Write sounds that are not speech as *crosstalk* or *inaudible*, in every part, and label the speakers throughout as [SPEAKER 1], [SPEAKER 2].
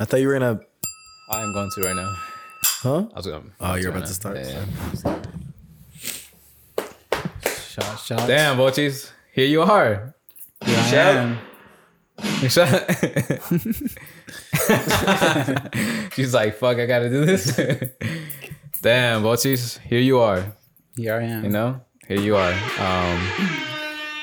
[SPEAKER 1] I thought you were gonna.
[SPEAKER 2] I am going to right now.
[SPEAKER 1] Huh?
[SPEAKER 2] I was going.
[SPEAKER 1] Oh, you're about to start.
[SPEAKER 2] Yeah, yeah. Damn, Bochis. Here
[SPEAKER 1] *laughs*
[SPEAKER 2] you are.
[SPEAKER 3] Here I
[SPEAKER 2] Shout.
[SPEAKER 3] am.
[SPEAKER 2] You shot- She's like, fuck, I gotta do this. Damn, Bochis. Here you are.
[SPEAKER 3] Here I am.
[SPEAKER 2] You know? Here you are. Um,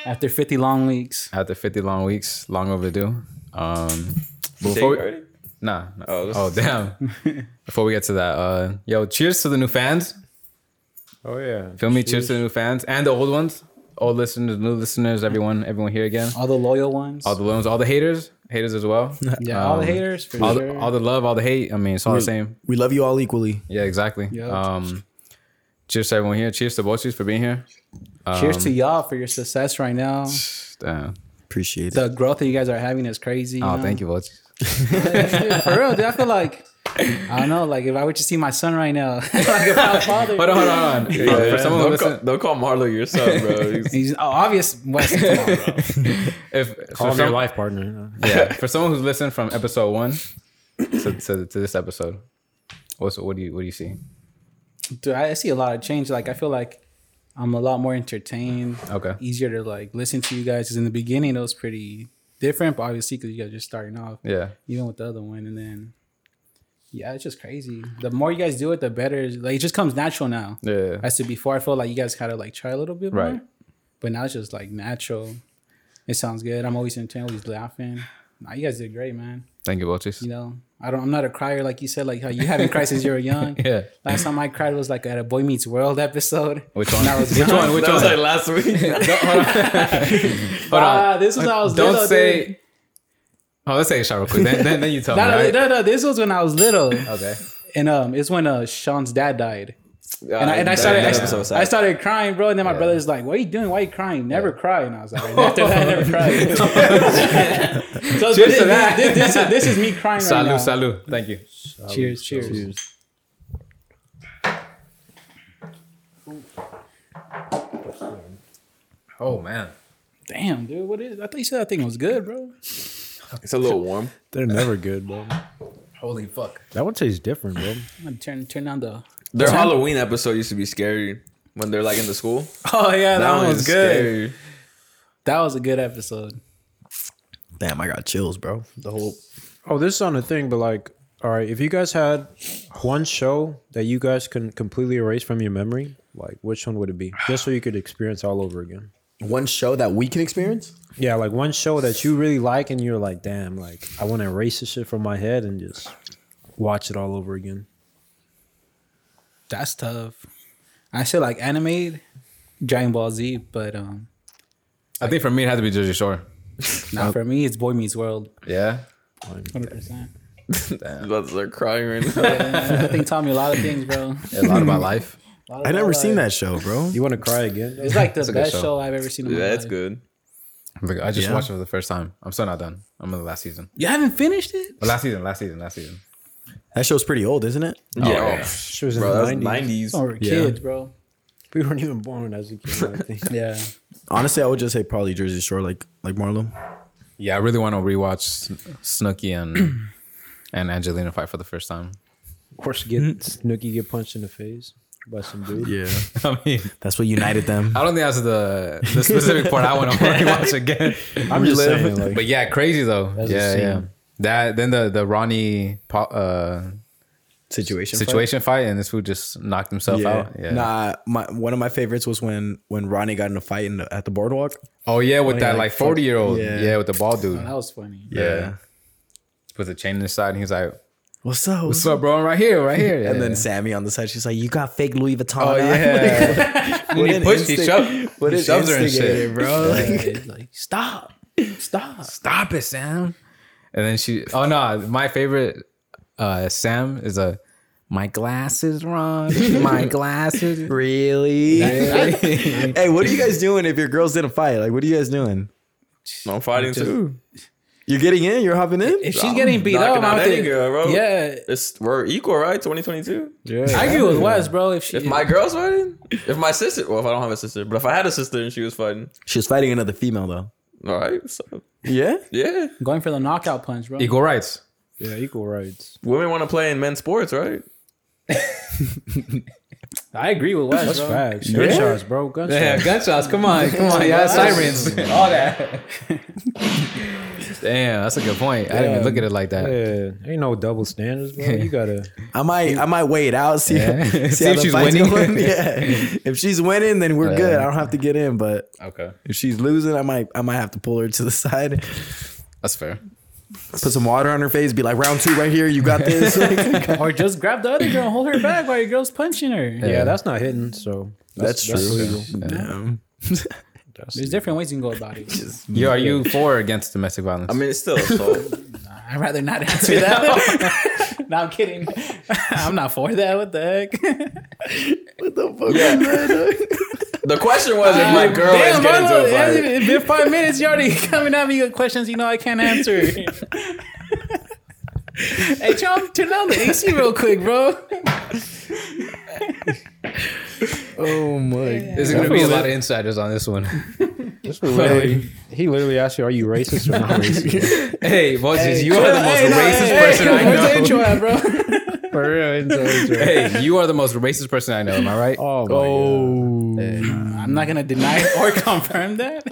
[SPEAKER 3] After 50 long weeks.
[SPEAKER 2] after 50 long weeks, long overdue. Um, before we, nah, nah.
[SPEAKER 4] Oh,
[SPEAKER 2] Oh,
[SPEAKER 4] this
[SPEAKER 2] *laughs*
[SPEAKER 4] is-
[SPEAKER 2] damn. before we get to that, uh, yo, cheers to the new fans.
[SPEAKER 4] Oh yeah.
[SPEAKER 2] Feel me? Cheers. to the new fans and the old ones, old listeners, new listeners, everyone, everyone here again.
[SPEAKER 3] All the loyal ones.
[SPEAKER 2] All the ones, all the haters, haters as
[SPEAKER 4] *laughs*
[SPEAKER 2] well.
[SPEAKER 3] yeah, all the
[SPEAKER 2] um,
[SPEAKER 3] haters for
[SPEAKER 2] all,
[SPEAKER 3] sure.
[SPEAKER 2] the, all the love, all the hate. I mean, it's all the same.
[SPEAKER 1] We love you all equally.
[SPEAKER 2] Yeah, exactly.
[SPEAKER 3] Yup.
[SPEAKER 2] Um, cheers to everyone here. Cheers to both of you for being here.
[SPEAKER 3] Cheers
[SPEAKER 2] um,
[SPEAKER 3] to y'all for your success right now.
[SPEAKER 2] Damn.
[SPEAKER 1] Appreciate it.
[SPEAKER 3] The growth that you guys are having is crazy.
[SPEAKER 2] Oh, thank you, both. of you.
[SPEAKER 3] *laughs* for real, dude. I feel like I don't know. Like if I were to see my son right now, *laughs* like a proud father.
[SPEAKER 2] *laughs* Hold on, hold on. hold on. For someone who
[SPEAKER 4] don't, call,
[SPEAKER 2] listen,
[SPEAKER 4] don't call Marlo your son, bro. He's-
[SPEAKER 3] He's oh, obvious. Wes, come on, bro.
[SPEAKER 2] if
[SPEAKER 4] Call
[SPEAKER 2] for
[SPEAKER 4] him
[SPEAKER 2] some-
[SPEAKER 4] your life partner.
[SPEAKER 2] yeah, for someone who's listened from episode one to, to, to this episode, what's what do you what do you see?
[SPEAKER 3] dude. I see a lot of change. Like I feel like I'm a lot more entertained.
[SPEAKER 2] Okay,
[SPEAKER 3] Easier to like listen to you guys. Because in the beginning, it was pretty different, but obviously because you guys are just starting off.
[SPEAKER 2] yeah,
[SPEAKER 3] even with the other one. And then, yeah, it's just crazy. The more you guys do it, the better. Like it just comes natural now.
[SPEAKER 2] yeah,
[SPEAKER 3] As to before, I felt like you guys kind of like try a little bit more,
[SPEAKER 2] Right.
[SPEAKER 3] but now it's just like natural. It sounds good. I'm always entertained, always laughing. Nah, you guys did great, man.
[SPEAKER 2] Thank you,
[SPEAKER 3] You
[SPEAKER 2] Bochis.
[SPEAKER 3] know, I don't. I'm not a crier like you said. Like how you haven't cried
[SPEAKER 2] *laughs*
[SPEAKER 3] since you were young.
[SPEAKER 2] Yeah,
[SPEAKER 3] Last time I cried was like at a Boy Meets World episode.
[SPEAKER 2] which
[SPEAKER 3] *laughs*
[SPEAKER 2] one?
[SPEAKER 3] When I was
[SPEAKER 4] *laughs*
[SPEAKER 2] which one? Which
[SPEAKER 4] that was
[SPEAKER 2] one?
[SPEAKER 4] like last week.
[SPEAKER 2] Don't- hold on. *laughs* Hold on.
[SPEAKER 3] Ah, this was when I was
[SPEAKER 2] Don't
[SPEAKER 3] little.
[SPEAKER 2] say.
[SPEAKER 3] dude.
[SPEAKER 2] Oh, let's take a shot real quick. Then, then, then you tell me.
[SPEAKER 3] No, no,
[SPEAKER 2] right?
[SPEAKER 3] no, no. This was when I was little,
[SPEAKER 2] Okay.
[SPEAKER 3] and um, it's when uh Sean's dad died. and I, and I started I,
[SPEAKER 4] That episode was sad.
[SPEAKER 3] I started crying, bro. And then my
[SPEAKER 2] Yeah.
[SPEAKER 3] brother's like, "What are you doing? Why are you crying? Never cry." And I was like, right, "After that, I never *laughs* cried." so it's-
[SPEAKER 2] Cheers
[SPEAKER 3] this,
[SPEAKER 2] to that.
[SPEAKER 3] This, this is, this is me crying right now.
[SPEAKER 2] Salud, salud. Thank you.
[SPEAKER 3] Cheers, cheers,
[SPEAKER 2] Oh man.
[SPEAKER 3] Damn, dude, what is? I thought you said that thing was good, bro.
[SPEAKER 4] It's a little warm.
[SPEAKER 5] They're never good, bro.
[SPEAKER 2] Holy fuck.
[SPEAKER 5] That one tastes different, bro.
[SPEAKER 3] I'm gonna turn turn down the.
[SPEAKER 4] Their Halloween episode used to be scary when they're like in the school.
[SPEAKER 3] Oh yeah, that, one was
[SPEAKER 4] is
[SPEAKER 3] good.
[SPEAKER 4] scary.
[SPEAKER 3] That was a good episode.
[SPEAKER 1] Damn, I got chills, bro. The whole
[SPEAKER 5] Oh, this is on a thing, but like, all right, if you guys had one show that you guys can completely erase from your memory, like, which one would it be? Just so you could experience all over again.
[SPEAKER 1] one show that we can experience.
[SPEAKER 5] Yeah, like one show that you really like, and you're like, damn, like, I want to erase this shit from my head and just watch it all over again.
[SPEAKER 3] That's tough. I said like anime, Dragon Ball Z, but um,
[SPEAKER 2] I think for me it had to be Jersey Shore.
[SPEAKER 3] not for me. It's Boy Meets World,
[SPEAKER 2] Yeah.
[SPEAKER 3] hundred percent.
[SPEAKER 4] About to start crying right now.
[SPEAKER 3] That thing taught me a lot of things, bro.
[SPEAKER 2] A lot of *laughs* my life.
[SPEAKER 1] I never seen that show, bro.
[SPEAKER 5] You want to cry again? though?
[SPEAKER 3] It's like the
[SPEAKER 2] a good
[SPEAKER 3] best
[SPEAKER 2] show.
[SPEAKER 3] show. I've ever seen. In
[SPEAKER 4] Yeah,
[SPEAKER 3] my
[SPEAKER 4] that's
[SPEAKER 3] life.
[SPEAKER 4] good.
[SPEAKER 2] Look, I just
[SPEAKER 1] Yeah.
[SPEAKER 2] watched it for the first time. I'm still not done. I'm in the last season.
[SPEAKER 3] You haven't finished it.
[SPEAKER 2] Well, last season, last season, last season.
[SPEAKER 1] That show's pretty old, isn't it?
[SPEAKER 4] Yeah,
[SPEAKER 2] yeah.
[SPEAKER 5] She was in
[SPEAKER 4] Oh, bro,
[SPEAKER 5] the
[SPEAKER 4] that's
[SPEAKER 5] 90s.
[SPEAKER 4] nineties.
[SPEAKER 3] Or
[SPEAKER 2] Oh, Yeah.
[SPEAKER 3] kids, bro.
[SPEAKER 5] We weren't even born as a kid, I think.
[SPEAKER 3] Yeah.
[SPEAKER 1] Honestly, I would just say probably Jersey Shore, like like Marlo.
[SPEAKER 2] Yeah, I really want to rewatch Sn- Snooki and *clears throat* and Angelina fight for the first time. *laughs*
[SPEAKER 5] Of course, get Snooki get punched in the face by some dude.
[SPEAKER 1] Yeah,
[SPEAKER 2] I mean,
[SPEAKER 1] that's what united
[SPEAKER 2] *laughs*
[SPEAKER 1] them.
[SPEAKER 2] I don't think that's the the specific part I
[SPEAKER 1] *laughs*
[SPEAKER 2] want to rewatch again.
[SPEAKER 5] I'm just saying, like,
[SPEAKER 2] But yeah, crazy though.
[SPEAKER 5] That's a
[SPEAKER 2] yeah,
[SPEAKER 5] scene.
[SPEAKER 2] yeah. That then the the Ronnie po- uh,
[SPEAKER 1] Situation. fight?
[SPEAKER 2] situation fight and this fool just knocked himself out. Yeah.
[SPEAKER 1] Nah, my one of my favorites was when when Ronnie got in a fight in the, at the boardwalk.
[SPEAKER 2] Oh yeah, with
[SPEAKER 1] Oh, yeah,
[SPEAKER 2] that
[SPEAKER 1] like,
[SPEAKER 2] like forty year old.
[SPEAKER 1] yeah.
[SPEAKER 2] Yeah, with the bald dude.
[SPEAKER 3] That was funny.
[SPEAKER 2] *laughs* Yeah. With the chain in his side, and he's like,
[SPEAKER 1] What's up?
[SPEAKER 2] "What's up, bro? I'm right here, right here."
[SPEAKER 1] And *laughs*
[SPEAKER 2] Yeah.
[SPEAKER 1] then Sammy on the side, she's like, "You got fake Louis Vuitton."
[SPEAKER 2] oh
[SPEAKER 1] on."
[SPEAKER 2] yeah, *laughs* and
[SPEAKER 1] What
[SPEAKER 2] he
[SPEAKER 1] an
[SPEAKER 2] pushed, he
[SPEAKER 1] instig-
[SPEAKER 2] shoved,
[SPEAKER 1] What
[SPEAKER 2] he
[SPEAKER 1] is
[SPEAKER 2] shoves her and shit.
[SPEAKER 1] instigator, bro? *laughs* Like,
[SPEAKER 2] *laughs*
[SPEAKER 3] It's like stop, stop.
[SPEAKER 2] stop it, Sam. And then she, oh no, my favorite uh, Sam is a, my glasses, Ron, my glasses.
[SPEAKER 1] really? hey, what are you guys *laughs* doing if your girls didn't fight? Like, what are you guys doing?
[SPEAKER 4] I'm fighting too.
[SPEAKER 1] You're getting in. You're hopping in.
[SPEAKER 3] *laughs* If she's getting beat up,
[SPEAKER 4] knocking out
[SPEAKER 3] I'm
[SPEAKER 4] any
[SPEAKER 3] think,
[SPEAKER 4] girl, bro.
[SPEAKER 3] Yeah,
[SPEAKER 4] It's we're equal, right? 2022.
[SPEAKER 3] I agree with Wes, bro. If she,
[SPEAKER 4] If my girl's fighting, if my sister, well, if I don't have a sister, but if I had a sister and she was fighting,
[SPEAKER 1] She's fighting another female though.
[SPEAKER 4] all right, so
[SPEAKER 1] Yeah.
[SPEAKER 4] yeah,
[SPEAKER 3] going for the knockout punch, bro.
[SPEAKER 2] Equal rights.
[SPEAKER 5] Yeah, equal rights.
[SPEAKER 4] Women want to play in men's sports, right?
[SPEAKER 3] I agree with Wes.
[SPEAKER 5] That's
[SPEAKER 3] bro.
[SPEAKER 5] facts. Gunshots, bro. Gunshots.
[SPEAKER 2] gunshots. Come on, come on, yeah, sirens, *laughs* all that. Damn, that's a good point. I didn't even look at it like
[SPEAKER 5] Yeah.
[SPEAKER 2] that.
[SPEAKER 5] ain't no double standards, bro. You gotta.
[SPEAKER 1] I might I might wait out see, *laughs*
[SPEAKER 2] Yeah.
[SPEAKER 1] see,
[SPEAKER 2] See
[SPEAKER 1] how
[SPEAKER 2] if
[SPEAKER 1] the
[SPEAKER 2] she's
[SPEAKER 1] fight's
[SPEAKER 2] winning.
[SPEAKER 1] going. *laughs* Yeah, if she's winning, then we're good.
[SPEAKER 2] Yeah.
[SPEAKER 1] I don't have to get in, but
[SPEAKER 2] Okay,
[SPEAKER 1] if she's losing, I might I might have to pull her to the side,
[SPEAKER 2] that's fair.
[SPEAKER 1] put some water on her face, be like round two right here. You got *laughs* this. Like,
[SPEAKER 3] Or just grab the other girl, and hold her back while your girl's punching her.
[SPEAKER 5] *laughs* Yeah, that's not hitting. So
[SPEAKER 1] that's, true.
[SPEAKER 5] legal.
[SPEAKER 1] Damn.
[SPEAKER 3] There's different ways you can go about it.
[SPEAKER 2] Yo, are you for or against domestic violence?
[SPEAKER 4] I mean, it's still *laughs* assault.
[SPEAKER 3] I'd rather not answer that.
[SPEAKER 2] *laughs*
[SPEAKER 3] *laughs* no, I'm kidding. I'm not for that. What the heck? *laughs*
[SPEAKER 4] the question was if my girl is getting
[SPEAKER 3] Marlo, it hasn't
[SPEAKER 4] to a fight.
[SPEAKER 3] even been five minutes. You're already *laughs* coming at me with questions you know I can't *laughs* answer. hey, Chom, turn down the AC real quick, bro.
[SPEAKER 1] *laughs* Oh my.
[SPEAKER 2] There's gonna be a lot of insiders on this one.
[SPEAKER 5] *laughs* This was literally, he literally asked you, "Are you racist or not *laughs* racist?"
[SPEAKER 2] hey, Moses, you are the most racist person I
[SPEAKER 3] Where's the
[SPEAKER 2] know.
[SPEAKER 3] intro at, bro?
[SPEAKER 5] For real, into- into- *laughs*
[SPEAKER 2] Hey, you are the most racist person I know. Am I right?
[SPEAKER 5] Oh, my God.
[SPEAKER 1] Oh.
[SPEAKER 3] *laughs* I'm not gonna *laughs* deny or confirm that.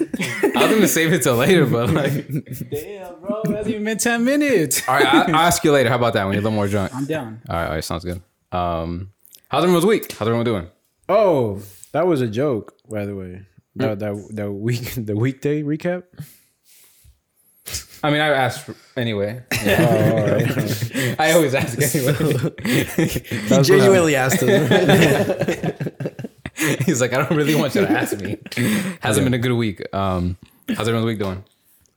[SPEAKER 2] I was gonna save it till later, but like,
[SPEAKER 3] Damn, bro, that's even been ten minutes.
[SPEAKER 2] all right,
[SPEAKER 4] *laughs*
[SPEAKER 2] I, I'll ask you later. How about that when you're a little more drunk?
[SPEAKER 3] I'm down.
[SPEAKER 2] All right, all right, sounds good. Um, how's everyone's week? How's everyone doing?
[SPEAKER 5] oh, that was a joke, by the way. That that that week *laughs* the weekday recap.
[SPEAKER 2] I mean, I asked anyway.
[SPEAKER 5] *laughs* Oh, all right.
[SPEAKER 2] I always
[SPEAKER 4] *laughs*
[SPEAKER 2] ask anyway.
[SPEAKER 1] He genuinely asked us.
[SPEAKER 2] *laughs* He's like, I don't really want you to ask
[SPEAKER 4] *laughs*
[SPEAKER 2] me. Hasn't been a good week. Um, how's everyone's week going?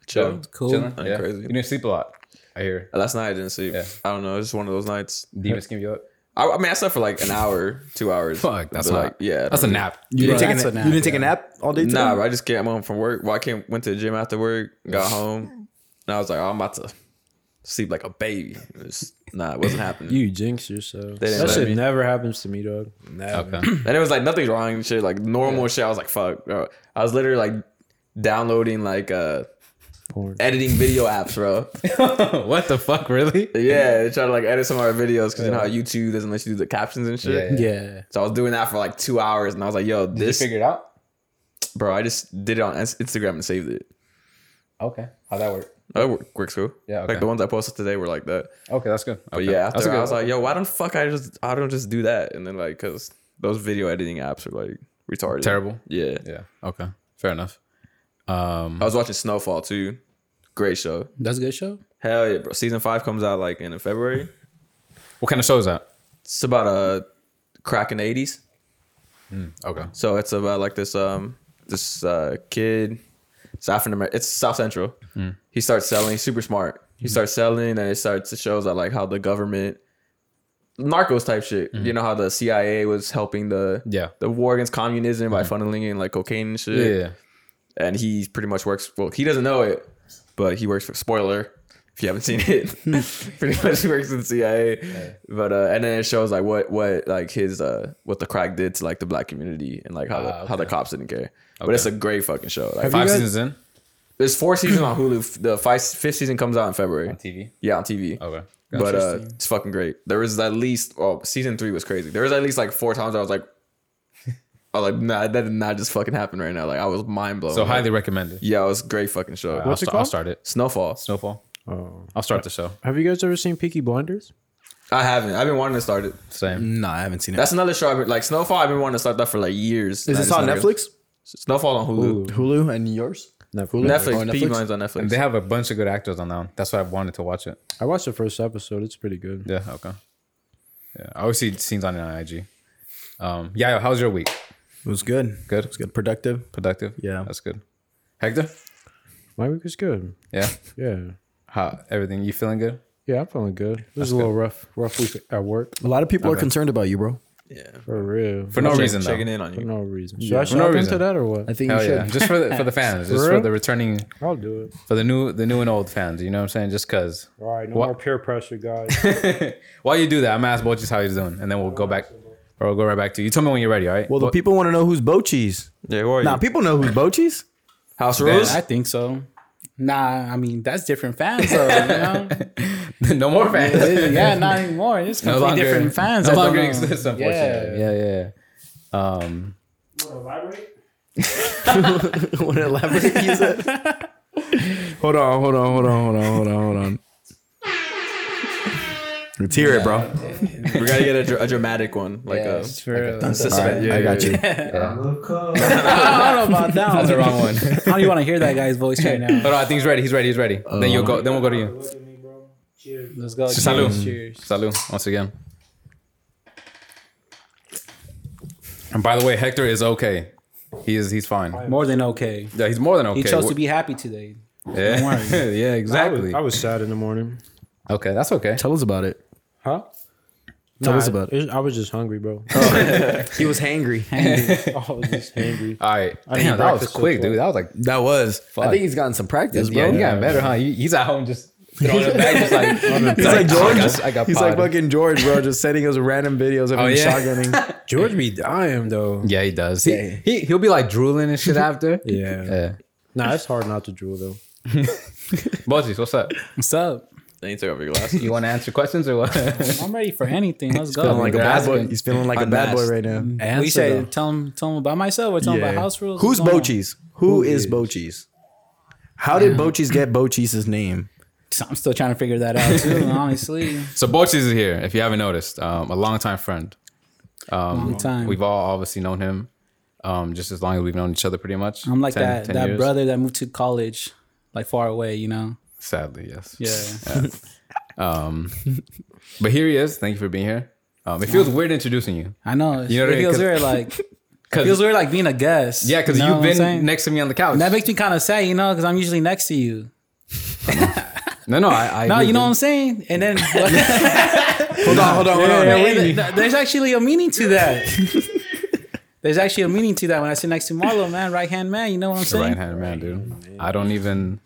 [SPEAKER 4] Chill.
[SPEAKER 3] Cool.
[SPEAKER 2] Chilling?
[SPEAKER 4] Not
[SPEAKER 2] Yeah.
[SPEAKER 4] crazy.
[SPEAKER 2] You didn't sleep a lot. I hear.
[SPEAKER 4] Last night I didn't sleep.
[SPEAKER 2] Yeah.
[SPEAKER 4] I don't know. It was just one of those nights.
[SPEAKER 2] Demons can be up.
[SPEAKER 4] I, I mean, I slept for like an hour, two hours.
[SPEAKER 2] Fuck, that's
[SPEAKER 4] But,
[SPEAKER 2] not.
[SPEAKER 4] like, yeah.
[SPEAKER 2] that's a nap.
[SPEAKER 1] You didn't,
[SPEAKER 3] Bro,
[SPEAKER 1] take a,
[SPEAKER 3] that's
[SPEAKER 1] nap.
[SPEAKER 3] a nap,
[SPEAKER 1] you didn't take a nap all day today?
[SPEAKER 4] Nah, bro, I just came home from work. Well, I came went to the gym after work, got home, and I was like, oh, I'm about to sleep like a baby. It was, nah, it wasn't happening.
[SPEAKER 5] *laughs* You jinx yourself.
[SPEAKER 4] They didn't
[SPEAKER 5] That
[SPEAKER 4] let
[SPEAKER 5] shit
[SPEAKER 4] me.
[SPEAKER 5] never happens to me, dog. Never.
[SPEAKER 2] Okay.
[SPEAKER 4] and it was like nothing's wrong and shit, like normal shit. I was like, fuck, bro. I was literally like downloading like uh
[SPEAKER 5] Porn.
[SPEAKER 4] editing video
[SPEAKER 2] *laughs*
[SPEAKER 4] apps, bro.
[SPEAKER 2] *laughs* what the fuck, really?
[SPEAKER 4] Yeah, to try to like edit some of our videos because you know how YouTube doesn't let you do the captions and shit.
[SPEAKER 2] Yeah.
[SPEAKER 3] Yeah.
[SPEAKER 4] So I was doing that for like two hours, and I was like, yo, *laughs* this
[SPEAKER 2] it out?
[SPEAKER 4] bro, I just did it on Ins- Instagram and saved it.
[SPEAKER 2] Okay. How that work?
[SPEAKER 4] That wor- works cool.
[SPEAKER 2] Yeah, okay.
[SPEAKER 4] like the ones I posted today were like that.
[SPEAKER 2] Okay, that's good. Okay.
[SPEAKER 4] But yeah,
[SPEAKER 2] that's
[SPEAKER 4] after I was like, yo, why don't fuck I just I don't just do that? And then like, cause those video editing apps are like retarded,
[SPEAKER 2] Terrible? Mm-hmm.
[SPEAKER 4] Yeah,
[SPEAKER 2] yeah. Okay. Fair enough. Um,
[SPEAKER 4] I was watching Snowfall too. Great show.
[SPEAKER 3] That's a good show.
[SPEAKER 4] Hell yeah, bro. Season five comes out like in February.
[SPEAKER 2] what kind of show is that?
[SPEAKER 4] It's about a crack in the eighties.
[SPEAKER 2] Okay.
[SPEAKER 4] So it's about like this um this uh kid. It's African American. It's South Central.
[SPEAKER 2] Hmm.
[SPEAKER 4] He starts selling. He's super smart. He starts selling, and it starts it shows that like how the government, narcos type shit. You know how the CIA was helping the
[SPEAKER 2] Hmm. Yeah. Hmm.
[SPEAKER 4] the war against communism by funneling in like cocaine and shit.
[SPEAKER 2] Yeah. yeah.
[SPEAKER 4] And he pretty much works. Well, he doesn't know it, but he works for spoiler. If you haven't seen it, pretty much *laughs* he works in the CIA. But uh, and then it shows like what what like his uh what the crack did to like the black community and like how the,
[SPEAKER 2] Ah,
[SPEAKER 4] how the cops didn't care. But it's a great fucking show. Like
[SPEAKER 2] Five
[SPEAKER 5] guys-
[SPEAKER 2] seasons in
[SPEAKER 4] there's four seasons on Hulu. The five, fifth season comes out in February.
[SPEAKER 2] TV.
[SPEAKER 4] Yeah, on TV.
[SPEAKER 2] Okay.
[SPEAKER 4] But uh, it's fucking great. There was at least well, season three was crazy. There was at least like four times I was like, *laughs* I was like, nah, that did not just fucking happen right now. Like I was mind blown.
[SPEAKER 2] So
[SPEAKER 4] Like,
[SPEAKER 2] highly recommended.
[SPEAKER 4] yeah, it was a great fucking show.
[SPEAKER 2] I'll,
[SPEAKER 5] What's it
[SPEAKER 2] sta- I'll
[SPEAKER 5] called?
[SPEAKER 2] start it.
[SPEAKER 4] Snowfall.
[SPEAKER 2] Snowfall.
[SPEAKER 5] Oh.
[SPEAKER 2] I'll start the show.
[SPEAKER 5] Have you guys ever seen Peaky Blinders?
[SPEAKER 4] I haven't. I've been wanting to start it.
[SPEAKER 2] Same.
[SPEAKER 1] no, I haven't seen it.
[SPEAKER 4] That's another show. I've been, like Snowfall. I've been wanting to start that for like years.
[SPEAKER 1] Is
[SPEAKER 4] I
[SPEAKER 1] this
[SPEAKER 4] just
[SPEAKER 1] on
[SPEAKER 4] never-
[SPEAKER 1] Netflix?
[SPEAKER 4] Snowfall on Hulu.
[SPEAKER 1] Hulu and yours?
[SPEAKER 5] Netflix.
[SPEAKER 4] Netflix.
[SPEAKER 1] Oh,
[SPEAKER 4] Netflix.
[SPEAKER 1] Netflix?
[SPEAKER 4] Peaky Blinders on Netflix.
[SPEAKER 5] Mm.
[SPEAKER 2] They have a bunch of good actors on that one. That's why I wanted to watch it.
[SPEAKER 5] I watched the first episode. It's pretty good.
[SPEAKER 2] Yeah. Okay. Yeah. I always see scenes on it on IG. Um, Yayo, how's your week?
[SPEAKER 1] It was good.
[SPEAKER 2] Good?
[SPEAKER 1] It was good. Productive.
[SPEAKER 2] Productive?
[SPEAKER 1] Yeah.
[SPEAKER 2] That's good. Hector?
[SPEAKER 5] My week was good.
[SPEAKER 2] Yeah.
[SPEAKER 5] Yeah.
[SPEAKER 2] How everything you feeling good?
[SPEAKER 5] Yeah, I'm feeling good. It was a little rough, rough week at work
[SPEAKER 1] A lot of people are concerned about you, bro.
[SPEAKER 4] yeah.
[SPEAKER 5] for real.
[SPEAKER 2] For no
[SPEAKER 4] Check-
[SPEAKER 2] reason though.
[SPEAKER 4] Checking in on
[SPEAKER 5] For
[SPEAKER 4] you.
[SPEAKER 5] no reason. Should I
[SPEAKER 2] For no
[SPEAKER 5] shout into
[SPEAKER 2] reason.
[SPEAKER 5] that or what?
[SPEAKER 1] I think
[SPEAKER 2] Hell
[SPEAKER 1] you should.
[SPEAKER 2] yeah. Just for the for the fans. Just
[SPEAKER 5] *laughs* For
[SPEAKER 2] for
[SPEAKER 5] real?
[SPEAKER 2] the returning
[SPEAKER 5] I'll do it.
[SPEAKER 2] for the new the new and old fans, you know what I'm saying? Just cause.
[SPEAKER 5] All right, no
[SPEAKER 2] What-
[SPEAKER 5] more peer pressure, guys.
[SPEAKER 2] While you do that, I'm gonna ask Bochis how he's doing and then we'll go back or we'll go right back to you. You tell me when you're ready, all right?
[SPEAKER 1] Well, the
[SPEAKER 2] Bo-
[SPEAKER 1] people want to know who's Bochis.
[SPEAKER 4] Yeah, who are
[SPEAKER 1] *laughs*
[SPEAKER 4] you?
[SPEAKER 1] Nah, people know who's Bochis.
[SPEAKER 4] House rules.
[SPEAKER 3] I think so. Nah, I mean that's different fans. Though, *laughs* you know?
[SPEAKER 2] *laughs* no more fans.
[SPEAKER 3] yeah, not anymore. It's
[SPEAKER 2] No
[SPEAKER 3] completely
[SPEAKER 2] longer-
[SPEAKER 3] different fans.
[SPEAKER 2] no
[SPEAKER 3] I don't
[SPEAKER 2] longer
[SPEAKER 3] know.
[SPEAKER 2] exists, unfortunately. Yeah, yeah. yeah. Um,
[SPEAKER 1] Want to elaborate? He's a-
[SPEAKER 6] *laughs* Hold on, hold on, hold on, hold on, hold on, hold on. Let's hear it, bro.
[SPEAKER 4] We gotta get a, dr- a dramatic one, like uh,
[SPEAKER 3] Yeah,
[SPEAKER 4] a
[SPEAKER 3] it's true.
[SPEAKER 4] suspense.
[SPEAKER 1] All right, I got you.
[SPEAKER 3] I don't know about that. That's the wrong *laughs* one. How do you want to hear that guy's voice right now?
[SPEAKER 2] but uh, I think he's ready. He's ready. He's ready. then you'll go. Then we'll go to you.
[SPEAKER 3] Let's go.
[SPEAKER 2] Salud.
[SPEAKER 3] Cheers. Cheers.
[SPEAKER 2] Salud once again. And by the way, Hector is okay. He is. He's fine.
[SPEAKER 3] More than okay.
[SPEAKER 2] Yeah, he's more than okay.
[SPEAKER 3] He chose to be happy today.
[SPEAKER 2] Yeah, *laughs*
[SPEAKER 3] worry.
[SPEAKER 2] yeah
[SPEAKER 5] I was,
[SPEAKER 2] exactly.
[SPEAKER 5] I was sad in the morning.
[SPEAKER 2] Okay, that's okay.
[SPEAKER 6] Tell us about it.
[SPEAKER 5] Huh?
[SPEAKER 6] Tell us about it.
[SPEAKER 5] it. I was just hungry, bro.
[SPEAKER 1] He was
[SPEAKER 3] *laughs*
[SPEAKER 1] hangry.
[SPEAKER 5] I was just hungry.
[SPEAKER 2] All right.
[SPEAKER 5] didn't eat
[SPEAKER 2] Damn, that was
[SPEAKER 5] breakfast till
[SPEAKER 2] quick, dude.
[SPEAKER 5] twelve.
[SPEAKER 2] That was like,
[SPEAKER 6] That was.
[SPEAKER 1] I think he's gotten some practice, bro.
[SPEAKER 2] yeah, you got better, huh? You- He's at home just throwing it back, just like, he's like, I got, I got
[SPEAKER 1] He's like
[SPEAKER 2] potted.
[SPEAKER 1] fucking George, bro, just sending us random videos
[SPEAKER 6] Oh,
[SPEAKER 1] of him
[SPEAKER 2] yeah.
[SPEAKER 6] *laughs*
[SPEAKER 1] shotgunning.
[SPEAKER 5] George be dying though.
[SPEAKER 2] Yeah, he does. He, he he'll be like drooling and
[SPEAKER 3] *laughs*
[SPEAKER 2] shit after.
[SPEAKER 5] Yeah.
[SPEAKER 2] Yeah.
[SPEAKER 5] Nah, it's hard not to drool though.
[SPEAKER 2] Bozzies, what's up?
[SPEAKER 3] What's up?
[SPEAKER 4] Then you take off your glasses.
[SPEAKER 2] You want to answer questions or what?
[SPEAKER 3] I'm ready for anything. Let's go.
[SPEAKER 1] Feeling like a bad boy.
[SPEAKER 2] Asking.
[SPEAKER 1] He's feeling like a bad boy right now.
[SPEAKER 3] What you say?
[SPEAKER 5] though.
[SPEAKER 3] Tell him, tell him about myself or tell him
[SPEAKER 5] Yeah.
[SPEAKER 3] about house rules.
[SPEAKER 1] Who's
[SPEAKER 3] What's going on?
[SPEAKER 1] Bochis? Who is Bochis? How did Bochis get Bochis's name?
[SPEAKER 3] So I'm still trying to figure that out too. honestly,
[SPEAKER 2] *laughs* so Bozzies is here. If you haven't noticed, um, a longtime friend. Um,
[SPEAKER 3] Long time.
[SPEAKER 2] We've all obviously known him, um, just as long as we've known each other, pretty much.
[SPEAKER 3] I'm like
[SPEAKER 2] 10
[SPEAKER 3] that
[SPEAKER 2] 10
[SPEAKER 3] that
[SPEAKER 2] years.
[SPEAKER 3] brother that moved to college, like far away. You know.
[SPEAKER 2] Sadly, yes.
[SPEAKER 3] Yeah.
[SPEAKER 2] Um, but here he is. Thank you for being here. Um, it feels weird introducing you.
[SPEAKER 3] I know.
[SPEAKER 2] You know what I mean?
[SPEAKER 3] it feels
[SPEAKER 2] 'Cause-
[SPEAKER 3] weird. Like
[SPEAKER 2] Cause,
[SPEAKER 3] feels weird, like being a guest.
[SPEAKER 2] Yeah, because
[SPEAKER 3] You know
[SPEAKER 2] you have
[SPEAKER 3] what I'm
[SPEAKER 2] been
[SPEAKER 3] saying?
[SPEAKER 2] next to me on the couch.
[SPEAKER 3] That makes me kind of sad, you know, because I'm usually next to you.
[SPEAKER 2] no, no, I. I
[SPEAKER 3] No,
[SPEAKER 2] agree,
[SPEAKER 3] you know what
[SPEAKER 2] dude.
[SPEAKER 3] I'm saying.
[SPEAKER 2] *laughs*
[SPEAKER 3] And then
[SPEAKER 1] Hold on, hold on, hold on.
[SPEAKER 3] *laughs* And th- th- there's actually a meaning to that.
[SPEAKER 2] *laughs*
[SPEAKER 3] there's actually a meaning to that when I sit next to Marlo, man, right hand man. You know what I'm saying?
[SPEAKER 2] right hand man, dude. I don't even.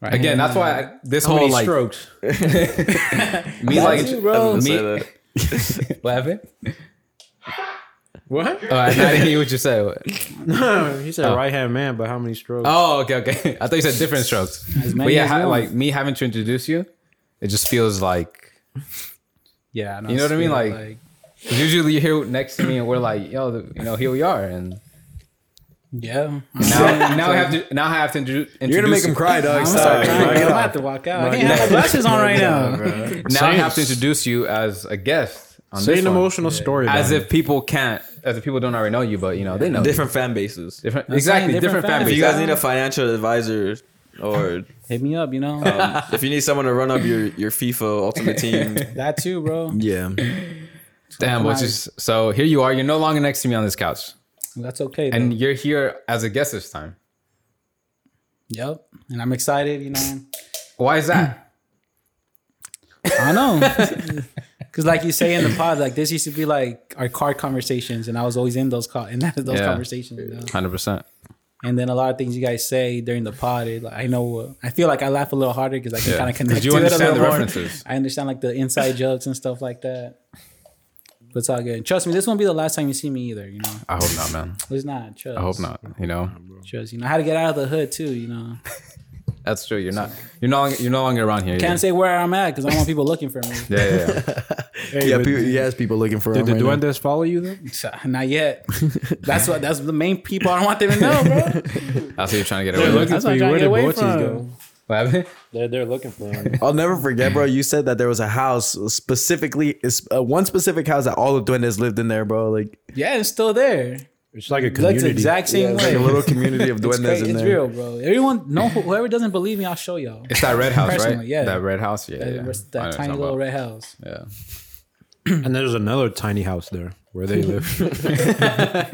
[SPEAKER 3] Right-hand
[SPEAKER 2] Again, that's
[SPEAKER 3] man.
[SPEAKER 2] why I, this
[SPEAKER 5] How
[SPEAKER 2] whole
[SPEAKER 5] many
[SPEAKER 2] like *laughs*
[SPEAKER 5] strokes?
[SPEAKER 2] me like
[SPEAKER 3] you, bro.
[SPEAKER 4] Let's
[SPEAKER 2] me.
[SPEAKER 4] say that.
[SPEAKER 2] What happened?
[SPEAKER 5] What?
[SPEAKER 2] Oh, I didn't hear what you said.
[SPEAKER 5] he said right hand man, but how many strokes?
[SPEAKER 2] Oh, okay, okay. I thought you said different strokes.
[SPEAKER 3] many
[SPEAKER 2] But yeah,
[SPEAKER 3] as
[SPEAKER 2] ha-
[SPEAKER 3] you
[SPEAKER 2] like me having to introduce you, it just feels like
[SPEAKER 3] Yeah,
[SPEAKER 2] You know what I mean?
[SPEAKER 3] it's
[SPEAKER 2] Like- 'cause usually you're here next to me and we're like, yo, the- you know, here we are, and
[SPEAKER 3] yeah.
[SPEAKER 2] now, now I have to now I have to introdu- introduce.
[SPEAKER 1] You're gonna make him cry, dog.
[SPEAKER 3] I'm
[SPEAKER 1] Stop.
[SPEAKER 3] sorry, I'm about to walk out. I can't have my glasses on right now.
[SPEAKER 2] Now I have to introduce you as a guest on
[SPEAKER 5] Say
[SPEAKER 2] this
[SPEAKER 5] an
[SPEAKER 2] one.
[SPEAKER 5] emotional story.
[SPEAKER 2] as
[SPEAKER 5] about
[SPEAKER 2] if people can't, as if people don't already know you, but you know they know you.
[SPEAKER 4] Different fan bases.
[SPEAKER 2] different,
[SPEAKER 3] saying
[SPEAKER 2] exactly, different,
[SPEAKER 3] different
[SPEAKER 2] families.
[SPEAKER 3] families.
[SPEAKER 4] If you guys need a financial advisor, or
[SPEAKER 3] Hit me up, you know.
[SPEAKER 4] um, if you need someone to run up your your FIFA Ultimate Team,
[SPEAKER 3] that too, bro.
[SPEAKER 1] Yeah.
[SPEAKER 2] Damn, which is so. Here you are. You're no longer next to me on this couch,
[SPEAKER 3] That's okay. Though.
[SPEAKER 2] and you're here as a guest this time.
[SPEAKER 3] yep, and I'm excited, you know.
[SPEAKER 2] Why is that?
[SPEAKER 3] I know.
[SPEAKER 2] *laughs*
[SPEAKER 3] Cause like you say in the pod, like this used to be like our car conversations, and I was always in those call in *laughs* that, those
[SPEAKER 2] Yeah.
[SPEAKER 3] conversations. You know?
[SPEAKER 2] Hundred percent.
[SPEAKER 3] And then a lot of things you guys say during the pod, it, like, I know uh, I feel like I laugh a little harder because I can
[SPEAKER 2] Yeah.
[SPEAKER 3] kind of
[SPEAKER 2] 'Cause
[SPEAKER 3] connect
[SPEAKER 2] you
[SPEAKER 3] to it a
[SPEAKER 2] understand
[SPEAKER 3] little
[SPEAKER 2] the
[SPEAKER 3] more.
[SPEAKER 2] references.
[SPEAKER 3] I understand like the inside jokes and stuff like that. But it's all good. Trust me, this won't be the last time you see me either. You know,
[SPEAKER 2] I hope not, man.
[SPEAKER 3] it's not. Trust.
[SPEAKER 2] I hope not. You know,
[SPEAKER 3] Trust. You know how to get out of the hood too. You know,
[SPEAKER 2] that's true. You're not. You're no. Longer, you're no longer around here.
[SPEAKER 3] can't
[SPEAKER 2] yeah.
[SPEAKER 3] say where I'm at because I don't want people looking for
[SPEAKER 2] *laughs*
[SPEAKER 3] me.
[SPEAKER 2] Yeah, yeah, yeah.
[SPEAKER 5] hey,
[SPEAKER 1] Yeah,
[SPEAKER 5] but
[SPEAKER 1] people, he has people looking for
[SPEAKER 5] did
[SPEAKER 1] him.
[SPEAKER 5] the
[SPEAKER 1] right now.
[SPEAKER 5] duendes follow you though?
[SPEAKER 2] *laughs*
[SPEAKER 3] not yet. That's what. That's the main people I don't want them to know, bro.
[SPEAKER 2] That's what you're trying to get away. with.
[SPEAKER 3] That's what I'm trying to get away from.
[SPEAKER 2] What happened?
[SPEAKER 5] *laughs* They're, they're looking for him.
[SPEAKER 1] *laughs* I'll never forget, bro. You said that there was a house specifically, it's, uh, one specific house that all the duendes lived in there, bro. Like,
[SPEAKER 3] *laughs* Yeah, it's still there.
[SPEAKER 5] It's like a community.
[SPEAKER 3] That's the exact same
[SPEAKER 1] it's
[SPEAKER 3] way.
[SPEAKER 1] like a little community of
[SPEAKER 3] *laughs* it's,
[SPEAKER 1] duendes
[SPEAKER 3] great.
[SPEAKER 1] in
[SPEAKER 3] it's
[SPEAKER 1] there.
[SPEAKER 3] real, bro. Everyone, no, whoever doesn't believe me, I'll show y'all.
[SPEAKER 2] It's that red house, right?
[SPEAKER 3] Personally, yeah.
[SPEAKER 2] That red house. Yeah, yeah. I
[SPEAKER 3] That-
[SPEAKER 2] know
[SPEAKER 3] That
[SPEAKER 2] what
[SPEAKER 3] tiny
[SPEAKER 2] you're talking
[SPEAKER 3] little red house.
[SPEAKER 2] about.
[SPEAKER 5] And there's another tiny house there where they live.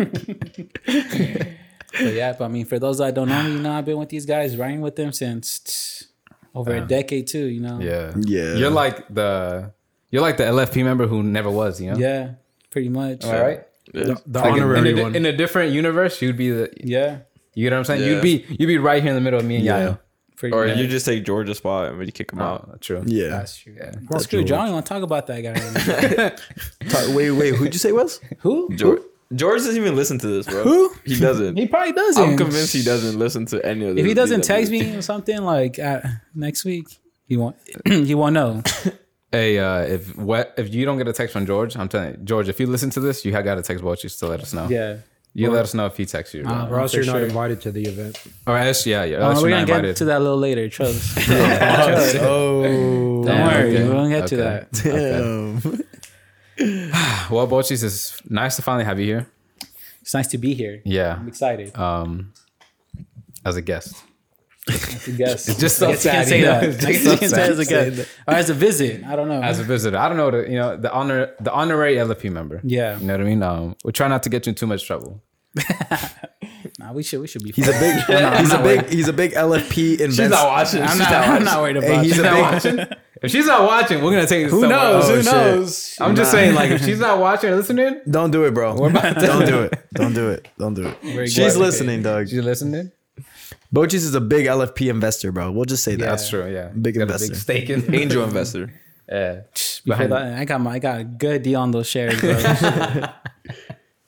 [SPEAKER 3] But yeah, but I mean, for those that don't know me, you know, I've been with these guys, riding with them since tch, over a decade too. You know,
[SPEAKER 2] Yeah. Yeah.
[SPEAKER 1] Yeah.
[SPEAKER 2] You're like the. You're like the LFP member who never was. You know.
[SPEAKER 3] yeah, pretty much.
[SPEAKER 2] All right.
[SPEAKER 5] The
[SPEAKER 2] Like in- in,
[SPEAKER 5] honorary
[SPEAKER 2] a, di-
[SPEAKER 5] one.
[SPEAKER 2] in a different universe, you'd be the.
[SPEAKER 3] Yeah,
[SPEAKER 2] You know what I'm saying?
[SPEAKER 4] Yeah.
[SPEAKER 2] You'd be you'd be right here in the middle of me and
[SPEAKER 1] Yeah.
[SPEAKER 2] Yayo.
[SPEAKER 3] pretty
[SPEAKER 4] or
[SPEAKER 3] much.
[SPEAKER 4] you just take George's spot and we kick him out.
[SPEAKER 2] Oh, true.
[SPEAKER 1] Yeah. *laughs*
[SPEAKER 3] That's true.
[SPEAKER 2] *laughs*
[SPEAKER 3] That's true. John, you want to talk about that guy? right now.
[SPEAKER 4] *laughs*
[SPEAKER 1] Ta- Wait, wait. Who'd you say was?
[SPEAKER 3] Who?
[SPEAKER 4] George, George doesn't even listen to this, bro. Who? He doesn't.
[SPEAKER 3] He probably doesn't.
[SPEAKER 4] I'm convinced he doesn't listen to any of this.
[SPEAKER 3] If he doesn't text me or something like uh, next week, he won't. *clears throat* he
[SPEAKER 2] *clears throat*
[SPEAKER 3] won't know.
[SPEAKER 2] Hey, uh, if what if you don't get a text from George, I'm telling you, George, if you listen to this, you have got to text Bochis to let us know.
[SPEAKER 3] Yeah. Uh-huh.
[SPEAKER 2] You let us know if he texts you. Or, not.
[SPEAKER 5] Or else you're not
[SPEAKER 3] sure.
[SPEAKER 5] invited to the event.
[SPEAKER 2] or else, yeah, yeah.
[SPEAKER 3] Uh,
[SPEAKER 2] unless
[SPEAKER 3] we're
[SPEAKER 2] you're
[SPEAKER 3] gonna
[SPEAKER 2] not
[SPEAKER 3] get
[SPEAKER 2] invited.
[SPEAKER 3] to that a little
[SPEAKER 2] *laughs*
[SPEAKER 3] later. *laughs* Trust.
[SPEAKER 1] Oh,
[SPEAKER 3] Don't worry,
[SPEAKER 2] Oh. okay.
[SPEAKER 3] we're gonna get to
[SPEAKER 2] Okay.
[SPEAKER 3] that.
[SPEAKER 1] damn.
[SPEAKER 2] *laughs* Well, Bochis, it's nice to finally have you here.
[SPEAKER 3] It's nice to be here.
[SPEAKER 2] Yeah.
[SPEAKER 3] I'm excited.
[SPEAKER 2] Um, as a guest.
[SPEAKER 3] I guess.
[SPEAKER 2] It's *laughs* just so
[SPEAKER 3] I guess you can
[SPEAKER 2] sad,
[SPEAKER 3] say
[SPEAKER 2] Oh, you know?
[SPEAKER 3] that. I *laughs*
[SPEAKER 2] It's just
[SPEAKER 3] guess you can
[SPEAKER 2] so
[SPEAKER 3] say
[SPEAKER 2] sad.
[SPEAKER 3] as a guest or as a visit. I don't know.
[SPEAKER 2] *laughs* As a visitor, I don't know the you know the honor the honorary LFP member.
[SPEAKER 3] Yeah.
[SPEAKER 2] you know what I mean. Um, we try not to get you in too much trouble.
[SPEAKER 3] nah, we should. We should be.
[SPEAKER 1] He's a
[SPEAKER 3] friends.
[SPEAKER 1] big,
[SPEAKER 3] *laughs*
[SPEAKER 1] he's a big, he's a big LFP investor.
[SPEAKER 4] She's not watching.
[SPEAKER 3] I'm
[SPEAKER 4] She's
[SPEAKER 3] not.
[SPEAKER 4] not
[SPEAKER 3] I'm
[SPEAKER 4] watching.
[SPEAKER 3] not worried about.
[SPEAKER 1] Hey, he's
[SPEAKER 3] it.
[SPEAKER 1] a
[SPEAKER 3] *laughs*
[SPEAKER 1] big,
[SPEAKER 2] *laughs* If she's not watching, we're gonna take it.
[SPEAKER 3] Who
[SPEAKER 2] somewhere
[SPEAKER 3] knows?
[SPEAKER 2] else.
[SPEAKER 3] Who
[SPEAKER 1] Oh, shit.
[SPEAKER 3] knows?
[SPEAKER 2] I'm just saying, like, if she's not watching or
[SPEAKER 3] *laughs*
[SPEAKER 2] listening,
[SPEAKER 1] Don't do it, bro. Don't do it. Don't do it. Don't do it. She's
[SPEAKER 2] glad-
[SPEAKER 1] listening, dog.
[SPEAKER 2] she's listening.
[SPEAKER 1] Bochis is a big LFP investor, bro. We'll just say that.
[SPEAKER 2] That's true. Yeah,
[SPEAKER 1] Big
[SPEAKER 2] Got a
[SPEAKER 1] investor.
[SPEAKER 2] Big stake in
[SPEAKER 4] Angel investor.
[SPEAKER 2] Yeah,
[SPEAKER 3] Hold
[SPEAKER 2] behind
[SPEAKER 3] on, I got my. I got a good deal on those shares.
[SPEAKER 2] *laughs*
[SPEAKER 3] Bro.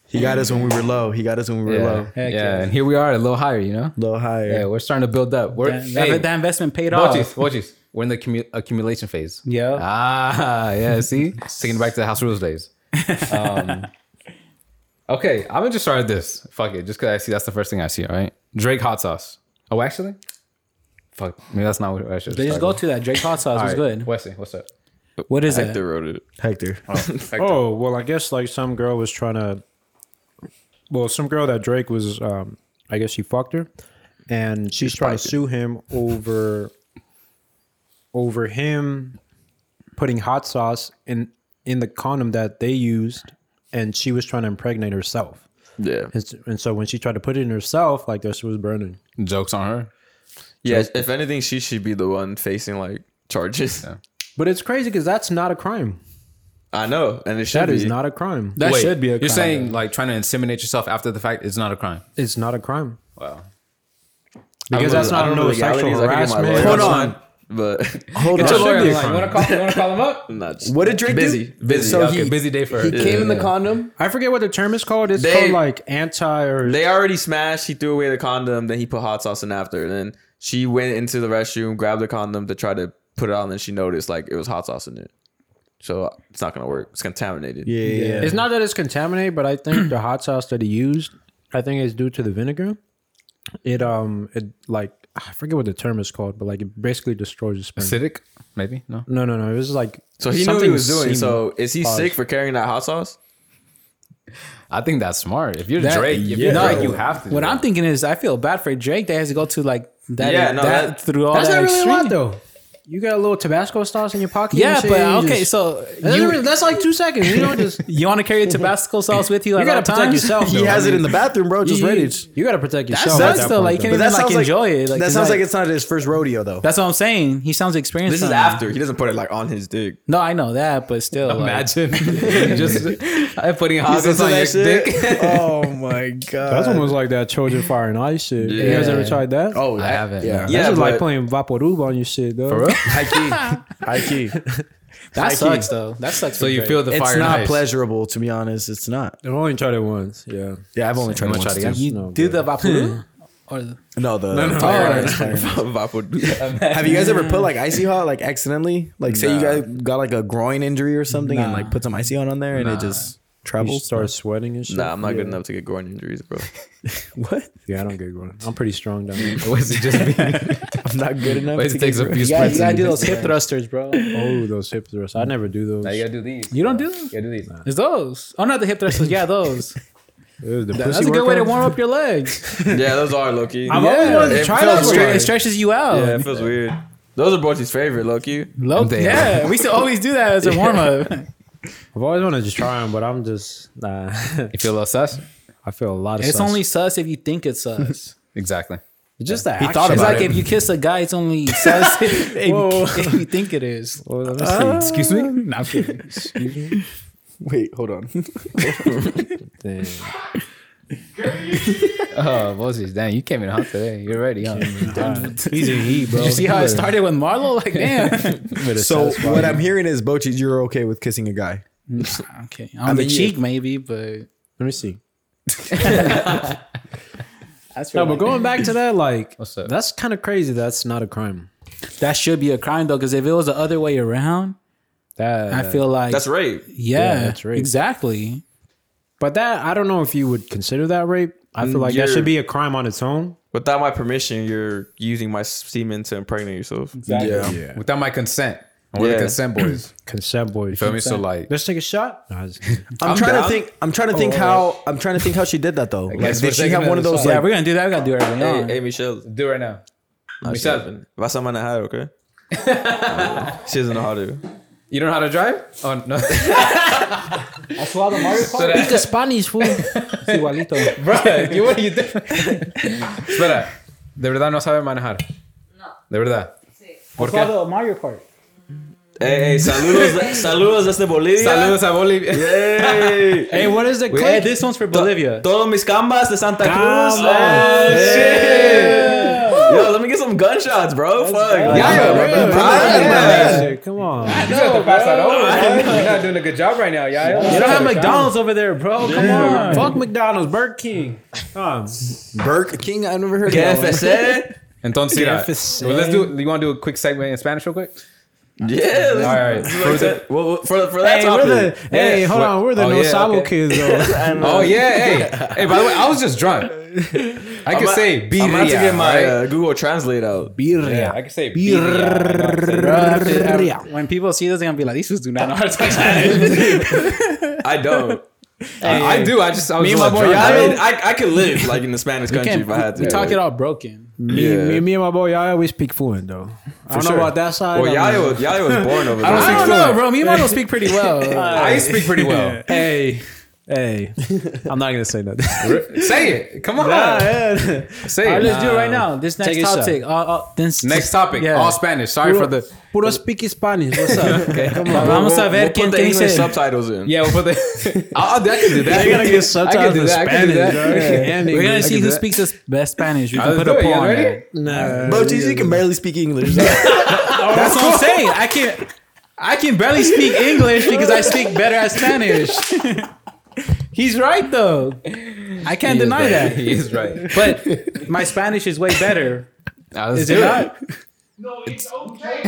[SPEAKER 1] He got us when we were low. He got us when we were
[SPEAKER 2] yeah.
[SPEAKER 1] low.
[SPEAKER 2] yeah.
[SPEAKER 3] Heck yeah.
[SPEAKER 2] and here we are a little higher. You know,
[SPEAKER 1] Low higher.
[SPEAKER 2] yeah, we're starting to build up. We're
[SPEAKER 3] that,
[SPEAKER 2] hey,
[SPEAKER 3] that investment paid
[SPEAKER 2] watches,
[SPEAKER 3] off.
[SPEAKER 2] watches. We're in the commu- accumulation phase.
[SPEAKER 3] Yeah.
[SPEAKER 2] Ah,
[SPEAKER 3] *laughs*
[SPEAKER 2] yeah. See, taking it back to the house rules days. Um, okay, I'm gonna just start with this. Fuck it, just because I see that's the first thing I see. All right, Drake hot sauce. Oh, actually, fuck. Maybe that's not what I should.
[SPEAKER 3] They just go to that. Drake hot sauce was good.
[SPEAKER 2] Wesley, what's up?
[SPEAKER 3] What is
[SPEAKER 4] Hector
[SPEAKER 3] it?
[SPEAKER 4] wrote it.
[SPEAKER 1] Hector.
[SPEAKER 5] Oh well, I guess like some girl was trying to. Well, some girl that Drake was, um, I guess she fucked her, and she's trying to sue him over. Over him, putting hot sauce in in the condom that they used, and she was trying to impregnate herself.
[SPEAKER 4] Yeah.
[SPEAKER 5] And, s- and so when she tried to put it in herself, like that, she was burning.
[SPEAKER 2] Jokes on her.
[SPEAKER 4] Yeah. If anything, she should be the one facing like charges.
[SPEAKER 5] But it's crazy because that's not a crime.
[SPEAKER 4] I know, and it should
[SPEAKER 5] That
[SPEAKER 4] be.
[SPEAKER 5] is not a crime.
[SPEAKER 3] That
[SPEAKER 2] Wait,
[SPEAKER 3] should be a.
[SPEAKER 2] You're
[SPEAKER 3] crime.
[SPEAKER 2] saying like trying to inseminate yourself after the fact is not a crime.
[SPEAKER 5] It's not a crime
[SPEAKER 2] Wow.
[SPEAKER 5] because
[SPEAKER 4] I
[SPEAKER 5] that's
[SPEAKER 4] don't
[SPEAKER 5] not
[SPEAKER 4] know
[SPEAKER 5] no
[SPEAKER 4] the
[SPEAKER 5] sexual
[SPEAKER 4] legalities. I could get my
[SPEAKER 5] harassment.
[SPEAKER 4] lawyer
[SPEAKER 1] Hold
[SPEAKER 4] on, but *laughs*
[SPEAKER 1] Hold on.
[SPEAKER 5] lawyer. be a
[SPEAKER 2] you
[SPEAKER 5] crime.
[SPEAKER 2] want to call, you wanna call him up?
[SPEAKER 4] I'm not just-
[SPEAKER 1] What did Drake
[SPEAKER 4] busy,
[SPEAKER 1] do?
[SPEAKER 4] Busy.
[SPEAKER 1] So
[SPEAKER 4] Okay.
[SPEAKER 2] Okay,
[SPEAKER 1] he-
[SPEAKER 2] busy day for her.
[SPEAKER 1] He came in the condom.
[SPEAKER 5] I forget what the term is called. It's
[SPEAKER 4] They-
[SPEAKER 5] called like anti or
[SPEAKER 4] They already smashed. He threw away the condom. Then he put hot sauce in after. And then she went into the restroom, grabbed the condom to try to put it on. And she noticed like it was hot sauce in it. So it's not gonna work. It's contaminated.
[SPEAKER 1] Yeah, yeah. yeah.
[SPEAKER 5] It's not that it's contaminated, but I think the hot sauce that he used, I think it's due to the vinegar. It um, it like I forget what the term is called, but like it basically destroys the sperm.
[SPEAKER 2] Acidic? Maybe? No.
[SPEAKER 5] No, no, no. It was like
[SPEAKER 4] So he knew what he
[SPEAKER 5] something
[SPEAKER 4] was doing.
[SPEAKER 5] semen.
[SPEAKER 4] So is he
[SPEAKER 5] Pause.
[SPEAKER 4] sick for carrying that hot sauce?
[SPEAKER 2] I think that's smart. If you're
[SPEAKER 3] That-
[SPEAKER 2] Drake, if you're
[SPEAKER 5] yeah.
[SPEAKER 2] Drake, you have to. do
[SPEAKER 3] What I'm
[SPEAKER 2] that.
[SPEAKER 3] thinking is, I feel bad for Drake that has to go to like that.
[SPEAKER 4] Yeah, no,
[SPEAKER 3] that,
[SPEAKER 4] that-
[SPEAKER 3] through all
[SPEAKER 5] that's
[SPEAKER 3] that
[SPEAKER 5] not really a
[SPEAKER 3] extreme.
[SPEAKER 5] lot though. You got a little Tabasco sauce in your pocket. and
[SPEAKER 3] Yeah,
[SPEAKER 5] shit,
[SPEAKER 3] but
[SPEAKER 5] you
[SPEAKER 3] okay,
[SPEAKER 5] just-
[SPEAKER 3] so
[SPEAKER 5] that's,
[SPEAKER 3] you,
[SPEAKER 5] really- that's like two seconds. You know,
[SPEAKER 4] *laughs*
[SPEAKER 5] just you
[SPEAKER 3] you want to carry a Tabasco sauce with you? at all
[SPEAKER 5] gotta protect
[SPEAKER 3] times?
[SPEAKER 5] yourself.
[SPEAKER 1] He
[SPEAKER 5] though.
[SPEAKER 1] has
[SPEAKER 5] I
[SPEAKER 1] it in
[SPEAKER 5] mean,
[SPEAKER 1] the bathroom, bro. Just
[SPEAKER 5] you-
[SPEAKER 1] ready.
[SPEAKER 5] You gotta protect yourself.
[SPEAKER 3] sucks,
[SPEAKER 5] at that
[SPEAKER 3] though,
[SPEAKER 5] point,
[SPEAKER 3] like, you
[SPEAKER 5] though.
[SPEAKER 3] can't even, like, enjoy it, like,
[SPEAKER 1] that
[SPEAKER 3] it's
[SPEAKER 1] sounds
[SPEAKER 3] not-
[SPEAKER 1] like it's not his first rodeo, though.
[SPEAKER 3] *laughs* That's what I'm saying. He sounds experienced.
[SPEAKER 4] This is
[SPEAKER 3] on that.
[SPEAKER 4] after. He doesn't put it like on his dick.
[SPEAKER 3] No, I know that, but still, like, *laughs*
[SPEAKER 2] Imagine just uh, putting hot sauce on your dick.
[SPEAKER 1] *laughs*
[SPEAKER 2] *laughs*
[SPEAKER 1] oh my god.
[SPEAKER 5] That's almost like that Trojan Fire and Ice shit. You guys
[SPEAKER 3] Yeah.
[SPEAKER 5] ever tried that?
[SPEAKER 1] Oh,
[SPEAKER 2] I
[SPEAKER 4] *laughs*
[SPEAKER 2] haven't.
[SPEAKER 1] Yeah.
[SPEAKER 5] That's just like
[SPEAKER 4] but-
[SPEAKER 5] playing Vaporub on your shit, though.
[SPEAKER 2] For real?
[SPEAKER 1] High key. High
[SPEAKER 2] *laughs*
[SPEAKER 1] key.
[SPEAKER 3] that sucks though. That sucks.
[SPEAKER 2] So you feel the fire.
[SPEAKER 1] It's
[SPEAKER 2] and
[SPEAKER 1] not
[SPEAKER 2] ice. *laughs*
[SPEAKER 1] pleasurable, to be honest. It's not.
[SPEAKER 5] *laughs* I've only tried it once. Yeah.
[SPEAKER 1] Yeah, I've only tried
[SPEAKER 2] wanna
[SPEAKER 1] to
[SPEAKER 2] try
[SPEAKER 1] try
[SPEAKER 2] it
[SPEAKER 1] it
[SPEAKER 2] again?
[SPEAKER 3] you
[SPEAKER 5] No,
[SPEAKER 3] do the vaporu Hmm. or the,
[SPEAKER 1] No,
[SPEAKER 2] *laughs*
[SPEAKER 1] the fire and ice, fire and ice. Have you guys ever put
[SPEAKER 2] *laughs*
[SPEAKER 1] like icy hot, like accidentally? Like, say you guys got like a groin injury or something, and like put some icy hot on there, and it just
[SPEAKER 5] You
[SPEAKER 1] travels.
[SPEAKER 5] start sweating and shit.
[SPEAKER 4] Nah, I'm not
[SPEAKER 5] yeah.
[SPEAKER 4] good enough to get groin injuries, bro.
[SPEAKER 1] What?
[SPEAKER 5] Yeah, I don't get grown. I'm pretty strong down there.
[SPEAKER 2] Was it just *laughs* me?
[SPEAKER 1] I'm not good enough.
[SPEAKER 2] Wait,
[SPEAKER 1] to
[SPEAKER 2] it takes
[SPEAKER 1] get
[SPEAKER 2] a
[SPEAKER 1] rid-
[SPEAKER 2] few
[SPEAKER 3] you, gotta, you
[SPEAKER 2] sprints.
[SPEAKER 3] gotta
[SPEAKER 2] and-
[SPEAKER 3] do those hip thrusters, bro.
[SPEAKER 5] Oh, those hip thrusts. I never do those.
[SPEAKER 2] Now you gotta do these.
[SPEAKER 3] You don't do them?
[SPEAKER 2] You gotta do these.
[SPEAKER 3] It's those. Oh, not the hip thrusters. Yeah, those.
[SPEAKER 5] Ew, the
[SPEAKER 3] That's
[SPEAKER 5] pussy
[SPEAKER 3] a good way to
[SPEAKER 5] workout?
[SPEAKER 3] warm up your legs.
[SPEAKER 4] yeah, those are Loki.
[SPEAKER 5] I've always wanted to
[SPEAKER 4] It
[SPEAKER 5] try
[SPEAKER 4] feels
[SPEAKER 5] that.
[SPEAKER 4] weird.
[SPEAKER 5] one.
[SPEAKER 3] It stretches you out.
[SPEAKER 4] Yeah, it feels weird. Those are Borchi's favorite, Loki.
[SPEAKER 3] Low,
[SPEAKER 2] Damn.
[SPEAKER 3] yeah, we used to always do that as a warm up.
[SPEAKER 5] I've always wanted to try them, but I'm just nah. *laughs*
[SPEAKER 2] You feel a little sus?
[SPEAKER 5] I feel a lot of.
[SPEAKER 3] It's
[SPEAKER 5] sus.
[SPEAKER 3] only sus if you think it's sus.
[SPEAKER 2] Exactly.
[SPEAKER 5] just that.
[SPEAKER 1] He thought
[SPEAKER 3] it's
[SPEAKER 1] about
[SPEAKER 3] like
[SPEAKER 1] it.
[SPEAKER 3] if you kiss a guy, it's only sus if, if, if you think it is. uh,
[SPEAKER 2] Excuse me?
[SPEAKER 3] No, I'm kidding.
[SPEAKER 1] Wait, hold on.
[SPEAKER 2] Oh, Moses, damn, you came in hot today. You're ready, huh?
[SPEAKER 5] He's in heat, bro.
[SPEAKER 3] Did you see how it started with Marlo? *laughs* Like, damn.
[SPEAKER 1] So what I'm hearing is, Bochi, you're okay with kissing a guy.
[SPEAKER 3] okay, on the
[SPEAKER 1] mean,
[SPEAKER 3] cheek maybe, but *laughs*
[SPEAKER 5] Let me see.
[SPEAKER 3] That's
[SPEAKER 5] No, but going back to that, like,
[SPEAKER 2] What's up?
[SPEAKER 5] that's kind of crazy. That's not a crime.
[SPEAKER 3] that should be a crime though, because if it was the other way around,
[SPEAKER 5] That
[SPEAKER 3] I feel like
[SPEAKER 4] That's rape.
[SPEAKER 3] Yeah,
[SPEAKER 5] Yeah, that's rape.
[SPEAKER 3] Exactly.
[SPEAKER 5] But that I don't know if you would consider that rape. I feel like that
[SPEAKER 4] you're-
[SPEAKER 5] should be a crime on its own.
[SPEAKER 4] Without my permission, you're using my semen to impregnate yourself.
[SPEAKER 1] Yeah.
[SPEAKER 2] Without my consent. I'm one of
[SPEAKER 4] Yeah.
[SPEAKER 2] the consent *clears throat* boys.
[SPEAKER 5] Consent boys.
[SPEAKER 2] Feel me? So like
[SPEAKER 5] Let's take a shot. No, I was- *laughs*
[SPEAKER 1] I'm,
[SPEAKER 2] I'm
[SPEAKER 1] trying to
[SPEAKER 2] down.
[SPEAKER 1] think. I'm trying to think how. I'm trying to think how she did that though. Like,
[SPEAKER 2] guess we're
[SPEAKER 1] did she
[SPEAKER 2] taking
[SPEAKER 1] have one of
[SPEAKER 2] another
[SPEAKER 1] those?
[SPEAKER 2] shot.
[SPEAKER 3] Yeah,
[SPEAKER 1] Like,
[SPEAKER 3] we're gonna do that. We gotta do everything.
[SPEAKER 4] Hey,
[SPEAKER 3] Yeah.
[SPEAKER 4] hey, Michelle.
[SPEAKER 2] do it right now. Michelle,
[SPEAKER 4] Vas a manejar, okay? *laughs* she doesn't know how to.
[SPEAKER 2] you don't know how to drive? Oh no. *laughs*
[SPEAKER 3] I swallowed the Mario
[SPEAKER 2] So that-
[SPEAKER 3] Pica Spanish *laughs* fool. Es Igualito.
[SPEAKER 2] Bruh, *laughs* you what are you doing? Espera, de verdad no sabe manejar.
[SPEAKER 7] No.
[SPEAKER 2] De verdad. ¿Por qué?
[SPEAKER 3] Swallow Mario Kart.
[SPEAKER 4] Hey, hey, saludos, saludos desde Bolivia.
[SPEAKER 2] Saludos a Bolivia. *laughs*
[SPEAKER 4] Hey,
[SPEAKER 5] hey, what is the clip?
[SPEAKER 3] Hey, this one's for Bolivia.
[SPEAKER 4] todos mis cambas de Santa Cruz.
[SPEAKER 5] Cambas.
[SPEAKER 4] Oh, shit. Yo, let me get some gunshots, bro. Fuck. Like,
[SPEAKER 2] Yeah,
[SPEAKER 4] bro.
[SPEAKER 2] bro.
[SPEAKER 5] Come on.
[SPEAKER 2] You got to pass that over. You're not doing a good job right now, yeah.
[SPEAKER 5] You don't have McDonald's over there, bro. Come on. Fuck McDonald's, Burger King.
[SPEAKER 1] Burger King. I've never heard of that.
[SPEAKER 4] KFC?
[SPEAKER 2] Entonces, mira,
[SPEAKER 5] KFC.
[SPEAKER 2] well, let's do. You want to do a quick segment in Spanish, real quick?
[SPEAKER 4] Yeah.
[SPEAKER 2] All
[SPEAKER 4] let's-
[SPEAKER 2] right. For the-
[SPEAKER 4] Well, for, for that
[SPEAKER 5] Hey, we're
[SPEAKER 4] topic.
[SPEAKER 5] the, hey, hold
[SPEAKER 2] What-
[SPEAKER 5] on. We're the
[SPEAKER 2] Oh,
[SPEAKER 5] No
[SPEAKER 2] yeah,
[SPEAKER 5] Sabo
[SPEAKER 2] okay.
[SPEAKER 5] kids, though.
[SPEAKER 2] oh yeah, hey, hey. By the way, I was just drunk. I could
[SPEAKER 4] a-
[SPEAKER 2] say birria.
[SPEAKER 4] I'm about to get my
[SPEAKER 2] right?
[SPEAKER 4] uh, Google Translate out.
[SPEAKER 2] yeah, I could say birria.
[SPEAKER 3] Bro, after- after- when people see this, they're gonna be like, "These fools do not know *laughs* how to talk Spanish."
[SPEAKER 4] I don't.
[SPEAKER 2] I, I do. I just I was
[SPEAKER 5] Me
[SPEAKER 2] me just
[SPEAKER 5] and my
[SPEAKER 2] my
[SPEAKER 5] boy
[SPEAKER 2] boy
[SPEAKER 4] I
[SPEAKER 5] Yael-
[SPEAKER 2] drunk.
[SPEAKER 4] mean, I, I could live like in the Spanish
[SPEAKER 3] we
[SPEAKER 4] country if I had to.
[SPEAKER 3] we talk
[SPEAKER 4] like,
[SPEAKER 3] it all broken.
[SPEAKER 5] Me,
[SPEAKER 4] Yeah.
[SPEAKER 5] me, me and my boy Yaya, we speak fluent, though. I don't
[SPEAKER 4] sure.
[SPEAKER 5] know about that side.
[SPEAKER 4] Well,
[SPEAKER 5] I'm
[SPEAKER 4] Yaya was, Yaya was
[SPEAKER 2] *laughs*
[SPEAKER 4] born over there.
[SPEAKER 2] don't
[SPEAKER 3] I
[SPEAKER 2] speak
[SPEAKER 3] don't know, bro. Me and Mono speak pretty well.
[SPEAKER 2] I speak pretty *laughs* well.
[SPEAKER 5] Hey, hey. I'm not going to say nothing.
[SPEAKER 2] Say it. Come on. Say
[SPEAKER 3] Alright,
[SPEAKER 2] it.
[SPEAKER 3] let's do it right now. This
[SPEAKER 5] Take
[SPEAKER 3] next
[SPEAKER 5] a shot.
[SPEAKER 3] topic. Uh, uh, this,
[SPEAKER 2] Next topic.
[SPEAKER 3] Yeah.
[SPEAKER 2] All Spanish. Sorry for the.
[SPEAKER 5] Puro speak Spanish. What's up? okay, come
[SPEAKER 3] on. Vamos a ver quién
[SPEAKER 4] we'll put
[SPEAKER 3] quién
[SPEAKER 4] the
[SPEAKER 3] *laughs*
[SPEAKER 4] English
[SPEAKER 3] dice.
[SPEAKER 4] subtitles in.
[SPEAKER 2] Yeah, *laughs* for the. I, I, I can
[SPEAKER 5] *laughs*
[SPEAKER 2] do *laughs* that.
[SPEAKER 5] You gotta get
[SPEAKER 2] I can
[SPEAKER 5] subtitles
[SPEAKER 2] do
[SPEAKER 5] in
[SPEAKER 2] that. I can do
[SPEAKER 5] Spanish, bro.
[SPEAKER 2] that.
[SPEAKER 5] *laughs* And
[SPEAKER 3] We're gonna
[SPEAKER 5] English.
[SPEAKER 3] see
[SPEAKER 2] do
[SPEAKER 3] who
[SPEAKER 2] that.
[SPEAKER 3] speaks the best Spanish. We
[SPEAKER 2] Let's
[SPEAKER 3] can put
[SPEAKER 2] do
[SPEAKER 3] a
[SPEAKER 2] it.
[SPEAKER 3] poll
[SPEAKER 2] You
[SPEAKER 3] on
[SPEAKER 2] ready?
[SPEAKER 3] it.
[SPEAKER 5] Nah.
[SPEAKER 1] Bro, Jesus, you can barely speak English. *laughs*
[SPEAKER 3] That's what I'm
[SPEAKER 2] *laughs*
[SPEAKER 3] saying. I can, I can barely speak English because I speak better
[SPEAKER 2] *laughs*
[SPEAKER 3] at Spanish. He's right though. I can't deny
[SPEAKER 2] *laughs*
[SPEAKER 3] that.
[SPEAKER 4] *laughs*
[SPEAKER 2] He is right.
[SPEAKER 3] But my Spanish is way better.
[SPEAKER 2] Now, let's
[SPEAKER 3] Is
[SPEAKER 2] do
[SPEAKER 3] it
[SPEAKER 2] it.
[SPEAKER 3] not?
[SPEAKER 7] No, it's okay.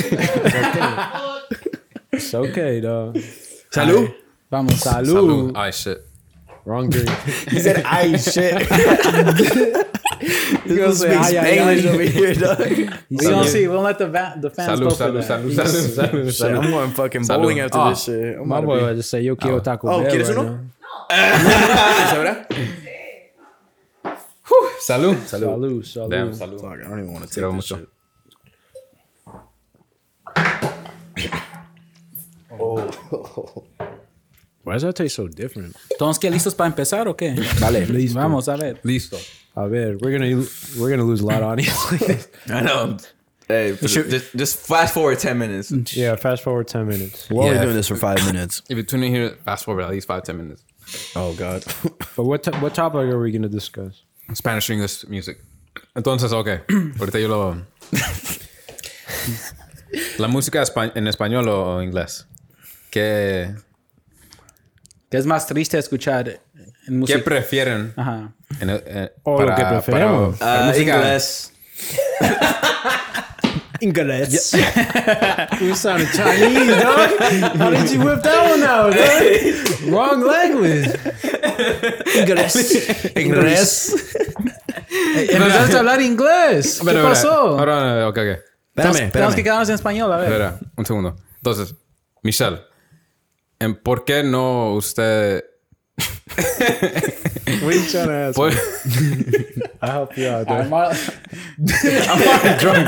[SPEAKER 5] It's okay, though.
[SPEAKER 1] Salud.
[SPEAKER 3] Vamos,
[SPEAKER 2] Salud.
[SPEAKER 3] salud.
[SPEAKER 2] All right, shit.
[SPEAKER 5] *laughs* Wrong drink.
[SPEAKER 1] He said, "I *laughs* shit." He
[SPEAKER 5] gonna say,
[SPEAKER 1] speaks
[SPEAKER 5] "Ay, ay,
[SPEAKER 1] English
[SPEAKER 5] ay."
[SPEAKER 1] over here, dog.
[SPEAKER 3] We don't see. We don't let the va- the fans
[SPEAKER 2] Salud,
[SPEAKER 3] vote for
[SPEAKER 2] salud,
[SPEAKER 3] that.
[SPEAKER 2] salud, *laughs* salud,
[SPEAKER 1] Shit,
[SPEAKER 2] salud, salud.
[SPEAKER 1] I'm going fucking
[SPEAKER 2] Salud.
[SPEAKER 1] bowling after
[SPEAKER 2] Ah.
[SPEAKER 1] this shit. I'm
[SPEAKER 5] My
[SPEAKER 1] outta
[SPEAKER 5] boy
[SPEAKER 1] here.
[SPEAKER 5] would just say, yo quiero taco
[SPEAKER 1] Oh,
[SPEAKER 5] Bell
[SPEAKER 1] ¿quieres
[SPEAKER 5] right
[SPEAKER 1] uno?
[SPEAKER 2] Salud.
[SPEAKER 5] now.
[SPEAKER 2] Salud.
[SPEAKER 5] Salud,
[SPEAKER 2] Damn,
[SPEAKER 5] salud.
[SPEAKER 2] salud.
[SPEAKER 1] Fuck, I don't even want to
[SPEAKER 2] Quiero
[SPEAKER 1] take this
[SPEAKER 2] mucho.
[SPEAKER 1] shit.
[SPEAKER 5] Why does that taste so different?
[SPEAKER 3] Entonces, ¿qué listos para empezar o qué?
[SPEAKER 2] *laughs*
[SPEAKER 5] Vale, please.
[SPEAKER 3] Vamos a ver.
[SPEAKER 2] Listo.
[SPEAKER 5] I bet we're gonna we're gonna lose a lot of audience. *laughs* like this.
[SPEAKER 4] I know. Hey, for- just, just fast forward 10 minutes.
[SPEAKER 2] Mm,
[SPEAKER 5] yeah, fast forward ten minutes.
[SPEAKER 1] We're only
[SPEAKER 2] Yeah.
[SPEAKER 1] doing this for five *laughs* minutes.
[SPEAKER 2] If you tune in here, fast forward at least five, ten minutes.
[SPEAKER 1] Oh God.
[SPEAKER 5] But what to- what topic are we gonna discuss?
[SPEAKER 2] Spanish English music. Entonces, ok. *clears throat* Ahorita yo lo. La música espa- en español o inglés. ¿Qué,
[SPEAKER 3] ¿Qué es más triste escuchar en
[SPEAKER 2] ¿qué
[SPEAKER 3] música?
[SPEAKER 2] prefieren?
[SPEAKER 3] Ajá.
[SPEAKER 2] En, eh,
[SPEAKER 5] O lo que preferemos.
[SPEAKER 2] para
[SPEAKER 4] Uh,
[SPEAKER 2] música-
[SPEAKER 4] English.
[SPEAKER 5] English. you sounded Chinese, dog. How did you whip that one out, dog? Wrong language.
[SPEAKER 1] *laughs* Inglés. Inglés.
[SPEAKER 3] Empezaste a hablar inglés. ¿Qué
[SPEAKER 2] Espera, espera.
[SPEAKER 3] pasó?
[SPEAKER 2] Ahora, ahora, eh, ok, ok.
[SPEAKER 1] Espérame,
[SPEAKER 3] Tenemos que
[SPEAKER 1] espérame.
[SPEAKER 3] quedarnos en español, a ver.
[SPEAKER 2] Espera, un segundo. Entonces, Michelle, ¿en ¿por qué no usted...
[SPEAKER 5] What are you trying to ask?
[SPEAKER 2] Por,
[SPEAKER 5] I help you out,
[SPEAKER 3] I'm
[SPEAKER 5] dog.
[SPEAKER 3] all-
[SPEAKER 2] Ahora,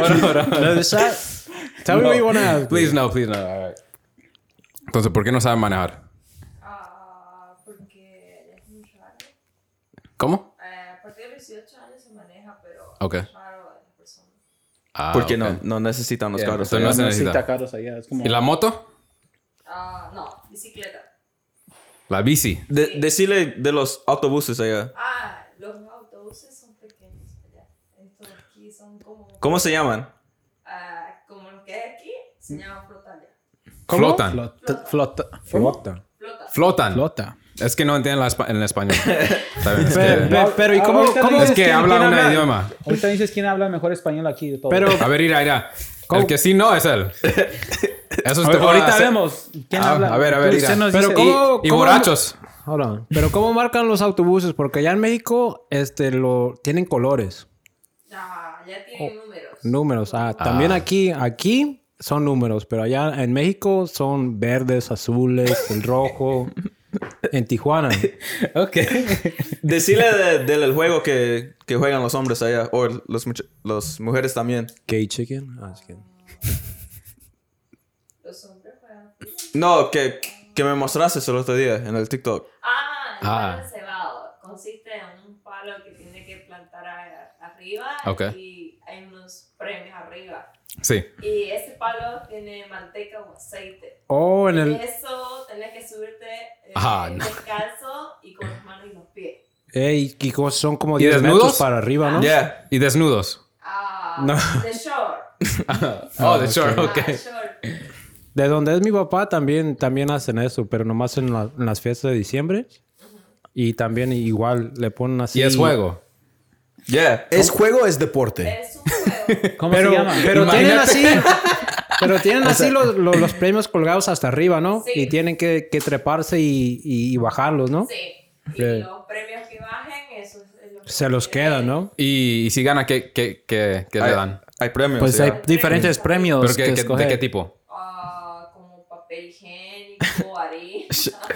[SPEAKER 2] ahora, ahora.
[SPEAKER 5] Another shot. Tell me what you want to ask.
[SPEAKER 2] Please no, please no. All right. Entonces, ¿por qué no sabe manejar?
[SPEAKER 7] Ah, porque ya es mucho año.
[SPEAKER 2] ¿Cómo?
[SPEAKER 7] Eh, a partir de los 18 años se maneja, pero
[SPEAKER 2] Ok.
[SPEAKER 7] es raro a las personas.
[SPEAKER 2] Ah,
[SPEAKER 4] Porque
[SPEAKER 2] ok.
[SPEAKER 4] no, no necesitan los
[SPEAKER 2] Yeah,
[SPEAKER 4] carros.
[SPEAKER 2] entonces no
[SPEAKER 4] allá.
[SPEAKER 2] se
[SPEAKER 3] No necesita
[SPEAKER 2] necesita.
[SPEAKER 3] caros allá, es como-
[SPEAKER 2] ¿Y la moto?
[SPEAKER 7] Ah, no, bicicleta.
[SPEAKER 2] La bici.
[SPEAKER 4] De- decirle de los autobuses allá.
[SPEAKER 7] Ah, los autobuses son pequeños allá. Estos aquí son como.
[SPEAKER 4] ¿Cómo se llaman?
[SPEAKER 7] Ah, como los que hay aquí,
[SPEAKER 2] Mm.
[SPEAKER 7] se llaman flotalla.
[SPEAKER 2] Flotan.
[SPEAKER 3] Flota. Flota.
[SPEAKER 5] Flota.
[SPEAKER 7] Flota.
[SPEAKER 2] Flotan.
[SPEAKER 3] Flota.
[SPEAKER 2] Es que no entienden la espa- en español. Está bien, es que-
[SPEAKER 5] Pero, pero, pero, ¿y cómo,
[SPEAKER 3] Ah, Ahorita
[SPEAKER 5] cómo
[SPEAKER 2] es
[SPEAKER 3] dices
[SPEAKER 2] que
[SPEAKER 3] quién- quién
[SPEAKER 2] habla un
[SPEAKER 3] habla-
[SPEAKER 2] idioma.
[SPEAKER 3] Ahorita dices quién habla mejor español aquí de todo.
[SPEAKER 5] Pero,
[SPEAKER 2] A ver, ira, ira. El que sí no es él. Eso es
[SPEAKER 3] Ahor- ahorita
[SPEAKER 2] hacer-
[SPEAKER 3] vemos quién
[SPEAKER 2] Ah,
[SPEAKER 3] habla.
[SPEAKER 2] a ver, a ver,
[SPEAKER 3] Tú-
[SPEAKER 2] mira.
[SPEAKER 3] usted nos
[SPEAKER 5] Pero
[SPEAKER 3] dice-
[SPEAKER 5] ¿cómo-
[SPEAKER 2] Y, y
[SPEAKER 5] ¿Cómo?
[SPEAKER 2] borrachos.
[SPEAKER 5] Hold on. Pero ¿cómo marcan los autobuses? Porque allá en México este, lo, tienen colores,
[SPEAKER 7] Nah, Ah, ya tiene
[SPEAKER 2] Oh,
[SPEAKER 7] números.
[SPEAKER 5] números. Ah, También aquí, aquí son números, pero allá en México son verdes, azules,
[SPEAKER 2] *laughs*
[SPEAKER 5] el rojo. En Tijuana.
[SPEAKER 4] Decirle de- del juego que, que juegan los hombres allá, o los, much- los mujeres también.
[SPEAKER 5] Gay chicken. Ah, es que-
[SPEAKER 7] Los hombres juegan.
[SPEAKER 4] No, que, que me mostraste solo este día en el TikTok.
[SPEAKER 7] Ah, el
[SPEAKER 2] Ah.
[SPEAKER 7] palo cebado. Consiste en un palo que tiene que plantar a- arriba
[SPEAKER 2] Ok.
[SPEAKER 7] y hay unos premios arriba.
[SPEAKER 2] Sí.
[SPEAKER 7] Y ese palo tiene manteca o aceite.
[SPEAKER 5] Oh, en
[SPEAKER 7] Y
[SPEAKER 5] el.
[SPEAKER 7] eso tenés que subirte eh,
[SPEAKER 2] Ah, no.
[SPEAKER 7] descalzo y con las manos y los pies.
[SPEAKER 5] Ey, y co- son como
[SPEAKER 2] ¿Y
[SPEAKER 5] 10 metros
[SPEAKER 2] desnudos?
[SPEAKER 5] para arriba, ¿no?
[SPEAKER 4] Yeah.
[SPEAKER 2] Y desnudos.
[SPEAKER 7] Ah,
[SPEAKER 5] No.
[SPEAKER 7] de short.
[SPEAKER 2] Oh, de short,
[SPEAKER 7] Ah,
[SPEAKER 2] ok.
[SPEAKER 7] short.
[SPEAKER 5] De donde es mi papá también, también hacen eso, pero nomás en, la- en las fiestas de diciembre. Y también igual le ponen así.
[SPEAKER 2] Y es juego.
[SPEAKER 4] Yeah.
[SPEAKER 1] Es juego, es deporte.
[SPEAKER 7] Es un
[SPEAKER 5] *laughs*
[SPEAKER 7] juego.
[SPEAKER 3] ¿Cómo
[SPEAKER 5] Pero,
[SPEAKER 3] se llama?
[SPEAKER 5] pero tienen así. *laughs* Pero tienen así los, los, los premios colgados hasta arriba, ¿no?
[SPEAKER 7] Sí.
[SPEAKER 5] Y tienen que, que treparse y, y- y bajarlos, ¿no?
[SPEAKER 7] Sí. Y
[SPEAKER 5] Yeah.
[SPEAKER 7] los premios que bajen, eso es lo que
[SPEAKER 5] Se los queda, ¿no?
[SPEAKER 2] Y, y si gana, ¿qué, qué, qué, qué le
[SPEAKER 4] Hay,
[SPEAKER 2] dan?
[SPEAKER 4] hay premios.
[SPEAKER 3] Pues
[SPEAKER 4] ya.
[SPEAKER 3] hay diferentes premios
[SPEAKER 2] ¿Pero qué-
[SPEAKER 3] que
[SPEAKER 2] qué- ¿De
[SPEAKER 3] escoger.
[SPEAKER 2] qué tipo?
[SPEAKER 7] Ah, como papel higiénico, harina.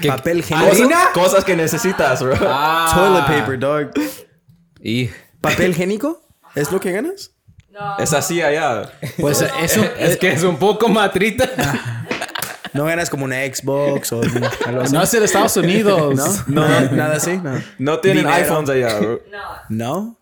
[SPEAKER 2] ¿Qué-
[SPEAKER 1] Papel
[SPEAKER 4] cosas,
[SPEAKER 1] higiénico.
[SPEAKER 4] cosas que necesitas, bro.
[SPEAKER 2] Ah.
[SPEAKER 1] Ah, Toilet paper, dog.
[SPEAKER 2] Y
[SPEAKER 1] Papel higiénico. ¿Es lo que ganas?
[SPEAKER 7] No.
[SPEAKER 4] Es así allá.
[SPEAKER 3] Pues es un,
[SPEAKER 2] es que es un poco matrita.
[SPEAKER 1] No ganas como una Xbox o algo así.
[SPEAKER 3] no es de Estados Unidos, *laughs*
[SPEAKER 1] *laughs*
[SPEAKER 3] ¿no?
[SPEAKER 1] No, no, nada así, no.
[SPEAKER 4] No tienen
[SPEAKER 1] Dinero.
[SPEAKER 4] iPhones allá, bro.
[SPEAKER 7] *laughs* No.
[SPEAKER 1] ¿No?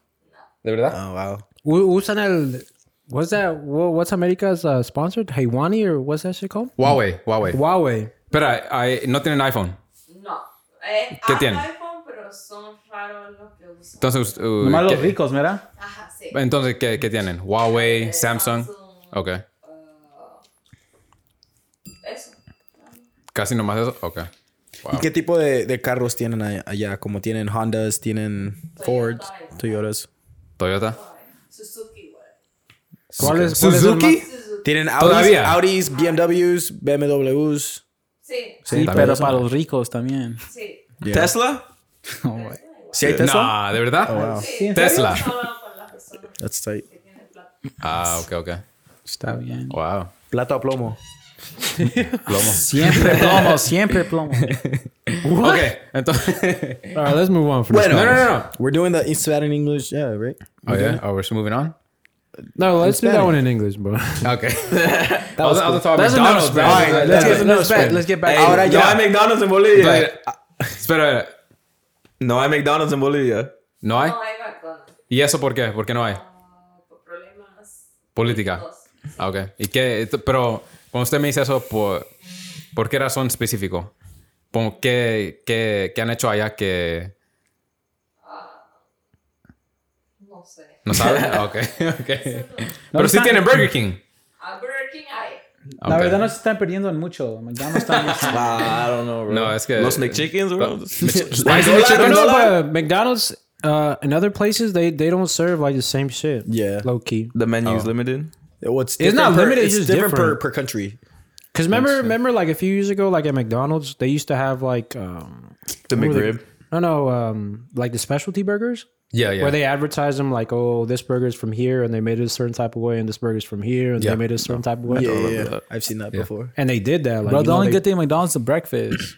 [SPEAKER 2] ¿De verdad?
[SPEAKER 1] Oh, wow.
[SPEAKER 5] U- usan el. What's that? wha- What's America's uh, sponsored? Haiwani or what's that shit called?
[SPEAKER 2] Huawei, Huawei.
[SPEAKER 5] Huawei.
[SPEAKER 2] Espera, hay- no tienen iPhone.
[SPEAKER 7] No. Es
[SPEAKER 2] ¿Qué
[SPEAKER 7] a-
[SPEAKER 2] tienen?
[SPEAKER 7] iPhone, pero son raros los que usan.
[SPEAKER 2] Entonces, uh,
[SPEAKER 3] Nomás los
[SPEAKER 2] ¿qué-
[SPEAKER 3] ricos, ¿verdad?
[SPEAKER 7] Ajá, sí.
[SPEAKER 2] entonces ¿qué, qué tienen? Huawei, Samsung. Ok.
[SPEAKER 7] Eso.
[SPEAKER 2] Casi nomás eso. Ok.
[SPEAKER 1] ¿Y qué tipo de, de carros tienen allá, allá? Como tienen Hondas, tienen Fords, Toyotas.
[SPEAKER 2] Toyota.
[SPEAKER 7] Suzuki, igual.
[SPEAKER 5] ¿Cuál es, cuál es el
[SPEAKER 2] Suzuki.
[SPEAKER 7] Suzuki.
[SPEAKER 1] Tienen Audis,
[SPEAKER 2] Todavía.
[SPEAKER 1] Audis, BMWs, BMWs.
[SPEAKER 7] Sí,
[SPEAKER 3] Sí,
[SPEAKER 1] también
[SPEAKER 3] pero
[SPEAKER 1] eso.
[SPEAKER 3] para los ricos también.
[SPEAKER 7] sí.
[SPEAKER 1] Yeah.
[SPEAKER 4] ¿Tesla?
[SPEAKER 1] ¿Sí hay Tesla?
[SPEAKER 2] Nah, ¿de verdad?
[SPEAKER 1] Wow.
[SPEAKER 2] Tesla.
[SPEAKER 7] Solo con las personas
[SPEAKER 1] That's tight.
[SPEAKER 7] que tienen plata.
[SPEAKER 2] Ah, ok, ok.
[SPEAKER 3] Está bien.
[SPEAKER 2] Wow.
[SPEAKER 1] Plata o plomo.
[SPEAKER 2] Plomo.
[SPEAKER 3] Siempre plomo, siempre plomo.
[SPEAKER 2] Ok, entonces.
[SPEAKER 5] nombre? All right, Uh, let's move on. from
[SPEAKER 1] Bueno.
[SPEAKER 2] No, no, no, no.
[SPEAKER 1] We're doing the Instagram in English. Yeah, right?
[SPEAKER 2] Oh, yeah. Oh, we're moving on?
[SPEAKER 5] this. No, let's do that
[SPEAKER 1] Spanish.
[SPEAKER 5] one in English, bro.
[SPEAKER 2] Okay. *laughs* I was, I was talking
[SPEAKER 5] That's
[SPEAKER 2] about McDonald's.
[SPEAKER 5] enough spread.
[SPEAKER 2] man.
[SPEAKER 5] All
[SPEAKER 2] That's-
[SPEAKER 5] right, let's get,
[SPEAKER 1] enough
[SPEAKER 5] let's get,
[SPEAKER 1] spread.
[SPEAKER 5] let's get back.
[SPEAKER 4] Hey,
[SPEAKER 1] Ahora
[SPEAKER 4] no
[SPEAKER 1] ya.
[SPEAKER 4] hay McDonald's en Bolivia.
[SPEAKER 2] Entonces, ah, Espera,
[SPEAKER 4] No hay McDonald's en Bolivia.
[SPEAKER 2] ¿no hay?
[SPEAKER 7] No hay McDonald's.
[SPEAKER 2] ¿Y eso por qué? ¿Por qué no hay?
[SPEAKER 7] No, por problemas.
[SPEAKER 2] Política.
[SPEAKER 7] dos.
[SPEAKER 2] Ah, ok. ¿Y qué? Esto- Pero cuando usted me dice eso, ¿por, por qué razón específico? ¿Por qué, qué, qué han hecho allá que
[SPEAKER 7] No sé.
[SPEAKER 2] no
[SPEAKER 5] *laughs*
[SPEAKER 2] saben? Ah, ok, ok. Pero
[SPEAKER 3] No
[SPEAKER 2] sí
[SPEAKER 3] están-
[SPEAKER 2] tienen Burger King.
[SPEAKER 7] A Ah, Burger King hay.
[SPEAKER 3] La
[SPEAKER 2] Ok.
[SPEAKER 3] verdad no se están perdiendo en mucho. McDonald's está mucho.
[SPEAKER 4] Ah, I don't know, bro.
[SPEAKER 2] No, es que- *laughs*
[SPEAKER 4] Los McChickens, bro. Los
[SPEAKER 2] Spicy
[SPEAKER 5] No,
[SPEAKER 2] McChicken.
[SPEAKER 5] no, but McDonald's uh, and other places they they don't serve like the same shit.
[SPEAKER 1] Yeah.
[SPEAKER 5] low key.
[SPEAKER 4] The menu is limited.
[SPEAKER 1] What's
[SPEAKER 5] It's not
[SPEAKER 1] different per-
[SPEAKER 5] limited,
[SPEAKER 1] It's
[SPEAKER 5] it's just
[SPEAKER 1] different,
[SPEAKER 5] different.
[SPEAKER 1] Per, per country.
[SPEAKER 5] Cause remember, remember, like a few years ago, like at McDonald's, they used to have like um,
[SPEAKER 4] The
[SPEAKER 5] what were they-
[SPEAKER 4] McRib.
[SPEAKER 5] No, no, um, like the specialty burgers
[SPEAKER 2] Yeah, yeah.
[SPEAKER 5] where they advertise them like, oh, this burger's from here, and they made it a certain type of way, and this burger's from here, and
[SPEAKER 2] Yeah.
[SPEAKER 5] they made it a certain type of way.
[SPEAKER 1] Yeah, yeah, yeah. I've seen that before.
[SPEAKER 5] And they did that.
[SPEAKER 3] *laughs*
[SPEAKER 5] Like,
[SPEAKER 3] Bro,
[SPEAKER 5] you
[SPEAKER 3] the
[SPEAKER 5] know,
[SPEAKER 3] only
[SPEAKER 5] they-
[SPEAKER 3] good thing at McDonald's is the breakfast.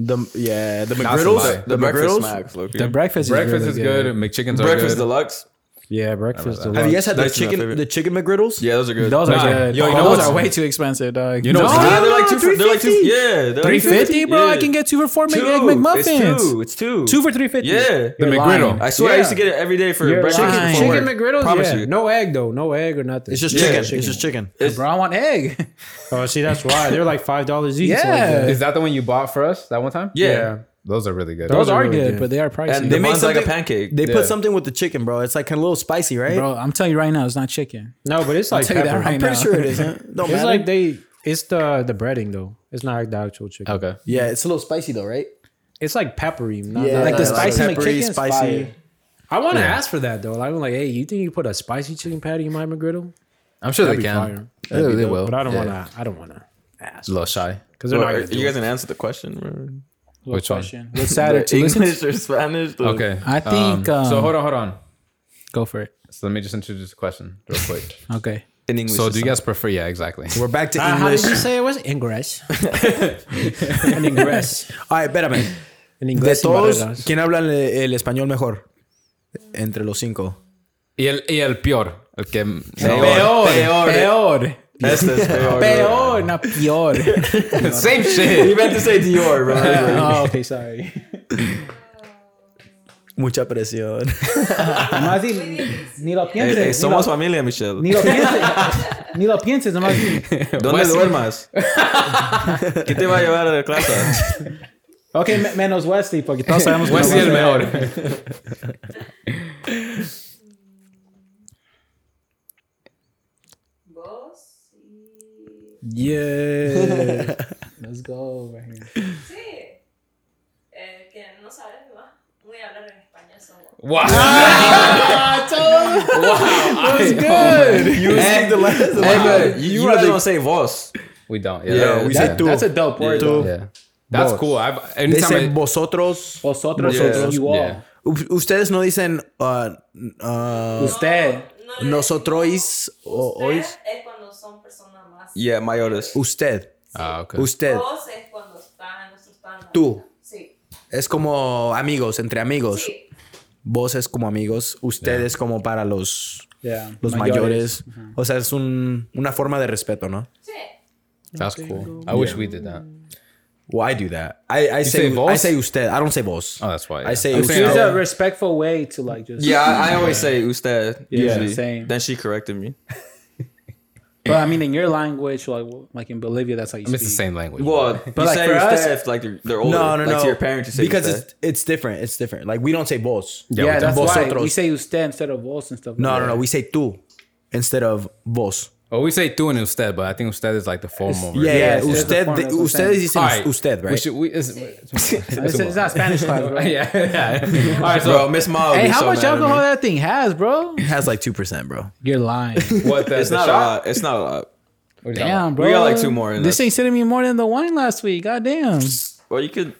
[SPEAKER 1] The yeah, the
[SPEAKER 2] Not
[SPEAKER 1] McGriddles,
[SPEAKER 2] somebody.
[SPEAKER 1] the,
[SPEAKER 4] breakfast
[SPEAKER 1] McGriddles.
[SPEAKER 4] snacks, Loki.
[SPEAKER 5] The breakfast.
[SPEAKER 2] Breakfast
[SPEAKER 5] is,
[SPEAKER 2] is
[SPEAKER 5] really good.
[SPEAKER 2] good. McChickens
[SPEAKER 4] breakfast
[SPEAKER 2] are good.
[SPEAKER 4] deluxe.
[SPEAKER 5] Yeah, breakfast.
[SPEAKER 1] Have you
[SPEAKER 5] deluxe.
[SPEAKER 1] guys had the
[SPEAKER 4] That's my
[SPEAKER 1] chicken,
[SPEAKER 4] favorite.
[SPEAKER 1] the chicken McGriddles?
[SPEAKER 4] Yeah, those are good.
[SPEAKER 3] Those are
[SPEAKER 2] Nah,
[SPEAKER 3] good.
[SPEAKER 2] yo, you
[SPEAKER 3] Oh,
[SPEAKER 2] know
[SPEAKER 3] those
[SPEAKER 2] what's-
[SPEAKER 3] are way too expensive, dog.
[SPEAKER 2] You know what's
[SPEAKER 4] yeah, they're like two. For,
[SPEAKER 1] $3.50.
[SPEAKER 4] they're like two. Yeah, they're
[SPEAKER 3] Three
[SPEAKER 4] like
[SPEAKER 3] fifty, bro. I
[SPEAKER 4] Yeah.
[SPEAKER 3] can get two for four Mc,
[SPEAKER 4] two. It's two.
[SPEAKER 3] McMuffins.
[SPEAKER 4] It's two.
[SPEAKER 3] Two for three fifty.
[SPEAKER 4] Yeah,
[SPEAKER 2] The McGriddle.
[SPEAKER 4] I swear I used to get it every day for breakfast.
[SPEAKER 3] lying.
[SPEAKER 4] before
[SPEAKER 5] Chicken
[SPEAKER 4] work.
[SPEAKER 5] McGriddles,
[SPEAKER 4] Promise
[SPEAKER 5] yeah.
[SPEAKER 4] you.
[SPEAKER 5] No egg though, no egg or nothing.
[SPEAKER 1] It's just
[SPEAKER 4] Yeah,
[SPEAKER 1] chicken.
[SPEAKER 4] chicken.
[SPEAKER 1] It's just chicken.
[SPEAKER 3] Bro, I want egg.
[SPEAKER 5] oh, see, that's why they're like five dollars each.
[SPEAKER 3] Yeah.
[SPEAKER 2] Is that the one you bought for us that one time?
[SPEAKER 4] Yeah.
[SPEAKER 2] Those are really good.
[SPEAKER 3] *laughs*
[SPEAKER 5] Those,
[SPEAKER 3] Those
[SPEAKER 5] are,
[SPEAKER 3] are
[SPEAKER 5] really
[SPEAKER 3] good,
[SPEAKER 5] good,
[SPEAKER 3] but they are pricey.
[SPEAKER 4] and the
[SPEAKER 1] make
[SPEAKER 4] one's like a
[SPEAKER 1] something-
[SPEAKER 4] pancake.
[SPEAKER 1] They
[SPEAKER 2] Yeah.
[SPEAKER 1] put something with the chicken, bro. It's like kind of a little spicy, right?
[SPEAKER 3] Bro, I'm telling you right now, it's not chicken.
[SPEAKER 5] No, but it's like
[SPEAKER 3] tell you that
[SPEAKER 5] pepper.
[SPEAKER 3] right
[SPEAKER 1] I'm pretty
[SPEAKER 3] now.
[SPEAKER 1] sure it is. Huh? Don't
[SPEAKER 5] It's
[SPEAKER 1] matter.
[SPEAKER 5] like they. It's the the breading though. It's not like the actual chicken.
[SPEAKER 2] Okay.
[SPEAKER 1] yeah, it's a little spicy though, right?
[SPEAKER 5] It's like peppery. Not,
[SPEAKER 1] Yeah,
[SPEAKER 5] not- like the
[SPEAKER 1] it's like
[SPEAKER 5] spicy
[SPEAKER 1] peppery,
[SPEAKER 5] McChicken's
[SPEAKER 1] spicy.
[SPEAKER 5] fire. I want to
[SPEAKER 2] Yeah.
[SPEAKER 5] ask for that though. Like, I'm like, hey, you think you put a spicy chicken patty in my McGriddle?
[SPEAKER 2] I'm sure
[SPEAKER 5] That'd
[SPEAKER 2] they
[SPEAKER 5] be
[SPEAKER 2] can.
[SPEAKER 5] fire.
[SPEAKER 2] They, they will.
[SPEAKER 5] But I don't
[SPEAKER 2] Yeah.
[SPEAKER 5] want to. I don't want to ask
[SPEAKER 2] It's a little shy.
[SPEAKER 5] because they're not.
[SPEAKER 4] Well,
[SPEAKER 5] Gonna do
[SPEAKER 4] you guys
[SPEAKER 5] it.
[SPEAKER 4] didn't answer the question. bro.
[SPEAKER 2] Which one?
[SPEAKER 5] What's sadder to
[SPEAKER 4] English
[SPEAKER 5] listen to?
[SPEAKER 4] or Spanish? The-
[SPEAKER 2] Okay.
[SPEAKER 3] I think,
[SPEAKER 2] so
[SPEAKER 3] um,
[SPEAKER 2] hold on, hold on.
[SPEAKER 3] Go for it.
[SPEAKER 2] So let me just introduce the question real *laughs* quick.
[SPEAKER 3] Okay.
[SPEAKER 4] In English.
[SPEAKER 2] so do you guys
[SPEAKER 4] guys?
[SPEAKER 2] prefer? Yeah, exactly.
[SPEAKER 1] We're back to
[SPEAKER 5] Uh, how
[SPEAKER 1] English.
[SPEAKER 5] did you say it was? Ingress. An ingress.
[SPEAKER 1] *laughs* All right, espérame.
[SPEAKER 5] An
[SPEAKER 1] De
[SPEAKER 5] ingress. sin
[SPEAKER 1] todos,
[SPEAKER 5] barreras.
[SPEAKER 1] ¿quién habla el, el español mejor? Entre los cinco.
[SPEAKER 2] Y el, y el peor. El que. *laughs*
[SPEAKER 3] Peor. Peor. Peor.
[SPEAKER 4] Este es peor.
[SPEAKER 3] Peor. Not peor.
[SPEAKER 2] Same shit. *laughs*
[SPEAKER 4] You meant to say Dior, *laughs*
[SPEAKER 5] *laughs*
[SPEAKER 4] bro.
[SPEAKER 3] oh, okay. Sorry.
[SPEAKER 1] Mucha presión.
[SPEAKER 3] Nomás di- ni
[SPEAKER 5] Eh,
[SPEAKER 3] lo
[SPEAKER 4] Hey,
[SPEAKER 3] pienses. ni,
[SPEAKER 4] hey,
[SPEAKER 3] lo,
[SPEAKER 4] Eh, somos familia, Michelle.
[SPEAKER 3] ni lo pienses. ni lo pienses. Nomás
[SPEAKER 5] *laughs*
[SPEAKER 3] di-
[SPEAKER 4] ¿Dónde *laughs* duermas? ¿Qué te va a llevar a la clase?
[SPEAKER 3] Ok, me- menos Wesley, porque
[SPEAKER 1] *laughs*
[SPEAKER 3] todos sabemos que
[SPEAKER 2] Wesley
[SPEAKER 3] no
[SPEAKER 2] el
[SPEAKER 3] vas a-
[SPEAKER 2] *laughs* mejor.
[SPEAKER 7] Vos y. *laughs*
[SPEAKER 5] Yeah.
[SPEAKER 3] Let's go right here.
[SPEAKER 7] Sí. Eh, que no sabes más. Muy hablar en español son
[SPEAKER 2] *laughs*
[SPEAKER 7] vos.
[SPEAKER 2] Wow.
[SPEAKER 4] You speak the last. Hey, but you, guys don't say vos.
[SPEAKER 2] We don't. Yeah.
[SPEAKER 4] Yeah, we
[SPEAKER 2] yeah.
[SPEAKER 4] say
[SPEAKER 3] That's a dope word. though.
[SPEAKER 2] Yeah. That's cool. I've,
[SPEAKER 1] They
[SPEAKER 2] anytime
[SPEAKER 1] say
[SPEAKER 2] I,
[SPEAKER 1] vosotros.
[SPEAKER 3] Vosotros,
[SPEAKER 4] Yeah.
[SPEAKER 3] you all.
[SPEAKER 2] Yeah.
[SPEAKER 1] U- Ustedes no dicen uh, uh,
[SPEAKER 3] Usted.
[SPEAKER 7] No le
[SPEAKER 1] nosotrois o
[SPEAKER 7] decimos
[SPEAKER 1] ois.
[SPEAKER 7] usted Es cuando son personas más.
[SPEAKER 4] Yeah, mayores.
[SPEAKER 1] Usted.
[SPEAKER 2] Ah, okay.
[SPEAKER 1] Usted.
[SPEAKER 7] Vos es cuando están, nosotros estamos.
[SPEAKER 1] Tú.
[SPEAKER 7] Sí.
[SPEAKER 1] Es como amigos, entre amigos.
[SPEAKER 7] Sí.
[SPEAKER 1] Vos es como amigos. Usted es como para los,
[SPEAKER 3] Yeah.
[SPEAKER 1] los mayores. O sea, es un- una forma de respeto, ¿no?
[SPEAKER 7] Sí.
[SPEAKER 2] That's cool. I wish we did that.
[SPEAKER 1] Well, I do that. I, I say,
[SPEAKER 2] say
[SPEAKER 1] I
[SPEAKER 2] vos?
[SPEAKER 1] say usted. I don't say vos.
[SPEAKER 2] Oh, that's why.
[SPEAKER 1] I
[SPEAKER 2] yeah.
[SPEAKER 1] say
[SPEAKER 2] I'm
[SPEAKER 1] usted.
[SPEAKER 2] saying
[SPEAKER 3] Use
[SPEAKER 2] I-
[SPEAKER 3] a respectful way to like just.
[SPEAKER 4] Yeah, I, I always say usted.
[SPEAKER 3] Yeah,
[SPEAKER 4] usually.
[SPEAKER 3] same.
[SPEAKER 4] Then she corrected me.
[SPEAKER 3] But I mean, in your language, like like in Bolivia, that's how you
[SPEAKER 2] I mean, it's the
[SPEAKER 3] speak.
[SPEAKER 2] same language.
[SPEAKER 4] Well, you
[SPEAKER 3] like,
[SPEAKER 4] say
[SPEAKER 3] for us-
[SPEAKER 4] usted if like they're, they're older.
[SPEAKER 1] No, no,
[SPEAKER 4] like
[SPEAKER 1] no.
[SPEAKER 4] to your parents, you say
[SPEAKER 1] because
[SPEAKER 4] usted.
[SPEAKER 1] it's it's different. It's different. Like we don't say vos.
[SPEAKER 3] Yeah,
[SPEAKER 2] we
[SPEAKER 3] that's
[SPEAKER 1] don't.
[SPEAKER 3] why
[SPEAKER 1] Vosotros.
[SPEAKER 3] we say usted instead of vos and stuff. like
[SPEAKER 1] No, no,
[SPEAKER 3] that.
[SPEAKER 1] no. We say tú instead of vos.
[SPEAKER 2] Well, we say tú and usted, but I think usted is like the formal. version.
[SPEAKER 1] Yeah,
[SPEAKER 3] yeah,
[SPEAKER 1] yeah.
[SPEAKER 3] it's just a
[SPEAKER 1] Usted,
[SPEAKER 3] form, that's what I'm
[SPEAKER 1] ustedes
[SPEAKER 3] saying.
[SPEAKER 1] dicen
[SPEAKER 2] All right.
[SPEAKER 1] usted,
[SPEAKER 2] We
[SPEAKER 1] right?
[SPEAKER 2] should. We, *laughs* it's, it's,
[SPEAKER 3] It's, it's not Spanish class,
[SPEAKER 2] *laughs*
[SPEAKER 3] bro.
[SPEAKER 2] yeah, yeah. All right.
[SPEAKER 4] bro,
[SPEAKER 2] So
[SPEAKER 4] Miss Mao.
[SPEAKER 3] Hey,
[SPEAKER 4] be
[SPEAKER 3] how
[SPEAKER 4] so
[SPEAKER 3] much
[SPEAKER 4] mad at me.
[SPEAKER 3] alcohol that thing has, bro?
[SPEAKER 1] It has like two percent, bro.
[SPEAKER 3] *laughs* You're lying.
[SPEAKER 2] what? The,
[SPEAKER 4] It's
[SPEAKER 2] the
[SPEAKER 4] not a
[SPEAKER 2] shot?
[SPEAKER 4] lot. It's not a lot.
[SPEAKER 2] What is that?
[SPEAKER 3] *laughs* Damn, bro.
[SPEAKER 4] We got, like, two more in
[SPEAKER 3] This
[SPEAKER 4] us.
[SPEAKER 3] ain't sending me more than the wine last week. God damn.
[SPEAKER 4] Well, you could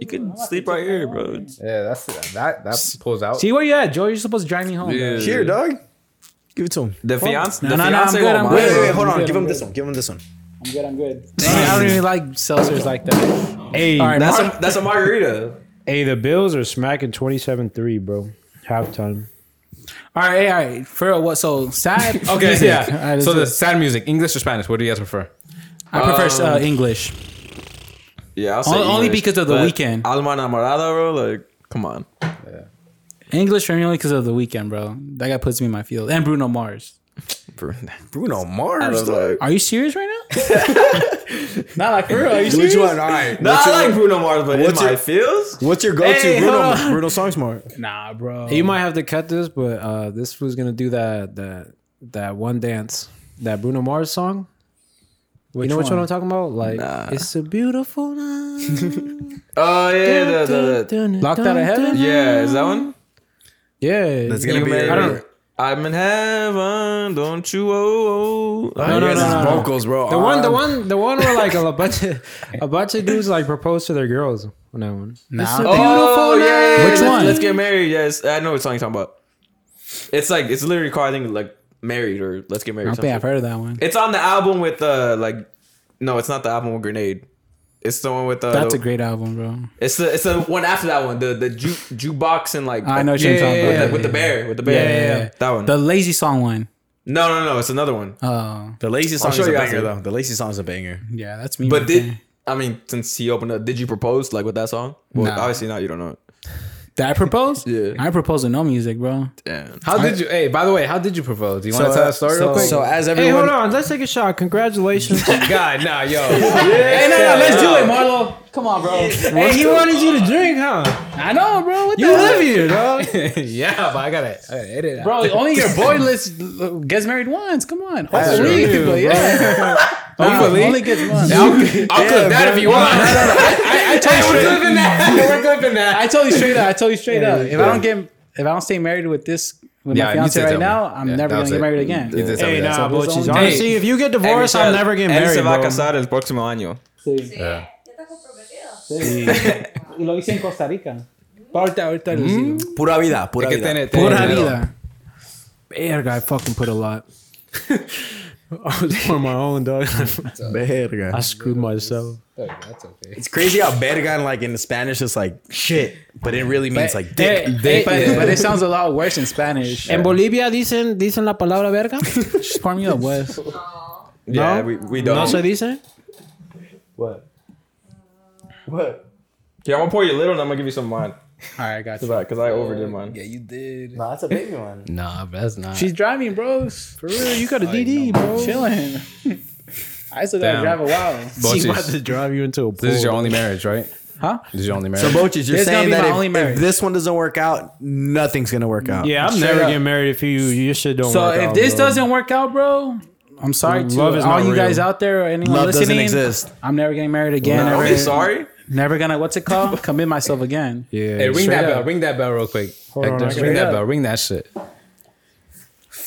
[SPEAKER 4] you could sleep right here, bro.
[SPEAKER 2] Yeah, that's that. That pulls out.
[SPEAKER 3] See where you at, George? You're supposed to drive me home. bro.
[SPEAKER 1] Here, dog. Give it to him.
[SPEAKER 4] The fiance.
[SPEAKER 3] No,
[SPEAKER 4] the
[SPEAKER 3] no, no, I'm
[SPEAKER 4] fiance
[SPEAKER 3] good,
[SPEAKER 4] won't
[SPEAKER 3] I'm
[SPEAKER 4] mind.
[SPEAKER 3] good.
[SPEAKER 1] Wait, wait, wait.
[SPEAKER 3] I'm
[SPEAKER 1] Hold on.
[SPEAKER 3] good,
[SPEAKER 1] Give
[SPEAKER 3] I'm
[SPEAKER 1] him
[SPEAKER 3] good.
[SPEAKER 1] this one. Give him this one.
[SPEAKER 3] I'm good. I'm good. I don't even like seltzers like that.
[SPEAKER 5] hey,
[SPEAKER 3] All right,
[SPEAKER 4] That's
[SPEAKER 3] Mark-
[SPEAKER 4] a that's a margarita.
[SPEAKER 5] hey, the Bills are smacking 27-3, bro. Halftime.
[SPEAKER 3] All right, all right. For real, what? So sad.
[SPEAKER 2] Okay,
[SPEAKER 3] music. All
[SPEAKER 2] yeah.
[SPEAKER 3] right, let's
[SPEAKER 2] so
[SPEAKER 3] do
[SPEAKER 2] the
[SPEAKER 3] it.
[SPEAKER 2] sad music, English or Spanish? What do you guys prefer?
[SPEAKER 3] I prefer uh, English.
[SPEAKER 4] Yeah, I'll say
[SPEAKER 3] Only- only
[SPEAKER 4] English,
[SPEAKER 3] because of the
[SPEAKER 4] but
[SPEAKER 3] weekend.
[SPEAKER 4] Alma enamorada, bro. Like, come on.
[SPEAKER 3] English for me only because of the weekend, bro. That guy puts me in my field. And Bruno Mars.
[SPEAKER 4] *laughs* Bro,
[SPEAKER 1] Bruno
[SPEAKER 4] I
[SPEAKER 1] Mars.
[SPEAKER 4] was like,
[SPEAKER 3] Are you serious right now? Not like for real. Are you
[SPEAKER 1] Which
[SPEAKER 3] serious?
[SPEAKER 1] one? All right.
[SPEAKER 4] nah,
[SPEAKER 1] What's
[SPEAKER 4] I like
[SPEAKER 1] your,
[SPEAKER 4] Bruno Mars, but in
[SPEAKER 1] what's
[SPEAKER 4] my
[SPEAKER 1] your-
[SPEAKER 4] feels,
[SPEAKER 1] what's your go-to
[SPEAKER 3] Hey,
[SPEAKER 1] Bruno,
[SPEAKER 3] hold on.
[SPEAKER 1] Bruno songs more?
[SPEAKER 3] Nah, bro.
[SPEAKER 5] You might have to cut this, but uh, this was gonna do that that that one dance, that Bruno Mars song. you know which one?
[SPEAKER 3] one?
[SPEAKER 5] I'm talking about? Like,
[SPEAKER 4] Nah.
[SPEAKER 5] it's a
[SPEAKER 3] *laughs*
[SPEAKER 5] beautiful night.
[SPEAKER 4] oh yeah, the, the, the,
[SPEAKER 3] Locked out of heaven?
[SPEAKER 4] yeah, is that one?
[SPEAKER 5] Yeah.
[SPEAKER 1] That's gonna be.
[SPEAKER 4] I
[SPEAKER 1] I don't.
[SPEAKER 4] am in heaven, don't you? Oh, oh.
[SPEAKER 1] No, no,
[SPEAKER 5] no,
[SPEAKER 1] no,
[SPEAKER 5] no.
[SPEAKER 1] vocals, bro.
[SPEAKER 5] the one, the
[SPEAKER 1] Um,
[SPEAKER 5] one, the one where like a bunch *laughs* of a bunch of dudes like propose to their girls on that one.
[SPEAKER 3] Nah.
[SPEAKER 5] It's a
[SPEAKER 4] Oh,
[SPEAKER 5] beautiful
[SPEAKER 4] yeah, yeah, yeah,
[SPEAKER 5] night.
[SPEAKER 3] Which
[SPEAKER 4] let's,
[SPEAKER 3] one?
[SPEAKER 4] Let's get married. Yes, I know what song you're talking about. It's like it's literally called I think like married or let's get married.
[SPEAKER 3] I
[SPEAKER 4] or
[SPEAKER 3] don't think
[SPEAKER 4] something.
[SPEAKER 3] I've heard of that one.
[SPEAKER 4] It's on the album with uh like no, it's not the album with Grenade. It's the one with uh,
[SPEAKER 3] That's
[SPEAKER 4] the
[SPEAKER 3] a great album, bro.
[SPEAKER 4] It's the it's the one after that one. The the ju- jukebox and like
[SPEAKER 3] I know what
[SPEAKER 4] yeah,
[SPEAKER 3] you're talking
[SPEAKER 4] with,
[SPEAKER 3] about.
[SPEAKER 4] the, with the bear with the
[SPEAKER 3] Yeah,
[SPEAKER 4] bear.
[SPEAKER 3] yeah, yeah.
[SPEAKER 4] That one.
[SPEAKER 3] The lazy song one.
[SPEAKER 4] no, no, no. It's another one.
[SPEAKER 3] Oh,
[SPEAKER 1] The lazy song
[SPEAKER 4] show
[SPEAKER 1] is a
[SPEAKER 4] you
[SPEAKER 1] banger,
[SPEAKER 4] after.
[SPEAKER 1] though. The lazy song is a banger.
[SPEAKER 3] yeah, that's me.
[SPEAKER 4] But
[SPEAKER 3] right
[SPEAKER 4] did
[SPEAKER 3] there.
[SPEAKER 4] I mean since he opened up? Did you propose like with that song? Well,
[SPEAKER 3] Nah.
[SPEAKER 4] obviously not. You don't know. it.
[SPEAKER 3] did I propose?
[SPEAKER 4] Yeah.
[SPEAKER 3] I proposed with no music, bro.
[SPEAKER 4] Damn.
[SPEAKER 2] How did you? Hey, by the way, how did you propose? Do you want to tell that story real quick?
[SPEAKER 1] so as
[SPEAKER 5] Hey,
[SPEAKER 1] everyone,
[SPEAKER 5] hold on. Let's take a shot. *laughs* Congratulations.
[SPEAKER 2] God, nah, yo.
[SPEAKER 3] *laughs* Hey, no, no, let's do it, Marlo. Come on, bro.
[SPEAKER 5] hey, he wanted you to drink, huh?
[SPEAKER 3] I know, bro. What
[SPEAKER 5] You
[SPEAKER 3] the
[SPEAKER 5] live here, dog.
[SPEAKER 2] yeah, but I gotta, I gotta edit it.
[SPEAKER 3] Bro, only your boy list gets married once. Come on. Hopefully.
[SPEAKER 5] true,
[SPEAKER 3] *laughs* but yeah. Nah,
[SPEAKER 2] Hopefully.
[SPEAKER 3] only gets once.
[SPEAKER 2] I'll clip that if you want. I, I,
[SPEAKER 3] I told you straight. *laughs*
[SPEAKER 2] that. We're clipping that.
[SPEAKER 3] I told you straight up. I told you straight up. If I don't get, if I don't stay married with this, with
[SPEAKER 2] Yeah,
[SPEAKER 3] my
[SPEAKER 2] you
[SPEAKER 3] fiance
[SPEAKER 2] said
[SPEAKER 3] right
[SPEAKER 2] that
[SPEAKER 3] now,
[SPEAKER 2] one.
[SPEAKER 3] I'm
[SPEAKER 2] Yeah, that
[SPEAKER 3] never gonna
[SPEAKER 2] was
[SPEAKER 3] get
[SPEAKER 2] it.
[SPEAKER 3] married again.
[SPEAKER 2] You did tell me
[SPEAKER 5] Hey,
[SPEAKER 2] that.
[SPEAKER 3] So
[SPEAKER 5] nah, bro.
[SPEAKER 3] it's
[SPEAKER 5] she's-
[SPEAKER 3] only-
[SPEAKER 5] Honestly, if you get divorced, I'm never getting
[SPEAKER 4] Él se
[SPEAKER 5] married,
[SPEAKER 4] va a
[SPEAKER 5] bro. *laughs*
[SPEAKER 4] casar el próximo año.
[SPEAKER 3] Sí.
[SPEAKER 7] Sí, ya está comprometida.
[SPEAKER 3] Y lo hice en Costa Rica. Pero ahorita, ahorita les digo.
[SPEAKER 1] Pura vida, pura
[SPEAKER 2] *laughs* que
[SPEAKER 1] vida.
[SPEAKER 2] tener- tener
[SPEAKER 3] Eh,
[SPEAKER 5] Pura
[SPEAKER 2] dinero.
[SPEAKER 5] vida. Verga, I fucking put a lot. I was for my own *laughs* dog.
[SPEAKER 1] Verga.
[SPEAKER 5] I screwed myself.
[SPEAKER 2] That's okay.
[SPEAKER 1] It's crazy how verga in, like in Spanish is like shit, but it really means like dick.
[SPEAKER 3] Eh, eh, but, but it sounds a lot worse in Spanish.
[SPEAKER 5] En Bolivia dicen, dicen la palabra *laughs* verga.
[SPEAKER 3] Just pour me up, Wes.
[SPEAKER 4] Yeah, we, we don't.
[SPEAKER 5] No se dice.
[SPEAKER 4] Here, I'm gonna pour you a little and I'm gonna give you some of mine.
[SPEAKER 3] All right, got you.
[SPEAKER 4] Because I overdid mine.
[SPEAKER 2] Yeah, you did.
[SPEAKER 1] No, that's a baby one.
[SPEAKER 2] Nah, but that's not.
[SPEAKER 3] She's driving, bros. For real, you got a DD, bro. Chilling. I still gotta
[SPEAKER 2] Damn.
[SPEAKER 3] drive a while.
[SPEAKER 5] She's
[SPEAKER 2] Boches,
[SPEAKER 5] about to drive you into a pool.
[SPEAKER 2] this is your only marriage, right?
[SPEAKER 3] Huh?
[SPEAKER 2] This is your only marriage.
[SPEAKER 1] So Boches, you're
[SPEAKER 3] It's gonna
[SPEAKER 1] saying
[SPEAKER 3] be
[SPEAKER 1] that
[SPEAKER 3] my
[SPEAKER 1] if,
[SPEAKER 3] only
[SPEAKER 1] if
[SPEAKER 3] marriage.
[SPEAKER 1] this one doesn't work out, nothing's gonna work out.
[SPEAKER 5] Yeah, I'm
[SPEAKER 3] Straight
[SPEAKER 5] never
[SPEAKER 3] up.
[SPEAKER 5] getting married if you your shit don't.
[SPEAKER 3] So
[SPEAKER 5] work
[SPEAKER 3] if
[SPEAKER 5] out,
[SPEAKER 3] this
[SPEAKER 5] bro.
[SPEAKER 3] doesn't work out, bro, I'm sorry to
[SPEAKER 5] Love is
[SPEAKER 3] all
[SPEAKER 5] not
[SPEAKER 3] you
[SPEAKER 5] real.
[SPEAKER 3] guys out there or anyone
[SPEAKER 1] Love doesn't
[SPEAKER 3] listening.
[SPEAKER 1] exist.
[SPEAKER 3] I'm never getting married again.
[SPEAKER 4] Are
[SPEAKER 3] never,
[SPEAKER 4] we sorry?
[SPEAKER 3] Never gonna what's it called? Commit myself again.
[SPEAKER 5] yeah,
[SPEAKER 2] Hey, ring
[SPEAKER 5] straight
[SPEAKER 2] that
[SPEAKER 5] up.
[SPEAKER 2] bell. Ring that bell real quick.
[SPEAKER 5] on,
[SPEAKER 2] Hector,
[SPEAKER 5] I gotta
[SPEAKER 2] ring
[SPEAKER 3] get
[SPEAKER 2] that
[SPEAKER 3] up.
[SPEAKER 2] bell. Ring that shit.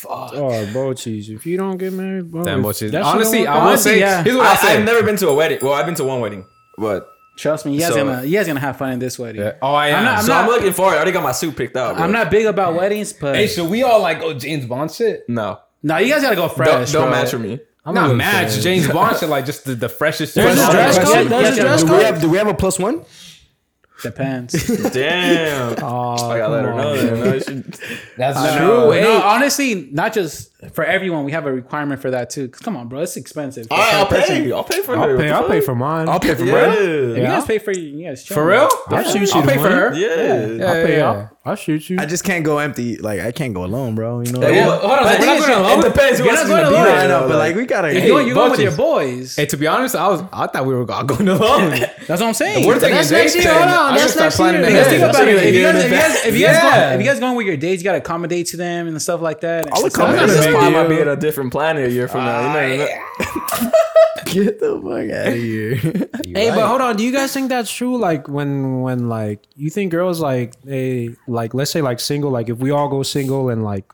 [SPEAKER 5] Oh, bro, cheese. If you don't get married, bro,
[SPEAKER 2] Damn,
[SPEAKER 5] if
[SPEAKER 2] Boches.
[SPEAKER 5] that shit
[SPEAKER 2] Honestly,
[SPEAKER 5] don't work
[SPEAKER 2] I will
[SPEAKER 3] Honestly,
[SPEAKER 2] say.
[SPEAKER 3] yeah.
[SPEAKER 2] Here's what I,
[SPEAKER 4] I,
[SPEAKER 2] say.
[SPEAKER 4] I've never been to a wedding. Well, I've been to one wedding, but
[SPEAKER 3] Trust me, you guys
[SPEAKER 4] So-
[SPEAKER 3] gonna you guys gonna have fun in this wedding.
[SPEAKER 2] Yeah. Oh, I am.
[SPEAKER 3] I'm not-
[SPEAKER 4] so I'm looking forward. I already got my suit picked out. Bro.
[SPEAKER 3] I'm not big about weddings, but
[SPEAKER 2] hey, should we all like go James Bond shit?
[SPEAKER 4] No,
[SPEAKER 3] no, you guys gotta go
[SPEAKER 4] don't,
[SPEAKER 3] fresh. bro.
[SPEAKER 4] don't match with me.
[SPEAKER 2] I'm not
[SPEAKER 5] gonna
[SPEAKER 2] mad.
[SPEAKER 5] say-
[SPEAKER 2] James
[SPEAKER 5] *laughs*
[SPEAKER 2] Bond shit, like just the, the freshest.
[SPEAKER 5] There's
[SPEAKER 2] shit.
[SPEAKER 5] a dress
[SPEAKER 3] Yeah,
[SPEAKER 5] code.
[SPEAKER 3] yeah,
[SPEAKER 5] There's a
[SPEAKER 3] yeah.
[SPEAKER 5] dress
[SPEAKER 1] Do we
[SPEAKER 5] code.
[SPEAKER 1] have do we have a plus one?
[SPEAKER 3] *laughs* Depends.
[SPEAKER 5] *laughs*
[SPEAKER 4] Damn. I gotta let her know. then. No, you should-
[SPEAKER 2] That's
[SPEAKER 3] True.
[SPEAKER 2] Hey,
[SPEAKER 3] No, honestly, not just for everyone. We have a requirement for that too. 'Cause come on, bro, it's expensive.
[SPEAKER 4] All right, I'll pay. I'll pay for her.
[SPEAKER 5] I'll
[SPEAKER 4] What
[SPEAKER 5] pay.
[SPEAKER 4] the
[SPEAKER 5] I'll pay
[SPEAKER 4] fuck?
[SPEAKER 5] for mine. I'll
[SPEAKER 1] pay for
[SPEAKER 4] Yeah.
[SPEAKER 3] If you
[SPEAKER 5] Yeah.
[SPEAKER 3] guys pay for you, you guys chill.
[SPEAKER 2] for real?
[SPEAKER 5] I'll shoot you
[SPEAKER 2] I'll
[SPEAKER 5] the
[SPEAKER 2] pay for
[SPEAKER 5] money.
[SPEAKER 2] her.
[SPEAKER 4] Yeah.
[SPEAKER 2] Yeah,
[SPEAKER 5] pay.
[SPEAKER 2] yeah.
[SPEAKER 5] I'll, I'll shoot you.
[SPEAKER 1] I just can't go empty. Like I can't go alone, bro. You know.
[SPEAKER 4] Hey,
[SPEAKER 1] Yeah,
[SPEAKER 4] well, hold on. We're not going alone. It depends. Who
[SPEAKER 3] You're
[SPEAKER 4] else
[SPEAKER 3] not
[SPEAKER 4] is
[SPEAKER 3] going
[SPEAKER 4] gonna be
[SPEAKER 3] alone.
[SPEAKER 4] there,
[SPEAKER 1] I know,
[SPEAKER 4] though,
[SPEAKER 1] but like we gotta.
[SPEAKER 3] You're going, you're going with
[SPEAKER 2] Bunches.
[SPEAKER 3] your boys.
[SPEAKER 2] Hey, to be honest, I was I thought we were all going
[SPEAKER 5] *laughs*
[SPEAKER 2] alone.
[SPEAKER 3] That's what I'm saying.
[SPEAKER 2] We're taking
[SPEAKER 5] That's
[SPEAKER 2] dates.
[SPEAKER 5] next year.
[SPEAKER 2] then.
[SPEAKER 5] Hold on,
[SPEAKER 2] I should
[SPEAKER 5] that's
[SPEAKER 2] start
[SPEAKER 5] next
[SPEAKER 2] planning
[SPEAKER 5] year.
[SPEAKER 2] ahead.
[SPEAKER 3] Because think
[SPEAKER 5] Yeah,
[SPEAKER 3] about
[SPEAKER 5] that's
[SPEAKER 3] it.
[SPEAKER 5] what
[SPEAKER 3] If you
[SPEAKER 5] you're
[SPEAKER 3] guys, if
[SPEAKER 5] doing
[SPEAKER 3] you
[SPEAKER 5] in
[SPEAKER 3] guys, if you guys,
[SPEAKER 2] Yeah.
[SPEAKER 3] going, if you guys going with your dates, you gotta accommodate to them and stuff like that.
[SPEAKER 1] I'll
[SPEAKER 3] It's
[SPEAKER 1] accommodate.
[SPEAKER 3] not-
[SPEAKER 4] This
[SPEAKER 5] Big
[SPEAKER 4] probably might
[SPEAKER 5] deal.
[SPEAKER 4] be in a different planet a year from now. You never know.
[SPEAKER 1] Get the fuck out of here.
[SPEAKER 5] Hey, but hold on. Do you guys think that's true? Like when when like you think girls like they like let's say like single. Like if we all go single and like,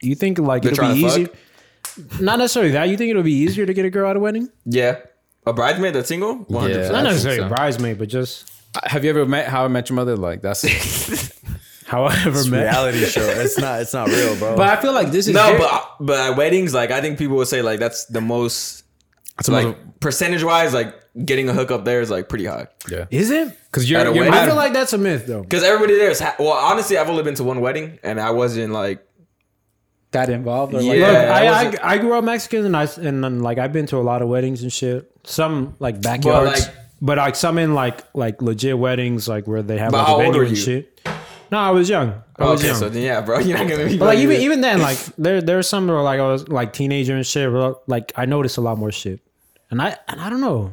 [SPEAKER 5] do you think like
[SPEAKER 4] They're
[SPEAKER 5] it'll be
[SPEAKER 4] trying to
[SPEAKER 5] easy? Not necessarily that. You think it'll be easier to get a girl at a wedding?
[SPEAKER 4] Yeah. A bridesmaid that's single? 100%.
[SPEAKER 2] Yeah.
[SPEAKER 5] Not
[SPEAKER 2] I think
[SPEAKER 5] necessarily
[SPEAKER 2] so.
[SPEAKER 5] bridesmaid, but just
[SPEAKER 2] Have you ever met How I Met Your Mother? Like
[SPEAKER 5] *laughs*
[SPEAKER 2] that's
[SPEAKER 5] however met.
[SPEAKER 1] Reality show. It's not. It's not real, bro.
[SPEAKER 3] But I feel like this is
[SPEAKER 4] No,
[SPEAKER 3] very-
[SPEAKER 4] but but at weddings, like I think people would say like that's the most like percentage wise, like getting a hookup there is like pretty high.
[SPEAKER 5] Is it?
[SPEAKER 2] because you're,
[SPEAKER 4] At a
[SPEAKER 2] you're
[SPEAKER 4] wedding?
[SPEAKER 5] I feel
[SPEAKER 2] mad.
[SPEAKER 5] like that's a myth though.
[SPEAKER 4] Because everybody there is ha- well, honestly, I've only been to one wedding and I wasn't like
[SPEAKER 3] that involved. Or
[SPEAKER 4] Yeah.
[SPEAKER 5] Look,
[SPEAKER 3] like,
[SPEAKER 5] I,
[SPEAKER 4] I
[SPEAKER 5] I,
[SPEAKER 4] wasn't-
[SPEAKER 5] I grew up Mexican and I and then, like I've been to a lot of weddings and shit. Some like backyards, but
[SPEAKER 4] like-
[SPEAKER 5] like, some in like like legit weddings, like where they have
[SPEAKER 4] But
[SPEAKER 5] like
[SPEAKER 4] how old
[SPEAKER 5] a venue
[SPEAKER 4] were
[SPEAKER 5] and
[SPEAKER 4] you? Oh,
[SPEAKER 5] shit. No, I was young. I was
[SPEAKER 4] okay,
[SPEAKER 5] young.
[SPEAKER 4] so then, yeah, bro, *laughs* you're not gonna be
[SPEAKER 5] but like even
[SPEAKER 4] you-
[SPEAKER 5] even then, like there there was some where like I was like teenager and shit. Where, like I noticed a lot more shit, and I and I don't know,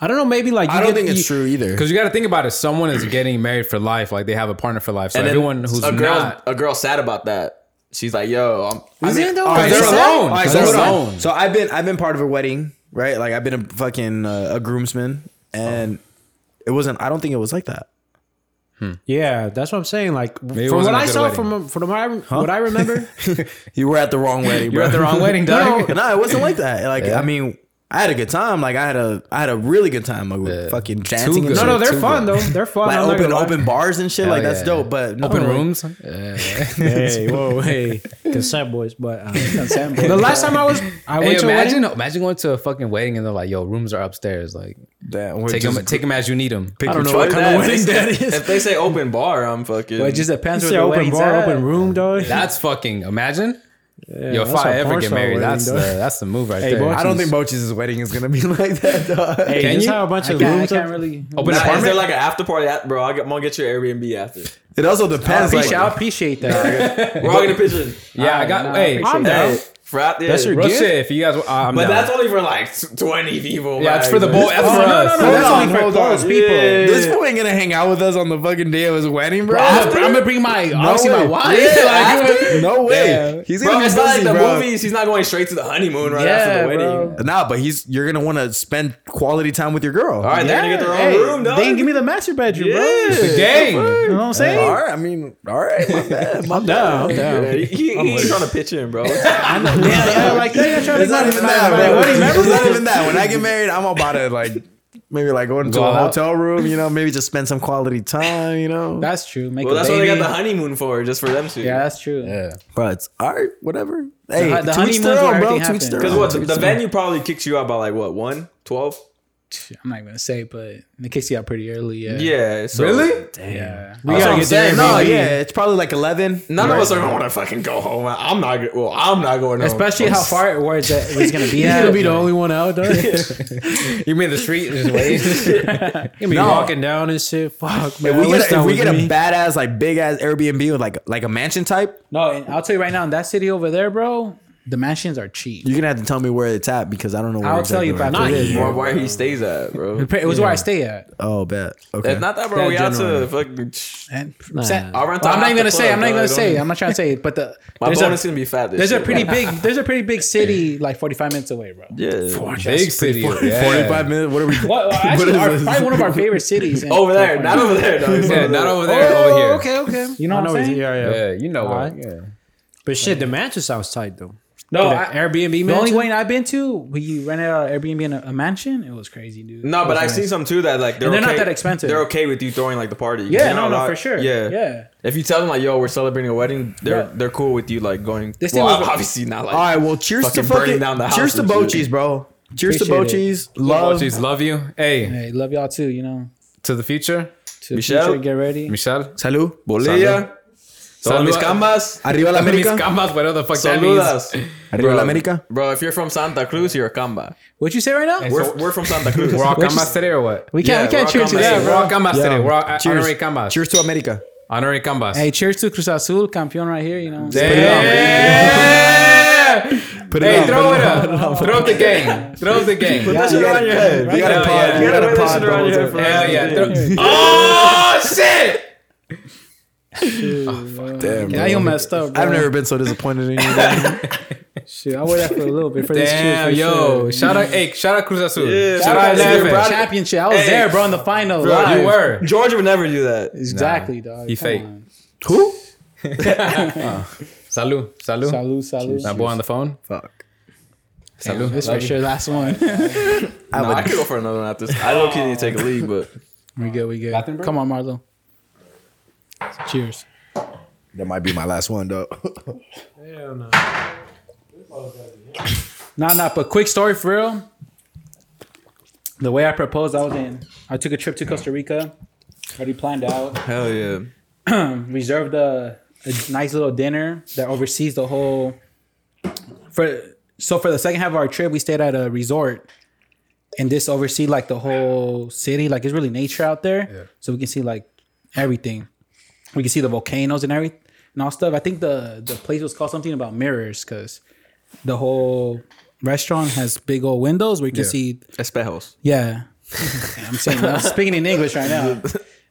[SPEAKER 5] I don't know. Maybe like you
[SPEAKER 1] I don't
[SPEAKER 5] get-
[SPEAKER 1] think it's
[SPEAKER 5] you-
[SPEAKER 1] true either.
[SPEAKER 2] Because you got to think about it. Someone is getting married for life. Like they have a partner for life. So
[SPEAKER 4] and then
[SPEAKER 2] everyone who's
[SPEAKER 4] a girl
[SPEAKER 2] not.
[SPEAKER 4] a girl sad about that. She's like, yo, I'm
[SPEAKER 5] Is it though?
[SPEAKER 2] Oh, they're
[SPEAKER 5] Is it?
[SPEAKER 2] alone.
[SPEAKER 1] All right, so
[SPEAKER 2] they're
[SPEAKER 1] hold on.
[SPEAKER 2] alone.
[SPEAKER 1] So I've been I've been part of a wedding, right? Like I've been a fucking uh, a groomsman, and it wasn't. I don't think it was like that.
[SPEAKER 5] Yeah, that's what I'm saying. Like
[SPEAKER 2] it
[SPEAKER 5] from
[SPEAKER 2] wasn't
[SPEAKER 5] what
[SPEAKER 2] a
[SPEAKER 5] I
[SPEAKER 2] good
[SPEAKER 5] saw
[SPEAKER 2] wedding.
[SPEAKER 5] from from what I, what I remember,
[SPEAKER 1] You were at the wrong wedding.
[SPEAKER 2] You're
[SPEAKER 1] bro. *laughs*
[SPEAKER 2] at the
[SPEAKER 5] *laughs*
[SPEAKER 2] wrong wedding,
[SPEAKER 1] No,
[SPEAKER 2] dog.
[SPEAKER 1] no, it wasn't like that. Like I mean, I had a good time. Like I had a I had a really good time. Like, with fucking dancing.
[SPEAKER 2] good.
[SPEAKER 1] And
[SPEAKER 5] no,
[SPEAKER 1] shit.
[SPEAKER 5] no,
[SPEAKER 2] Too
[SPEAKER 5] they're fun
[SPEAKER 2] good.
[SPEAKER 5] though. They're fun.
[SPEAKER 1] Like
[SPEAKER 5] I'm not
[SPEAKER 1] open
[SPEAKER 5] gonna lie.
[SPEAKER 1] open bars and shit. like that's
[SPEAKER 2] yeah.
[SPEAKER 1] dope. But no,
[SPEAKER 2] *laughs*
[SPEAKER 5] Oh.
[SPEAKER 2] Open
[SPEAKER 1] like-
[SPEAKER 5] *laughs*
[SPEAKER 2] rooms. Yeah.
[SPEAKER 5] hey, whoa, hey, cassette boys. But um,
[SPEAKER 3] Sam, bro.
[SPEAKER 5] the last time I was, I
[SPEAKER 2] Hey,
[SPEAKER 5] went to
[SPEAKER 2] imagine,
[SPEAKER 5] imagine.
[SPEAKER 2] imagine going to a fucking wedding and they're like, "Yo, rooms are upstairs. Like,
[SPEAKER 1] Damn, we're
[SPEAKER 2] take
[SPEAKER 1] just-
[SPEAKER 2] them, take them as you need them."
[SPEAKER 5] I don't know
[SPEAKER 4] Fuck
[SPEAKER 5] what kind of
[SPEAKER 4] that.
[SPEAKER 5] wedding
[SPEAKER 4] If
[SPEAKER 5] that
[SPEAKER 4] they-
[SPEAKER 5] is.
[SPEAKER 4] If they say open bar, I'm fucking.
[SPEAKER 3] But it just depends
[SPEAKER 5] You
[SPEAKER 3] where
[SPEAKER 5] say
[SPEAKER 3] the
[SPEAKER 5] open
[SPEAKER 3] wedding's
[SPEAKER 5] bar,
[SPEAKER 3] at.
[SPEAKER 5] open room, dog.
[SPEAKER 2] That's fucking. Imagine. Yo, if
[SPEAKER 5] that's
[SPEAKER 2] I
[SPEAKER 5] a
[SPEAKER 2] ever
[SPEAKER 5] porn
[SPEAKER 2] get
[SPEAKER 5] star
[SPEAKER 2] married,
[SPEAKER 5] wedding,
[SPEAKER 2] that's the
[SPEAKER 5] dog.
[SPEAKER 2] that's the move right there.
[SPEAKER 5] boy.
[SPEAKER 1] I don't think Boches' wedding is gonna be *laughs* like that. Dog.
[SPEAKER 5] Hey,
[SPEAKER 2] Can
[SPEAKER 5] just
[SPEAKER 2] you?
[SPEAKER 5] have a bunch
[SPEAKER 3] I
[SPEAKER 5] of
[SPEAKER 3] can't, I
[SPEAKER 5] rooms.
[SPEAKER 3] can't
[SPEAKER 5] up-
[SPEAKER 3] really.
[SPEAKER 2] Open
[SPEAKER 4] Nah, is there
[SPEAKER 2] Oh, apartment.
[SPEAKER 4] like an after party? At, bro, I'll get, I'm gonna get you an Airbnb after.
[SPEAKER 1] *laughs* It also
[SPEAKER 3] I
[SPEAKER 1] depends.
[SPEAKER 3] appreciate,
[SPEAKER 1] Like,
[SPEAKER 3] I appreciate that.
[SPEAKER 4] We're all gonna pitch in.
[SPEAKER 2] yeah, I got.
[SPEAKER 3] Nah, I
[SPEAKER 2] hey,
[SPEAKER 3] appreciate
[SPEAKER 5] I'm
[SPEAKER 2] hey,
[SPEAKER 5] down.
[SPEAKER 4] Frap, yeah.
[SPEAKER 5] That's your
[SPEAKER 2] Real
[SPEAKER 5] gift?
[SPEAKER 2] shit, if you guys, uh, I'm
[SPEAKER 4] but
[SPEAKER 2] down.
[SPEAKER 4] that's only for like twenty people.
[SPEAKER 2] yeah, it's
[SPEAKER 4] like,
[SPEAKER 2] for the bowl.
[SPEAKER 4] man.
[SPEAKER 2] That's for
[SPEAKER 4] *laughs*
[SPEAKER 2] us.
[SPEAKER 1] no,
[SPEAKER 2] That's
[SPEAKER 1] hold
[SPEAKER 2] only
[SPEAKER 1] on,
[SPEAKER 2] for
[SPEAKER 1] hold
[SPEAKER 5] Oh,
[SPEAKER 2] close
[SPEAKER 1] on.
[SPEAKER 2] people.
[SPEAKER 1] This fool ain't gonna hang out with us on the fucking day of his wedding, bro.
[SPEAKER 3] I'm gonna- Oh, I'm gonna bring my obviously my
[SPEAKER 1] way.
[SPEAKER 3] wife. like,
[SPEAKER 1] No way. He's
[SPEAKER 4] Bro,
[SPEAKER 1] gonna
[SPEAKER 4] it's
[SPEAKER 1] be
[SPEAKER 4] not like
[SPEAKER 1] busy,
[SPEAKER 4] the
[SPEAKER 1] bro.
[SPEAKER 4] movies. He's not going straight to the honeymoon right after the
[SPEAKER 3] Yeah,
[SPEAKER 4] wedding.
[SPEAKER 3] bro.
[SPEAKER 1] Nah, but he's you're gonna want to spend quality time with your girl.
[SPEAKER 4] All right, they're gonna get their own
[SPEAKER 3] hey,
[SPEAKER 4] room, dog.
[SPEAKER 3] They can give me the master bedroom, bro.
[SPEAKER 4] Yeah.
[SPEAKER 2] Dang.
[SPEAKER 3] You know what I'm
[SPEAKER 1] All
[SPEAKER 3] saying?
[SPEAKER 1] right. I mean, all right. My bad. *laughs* My bad.
[SPEAKER 3] No, no.
[SPEAKER 4] *laughs* Yeah, he, he, he's trying to pitch in, bro.
[SPEAKER 3] I know. Yeah, yeah, like they're trying to
[SPEAKER 1] It's not even that,
[SPEAKER 3] my
[SPEAKER 1] bro.
[SPEAKER 3] wedding
[SPEAKER 1] It's not
[SPEAKER 3] member.
[SPEAKER 1] even that. When I get married, I'm about to like maybe like go into
[SPEAKER 2] Go
[SPEAKER 1] a
[SPEAKER 2] out.
[SPEAKER 1] hotel room, you know, maybe just spend some quality time, you know.
[SPEAKER 3] That's true. Make
[SPEAKER 4] well,
[SPEAKER 3] a
[SPEAKER 4] that's what
[SPEAKER 3] baby.
[SPEAKER 4] they got the honeymoon for, just for them to.
[SPEAKER 3] yeah, that's true.
[SPEAKER 2] Yeah.
[SPEAKER 1] Bro, it's all right, whatever. Hey,
[SPEAKER 3] hu-
[SPEAKER 1] to
[SPEAKER 3] the
[SPEAKER 1] each their
[SPEAKER 3] honeymoon's where
[SPEAKER 1] own, bro.
[SPEAKER 3] everything
[SPEAKER 1] To each their
[SPEAKER 4] Because
[SPEAKER 1] own.
[SPEAKER 4] what the, the venue probably kicks you out by like what one, 12?
[SPEAKER 3] I'm not gonna say, but they kicks you out pretty early. Yeah.
[SPEAKER 4] Yeah. So
[SPEAKER 3] Yeah. We
[SPEAKER 4] That's what
[SPEAKER 3] gotta
[SPEAKER 4] I'm
[SPEAKER 3] get there.
[SPEAKER 4] saying.
[SPEAKER 1] No,
[SPEAKER 3] baby.
[SPEAKER 1] yeah, it's probably like *laughs* eleven.
[SPEAKER 4] None of us are gonna want to fucking go home. I'm not. go- Well, I'm not going home.
[SPEAKER 3] Especially how far it was that it was gonna *laughs* be. at.
[SPEAKER 5] only one out, dog.
[SPEAKER 2] You mean the street is way?
[SPEAKER 5] You're gonna be walking down and shit. Fuck, man.
[SPEAKER 1] If we
[SPEAKER 5] what's
[SPEAKER 1] get a,
[SPEAKER 5] down
[SPEAKER 1] if we
[SPEAKER 5] with
[SPEAKER 1] get a
[SPEAKER 5] me?
[SPEAKER 1] badass like big ass Airbnb with like like a mansion type,
[SPEAKER 3] *laughs* No, and I'll tell you right now, in that city over there, bro, the mansions are cheap.
[SPEAKER 1] you're gonna have to tell me where it's at because I don't know. Where
[SPEAKER 3] I'll
[SPEAKER 1] exactly
[SPEAKER 3] tell you
[SPEAKER 1] where
[SPEAKER 3] about
[SPEAKER 1] it's
[SPEAKER 3] that.
[SPEAKER 1] at.
[SPEAKER 3] Not
[SPEAKER 4] Where, where he stays at,
[SPEAKER 3] *laughs*
[SPEAKER 4] bro.
[SPEAKER 3] It was where I stay at.
[SPEAKER 1] Oh, bet. Okay.
[SPEAKER 4] It's not that, bro.
[SPEAKER 5] Yeah,
[SPEAKER 4] we out to
[SPEAKER 5] generally.
[SPEAKER 4] fucking.
[SPEAKER 3] And
[SPEAKER 4] I'll rent
[SPEAKER 3] Well, I'm
[SPEAKER 4] out
[SPEAKER 3] not even
[SPEAKER 4] the
[SPEAKER 3] gonna say.
[SPEAKER 4] club,
[SPEAKER 3] I'm not even
[SPEAKER 4] bro.
[SPEAKER 3] gonna say.
[SPEAKER 4] Don't-
[SPEAKER 3] I'm not trying to say. But the
[SPEAKER 4] My
[SPEAKER 3] there's
[SPEAKER 4] bonus
[SPEAKER 3] a,
[SPEAKER 4] gonna be fat. This
[SPEAKER 3] there's a
[SPEAKER 4] year.
[SPEAKER 3] pretty big there's a pretty big city like 45 minutes away, bro.
[SPEAKER 4] *laughs*
[SPEAKER 3] *laughs*
[SPEAKER 4] Yeah.
[SPEAKER 2] Big city. Yeah.
[SPEAKER 1] 45 minutes. What are we?
[SPEAKER 5] *laughs*
[SPEAKER 3] Well, well, actually, our, probably one of our favorite cities. in-
[SPEAKER 4] Over there, not over
[SPEAKER 3] *laughs*
[SPEAKER 4] there. Dog.
[SPEAKER 2] Yeah, not over there. over here. Okay.
[SPEAKER 3] You know
[SPEAKER 5] I
[SPEAKER 3] what
[SPEAKER 5] know
[SPEAKER 3] I'm
[SPEAKER 5] it's-
[SPEAKER 3] saying?
[SPEAKER 5] yeah, yeah,
[SPEAKER 2] Yeah, you know what?
[SPEAKER 5] Alright.
[SPEAKER 2] Yeah.
[SPEAKER 5] But shit, the mattress outside though.
[SPEAKER 3] No,
[SPEAKER 5] The
[SPEAKER 3] I,
[SPEAKER 5] Airbnb.
[SPEAKER 3] the only
[SPEAKER 5] mansion?
[SPEAKER 3] one I've been to, we rented out an Airbnb in a, a mansion. It was crazy, dude.
[SPEAKER 4] No,
[SPEAKER 3] It
[SPEAKER 4] but
[SPEAKER 3] was
[SPEAKER 4] I've
[SPEAKER 3] nice.
[SPEAKER 4] seen some too that like they're,
[SPEAKER 3] And they're not
[SPEAKER 4] okay-
[SPEAKER 3] that expensive.
[SPEAKER 4] They're okay with you throwing like the party.
[SPEAKER 3] Yeah,
[SPEAKER 4] You're
[SPEAKER 3] no,
[SPEAKER 4] not
[SPEAKER 3] no,
[SPEAKER 4] allowed-
[SPEAKER 3] for sure.
[SPEAKER 4] Yeah,
[SPEAKER 3] yeah.
[SPEAKER 4] If you tell them like, yo, we're celebrating a wedding, they're
[SPEAKER 3] Yeah.
[SPEAKER 4] they're cool with you like going.
[SPEAKER 3] This thing
[SPEAKER 4] well,
[SPEAKER 3] was-
[SPEAKER 4] obviously not like.
[SPEAKER 1] All right. Well, cheers
[SPEAKER 4] Fucking
[SPEAKER 1] to
[SPEAKER 4] burning
[SPEAKER 1] fucking.
[SPEAKER 4] down the house
[SPEAKER 1] cheers to
[SPEAKER 4] and shit.
[SPEAKER 1] Bochis, bro. Cheers to
[SPEAKER 3] Appreciate
[SPEAKER 1] Bochis. Love.
[SPEAKER 2] Jeez, love you. Hey,
[SPEAKER 3] Hey, love y'all too. You know,
[SPEAKER 2] to the future,
[SPEAKER 3] to
[SPEAKER 4] Michelle?
[SPEAKER 3] future, get ready.
[SPEAKER 2] Michelle.
[SPEAKER 1] Salud.
[SPEAKER 4] Bolilla, son mis
[SPEAKER 2] Saluda-
[SPEAKER 4] cambas,
[SPEAKER 1] Arriba la
[SPEAKER 2] Mis
[SPEAKER 1] América.
[SPEAKER 2] gambas, whatever the fuck that means.
[SPEAKER 4] saludas.
[SPEAKER 1] Arriba
[SPEAKER 4] Bro,
[SPEAKER 1] la América.
[SPEAKER 4] Bro, if you're from Santa Cruz, you're a camba.
[SPEAKER 3] What you say right now?
[SPEAKER 4] We're, we're from Santa Cruz.
[SPEAKER 2] We're all
[SPEAKER 3] Which is-
[SPEAKER 2] cambas today or what?
[SPEAKER 3] We can't. we can't
[SPEAKER 4] Yeah, rock
[SPEAKER 3] cheer
[SPEAKER 4] on,
[SPEAKER 3] to
[SPEAKER 4] man.
[SPEAKER 3] that,
[SPEAKER 2] We're
[SPEAKER 3] bro.
[SPEAKER 2] all cambas today. We're all uh,
[SPEAKER 1] Cheers.
[SPEAKER 2] honorary cambas.
[SPEAKER 1] Cheers to América.
[SPEAKER 2] Honorary cambas.
[SPEAKER 3] Hey, cheers to Cruz Azul, campeón right here. You know.
[SPEAKER 2] Yeah.
[SPEAKER 1] Put
[SPEAKER 2] Hey, throw it up. Throw the game. Throw the game.
[SPEAKER 4] Put that shit around your head.
[SPEAKER 1] You got a
[SPEAKER 2] Hell
[SPEAKER 1] pod.
[SPEAKER 2] yeah.
[SPEAKER 1] You got
[SPEAKER 4] Put
[SPEAKER 1] a
[SPEAKER 4] that
[SPEAKER 1] pod.
[SPEAKER 4] shit around
[SPEAKER 1] bro.
[SPEAKER 4] your head for
[SPEAKER 2] Hell
[SPEAKER 4] everything.
[SPEAKER 2] yeah. Throw- Oh, shit.
[SPEAKER 1] Damn,
[SPEAKER 3] Yeah, you messed up. Bro.
[SPEAKER 1] I've never been so disappointed in you. bro.
[SPEAKER 3] Shit, I wear that for a little bit for this cheer.
[SPEAKER 2] Damn,
[SPEAKER 3] for
[SPEAKER 2] yo.
[SPEAKER 3] sure.
[SPEAKER 2] Shout out, hey, shout out Cruz Azul.
[SPEAKER 4] Yeah.
[SPEAKER 2] Shout out
[SPEAKER 4] Shout out Cruz
[SPEAKER 2] Eleven.
[SPEAKER 4] Azul.
[SPEAKER 3] championship. I was
[SPEAKER 4] Hey.
[SPEAKER 3] there, bro, in the final.
[SPEAKER 4] Bro,
[SPEAKER 3] live.
[SPEAKER 2] You were.
[SPEAKER 4] Georgia would never do that.
[SPEAKER 3] exactly, dog.
[SPEAKER 2] He
[SPEAKER 3] Come
[SPEAKER 2] fake.
[SPEAKER 3] on.
[SPEAKER 1] Who?
[SPEAKER 2] Salud. Salud.
[SPEAKER 3] Salud, salud.
[SPEAKER 2] That boy on the phone.
[SPEAKER 1] Fuck.
[SPEAKER 2] Salud.
[SPEAKER 3] This
[SPEAKER 2] Love
[SPEAKER 3] for
[SPEAKER 2] you.
[SPEAKER 3] sure
[SPEAKER 2] *laughs*
[SPEAKER 3] last one. *laughs*
[SPEAKER 4] Nah, I could go for another one after this. I low key need to take a leave, but
[SPEAKER 3] we good, we good. Come on, Marlo. Cheers.
[SPEAKER 1] That might be my last one, though.
[SPEAKER 3] *laughs* Nah, nah, but quick story for real. The way I proposed, I was in. I took a trip to Costa Rica. Already planned out.
[SPEAKER 4] hell yeah.
[SPEAKER 3] reserved a, a nice little dinner that oversees the whole for so for the second half of our trip we stayed at a resort and this oversee like the whole city like it's really nature out there so we can see like everything we can see the volcanoes and everything and all stuff i think the the place was called something about mirrors because the whole restaurant has big old windows where you can see
[SPEAKER 4] Espejos.
[SPEAKER 3] yeah. *laughs* I'm saying I'm speaking in English right now.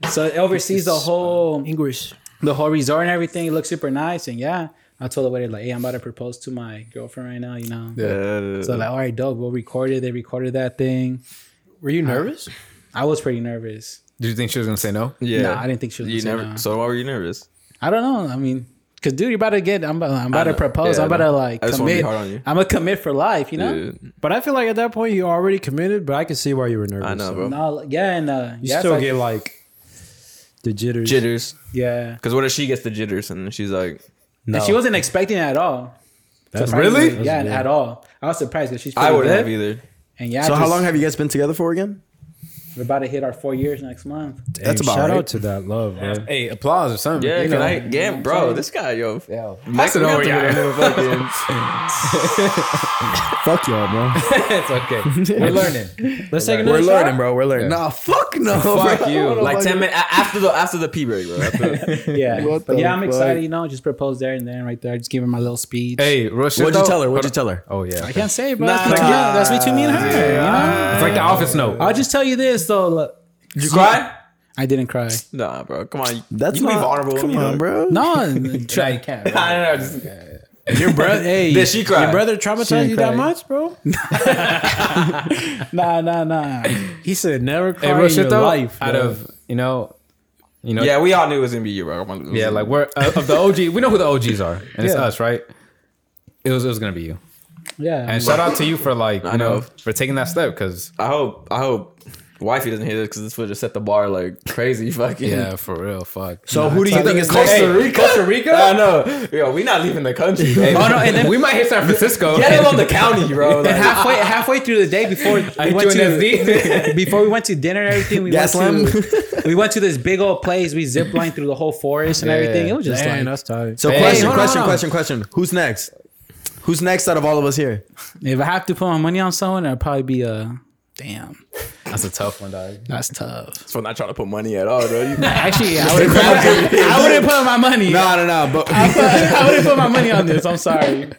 [SPEAKER 3] So it oversees the whole English, the whole resort and everything. It looks super nice. And yeah, I told the waiter like, "Hey, I'm about to propose to my girlfriend right now." You know.
[SPEAKER 4] Uh,
[SPEAKER 3] So like, all right, dope. We'll record it. They recorded that thing.
[SPEAKER 5] Were you nervous?
[SPEAKER 3] I was pretty nervous.
[SPEAKER 2] Did you think she was going to say no?
[SPEAKER 4] yeah.
[SPEAKER 3] Nah, I didn't think she was.
[SPEAKER 4] You
[SPEAKER 3] gonna say
[SPEAKER 4] never.
[SPEAKER 3] no.
[SPEAKER 4] So why were you nervous?
[SPEAKER 3] I don't know. I mean, cause dude, you're about to get. I'm about, I'm about to
[SPEAKER 4] know.
[SPEAKER 3] propose.
[SPEAKER 4] Yeah,
[SPEAKER 3] I'm
[SPEAKER 4] I
[SPEAKER 3] about
[SPEAKER 4] know.
[SPEAKER 3] to like
[SPEAKER 4] I just wanna be
[SPEAKER 3] commit.
[SPEAKER 4] hard on you.
[SPEAKER 3] I'm gonna commit for life. You know.
[SPEAKER 4] Yeah.
[SPEAKER 5] But I feel like at that point you already committed. But I can see why you were nervous.
[SPEAKER 4] I know,
[SPEAKER 5] though.
[SPEAKER 4] bro.
[SPEAKER 3] No, like, yeah, and uh,
[SPEAKER 5] You
[SPEAKER 3] yeah, it's
[SPEAKER 5] still
[SPEAKER 3] like-
[SPEAKER 5] get like the jitters.
[SPEAKER 4] Jitters.
[SPEAKER 3] yeah.
[SPEAKER 4] Because what if she gets the jitters and she's like,
[SPEAKER 3] And she wasn't expecting it at all.
[SPEAKER 2] really?
[SPEAKER 3] Surprisingly, Yeah, at all. I was surprised because she's.
[SPEAKER 4] I
[SPEAKER 3] pretty
[SPEAKER 4] wouldn't
[SPEAKER 3] good.
[SPEAKER 4] have e either.
[SPEAKER 3] And yeah,
[SPEAKER 1] so,
[SPEAKER 3] I
[SPEAKER 1] how
[SPEAKER 3] just-
[SPEAKER 1] long have you guys been together for again?
[SPEAKER 3] We're about to hit our four years next month.
[SPEAKER 1] That's about
[SPEAKER 5] shout
[SPEAKER 1] right.
[SPEAKER 5] out to that love, bro.
[SPEAKER 2] Hey, applause or something.
[SPEAKER 4] Yeah,
[SPEAKER 2] you
[SPEAKER 4] can
[SPEAKER 2] know.
[SPEAKER 4] I? Yeah, bro, this guy, yo.
[SPEAKER 2] Yeah.
[SPEAKER 4] Max
[SPEAKER 2] it over,
[SPEAKER 4] Anthony,
[SPEAKER 2] yeah.
[SPEAKER 4] that
[SPEAKER 1] *laughs*
[SPEAKER 4] motherfucking-
[SPEAKER 1] Fuck y'all, bro.
[SPEAKER 2] *laughs* it's okay. We're learning.
[SPEAKER 5] Let's take
[SPEAKER 1] We're
[SPEAKER 5] another shot.
[SPEAKER 1] learning, bro. We're learning.
[SPEAKER 2] Yeah.
[SPEAKER 1] Nah, fuck no.
[SPEAKER 2] Fuck
[SPEAKER 1] bro.
[SPEAKER 2] you.
[SPEAKER 4] Like ten minutes after the after the pee break, bro. After- *laughs*
[SPEAKER 3] Yeah.
[SPEAKER 1] *laughs* What
[SPEAKER 3] But
[SPEAKER 1] the
[SPEAKER 3] yeah, I'm
[SPEAKER 1] fuck?
[SPEAKER 3] excited, you know, just propose there and then right there. Just give her my little speech.
[SPEAKER 2] Hey, real shit
[SPEAKER 1] What'd you
[SPEAKER 2] though.
[SPEAKER 1] tell her? What'd you tell her?
[SPEAKER 2] Oh yeah.
[SPEAKER 3] I can't say, bro. That's between- that's between me and her. You know?
[SPEAKER 2] It's like the office note.
[SPEAKER 3] I'll just tell you this though. Look,
[SPEAKER 4] you cry?
[SPEAKER 3] I didn't cry.
[SPEAKER 4] Nah, bro. Come on.
[SPEAKER 1] That's
[SPEAKER 4] you can
[SPEAKER 1] not,
[SPEAKER 4] leave honorable.
[SPEAKER 1] Come
[SPEAKER 4] you know.
[SPEAKER 1] on, bro.
[SPEAKER 3] No,
[SPEAKER 2] Nah, you can't.
[SPEAKER 4] Nah,
[SPEAKER 3] *laughs*
[SPEAKER 4] nah, nah, just-
[SPEAKER 2] *laughs*
[SPEAKER 5] Your brother, hey,
[SPEAKER 4] Did she cry?
[SPEAKER 5] Your brother traumatized you
[SPEAKER 3] cry.
[SPEAKER 5] that much, bro?
[SPEAKER 3] nah, nah, nah.
[SPEAKER 5] He said never cry
[SPEAKER 2] Hey, real
[SPEAKER 5] in
[SPEAKER 2] shit
[SPEAKER 5] your
[SPEAKER 2] though.
[SPEAKER 5] life.
[SPEAKER 2] out
[SPEAKER 5] bro.
[SPEAKER 2] of you know, you know.
[SPEAKER 4] Yeah, we all knew it was gonna be you, bro. Come on.
[SPEAKER 2] Yeah, like we're uh, of the OG. We know who the OGs are, and it's us, right? It was it was gonna be you.
[SPEAKER 3] Yeah.
[SPEAKER 2] And shout out to you for like you
[SPEAKER 4] I
[SPEAKER 2] know
[SPEAKER 4] know.
[SPEAKER 2] for taking that step because
[SPEAKER 4] I hope I hope wifey doesn't hear this because this would just set the bar like crazy *laughs* fucking.
[SPEAKER 2] for real, fuck.
[SPEAKER 1] So who do you think is next?
[SPEAKER 2] Costa Rica? Costa Rica?
[SPEAKER 4] I know. Yo, we not leaving the country. *laughs* Bro.
[SPEAKER 2] oh no, and then we might hit San Francisco.
[SPEAKER 4] Get
[SPEAKER 2] *laughs*
[SPEAKER 4] it on the county, *laughs* bro. Like,
[SPEAKER 3] halfway halfway through the day before we
[SPEAKER 2] hit
[SPEAKER 3] went
[SPEAKER 2] you in
[SPEAKER 3] to, *laughs* before we went to dinner and everything, we went
[SPEAKER 1] Gas
[SPEAKER 3] to we went to this big old place. We zip lined through the whole forest and
[SPEAKER 2] Yeah.
[SPEAKER 3] everything. It was just
[SPEAKER 5] Dang,
[SPEAKER 3] like
[SPEAKER 5] that's tight.
[SPEAKER 1] So
[SPEAKER 2] Hey,
[SPEAKER 1] question,
[SPEAKER 2] hold on,
[SPEAKER 1] question,
[SPEAKER 2] hold on.
[SPEAKER 1] question, question. Who's next? Who's next out of all of us here?
[SPEAKER 3] if I have to put my money on someone, it'd probably be a damn.
[SPEAKER 2] That's a tough one, dog.
[SPEAKER 3] That's tough.
[SPEAKER 4] so not trying to put money at all, bro. You,
[SPEAKER 3] Actually, I wouldn't put, my- I wouldn't put my money.
[SPEAKER 1] No, no, no. But
[SPEAKER 3] I, put- *laughs* I wouldn't put my money on this. I'm sorry.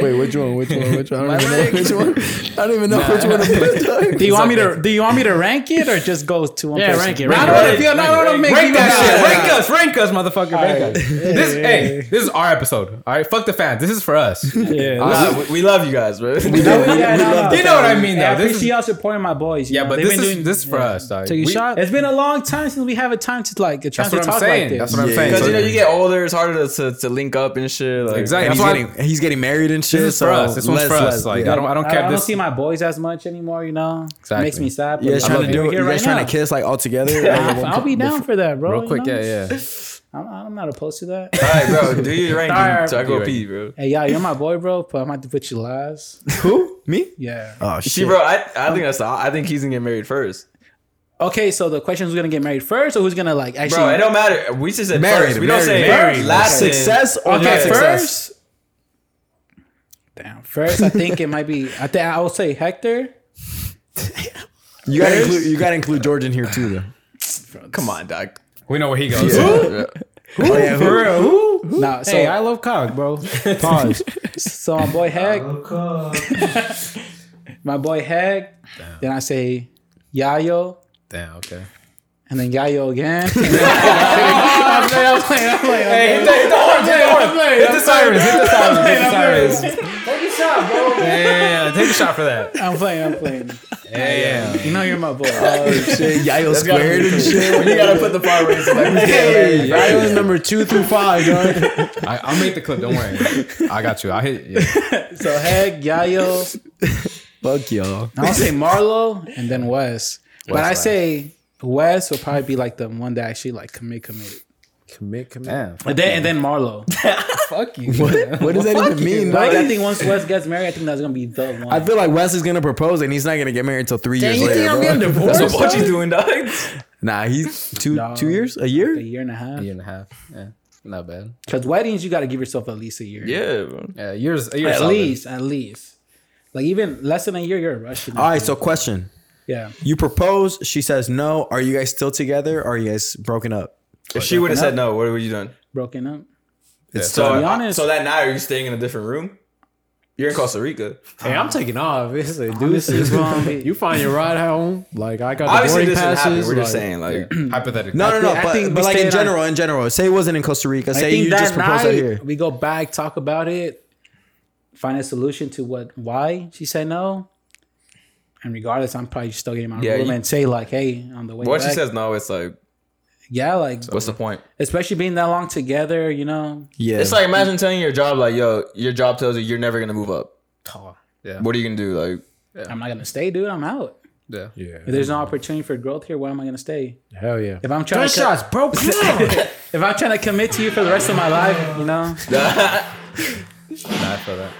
[SPEAKER 6] Wait, which one? Which one? Which one? I don't even know.
[SPEAKER 1] which one? I don't even know which one to put. dog.
[SPEAKER 3] *laughs* Do you want me to? Do you want me to rank it or just go to one? person?
[SPEAKER 2] I don't want to feel. No, I don't want to make
[SPEAKER 3] rank
[SPEAKER 2] you
[SPEAKER 3] that shit.
[SPEAKER 2] Rank us, rank us, motherfucker. Rank us.
[SPEAKER 3] *laughs*
[SPEAKER 2] This, hey, this is our episode. All right, fuck the fans. This is for *laughs* us. You
[SPEAKER 3] Yeah.
[SPEAKER 4] Nah, we, we love you guys, bro. *laughs*
[SPEAKER 3] No, yeah, no, no.
[SPEAKER 2] know what I mean,
[SPEAKER 3] Hey, I
[SPEAKER 2] though. This
[SPEAKER 3] appreciate
[SPEAKER 2] is,
[SPEAKER 3] y'all supporting my boys. you
[SPEAKER 2] yeah,
[SPEAKER 3] know?
[SPEAKER 2] but
[SPEAKER 3] They've
[SPEAKER 2] this
[SPEAKER 3] been
[SPEAKER 2] is
[SPEAKER 3] doing-
[SPEAKER 2] this is for us. dog.
[SPEAKER 3] Take a
[SPEAKER 2] We-
[SPEAKER 3] shot. It's been a long time since we have a time to like a chance
[SPEAKER 2] That's
[SPEAKER 3] to
[SPEAKER 2] what I'm
[SPEAKER 3] talk
[SPEAKER 2] saying.
[SPEAKER 3] like this.
[SPEAKER 2] That's what I'm
[SPEAKER 1] Yeah,
[SPEAKER 2] saying.
[SPEAKER 4] Because
[SPEAKER 2] So-
[SPEAKER 4] you know you get older, it's harder to, to link up and shit. Like,
[SPEAKER 2] Exactly.
[SPEAKER 1] And
[SPEAKER 2] That's
[SPEAKER 1] he's
[SPEAKER 2] why
[SPEAKER 1] getting *laughs* he's getting married and shit.
[SPEAKER 2] This is
[SPEAKER 1] so
[SPEAKER 2] for us. This one's
[SPEAKER 1] less-
[SPEAKER 2] for us.
[SPEAKER 1] less-
[SPEAKER 2] Like I don't, I don't care.
[SPEAKER 3] I
[SPEAKER 2] if
[SPEAKER 3] don't
[SPEAKER 2] this.
[SPEAKER 3] see my boys as much anymore. You know,
[SPEAKER 2] Exactly.
[SPEAKER 3] makes me sad. but
[SPEAKER 1] You guys
[SPEAKER 3] I
[SPEAKER 1] *laughs* trying
[SPEAKER 3] love
[SPEAKER 1] to do
[SPEAKER 3] you
[SPEAKER 1] it?
[SPEAKER 3] here
[SPEAKER 1] You guys
[SPEAKER 3] right
[SPEAKER 1] trying
[SPEAKER 3] now.
[SPEAKER 1] to kiss like all together? Oh,
[SPEAKER 3] I'll, I'll be down for that, bro.
[SPEAKER 2] Real
[SPEAKER 3] you
[SPEAKER 2] quick,
[SPEAKER 3] know?
[SPEAKER 2] yeah, yeah.
[SPEAKER 3] I'm, I'm not opposed to that.
[SPEAKER 4] All right, bro. Do *laughs* your ranking.
[SPEAKER 3] Alright,
[SPEAKER 4] so I
[SPEAKER 2] do
[SPEAKER 4] go
[SPEAKER 2] your
[SPEAKER 4] pee, bro.
[SPEAKER 3] hey, yeah, you're my boy, bro. But I'm gonna have to put you last.
[SPEAKER 1] Who? Me?
[SPEAKER 3] Yeah.
[SPEAKER 1] Oh
[SPEAKER 4] She,
[SPEAKER 1] shit.
[SPEAKER 4] bro. I, I think that's. I think he's gonna get married first,
[SPEAKER 3] Okay, so the question is, who's gonna get married first, or who's gonna like actually?
[SPEAKER 4] bro. It don't matter. We just said
[SPEAKER 1] Married,
[SPEAKER 4] first. We don't
[SPEAKER 1] married,
[SPEAKER 4] say
[SPEAKER 1] married.
[SPEAKER 4] last.
[SPEAKER 1] Success or
[SPEAKER 3] Okay,
[SPEAKER 1] not success?
[SPEAKER 3] first. Damn. First, I think it might be. I think I will say Hector.
[SPEAKER 1] You gotta include you gotta include George in here too though.
[SPEAKER 4] Come on, dog.
[SPEAKER 2] We know where he goes.
[SPEAKER 1] Oh,
[SPEAKER 5] *laughs*
[SPEAKER 1] yeah, who?
[SPEAKER 3] Nah, so
[SPEAKER 5] Hey, I love cock,
[SPEAKER 3] *laughs*
[SPEAKER 5] bro. Pause.
[SPEAKER 3] So my boy Heck. *laughs* my boy Heck. Then I say Yayo.
[SPEAKER 2] Damn. Okay.
[SPEAKER 3] And then Yayo again. *laughs* I'm playing, I'm playing, I'm playing, I'm playing.
[SPEAKER 2] Hit the horn. Hit the horn. Hit the sirens. Hit the sirens. Hit the sirens. *laughs* Take a shot, bro. Yeah, yeah, yeah. Take a shot for that.
[SPEAKER 3] I'm playing, I'm playing.
[SPEAKER 2] Yeah, yeah.
[SPEAKER 3] You know you're my boy. Uh,
[SPEAKER 1] Shit, Yayo squared and shit.
[SPEAKER 4] You gotta put the fire rings. Like,
[SPEAKER 5] hey, that was number two through five, dog.
[SPEAKER 2] *laughs* I, I'll make the clip. Don't worry. I got you. I hit. Yeah.
[SPEAKER 3] so Heck, Yayo.
[SPEAKER 1] Fuck y'all.
[SPEAKER 3] I'll say Marlo and then Wes. but I say Wes will probably be like the one that actually like commit commit.
[SPEAKER 5] Commit, commit.
[SPEAKER 2] Damn.
[SPEAKER 3] And then and then Marlo. *laughs*
[SPEAKER 2] Fuck you.
[SPEAKER 1] What does that even mean?
[SPEAKER 3] Like
[SPEAKER 1] dog?
[SPEAKER 3] I think once Wes gets married, I think that's gonna be the one.
[SPEAKER 1] I feel like Wes is gonna propose and he's not gonna get married until three years later. bro. *laughs*
[SPEAKER 4] that's what *laughs* Bochy's doing, dog.
[SPEAKER 1] Nah, he's two
[SPEAKER 3] No.
[SPEAKER 1] two years, a
[SPEAKER 3] a
[SPEAKER 1] year.
[SPEAKER 3] year and a half.
[SPEAKER 2] Year and a half. Yeah. Not bad.
[SPEAKER 3] Because weddings, you got to give yourself at least a year.
[SPEAKER 4] Yeah, bro.
[SPEAKER 2] Yeah. Years. a year
[SPEAKER 3] At
[SPEAKER 2] solid.
[SPEAKER 3] least, at least. Like even less than a year, you're rushing.
[SPEAKER 1] All right, so question:
[SPEAKER 3] yeah.
[SPEAKER 1] You propose, she says no. Are you guys still together? Or are you guys broken up?
[SPEAKER 4] If she would have said no, what would you done?
[SPEAKER 3] Broken up.
[SPEAKER 1] It's
[SPEAKER 4] So,
[SPEAKER 3] To be honest-
[SPEAKER 4] so that night, are you staying in a different room? You're in Costa Rica.
[SPEAKER 5] Hey, I'm taking off. It's like,
[SPEAKER 3] Uh-huh. Oh, This is
[SPEAKER 5] deuces.
[SPEAKER 3] wrong.
[SPEAKER 5] *laughs* You find your ride home. Like, I got the
[SPEAKER 4] Obviously,
[SPEAKER 5] boarding
[SPEAKER 4] this didn't happen.
[SPEAKER 5] passes.
[SPEAKER 4] We're
[SPEAKER 5] like,
[SPEAKER 4] just saying, like, *clears throat*
[SPEAKER 2] Hypothetically.
[SPEAKER 1] no, no, no.
[SPEAKER 3] I
[SPEAKER 1] but
[SPEAKER 3] think we
[SPEAKER 1] but like in
[SPEAKER 3] stayed on-
[SPEAKER 1] general, in general, say it wasn't in Costa Rica.
[SPEAKER 3] I
[SPEAKER 1] Say
[SPEAKER 3] think
[SPEAKER 1] you just
[SPEAKER 3] that
[SPEAKER 1] proposed out
[SPEAKER 3] night
[SPEAKER 1] here.
[SPEAKER 3] we go back, talk about it, find a solution to what why she said no. And regardless, I'm probably still getting my
[SPEAKER 4] Yeah,
[SPEAKER 3] room
[SPEAKER 4] you-
[SPEAKER 3] and say like, hey, on the way
[SPEAKER 4] once she
[SPEAKER 3] back.
[SPEAKER 4] says no, it's like,
[SPEAKER 3] yeah, like
[SPEAKER 4] what's the point?
[SPEAKER 3] especially being that long together, you know.
[SPEAKER 1] Yeah,
[SPEAKER 4] It's like imagine telling your job, like, yo, your job tells you you're never gonna move up.
[SPEAKER 2] Yeah.
[SPEAKER 4] What are you gonna do? Like,
[SPEAKER 3] I'm not gonna stay, dude. I'm out.
[SPEAKER 2] Yeah.
[SPEAKER 3] If there's no opportunity for growth here, why am I gonna stay?
[SPEAKER 5] Hell yeah.
[SPEAKER 3] If I'm trying to co-
[SPEAKER 5] bro. Come
[SPEAKER 3] *laughs*
[SPEAKER 5] on.
[SPEAKER 3] if I'm trying to commit to you for the rest of my life, you know.
[SPEAKER 2] Nah, I feel that.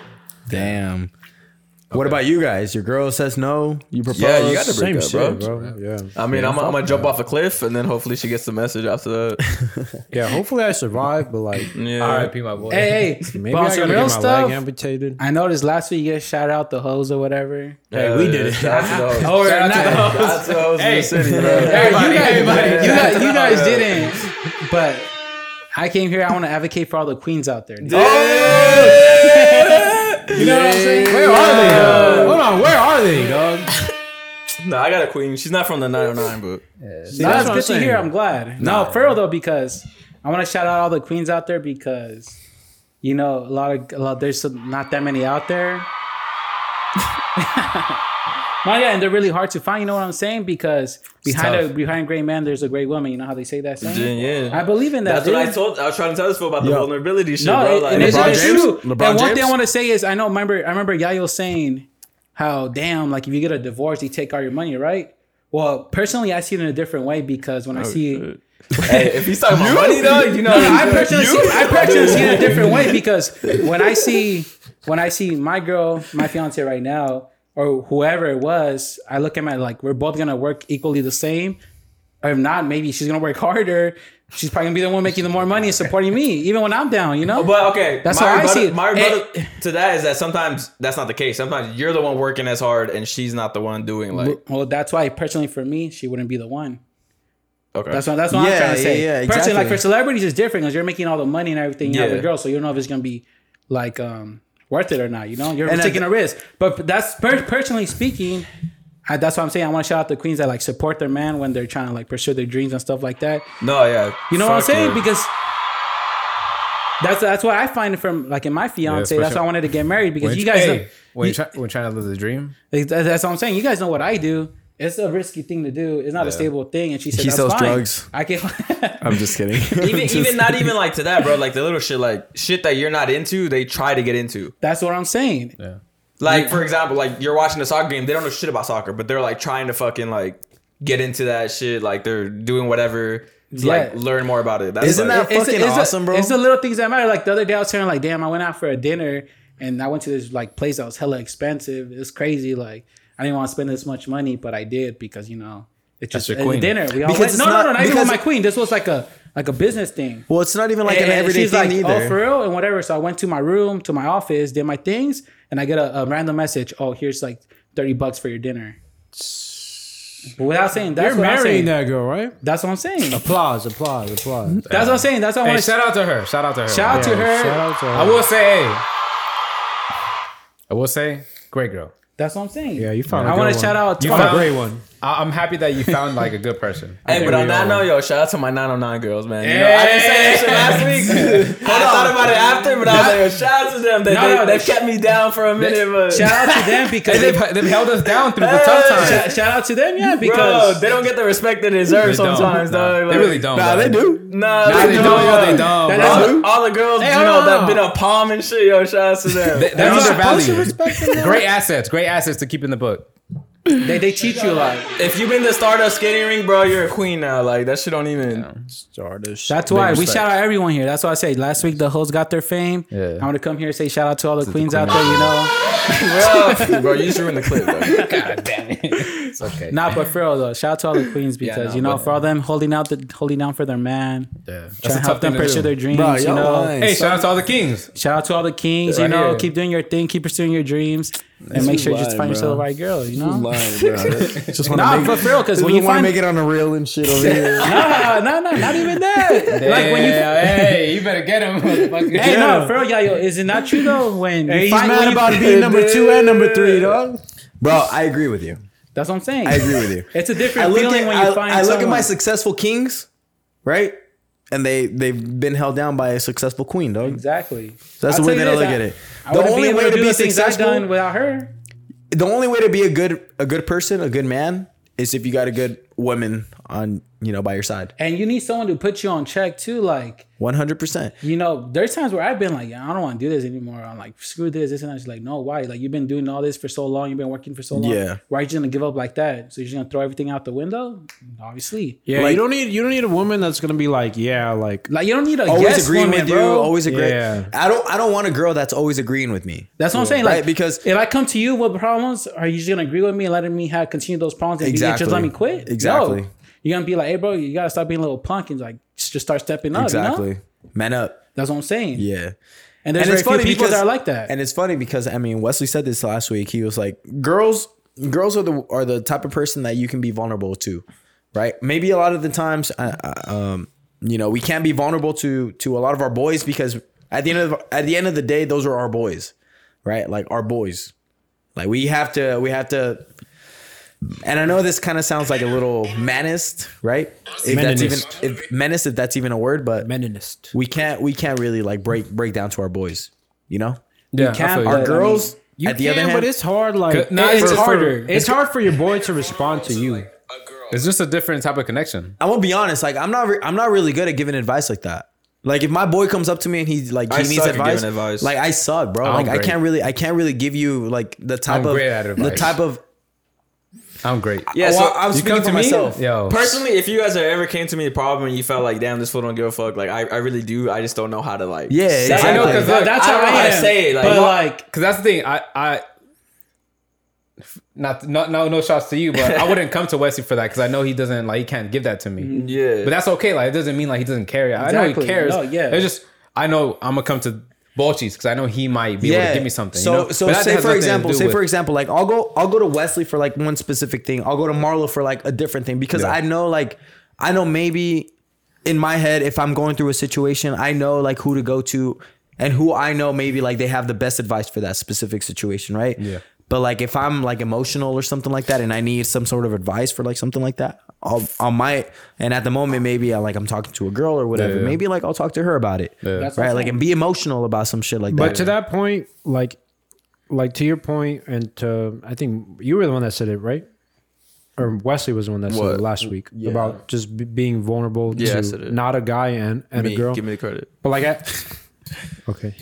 [SPEAKER 1] damn. What about you guys? Your girl says no. You propose.
[SPEAKER 4] Yeah, you got to break
[SPEAKER 5] Same
[SPEAKER 4] up, bro.
[SPEAKER 5] shit, bro. Yeah.
[SPEAKER 4] I mean, I'm, I'm gonna jump off a cliff, and then hopefully she gets the message after that.
[SPEAKER 5] Yeah, hopefully I survive, but like
[SPEAKER 4] Yeah,
[SPEAKER 2] R.I.P. my boy.
[SPEAKER 3] Hey, hey,
[SPEAKER 5] *laughs* maybe
[SPEAKER 3] but on
[SPEAKER 5] I gotta
[SPEAKER 3] some
[SPEAKER 5] get
[SPEAKER 3] real
[SPEAKER 5] my
[SPEAKER 3] stuff.
[SPEAKER 5] leg amputated.
[SPEAKER 3] I noticed last week you guys shout out the hoes or whatever.
[SPEAKER 4] hey, we did it. Shout out to *laughs* the hoes.
[SPEAKER 3] Oh,
[SPEAKER 2] Shout out to the hoes.
[SPEAKER 4] Shout out to the hoes in the
[SPEAKER 3] *laughs*
[SPEAKER 4] city,
[SPEAKER 3] Hey,
[SPEAKER 4] bro.
[SPEAKER 3] you
[SPEAKER 2] Everybody,
[SPEAKER 3] guys,
[SPEAKER 2] everybody.
[SPEAKER 3] you guys, you
[SPEAKER 4] *laughs*
[SPEAKER 3] guys didn't. But I came here. I want to advocate for all the queens out there. dude.
[SPEAKER 4] Oh.
[SPEAKER 5] You know what I'm saying? Where are they? Dog? Hold on, where are they, dog?
[SPEAKER 4] No, I got a queen. She's not from the 909, but
[SPEAKER 3] No, that's good to hear. I'm glad. No, for real though, because I want to shout out all the queens out there because you know a lot of a lot, there's some, not that many out there. *laughs* no, yeah, and they're really hard to find. You know what I'm saying? Because behind a
[SPEAKER 2] tough.
[SPEAKER 3] behind great man, there's a great woman. You know how they say that saying?
[SPEAKER 4] yeah.
[SPEAKER 3] I believe in that.
[SPEAKER 4] That's what I
[SPEAKER 3] dude.
[SPEAKER 4] told. I was trying to tell this fool about the
[SPEAKER 1] Yeah.
[SPEAKER 4] vulnerability shit,
[SPEAKER 3] No,
[SPEAKER 4] bro.
[SPEAKER 3] it-
[SPEAKER 4] Like,
[SPEAKER 3] and it's,
[SPEAKER 1] LeBron
[SPEAKER 3] it's
[SPEAKER 1] James?
[SPEAKER 3] true.
[SPEAKER 1] LeBron
[SPEAKER 3] and one thing
[SPEAKER 1] James?
[SPEAKER 3] I want to say is, I know, remember, I remember Yayo saying how, damn, like if you get a divorce, they take all your money, right? Well, personally, I see it in a different way because
[SPEAKER 1] Oh,
[SPEAKER 3] when I see, *laughs*
[SPEAKER 4] hey, if he's talking about money, dog, you know,
[SPEAKER 3] I personally, see, I personally see it in a different way because when I see, when I see my girl, my fiance right now, or whoever it was, I look at my like, we're both gonna work equally the same. Or if not, maybe she's gonna work harder. She's probably gonna be the one making the more money and supporting me, even when I'm down, you know.
[SPEAKER 4] But okay,
[SPEAKER 3] That's
[SPEAKER 4] my
[SPEAKER 3] how I
[SPEAKER 4] rebuttal-
[SPEAKER 3] see it. Eh.
[SPEAKER 4] My rebuttal to that is that sometimes that's not the case. Sometimes you're the one working as hard, and she's not the one doing like.
[SPEAKER 3] Well, that's why personally for me, she wouldn't be the one.
[SPEAKER 4] Okay,
[SPEAKER 3] That's what that's what
[SPEAKER 1] Yeah,
[SPEAKER 3] I'm trying to
[SPEAKER 1] yeah,
[SPEAKER 3] say.
[SPEAKER 1] yeah,
[SPEAKER 3] Personally, like
[SPEAKER 1] exactly.
[SPEAKER 3] for celebrities, it's different because you're making all the money and everything. You have
[SPEAKER 4] Yeah.
[SPEAKER 3] a girl, so you don't know if it's gonna be like um worth it or not. You know, you're
[SPEAKER 1] And I-
[SPEAKER 3] taking a risk. But that's per- personally speaking. I, that's what I'm saying. I want to shout out the queens that like support their man when they're trying to like pursue their dreams and stuff like that.
[SPEAKER 4] no, yeah,
[SPEAKER 3] You know what I'm
[SPEAKER 4] Fuck
[SPEAKER 3] saying?
[SPEAKER 4] yeah.
[SPEAKER 3] Because that's that's what I find from like in my fiance. that's
[SPEAKER 2] especially-
[SPEAKER 3] why I wanted to get married because
[SPEAKER 2] When
[SPEAKER 3] you guys. know-
[SPEAKER 2] hey, when you try, when trying to live the dream,
[SPEAKER 3] Like, that- That's what I'm saying. You guys know what I do. It's a risky thing to do. It's not a stable thing. And she said,
[SPEAKER 1] He
[SPEAKER 3] That's
[SPEAKER 1] sells
[SPEAKER 3] fine.
[SPEAKER 1] drugs.
[SPEAKER 3] I *laughs* can.
[SPEAKER 1] *laughs* I'm just kidding.
[SPEAKER 4] even even not even like to that, bro. Like the little shit, like shit that you're not into, they try to get into.
[SPEAKER 3] That's what I'm saying.
[SPEAKER 2] yeah,
[SPEAKER 4] Like for example, like you're watching a soccer game, they don't know shit about soccer, but they're like trying to fucking like get into that shit. Like they're doing whatever to like
[SPEAKER 3] Yeah.
[SPEAKER 4] learn more about it. That's
[SPEAKER 1] Isn't
[SPEAKER 4] like,
[SPEAKER 1] that fucking
[SPEAKER 3] it's
[SPEAKER 1] awesome, bro?
[SPEAKER 3] It's the little things that matter. Like the other day, I was telling like, damn, I went out for a dinner and I went to this like place that was hella expensive. It's crazy. Like I didn't want to spend this much money, but I did because you know it's just
[SPEAKER 2] your
[SPEAKER 3] a
[SPEAKER 2] queen.
[SPEAKER 3] dinner. We all
[SPEAKER 1] Because
[SPEAKER 3] went.
[SPEAKER 1] it's
[SPEAKER 3] No,
[SPEAKER 1] not-
[SPEAKER 3] no, no, not even with
[SPEAKER 1] because-
[SPEAKER 3] my queen. This was like a like a business thing.
[SPEAKER 1] well, it's not even like an
[SPEAKER 3] And
[SPEAKER 1] everyday
[SPEAKER 3] Eh, she's
[SPEAKER 1] thing
[SPEAKER 3] like,
[SPEAKER 1] either.
[SPEAKER 3] Oh, for real? And whatever. So I went to my room, to my office, did my things, and I get a, a random message. Oh, here's like 30 bucks for your dinner. But without saying that's
[SPEAKER 5] You're
[SPEAKER 3] what I'm saying.
[SPEAKER 5] marrying that girl, right?
[SPEAKER 3] That's what I'm saying. That's
[SPEAKER 5] Applause, applause, applause.
[SPEAKER 3] what I'm saying. That's what I
[SPEAKER 2] hey,
[SPEAKER 3] want to
[SPEAKER 2] shout out to her. Shout out to her.
[SPEAKER 3] Shout out to her.
[SPEAKER 5] Shout out to her.
[SPEAKER 2] I will say, hey, I will say, great girl.
[SPEAKER 3] That's what I'm saying.
[SPEAKER 5] yeah, you found.
[SPEAKER 3] I
[SPEAKER 5] want
[SPEAKER 3] want to shout out to
[SPEAKER 5] You found a
[SPEAKER 2] found-
[SPEAKER 5] great one.
[SPEAKER 2] I- I'm happy that you found like a good *laughs* person.
[SPEAKER 4] Hey, but on that note, yo, shout out to my 909 girls, man. You know, I didn't say that shit last
[SPEAKER 2] *laughs*
[SPEAKER 4] week. I
[SPEAKER 2] Oh.
[SPEAKER 4] thought about it after, but I was like, yo, shout out to them. They,
[SPEAKER 3] No,
[SPEAKER 4] they,
[SPEAKER 3] no,
[SPEAKER 4] they've
[SPEAKER 3] sh-
[SPEAKER 4] kept me down for a minute, but.
[SPEAKER 3] Shout out to them because
[SPEAKER 2] They've,
[SPEAKER 3] they,
[SPEAKER 2] they've held us down through the
[SPEAKER 3] *laughs*
[SPEAKER 2] tough times.
[SPEAKER 3] shout, shout out to them, yeah,
[SPEAKER 4] *laughs* Bro,
[SPEAKER 3] because
[SPEAKER 4] they don't get the respect they deserve
[SPEAKER 2] They don't.
[SPEAKER 4] sometimes,
[SPEAKER 2] Nah,
[SPEAKER 4] dog.
[SPEAKER 2] they
[SPEAKER 4] Like,
[SPEAKER 2] really don't.
[SPEAKER 1] Nah,
[SPEAKER 2] bro.
[SPEAKER 1] they do.
[SPEAKER 4] Nah,
[SPEAKER 2] Nah, they
[SPEAKER 4] do.
[SPEAKER 2] don't. Yo, they don't.
[SPEAKER 3] That's
[SPEAKER 2] bro.
[SPEAKER 4] All, all the girls, you
[SPEAKER 2] hold
[SPEAKER 4] know, that
[SPEAKER 2] on.
[SPEAKER 4] been a palm and shit, yo, shout out to them.
[SPEAKER 2] They- They're
[SPEAKER 5] supposed to
[SPEAKER 2] undervalued.
[SPEAKER 5] respect them.
[SPEAKER 2] Great assets. Great assets to keep in the book.
[SPEAKER 3] they, they cheat you a lot.
[SPEAKER 4] if you've been the Stardust skating ring, bro, you're a queen now. Like, that shit don't even.
[SPEAKER 5] Stardust.
[SPEAKER 3] That's why we shout out everyone here. That's why I say last week the hoes got their fame.
[SPEAKER 2] Yeah.
[SPEAKER 3] I want to come here and say shout out to all the queens out there, you know.
[SPEAKER 4] Bro, *laughs* bro you just ruined the clip, bro.
[SPEAKER 2] *laughs* God damn it. It's okay.
[SPEAKER 3] Nah, but for real though, shout out to all the queens because
[SPEAKER 2] no,
[SPEAKER 3] you know,
[SPEAKER 2] but-
[SPEAKER 3] for all them holding out, the, holding down for their man,
[SPEAKER 2] Yeah. That's
[SPEAKER 3] trying
[SPEAKER 2] a
[SPEAKER 3] to
[SPEAKER 2] tough
[SPEAKER 3] help
[SPEAKER 2] thing
[SPEAKER 3] them
[SPEAKER 2] to
[SPEAKER 3] pursue
[SPEAKER 2] do.
[SPEAKER 3] their dreams.
[SPEAKER 1] Bro,
[SPEAKER 3] you
[SPEAKER 1] y'all
[SPEAKER 3] know,
[SPEAKER 1] lying.
[SPEAKER 2] Hey, shout out to all the kings.
[SPEAKER 3] shout out to all the kings.
[SPEAKER 2] Right
[SPEAKER 3] you know,
[SPEAKER 2] here.
[SPEAKER 3] keep doing your thing, keep pursuing your dreams, and make sure you just
[SPEAKER 1] lying,
[SPEAKER 3] find yourself the
[SPEAKER 1] bro.
[SPEAKER 3] right girl. You know, *laughs*
[SPEAKER 1] Lying, bro. Just want
[SPEAKER 3] nah, but for real, because when you
[SPEAKER 1] want to
[SPEAKER 3] find
[SPEAKER 1] make it on a reel and *laughs* shit over here.
[SPEAKER 3] nah, nah, nah, not even
[SPEAKER 1] *laughs*
[SPEAKER 3] that. like when you. *laughs*
[SPEAKER 2] hey, you better get him. motherfucker.
[SPEAKER 3] Hey, no, for real, Yayo, is it not true though? When you
[SPEAKER 5] Hey, he's
[SPEAKER 3] find- when
[SPEAKER 5] mad
[SPEAKER 3] you-
[SPEAKER 5] about being number two and number three, dog.
[SPEAKER 1] Bro, I agree with you.
[SPEAKER 3] That's what I'm saying.
[SPEAKER 1] I agree with you.
[SPEAKER 3] It's a
[SPEAKER 1] I
[SPEAKER 3] different
[SPEAKER 1] look,
[SPEAKER 3] feeling
[SPEAKER 1] at,
[SPEAKER 3] when you
[SPEAKER 1] I,
[SPEAKER 3] find.
[SPEAKER 1] I look at my
[SPEAKER 3] someone.
[SPEAKER 1] successful kings, right? And they they've been held down by a successful queen, dog.
[SPEAKER 3] exactly.
[SPEAKER 1] That's
[SPEAKER 3] I'll
[SPEAKER 1] the way
[SPEAKER 3] tell
[SPEAKER 1] that I
[SPEAKER 3] you
[SPEAKER 1] look
[SPEAKER 3] this,
[SPEAKER 1] at it.
[SPEAKER 3] I
[SPEAKER 1] The
[SPEAKER 3] wouldn't
[SPEAKER 1] only
[SPEAKER 3] able
[SPEAKER 1] way to
[SPEAKER 3] do
[SPEAKER 1] be
[SPEAKER 3] the things I've done
[SPEAKER 1] successful,
[SPEAKER 3] without her.
[SPEAKER 1] the only way to be a good a good person, a good man, is if you got a good woman on you know by your side.
[SPEAKER 3] And you need someone to put you on check too. Like,
[SPEAKER 1] One hundred percent.
[SPEAKER 3] you know, there's times where I've been like, yeah, I don't want to do this anymore. I'm like, screw this, this and that. She's like, no, why? Like, you've been doing all this for so long. You've been working for so long.
[SPEAKER 1] Yeah.
[SPEAKER 3] Why are you just gonna give up like that? So you're just gonna throw everything out the window? Obviously.
[SPEAKER 5] Yeah,
[SPEAKER 1] Like-
[SPEAKER 5] you don't need you don't need a woman that's gonna be like, yeah, like
[SPEAKER 3] Like you don't need a
[SPEAKER 1] Always
[SPEAKER 3] yes
[SPEAKER 1] agreeing
[SPEAKER 3] woman,
[SPEAKER 1] with you.
[SPEAKER 3] bro.
[SPEAKER 1] Always agree.
[SPEAKER 5] Yeah.
[SPEAKER 1] I don't. I don't want a girl that's always agreeing with me.
[SPEAKER 3] That's what I'm saying. Like,
[SPEAKER 1] Right, because-
[SPEAKER 3] if I come to you with problems, are you just gonna agree with me and letting me have continue those problems and be like, just
[SPEAKER 1] Exactly.
[SPEAKER 3] let me quit?
[SPEAKER 1] Exactly.
[SPEAKER 3] No. You're gonna be like, hey, bro, you gotta stop being a little punk and like just just start stepping up. Exactly.
[SPEAKER 1] exactly. Men up.
[SPEAKER 3] That's what I'm saying.
[SPEAKER 1] Yeah.
[SPEAKER 3] And
[SPEAKER 1] And
[SPEAKER 3] there's very
[SPEAKER 1] it's
[SPEAKER 3] few
[SPEAKER 1] funny
[SPEAKER 3] people
[SPEAKER 1] because-
[SPEAKER 3] that are like that.
[SPEAKER 1] And it's funny because I mean Wesley said this last week. He was like, "Girls, girls are the are the type of person that you can be vulnerable to, right? Maybe a lot of the times, uh, uh, um, you know, we can't be vulnerable to to a lot of our boys because at the end of at the end of the day, those are our boys, right? Like our boys, like we have to we have to." And I know this kind of sounds like a little menaced, right? If
[SPEAKER 5] Meninist.
[SPEAKER 1] that's even if menace, if that's even a word, but
[SPEAKER 5] meninist.
[SPEAKER 1] we can't we can't really like break break down to our boys, you know?
[SPEAKER 2] Yeah, I
[SPEAKER 3] can,
[SPEAKER 2] feel you.
[SPEAKER 3] but-
[SPEAKER 1] Our girls,
[SPEAKER 5] You
[SPEAKER 1] at the other hand,
[SPEAKER 5] but it's hard. Like
[SPEAKER 2] No,
[SPEAKER 5] it's,
[SPEAKER 2] it's
[SPEAKER 5] harder.
[SPEAKER 2] harder.
[SPEAKER 5] it's hard for your boy to respond to you.
[SPEAKER 2] It's just a different type of connection.
[SPEAKER 1] I'm gonna be honest. Like, I'm not. Re- I'm not really good at giving advice like that. Like, if my boy comes up to me and he like he
[SPEAKER 4] I
[SPEAKER 1] needs
[SPEAKER 4] suck at
[SPEAKER 1] advice,
[SPEAKER 4] giving advice.
[SPEAKER 1] like I suck, bro.
[SPEAKER 2] I'm
[SPEAKER 1] like, I
[SPEAKER 2] great.
[SPEAKER 1] can't really. I can't really give you like the type
[SPEAKER 2] I'm
[SPEAKER 1] of
[SPEAKER 2] great at
[SPEAKER 1] the
[SPEAKER 2] advice.
[SPEAKER 1] type of.
[SPEAKER 2] I'm great. Oh,
[SPEAKER 4] Yeah, so
[SPEAKER 1] Well, I'm
[SPEAKER 2] you
[SPEAKER 1] speaking
[SPEAKER 2] come
[SPEAKER 1] for
[SPEAKER 2] to me?
[SPEAKER 1] myself.
[SPEAKER 2] Yo,
[SPEAKER 4] personally, if you guys are ever came to me a problem and you felt like, damn, this fool don't give a fuck, like I, I really do. I just don't know how to like.
[SPEAKER 1] Yeah,
[SPEAKER 4] say
[SPEAKER 1] exactly.
[SPEAKER 4] it.
[SPEAKER 2] I know, 'cause look,
[SPEAKER 3] that's
[SPEAKER 4] I
[SPEAKER 3] how
[SPEAKER 4] don't
[SPEAKER 3] I
[SPEAKER 4] know how to
[SPEAKER 3] am.
[SPEAKER 4] say it, like-
[SPEAKER 3] but like,
[SPEAKER 2] Cause that's the thing. I, I, not, not, no, no shots to you, but I wouldn't come to Wesley for that because I know he doesn't like he can't give that to me.
[SPEAKER 4] Yeah.
[SPEAKER 2] but that's okay. Like it doesn't mean like he doesn't care. I know
[SPEAKER 3] Exactly.
[SPEAKER 2] he cares.
[SPEAKER 3] No, yeah.
[SPEAKER 2] it's just I know I'm gonna come to Bolchis because I know he might be able to give me something.
[SPEAKER 1] So,
[SPEAKER 2] you know?
[SPEAKER 1] so
[SPEAKER 2] But that
[SPEAKER 1] say
[SPEAKER 2] has
[SPEAKER 1] for
[SPEAKER 2] nothing to
[SPEAKER 1] example,
[SPEAKER 2] do
[SPEAKER 1] say
[SPEAKER 2] with-
[SPEAKER 1] for example, like I'll go, I'll go to Wesley for like one specific thing. I'll go to Marlo for like a different thing because
[SPEAKER 2] Yeah.
[SPEAKER 1] I know, like, I know maybe in my head if I'm going through a situation, I know like who to go to and who I know maybe like they have the best advice for that specific situation, right?
[SPEAKER 2] Yeah.
[SPEAKER 1] But like if I'm like emotional or something like that, and I need some sort of advice for like something like that, I'll I might and at the moment maybe I like I'm talking to a girl or whatever.
[SPEAKER 2] yeah.
[SPEAKER 1] Maybe like I'll talk to her about it,
[SPEAKER 3] That's what
[SPEAKER 1] right?
[SPEAKER 3] I'm
[SPEAKER 1] Like
[SPEAKER 3] saying.
[SPEAKER 1] and be emotional about some shit like that.
[SPEAKER 5] But to that point, like, like to your point, and to I think you were the one that said it, right? Or Wesley was the one that said it
[SPEAKER 4] What?
[SPEAKER 5] last week
[SPEAKER 4] Yeah.
[SPEAKER 5] about just b- being vulnerable
[SPEAKER 4] Yeah, I said
[SPEAKER 5] to
[SPEAKER 4] it.
[SPEAKER 5] not a guy and and
[SPEAKER 4] me,
[SPEAKER 5] a girl.
[SPEAKER 4] Give me the credit.
[SPEAKER 5] But like I
[SPEAKER 4] *laughs*
[SPEAKER 5] Okay.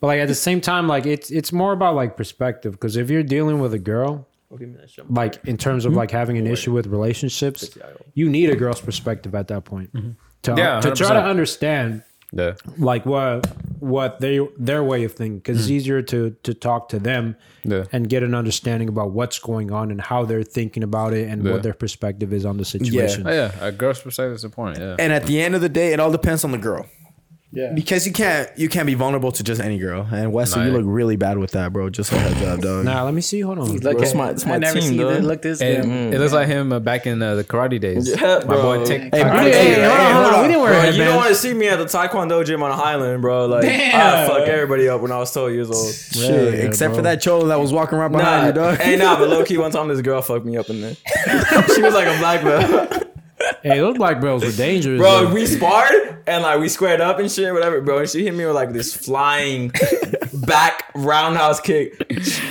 [SPEAKER 5] but like at the same time, like it's it's more about like perspective. Cause if you're dealing with a girl, like in terms
[SPEAKER 4] Hmm?
[SPEAKER 5] of like having an issue with relationships, you need a girl's perspective at that point.
[SPEAKER 4] Mm-hmm.
[SPEAKER 5] To,
[SPEAKER 2] Yeah,
[SPEAKER 5] to try to
[SPEAKER 2] 100%.
[SPEAKER 5] understand
[SPEAKER 2] Yeah.
[SPEAKER 5] like what what they their way of thinking because it's easier to to talk to them
[SPEAKER 2] Mm. Yeah.
[SPEAKER 5] and get an understanding about what's going on and how they're thinking about it and
[SPEAKER 2] Yeah.
[SPEAKER 5] what their perspective is on the situation
[SPEAKER 2] Oh, yeah, a girl's perspective is important. Yeah,
[SPEAKER 1] And at the end of the day, it all depends on the girl.
[SPEAKER 3] yeah.
[SPEAKER 1] Because you can't you can't be vulnerable to just any girl. And Wesley,
[SPEAKER 2] Nah,
[SPEAKER 1] you
[SPEAKER 2] yeah.
[SPEAKER 1] look really bad with that, bro. Just a heads up, dog.
[SPEAKER 5] now let me see hold on
[SPEAKER 3] Look
[SPEAKER 4] That's
[SPEAKER 3] at-
[SPEAKER 4] my- that's my
[SPEAKER 3] I never
[SPEAKER 4] team,
[SPEAKER 3] seen
[SPEAKER 4] dog.
[SPEAKER 3] it look this
[SPEAKER 2] And
[SPEAKER 3] good.
[SPEAKER 2] it looks like him uh, back in uh, the karate days.
[SPEAKER 4] Yeah,
[SPEAKER 2] My boy,
[SPEAKER 4] bro.
[SPEAKER 2] Tick.
[SPEAKER 1] Hey,
[SPEAKER 2] Tick-
[SPEAKER 1] bro, hey, hold on, hold on.
[SPEAKER 5] we didn't wear
[SPEAKER 4] Bro, you
[SPEAKER 5] headbands.
[SPEAKER 4] don't want to see me at the Taekwondo gym on Highland, bro. Like, I
[SPEAKER 3] Damn.
[SPEAKER 4] fucked everybody up when I was 12 years
[SPEAKER 1] *laughs*
[SPEAKER 4] old.
[SPEAKER 1] Shit, except for that cholo that was walking right behind
[SPEAKER 4] Nah,
[SPEAKER 1] you, dog.
[SPEAKER 4] hey, nah, but low key, one time this girl fucked me up in there. *laughs* she was like a black belt.
[SPEAKER 5] Hey, those black belts were dangerous.
[SPEAKER 4] Bro,
[SPEAKER 5] though.
[SPEAKER 4] we sparred and like we squared up and shit, whatever, bro. And she hit me with like this flying back roundhouse kick.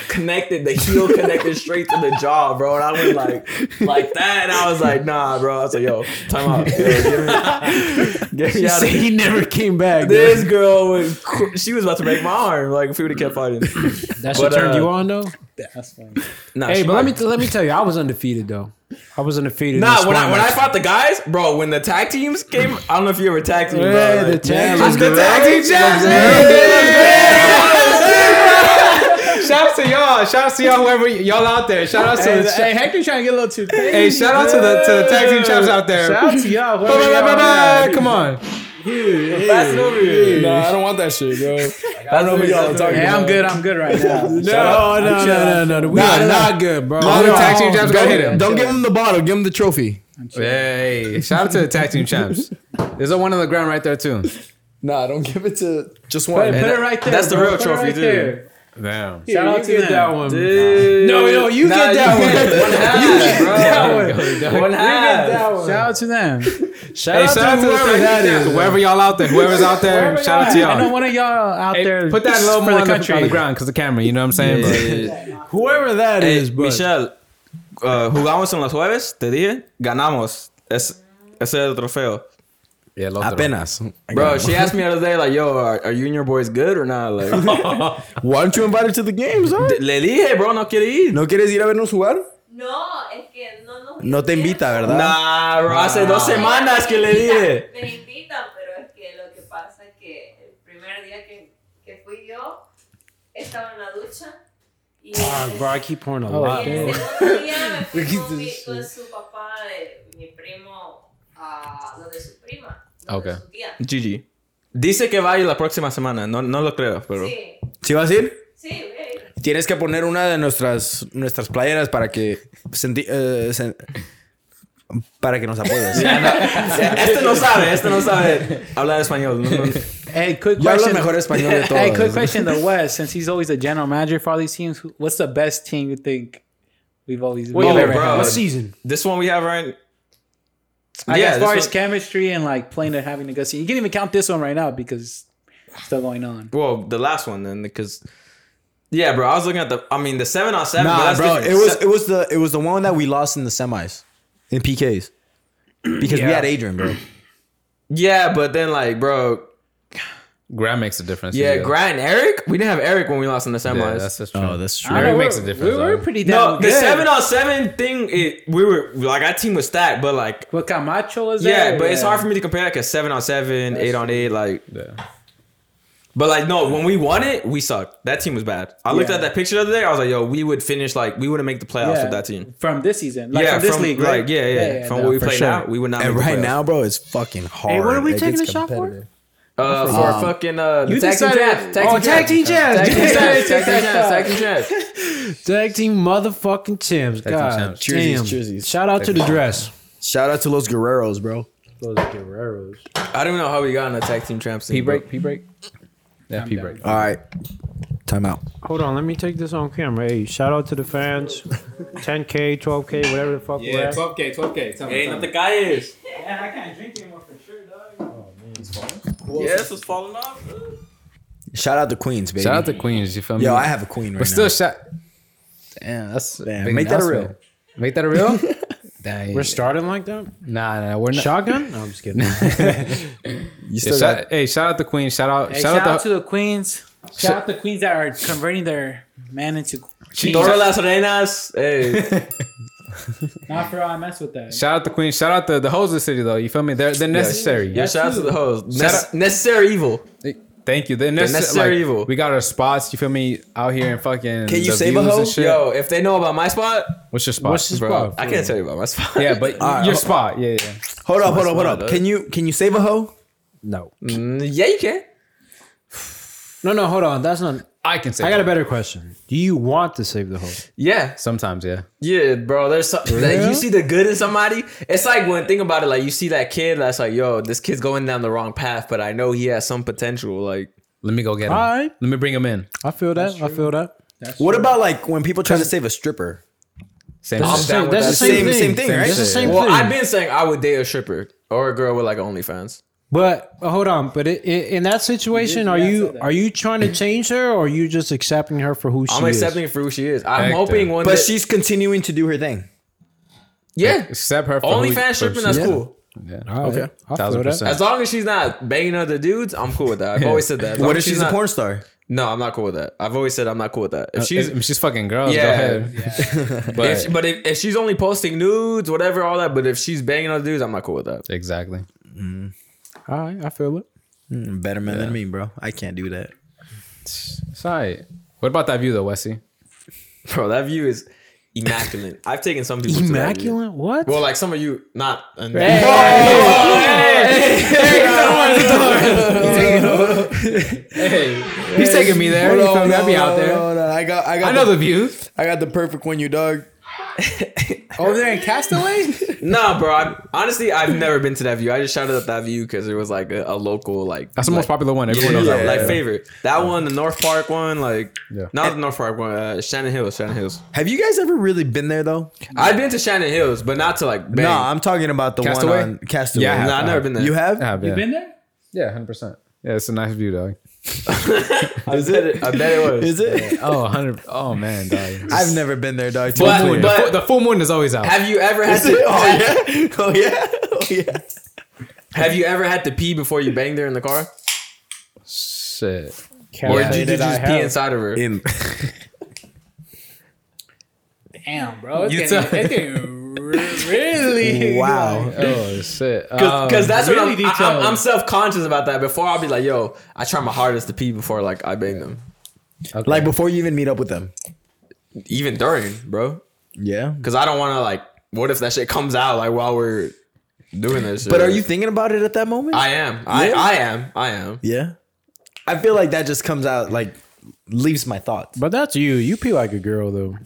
[SPEAKER 4] Connected, the heel connected straight to the jaw, bro. And I went like, like that. And I was like, nah, bro. I was like, yo, time out. Yo, get me, get me out of here.
[SPEAKER 5] *laughs* he never came back. dude.
[SPEAKER 4] This girl was, qu- she was about to break my arm. Like, if we would have kept fighting.
[SPEAKER 5] That should
[SPEAKER 4] But,
[SPEAKER 5] turned
[SPEAKER 4] uh,
[SPEAKER 5] you on though.
[SPEAKER 3] That's funny.
[SPEAKER 4] Nah,
[SPEAKER 5] Hey,
[SPEAKER 4] she
[SPEAKER 5] but let
[SPEAKER 4] might-
[SPEAKER 5] me let me tell you, I was undefeated though. I was undefeated.
[SPEAKER 4] Nah, when I when I fought the guys, bro, when the tag teams came, I don't know if you ever tag team, bro.
[SPEAKER 5] Yeah, the
[SPEAKER 4] like-
[SPEAKER 5] tag
[SPEAKER 4] I'm
[SPEAKER 5] team.
[SPEAKER 4] the tag team champs,
[SPEAKER 2] shout out to y'all. Shout out to y'all, whoever y- y'all out there. Shout out to
[SPEAKER 3] Hey,
[SPEAKER 2] the,
[SPEAKER 3] hey, Hector trying to get a little too crazy.
[SPEAKER 2] hey, shout out to the to the tag team champs out there.
[SPEAKER 3] Shout out to y'all.
[SPEAKER 2] Bye, bye,
[SPEAKER 3] whoever
[SPEAKER 2] bye,
[SPEAKER 3] y'all
[SPEAKER 2] bye,
[SPEAKER 3] are.
[SPEAKER 2] bye. Come on.
[SPEAKER 4] Pass it over here.
[SPEAKER 6] Nah, I don't want that shit, bro.
[SPEAKER 4] I don't know what y'all are talking
[SPEAKER 3] Hey,
[SPEAKER 4] about.
[SPEAKER 3] I'm good. I'm good right
[SPEAKER 4] *laughs*
[SPEAKER 3] now.
[SPEAKER 5] no, no, no, no, no, we are not good, bro.
[SPEAKER 2] All
[SPEAKER 5] We
[SPEAKER 2] the
[SPEAKER 5] are
[SPEAKER 2] tag team
[SPEAKER 5] all-
[SPEAKER 2] champs gotta hit him.
[SPEAKER 6] Don't give him the bottle. Give him the trophy.
[SPEAKER 2] Hey, shout out to the tag team champs. There's a one on the ground right there too.
[SPEAKER 6] Nah, don't give it to.
[SPEAKER 1] Just
[SPEAKER 3] Put,
[SPEAKER 1] one.
[SPEAKER 3] put it right there.
[SPEAKER 4] That's the
[SPEAKER 3] bro.
[SPEAKER 4] real
[SPEAKER 3] Put it
[SPEAKER 4] trophy,
[SPEAKER 3] right
[SPEAKER 4] too.
[SPEAKER 3] there.
[SPEAKER 2] Damn.
[SPEAKER 3] Shout out to
[SPEAKER 5] You get that
[SPEAKER 3] them.
[SPEAKER 5] one.
[SPEAKER 4] Dude.
[SPEAKER 5] No, no, you
[SPEAKER 4] Nah,
[SPEAKER 5] get that
[SPEAKER 4] you
[SPEAKER 5] one.
[SPEAKER 4] get One
[SPEAKER 2] Oh,
[SPEAKER 4] half, bro. One half.
[SPEAKER 5] That one.
[SPEAKER 3] Shout out to them.
[SPEAKER 5] Shout out
[SPEAKER 2] shout out
[SPEAKER 5] to
[SPEAKER 2] to the
[SPEAKER 5] whoever
[SPEAKER 2] tag
[SPEAKER 5] that
[SPEAKER 2] team
[SPEAKER 5] is.
[SPEAKER 2] champs. Whoever y'all out there, whoever's out there,
[SPEAKER 3] Wherever
[SPEAKER 2] shout out to
[SPEAKER 3] y'all at, I know
[SPEAKER 2] y'all.
[SPEAKER 3] one of y'all out
[SPEAKER 2] Hey,
[SPEAKER 3] there.
[SPEAKER 2] put that low
[SPEAKER 3] for
[SPEAKER 2] more on the, on the ground because the camera. You know what I'm saying? bro?
[SPEAKER 4] Yeah.
[SPEAKER 5] Whoever that is,
[SPEAKER 4] Hey,
[SPEAKER 5] but
[SPEAKER 4] Michelle, ah, jugamos en los jueves, te dije, ganamos. Es, ese es el trofeo.
[SPEAKER 2] Yeah, el otro.
[SPEAKER 1] Apenas.
[SPEAKER 4] Bro, she asked me the other day, like, yo, are, are you and your boys good or not? *laughs* Like,
[SPEAKER 1] Why don't you invite her to the games, huh?
[SPEAKER 4] de- le dije, bro, no quiere ir.
[SPEAKER 1] ¿No quieres ir a vernos jugar?
[SPEAKER 7] No, es que no nos
[SPEAKER 1] No te invita, ¿verdad?
[SPEAKER 4] Nah, bro, hace dos semanas que le dije.
[SPEAKER 7] Me invitan, pero es que lo que pasa es que el primer día que, que fui yo, estaba en la ducha. Y
[SPEAKER 5] Ah, bro, I keep pouring a
[SPEAKER 7] Y
[SPEAKER 4] Oh,
[SPEAKER 5] lot.
[SPEAKER 7] el segundo día me fui
[SPEAKER 4] *laughs*
[SPEAKER 7] con, mi- con su papá, de, mi primo, a donde su prima, donde
[SPEAKER 2] Ok.
[SPEAKER 7] su tía.
[SPEAKER 4] Gigi. Dice que va a ir la próxima semana. No, no lo creo, pero.
[SPEAKER 7] Sí,
[SPEAKER 1] ¿Sí vas a ir?
[SPEAKER 7] sí, ve.
[SPEAKER 1] Tienes que poner una de nuestras nuestras playeras para que senti- eh, sen- para que nos *laughs* apoyes.
[SPEAKER 4] *laughs* Este no sabe, este no sabe hablar español. No, no.
[SPEAKER 3] Hey, quick
[SPEAKER 1] Yo hablo
[SPEAKER 3] question.
[SPEAKER 1] mejor español de
[SPEAKER 3] *laughs* Hey, quick
[SPEAKER 1] todos.
[SPEAKER 3] question. The West, since he's always the general manager for all these teams, who- what's the best team you think we've always?
[SPEAKER 2] Wait,
[SPEAKER 3] we've
[SPEAKER 2] wait,
[SPEAKER 3] ever
[SPEAKER 4] bro.
[SPEAKER 3] had?
[SPEAKER 5] What season?
[SPEAKER 4] This one we have right.
[SPEAKER 3] Like,
[SPEAKER 4] Yeah,
[SPEAKER 3] as far
[SPEAKER 4] this
[SPEAKER 3] as
[SPEAKER 4] one-
[SPEAKER 3] chemistry and like playing and having a good season, you can even count this one right now because it's still going on.
[SPEAKER 4] Well, the last one then, because. Yeah, bro. I was looking at the. I mean, the seven on seven. but
[SPEAKER 1] Nah,
[SPEAKER 4] that's
[SPEAKER 1] bro,
[SPEAKER 4] different.
[SPEAKER 1] it was
[SPEAKER 4] Se-
[SPEAKER 1] it was the it was the one that we lost in the semis in PKs because we had Adrian, bro.
[SPEAKER 4] yeah, but then like, bro.
[SPEAKER 2] Grant makes a difference.
[SPEAKER 4] Yeah, Grant and Eric. We didn't have Eric when we lost in the semis.
[SPEAKER 2] Yeah, that's just true.
[SPEAKER 1] that's true.
[SPEAKER 2] Eric
[SPEAKER 3] I don't know,
[SPEAKER 2] makes a
[SPEAKER 3] we're-
[SPEAKER 2] difference,
[SPEAKER 3] We were
[SPEAKER 2] though.
[SPEAKER 3] pretty damn
[SPEAKER 4] no, the
[SPEAKER 3] good.
[SPEAKER 4] seven on seven thing. It we were like our team was stacked, but like.
[SPEAKER 3] What Camacho was
[SPEAKER 4] Yeah,
[SPEAKER 3] there?
[SPEAKER 4] but it's hard for me to compare like a seven on seven, eight on eight, like. But like no, when we won it, we sucked. That team was bad. I looked
[SPEAKER 3] Yeah.
[SPEAKER 4] at that picture the other day. I was like, yo, we would finish like we wouldn't make the playoffs with that team.
[SPEAKER 3] from this season, like
[SPEAKER 4] yeah,
[SPEAKER 3] from this league,
[SPEAKER 4] like,
[SPEAKER 3] right?
[SPEAKER 4] yeah, yeah, From
[SPEAKER 3] no,
[SPEAKER 4] what we
[SPEAKER 3] for
[SPEAKER 4] play
[SPEAKER 3] sure.
[SPEAKER 4] now, we would not.
[SPEAKER 1] And
[SPEAKER 4] make the
[SPEAKER 1] right
[SPEAKER 4] playoffs.
[SPEAKER 1] now, bro, it's fucking hard. Hey, what are we taking a shot for?
[SPEAKER 4] uh, for fucking uh, the
[SPEAKER 3] You
[SPEAKER 4] tag team
[SPEAKER 3] decided-
[SPEAKER 4] champs,
[SPEAKER 3] Oh, tag team
[SPEAKER 4] tag
[SPEAKER 3] champs.
[SPEAKER 4] *laughs* team champs,
[SPEAKER 3] Yeah,
[SPEAKER 4] tag team
[SPEAKER 3] yeah, yeah.
[SPEAKER 4] champs, tag team champs.
[SPEAKER 5] Tag team motherfucking champs.
[SPEAKER 2] team
[SPEAKER 5] God
[SPEAKER 2] champs.
[SPEAKER 1] Cheersies,
[SPEAKER 5] damn.
[SPEAKER 1] cheersies.
[SPEAKER 5] Shout out to the dress.
[SPEAKER 1] Shout out to Los Guerreros, bro.
[SPEAKER 5] Those Guerreros.
[SPEAKER 4] I don't even know how we got on the tag team champs.
[SPEAKER 2] P
[SPEAKER 4] team, bro.
[SPEAKER 2] break, P break. Yeah, P break.
[SPEAKER 1] All right, time out.
[SPEAKER 5] Hold on, let me take this on camera. Hey, shout out to the *laughs* fans. 10K, 12K, whatever the fuck we're at.
[SPEAKER 2] 12K, 12K. Tell
[SPEAKER 4] Hey, not the guy is.
[SPEAKER 3] *laughs* Yeah, I can't drink anymore for sure, dog.
[SPEAKER 4] Oh, Yes, it's falling off.
[SPEAKER 1] Shout out to Queens, baby.
[SPEAKER 2] Shout out to Queens, you feel me?
[SPEAKER 1] Yo, I have a queen right
[SPEAKER 2] But still,
[SPEAKER 1] now.
[SPEAKER 2] shout. Damn, that's a
[SPEAKER 1] Damn,
[SPEAKER 2] big
[SPEAKER 1] make that a
[SPEAKER 2] announcement.
[SPEAKER 1] reel.
[SPEAKER 2] Make that
[SPEAKER 1] *laughs*
[SPEAKER 2] a real. Dang.
[SPEAKER 5] We're starting like that?
[SPEAKER 2] nah, nah, we're not.
[SPEAKER 5] Shotgun? *laughs* No, I'm
[SPEAKER 1] *laughs*
[SPEAKER 5] just kidding.
[SPEAKER 1] You
[SPEAKER 2] Yeah,
[SPEAKER 1] still
[SPEAKER 2] shout-
[SPEAKER 1] got-
[SPEAKER 2] hey, shout out the Queen. Shout out.
[SPEAKER 3] Hey,
[SPEAKER 2] shout, out, the,
[SPEAKER 3] to the queens. Shout out the queens that are converting their men into.
[SPEAKER 2] She-
[SPEAKER 4] Toro las reinas. *laughs* Hey,
[SPEAKER 3] Not for all I mess with
[SPEAKER 2] *laughs*
[SPEAKER 3] that.
[SPEAKER 2] shout out the Queen. Shout out the the hoes of the city though. You feel me? They're they're necessary.
[SPEAKER 4] yeah, shout out to the host.
[SPEAKER 2] Shout out-
[SPEAKER 4] necessary evil.
[SPEAKER 2] Thank you. They're necessary.
[SPEAKER 4] necessary
[SPEAKER 2] like,
[SPEAKER 4] evil.
[SPEAKER 2] We got our spots. You feel me? Out here and fucking.
[SPEAKER 1] Can you
[SPEAKER 2] the
[SPEAKER 1] save a
[SPEAKER 2] views and
[SPEAKER 1] hoe?
[SPEAKER 2] shit.
[SPEAKER 4] Yo, if they know about my spot,
[SPEAKER 2] What's your spot?
[SPEAKER 5] What's his
[SPEAKER 4] bro,
[SPEAKER 5] spot?
[SPEAKER 4] I can't tell you about my spot.
[SPEAKER 2] yeah,
[SPEAKER 4] *laughs*
[SPEAKER 2] but
[SPEAKER 1] right,
[SPEAKER 2] your
[SPEAKER 1] ho-
[SPEAKER 2] spot. Yeah, yeah.
[SPEAKER 1] hold up, hold up, hold
[SPEAKER 4] Smart,
[SPEAKER 1] up. Can you can you save a hoe?
[SPEAKER 5] No.
[SPEAKER 4] Mm, yeah, you can.
[SPEAKER 5] No, no, hold on. That's not.
[SPEAKER 2] I can say.
[SPEAKER 5] I got a better question. Do you want to save the whole?
[SPEAKER 4] Yeah,
[SPEAKER 2] Sometimes, yeah.
[SPEAKER 4] yeah, bro. There's something like, you see the good in somebody. It's like when think about it, like you see that kid that's like, yo, this kid's going down the wrong path, but I know he has some potential. Like,
[SPEAKER 2] Let me go get him.
[SPEAKER 5] All right.
[SPEAKER 2] Let me bring him in.
[SPEAKER 5] I feel that. I feel that.
[SPEAKER 1] What about like when people try to save a stripper?
[SPEAKER 2] Same.
[SPEAKER 4] I'm
[SPEAKER 5] That's, the
[SPEAKER 4] down
[SPEAKER 5] same,
[SPEAKER 4] with
[SPEAKER 5] that's the
[SPEAKER 4] that.
[SPEAKER 5] same,
[SPEAKER 1] Same-
[SPEAKER 5] thing.
[SPEAKER 1] same thing, right?
[SPEAKER 5] That's the same
[SPEAKER 4] well,
[SPEAKER 5] thing.
[SPEAKER 4] I've been saying I would date a stripper or a girl with like OnlyFans.
[SPEAKER 5] but but hold on. But it, it, in that situation, are
[SPEAKER 3] yeah, I
[SPEAKER 5] you
[SPEAKER 3] said that.
[SPEAKER 5] are you trying to change her, or are you just accepting her for who she
[SPEAKER 4] I'm
[SPEAKER 5] is?
[SPEAKER 4] accepting for who she is. I'm
[SPEAKER 2] Hector.
[SPEAKER 4] hoping one
[SPEAKER 1] But
[SPEAKER 4] day.
[SPEAKER 1] she's continuing to do her thing.
[SPEAKER 4] yeah,
[SPEAKER 2] Except her. for who-
[SPEAKER 4] OnlyFans
[SPEAKER 2] for-
[SPEAKER 4] stripping. That's
[SPEAKER 1] yeah.
[SPEAKER 4] cool.
[SPEAKER 2] Yeah.
[SPEAKER 5] All right.
[SPEAKER 1] Okay.
[SPEAKER 5] I feel
[SPEAKER 2] Thousand
[SPEAKER 5] that.
[SPEAKER 2] percent.
[SPEAKER 4] As long as she's not banging other dudes, I'm cool with that. I've always said that. As long
[SPEAKER 1] What if
[SPEAKER 4] as
[SPEAKER 1] she's
[SPEAKER 4] not,
[SPEAKER 1] a porn star?
[SPEAKER 4] No, I'm not cool with that. I've always said I'm not cool with that. If she's
[SPEAKER 2] She's she's fucking girls.
[SPEAKER 4] Yeah.
[SPEAKER 2] Go ahead. *laughs* but
[SPEAKER 4] If- but if, if she's only posting nudes, whatever, all that. But if she's banging other dudes, I'm not cool with that.
[SPEAKER 2] exactly.
[SPEAKER 5] All right. I feel it.
[SPEAKER 1] Mm, Better man than me, bro. I can't do that.
[SPEAKER 2] Sorry. What about that view though, Wesley?
[SPEAKER 4] Bro, that view is immaculate. I've taken some people to that view.
[SPEAKER 5] Immaculate. What?
[SPEAKER 4] Well, like some of you, not. uh, and-
[SPEAKER 2] Hey, he's taking me there. You feel me? I'll be out there.
[SPEAKER 1] I got I got
[SPEAKER 2] I know the views.
[SPEAKER 1] I got the perfect one, you dog.
[SPEAKER 3] Over there in Castaway?
[SPEAKER 4] Nah, bro. I'm, honestly, I've never been to that view. I just shouted out that view because it was like a, a local, like
[SPEAKER 2] That's the most popular one.
[SPEAKER 4] yeah,
[SPEAKER 2] Everyone knows that.
[SPEAKER 4] like
[SPEAKER 2] one.
[SPEAKER 4] favorite. That one, the North Park one, like
[SPEAKER 2] Yeah.
[SPEAKER 4] not the North Park one. Uh, Shannon Hills, Shannon *laughs* Hills.
[SPEAKER 1] Have you guys ever really been there though?
[SPEAKER 4] I've been to Shannon Hills, but not to like bang.
[SPEAKER 1] No, I'm talking about the
[SPEAKER 2] Castaway?
[SPEAKER 1] one on Castaway.
[SPEAKER 2] Yeah, I have.
[SPEAKER 4] Nah, I've never been there.
[SPEAKER 1] You have?
[SPEAKER 2] Yeah, yeah.
[SPEAKER 3] Been there?
[SPEAKER 2] Yeah, hundred percent. Yeah, it's a nice view, dog.
[SPEAKER 4] *laughs* I bet it. I bet it was.
[SPEAKER 1] Is it?
[SPEAKER 2] Oh, 100. Oh, man,
[SPEAKER 1] *laughs*
[SPEAKER 2] dog. *laughs*
[SPEAKER 1] I've never been there, dog. to be
[SPEAKER 2] Full
[SPEAKER 1] clear.
[SPEAKER 2] moon. The fu- the full moon is always out.
[SPEAKER 4] Have you ever had
[SPEAKER 1] Is it?
[SPEAKER 4] to?
[SPEAKER 1] *laughs* Oh yeah. Oh yeah. Oh yeah.
[SPEAKER 4] Have you ever had to pee before you banged her in the car?
[SPEAKER 2] Shit.
[SPEAKER 4] Or
[SPEAKER 2] Yeah.
[SPEAKER 4] did you
[SPEAKER 3] Did I
[SPEAKER 4] just pee
[SPEAKER 3] have?
[SPEAKER 4] inside of her?
[SPEAKER 1] In
[SPEAKER 3] Damn, bro. It's
[SPEAKER 2] You
[SPEAKER 3] getting,
[SPEAKER 2] tell-
[SPEAKER 3] it's getting re- really.
[SPEAKER 1] wow.
[SPEAKER 2] Oh, shit.
[SPEAKER 4] Because
[SPEAKER 2] Um,
[SPEAKER 4] that's
[SPEAKER 3] really
[SPEAKER 4] what I'm, I,
[SPEAKER 3] detailed.
[SPEAKER 4] am self conscious about that. Before I'll be like, yo, I try my hardest to pee before like I bang them.
[SPEAKER 2] okay.
[SPEAKER 1] Like before you even meet up with them.
[SPEAKER 4] Even during, bro.
[SPEAKER 1] Yeah.
[SPEAKER 4] Because I don't want to like. What if that shit comes out like while we're doing this? Shit?
[SPEAKER 1] But are you thinking about it at that moment?
[SPEAKER 4] I am. I,
[SPEAKER 1] Yeah.
[SPEAKER 4] I am. I am.
[SPEAKER 1] yeah. I feel like that just comes out like leaves my thoughts.
[SPEAKER 5] But that's you. You pee like a girl though.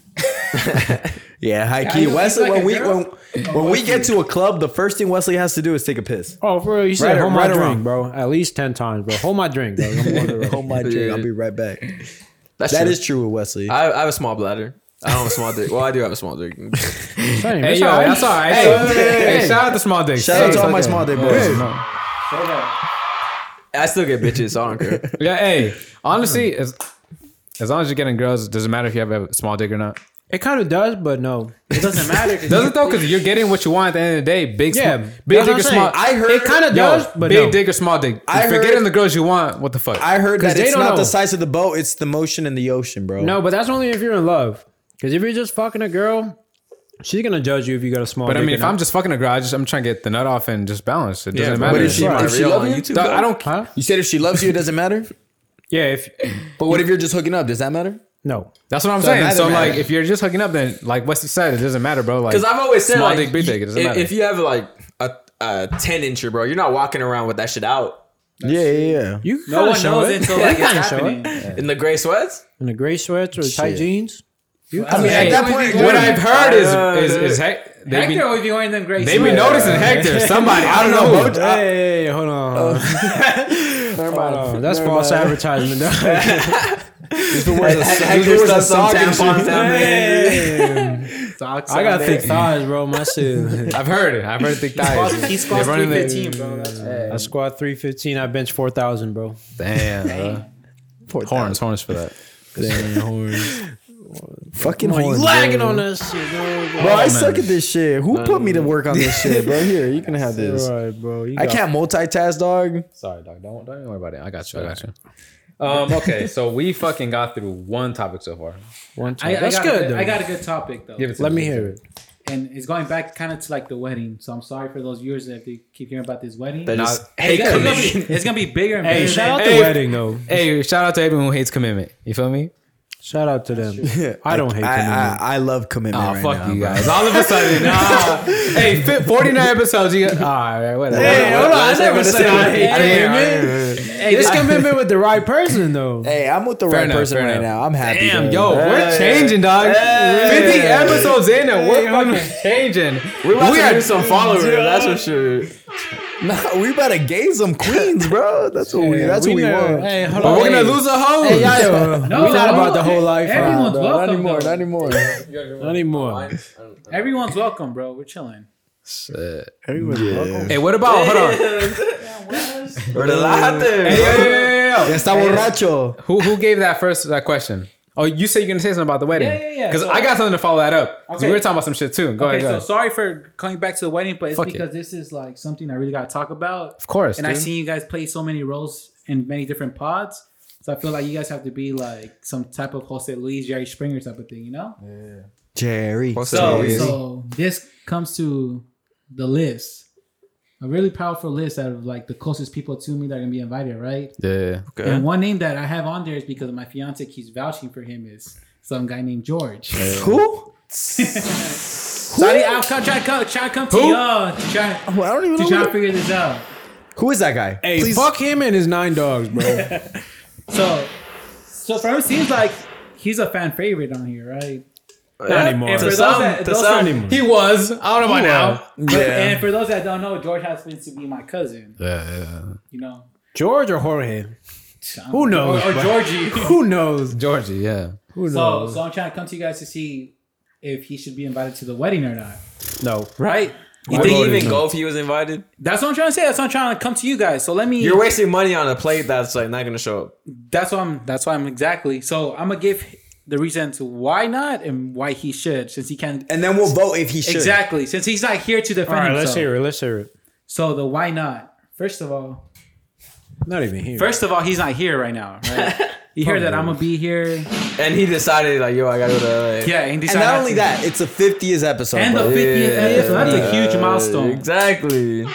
[SPEAKER 1] Yeah, high key.
[SPEAKER 3] you look
[SPEAKER 1] Wesley,
[SPEAKER 3] like
[SPEAKER 1] when
[SPEAKER 3] a
[SPEAKER 1] we when,
[SPEAKER 3] girl.
[SPEAKER 1] when we get to a club, the first thing Wesley has to do is take a piss.
[SPEAKER 5] Oh, bro, you said
[SPEAKER 1] Right or-
[SPEAKER 5] hold my
[SPEAKER 1] right or wrong?
[SPEAKER 5] drink, bro. At least ten times, bro. Hold my drink, bro. I'm
[SPEAKER 2] *laughs*
[SPEAKER 5] going to the-
[SPEAKER 1] Hold Oh my drink.
[SPEAKER 4] Yeah.
[SPEAKER 1] I'll be right back.
[SPEAKER 4] That's
[SPEAKER 1] That
[SPEAKER 4] true.
[SPEAKER 1] is true with Wesley.
[SPEAKER 4] I, I have a small bladder. I don't have a small dick. Well, I do have a small dick.
[SPEAKER 5] Same,
[SPEAKER 2] Hey,
[SPEAKER 5] it's
[SPEAKER 2] yo,
[SPEAKER 5] all right.
[SPEAKER 2] that's all right.
[SPEAKER 5] Hey,
[SPEAKER 2] So-
[SPEAKER 5] hey, hey,
[SPEAKER 2] hey,
[SPEAKER 5] hey.
[SPEAKER 2] shout out to Small Dick.
[SPEAKER 1] Shout out to all my
[SPEAKER 5] okay.
[SPEAKER 1] small dick boys.
[SPEAKER 4] I still get bitches. So I don't care.
[SPEAKER 2] Yeah, hey, honestly, as, as long as you're getting girls, it doesn't matter if you have a small dick or not.
[SPEAKER 5] It kind of does, but no.
[SPEAKER 3] It doesn't matter. 'cause
[SPEAKER 2] Does it though? Because you're getting what you want at the end of the day. Big,
[SPEAKER 5] Yeah,
[SPEAKER 2] yeah, big
[SPEAKER 5] that's what
[SPEAKER 2] dick
[SPEAKER 5] I'm
[SPEAKER 2] or small.
[SPEAKER 5] saying. I
[SPEAKER 1] heard-
[SPEAKER 2] it kind of
[SPEAKER 5] Yo,
[SPEAKER 2] does, but big
[SPEAKER 5] no.
[SPEAKER 2] dick or small dick.
[SPEAKER 1] I
[SPEAKER 2] if you're
[SPEAKER 1] heard-
[SPEAKER 2] getting the girls you want, what the fuck?
[SPEAKER 1] I heard
[SPEAKER 2] 'Cause
[SPEAKER 1] that
[SPEAKER 2] they
[SPEAKER 1] it's
[SPEAKER 2] don't
[SPEAKER 1] not
[SPEAKER 2] know.
[SPEAKER 1] the size of the boat, it's the motion in the ocean, bro.
[SPEAKER 5] No, but that's only if you're in love. Because if you're just fucking a girl, she's gonna judge you if you got a small.
[SPEAKER 2] But I
[SPEAKER 5] dick
[SPEAKER 2] mean,
[SPEAKER 5] or
[SPEAKER 2] if
[SPEAKER 5] not.
[SPEAKER 2] I'm just fucking a girl, I just, I'm trying to get the nut off and just balance. It doesn't
[SPEAKER 4] Yeah,
[SPEAKER 2] matter.
[SPEAKER 4] but is she
[SPEAKER 5] Right.
[SPEAKER 4] my
[SPEAKER 1] If she
[SPEAKER 4] real
[SPEAKER 1] love
[SPEAKER 4] on
[SPEAKER 1] you?
[SPEAKER 4] YouTube?
[SPEAKER 2] Dog,
[SPEAKER 4] though?
[SPEAKER 2] I don't. Huh?
[SPEAKER 1] You said if she loves you, it doesn't matter?
[SPEAKER 5] yeah, if
[SPEAKER 1] But what if you're just hooking up? Does that matter?
[SPEAKER 5] no,
[SPEAKER 2] That's what I'm
[SPEAKER 1] So
[SPEAKER 2] saying.
[SPEAKER 1] neither
[SPEAKER 2] So
[SPEAKER 1] matter.
[SPEAKER 2] like, if you're just hooking up, then like Wesley said, it doesn't matter, bro. Like,
[SPEAKER 4] Because I've always said
[SPEAKER 2] small
[SPEAKER 4] like,
[SPEAKER 2] dick, big
[SPEAKER 4] you-
[SPEAKER 2] dick, it doesn't
[SPEAKER 4] if,
[SPEAKER 2] matter.
[SPEAKER 4] if you have like a, a ten incher, bro, you're not walking around with that shit out
[SPEAKER 1] Yeah, yeah, yeah.
[SPEAKER 5] you can
[SPEAKER 3] No
[SPEAKER 5] kinda
[SPEAKER 3] one
[SPEAKER 5] show
[SPEAKER 3] knows
[SPEAKER 4] *laughs*
[SPEAKER 5] it.
[SPEAKER 3] until
[SPEAKER 5] You
[SPEAKER 3] like it's
[SPEAKER 5] kinda show it.
[SPEAKER 3] happening.
[SPEAKER 4] in the gray sweats.
[SPEAKER 5] in the gray sweats or tight
[SPEAKER 1] Shit.
[SPEAKER 5] jeans.
[SPEAKER 3] I mean,
[SPEAKER 2] Hey,
[SPEAKER 1] at that point,
[SPEAKER 2] what I've heard
[SPEAKER 4] Uh,
[SPEAKER 2] is is, is, hec- they
[SPEAKER 3] Hector
[SPEAKER 2] be
[SPEAKER 3] would be wearing them gray
[SPEAKER 2] they be
[SPEAKER 3] suits.
[SPEAKER 2] noticing Hector. *laughs* Somebody I don't know. who.
[SPEAKER 5] Hey, hold on. *laughs* Hold on. That's false advertisement. *laughs* dog.
[SPEAKER 4] Hector stuff some tampons down there.
[SPEAKER 3] Socks
[SPEAKER 5] I
[SPEAKER 3] on
[SPEAKER 5] got
[SPEAKER 3] there.
[SPEAKER 5] thick thighs, bro.
[SPEAKER 2] *laughs*
[SPEAKER 5] My shit.
[SPEAKER 2] I've heard it. I've heard thick thighs.
[SPEAKER 3] He squats
[SPEAKER 2] They running the-
[SPEAKER 3] 315, bro. That's
[SPEAKER 5] I squat three fifteen. I bench four thousand, bro.
[SPEAKER 2] Damn. bro. Horns, horns for that.
[SPEAKER 1] Fucking
[SPEAKER 5] Come on,
[SPEAKER 1] horns,
[SPEAKER 5] you
[SPEAKER 1] bro.
[SPEAKER 5] lagging on us, shit, bro.
[SPEAKER 1] Bro, I suck at this shit. Who put me to work on this shit, bro? Here, you can have this.
[SPEAKER 5] All right, bro. You
[SPEAKER 1] I
[SPEAKER 5] got-
[SPEAKER 1] can't multitask, dog.
[SPEAKER 2] Sorry, dog. Don't don't even worry about it. I got you. I got you. Um, okay, so we fucking got through one topic so far.
[SPEAKER 5] One time.
[SPEAKER 3] I,
[SPEAKER 5] That's
[SPEAKER 3] I got
[SPEAKER 5] good.
[SPEAKER 3] A,
[SPEAKER 5] though.
[SPEAKER 3] I got a good topic though,
[SPEAKER 2] Give it to
[SPEAKER 5] Let me hear it.
[SPEAKER 3] and it's going back kind of to like the wedding. So I'm sorry for those viewers that they keep hearing about this wedding.
[SPEAKER 4] They just
[SPEAKER 3] Hey,
[SPEAKER 4] hate
[SPEAKER 3] it's, gonna
[SPEAKER 4] commitment.
[SPEAKER 3] be, it's gonna be bigger and bigger.
[SPEAKER 5] Hey, shout out
[SPEAKER 2] Hey.
[SPEAKER 5] to wedding though.
[SPEAKER 2] Hey, shout out to everyone who hates commitment. You feel me?
[SPEAKER 5] Shout out to them. I don't hate
[SPEAKER 1] I,
[SPEAKER 5] them.
[SPEAKER 1] I, I love commitment.
[SPEAKER 2] Oh,
[SPEAKER 1] right
[SPEAKER 2] fuck
[SPEAKER 1] now,
[SPEAKER 2] you
[SPEAKER 1] bro.
[SPEAKER 2] guys. All of a sudden, *laughs* nah. hey, fi- 49 episodes. You got, all right, whatever.
[SPEAKER 5] Hey, hold on. I
[SPEAKER 2] Whatever.
[SPEAKER 5] never said I hate
[SPEAKER 2] I didn't- I
[SPEAKER 5] commitment.
[SPEAKER 2] didn't-
[SPEAKER 5] Hey, this commitment with the right person though.
[SPEAKER 1] Hey, I'm with the right
[SPEAKER 2] enough,
[SPEAKER 1] person
[SPEAKER 2] fair
[SPEAKER 1] right
[SPEAKER 2] enough.
[SPEAKER 1] now. I'm happy.
[SPEAKER 2] Damn,
[SPEAKER 1] bro.
[SPEAKER 2] yo, we're changing, dog. 50 episodes in and we're fucking changing.
[SPEAKER 4] We about
[SPEAKER 2] We
[SPEAKER 4] to
[SPEAKER 2] are-
[SPEAKER 4] lose some followers. That's for sure.
[SPEAKER 1] Nah, we about to gain some queens, bro. That's what we. That's what we
[SPEAKER 5] never-
[SPEAKER 1] want.
[SPEAKER 5] Hey, hold
[SPEAKER 2] But
[SPEAKER 5] on.
[SPEAKER 2] we're
[SPEAKER 5] hey.
[SPEAKER 2] gonna lose a hoe.
[SPEAKER 5] Hey,
[SPEAKER 3] No,
[SPEAKER 5] y'all, we're not
[SPEAKER 3] no,
[SPEAKER 5] about the whole life.
[SPEAKER 3] everyone's
[SPEAKER 5] bro.
[SPEAKER 3] welcome,
[SPEAKER 5] Not anymore.
[SPEAKER 3] though.
[SPEAKER 5] Not anymore. not anymore.
[SPEAKER 3] Everyone's welcome, bro. We're chilling.
[SPEAKER 2] *laughs* Hey, what about? Hold on. Hey, yo,
[SPEAKER 4] Relate.
[SPEAKER 2] yo, yo, yo, yo.
[SPEAKER 1] Está borracho.
[SPEAKER 2] Who who gave that first that question? Oh, you said you're gonna say something about the wedding.
[SPEAKER 3] Yeah, yeah, yeah.
[SPEAKER 2] Because
[SPEAKER 3] So-
[SPEAKER 2] I got something to follow that up. 'Cause
[SPEAKER 3] Okay.
[SPEAKER 2] We were talking about some shit too. Go
[SPEAKER 3] Okay,
[SPEAKER 2] ahead. Go
[SPEAKER 3] so
[SPEAKER 2] ahead.
[SPEAKER 3] sorry for coming back to the wedding, but it's
[SPEAKER 2] Fuck it.
[SPEAKER 3] because this is like something I really gotta talk about.
[SPEAKER 2] of course.
[SPEAKER 3] and I
[SPEAKER 2] dude.
[SPEAKER 3] seen you guys play so many roles in many different pods. So I feel like you guys have to be like some type of Jose Luis, Jerry Springer type of thing, you know?
[SPEAKER 1] Jerry.
[SPEAKER 3] So,
[SPEAKER 4] Luis.
[SPEAKER 3] so this comes to the list. A really powerful list out of like the closest people to me that are gonna be invited, right?
[SPEAKER 2] Yeah.
[SPEAKER 4] Okay.
[SPEAKER 3] And one name that I have on there is because my fiance keeps vouching for him is some guy named George.
[SPEAKER 1] Who?
[SPEAKER 3] Sorry, I'll come try to come, try to come to
[SPEAKER 2] Who?
[SPEAKER 3] y'all to try,
[SPEAKER 1] Who? I don't even
[SPEAKER 3] to
[SPEAKER 1] know.
[SPEAKER 3] try to
[SPEAKER 1] who-
[SPEAKER 3] figure this out.
[SPEAKER 1] Who is that guy?
[SPEAKER 5] Hey, fuck him and his nine dogs, *laughs* bro.
[SPEAKER 3] So, so for him, it seems like he's a fan favorite on here, right?
[SPEAKER 5] Not anymore.
[SPEAKER 3] And for
[SPEAKER 5] To
[SPEAKER 3] those
[SPEAKER 4] some-
[SPEAKER 3] that,
[SPEAKER 4] to
[SPEAKER 3] those
[SPEAKER 4] some.
[SPEAKER 3] that-
[SPEAKER 2] He was. I don't know about now.
[SPEAKER 3] but- And for those that don't know, George happens to be my cousin. You know,
[SPEAKER 5] George or Jorge? Who knows,
[SPEAKER 3] Or, or
[SPEAKER 5] bro?
[SPEAKER 3] Georgie.
[SPEAKER 5] *laughs* Who knows?
[SPEAKER 2] Georgie. Yeah.
[SPEAKER 5] Who
[SPEAKER 3] so,
[SPEAKER 5] knows?
[SPEAKER 3] so I'm trying to come to you guys to see if he should be invited to the wedding or not.
[SPEAKER 5] no.
[SPEAKER 3] Right.
[SPEAKER 4] You
[SPEAKER 3] I
[SPEAKER 4] think
[SPEAKER 3] voted no.
[SPEAKER 4] even go if he was invited?
[SPEAKER 3] That's what I'm trying to say. That's what I'm trying to come to you guys. So let me.
[SPEAKER 4] You're wasting money on a plate that's like not gonna show up.
[SPEAKER 3] That's why I'm. That's why I'm exactly. So I'm gonna give the reasons why not and why he should, since he can.
[SPEAKER 1] And then we'll vote if he should.
[SPEAKER 3] Exactly, since he's not here to defend
[SPEAKER 5] All right, let's
[SPEAKER 3] himself.
[SPEAKER 5] hear it. Let's hear it.
[SPEAKER 3] So the why not? First of all,
[SPEAKER 5] Not even here.
[SPEAKER 3] first of all, he's not here right now. *laughs* Right? you hear that I'm gonna be here?
[SPEAKER 4] And he decided like, yo, I gotta go to LA.
[SPEAKER 3] Yeah, and,
[SPEAKER 1] And not only that, it's a 50th episode.
[SPEAKER 3] and the
[SPEAKER 1] bro.
[SPEAKER 3] 50th. episode, that's a huge milestone.
[SPEAKER 4] Exactly.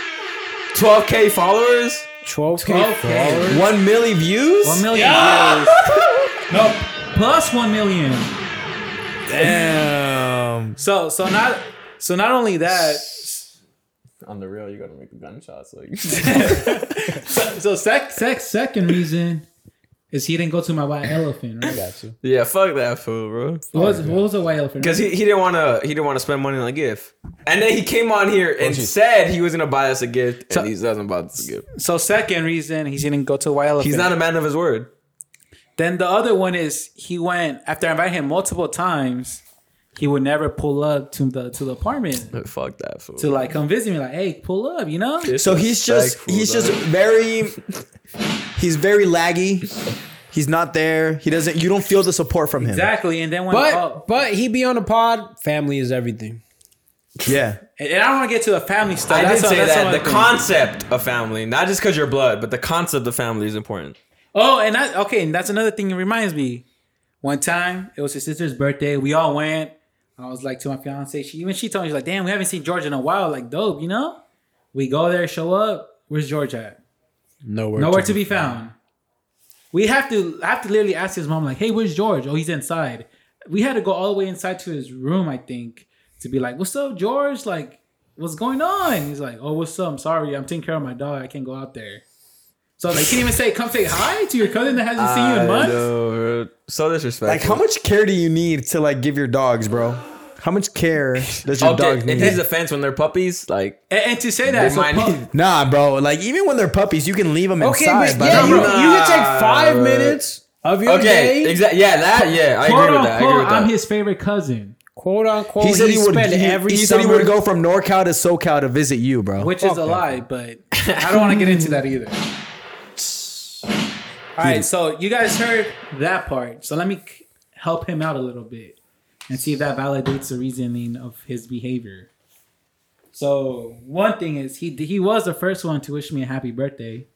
[SPEAKER 4] 12k followers,
[SPEAKER 5] 12K
[SPEAKER 3] Okay.
[SPEAKER 1] One milli views.
[SPEAKER 3] One million views. *laughs* no, plus one million. Damn. So so not so not only that.
[SPEAKER 4] On the real, you gotta make the gunshots. Like,
[SPEAKER 3] *laughs* So sec, sec, second reason is he didn't go to my white elephant. Right? It
[SPEAKER 4] yeah, fuck that fool, bro.
[SPEAKER 3] What was what was a white elephant?
[SPEAKER 4] Because he, he didn't want to he didn't want to spend money on a gift, and then he came on here and said he was gonna buy us a gift, and he doesn't buy us a gift.
[SPEAKER 3] So second reason he didn't go to white elephant.
[SPEAKER 4] He's not a man of his word.
[SPEAKER 3] Then the other one is he went after I invited him multiple times. He would never pull up to the to the apartment
[SPEAKER 4] But *laughs* fuck that fool.
[SPEAKER 3] to like come visit me. Like, hey, pull up, you know.
[SPEAKER 1] So he's just
[SPEAKER 4] Disrespectful,
[SPEAKER 1] he's just
[SPEAKER 4] dog.
[SPEAKER 1] very he's very laggy. He's not there. He doesn't. You don't feel the support from him.
[SPEAKER 3] Exactly. And then when
[SPEAKER 5] But
[SPEAKER 3] oh,
[SPEAKER 5] but he be on the pod. Family is everything.
[SPEAKER 1] Yeah.
[SPEAKER 3] and I don't want to get to the family stuff.
[SPEAKER 4] I did
[SPEAKER 3] That's all-
[SPEAKER 4] say
[SPEAKER 3] that's
[SPEAKER 4] that
[SPEAKER 3] all
[SPEAKER 4] the
[SPEAKER 3] I think.
[SPEAKER 4] concept of family, not just because you're blood, but the concept of family is important.
[SPEAKER 3] Oh, and that okay, and that's another thing. It reminds me, one time it was his sister's birthday. We all went. I was like to my fiance. She even she told me she's like, "Damn, we haven't seen George in a while. Like, dope, you know." We go there, show up. Where's George at?
[SPEAKER 5] Nowhere.
[SPEAKER 3] Nowhere to be found. We have to I have to literally ask his mom like, "Hey, where's George?" Oh, he's inside. We had to go all the way inside to his room, I think, to be like, "What's up, George? Like, what's going on?" He's like, "Oh, what's up? I'm sorry, I'm taking care of my dog. I can't go out there." So they can't even say, "Come say hi" to your cousin that hasn't seen you in months.
[SPEAKER 4] know, bro. so disrespectful.
[SPEAKER 1] Like, how much care do you need to like give your dogs, bro? How much care does your
[SPEAKER 4] Okay,
[SPEAKER 1] dog
[SPEAKER 4] in
[SPEAKER 1] need?
[SPEAKER 4] his defense, when they're puppies, like
[SPEAKER 3] And, and to say that,
[SPEAKER 4] they
[SPEAKER 3] so
[SPEAKER 4] might
[SPEAKER 3] pu-
[SPEAKER 4] need-
[SPEAKER 1] nah, bro. Like, even when they're puppies, you can leave them
[SPEAKER 5] Okay,
[SPEAKER 1] inside.
[SPEAKER 5] but
[SPEAKER 1] But
[SPEAKER 5] yeah,
[SPEAKER 1] yeah,
[SPEAKER 5] you, you
[SPEAKER 4] Nah,
[SPEAKER 5] can take five
[SPEAKER 4] bro.
[SPEAKER 5] minutes of your
[SPEAKER 4] okay,
[SPEAKER 5] day.
[SPEAKER 4] exactly. Yeah, that. Yeah, I
[SPEAKER 3] quote
[SPEAKER 4] agree with that. I agree
[SPEAKER 3] unquote,
[SPEAKER 4] with
[SPEAKER 3] I'm
[SPEAKER 4] that.
[SPEAKER 3] his favorite cousin,
[SPEAKER 5] Quote unquote.
[SPEAKER 1] he said he, would.
[SPEAKER 5] spend
[SPEAKER 1] He,
[SPEAKER 5] every
[SPEAKER 1] he said
[SPEAKER 5] summer.
[SPEAKER 1] he would go from NorCal to SoCal to visit you, bro.
[SPEAKER 3] which is a lie, but I don't want to get into that
[SPEAKER 4] *laughs*
[SPEAKER 3] either. All right, so you guys heard that part. So let me c- help him out a little bit and see if that validates the reasoning of his behavior. So one thing is he he was the first one to wish me a happy birthday.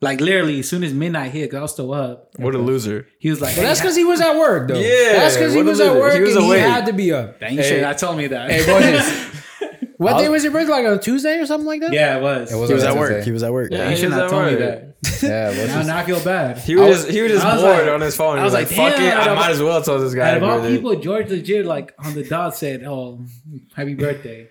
[SPEAKER 3] Like literally, as soon as midnight hit, 'cause I was still up.
[SPEAKER 4] What a loser.
[SPEAKER 3] He was like,
[SPEAKER 5] But
[SPEAKER 3] "Hey,
[SPEAKER 5] that's because he was at work, though.
[SPEAKER 4] Yeah,
[SPEAKER 5] that's because he
[SPEAKER 4] what a
[SPEAKER 5] was at
[SPEAKER 4] loser.
[SPEAKER 5] work
[SPEAKER 4] He was
[SPEAKER 5] and
[SPEAKER 4] awake.
[SPEAKER 5] he had to be up.
[SPEAKER 3] dang shit, I told me that."
[SPEAKER 5] Hey,
[SPEAKER 3] *laughs*
[SPEAKER 5] boys. What day was your birthday? Like on Tuesday or something like that?
[SPEAKER 3] yeah, it was.
[SPEAKER 1] he was at
[SPEAKER 2] That's
[SPEAKER 1] work.
[SPEAKER 2] okay.
[SPEAKER 1] He was at work.
[SPEAKER 4] Yeah,
[SPEAKER 3] You
[SPEAKER 4] he
[SPEAKER 3] should
[SPEAKER 4] was
[SPEAKER 3] not
[SPEAKER 4] at
[SPEAKER 3] tell me
[SPEAKER 4] work.
[SPEAKER 3] that. *laughs*
[SPEAKER 2] Yeah, what's
[SPEAKER 3] Now,
[SPEAKER 2] his-
[SPEAKER 3] now I feel bad.
[SPEAKER 4] He was just, he was just
[SPEAKER 3] I was
[SPEAKER 4] bored
[SPEAKER 3] like-
[SPEAKER 4] on his phone.
[SPEAKER 3] I
[SPEAKER 4] He
[SPEAKER 3] was
[SPEAKER 4] was like,
[SPEAKER 3] like,
[SPEAKER 4] fuck
[SPEAKER 3] damn,
[SPEAKER 4] it,
[SPEAKER 3] out
[SPEAKER 4] I
[SPEAKER 3] of-
[SPEAKER 4] might as well tell this guy.
[SPEAKER 3] Out of all
[SPEAKER 4] brother.
[SPEAKER 3] people, George legit like on the dot said, "Oh, happy birthday."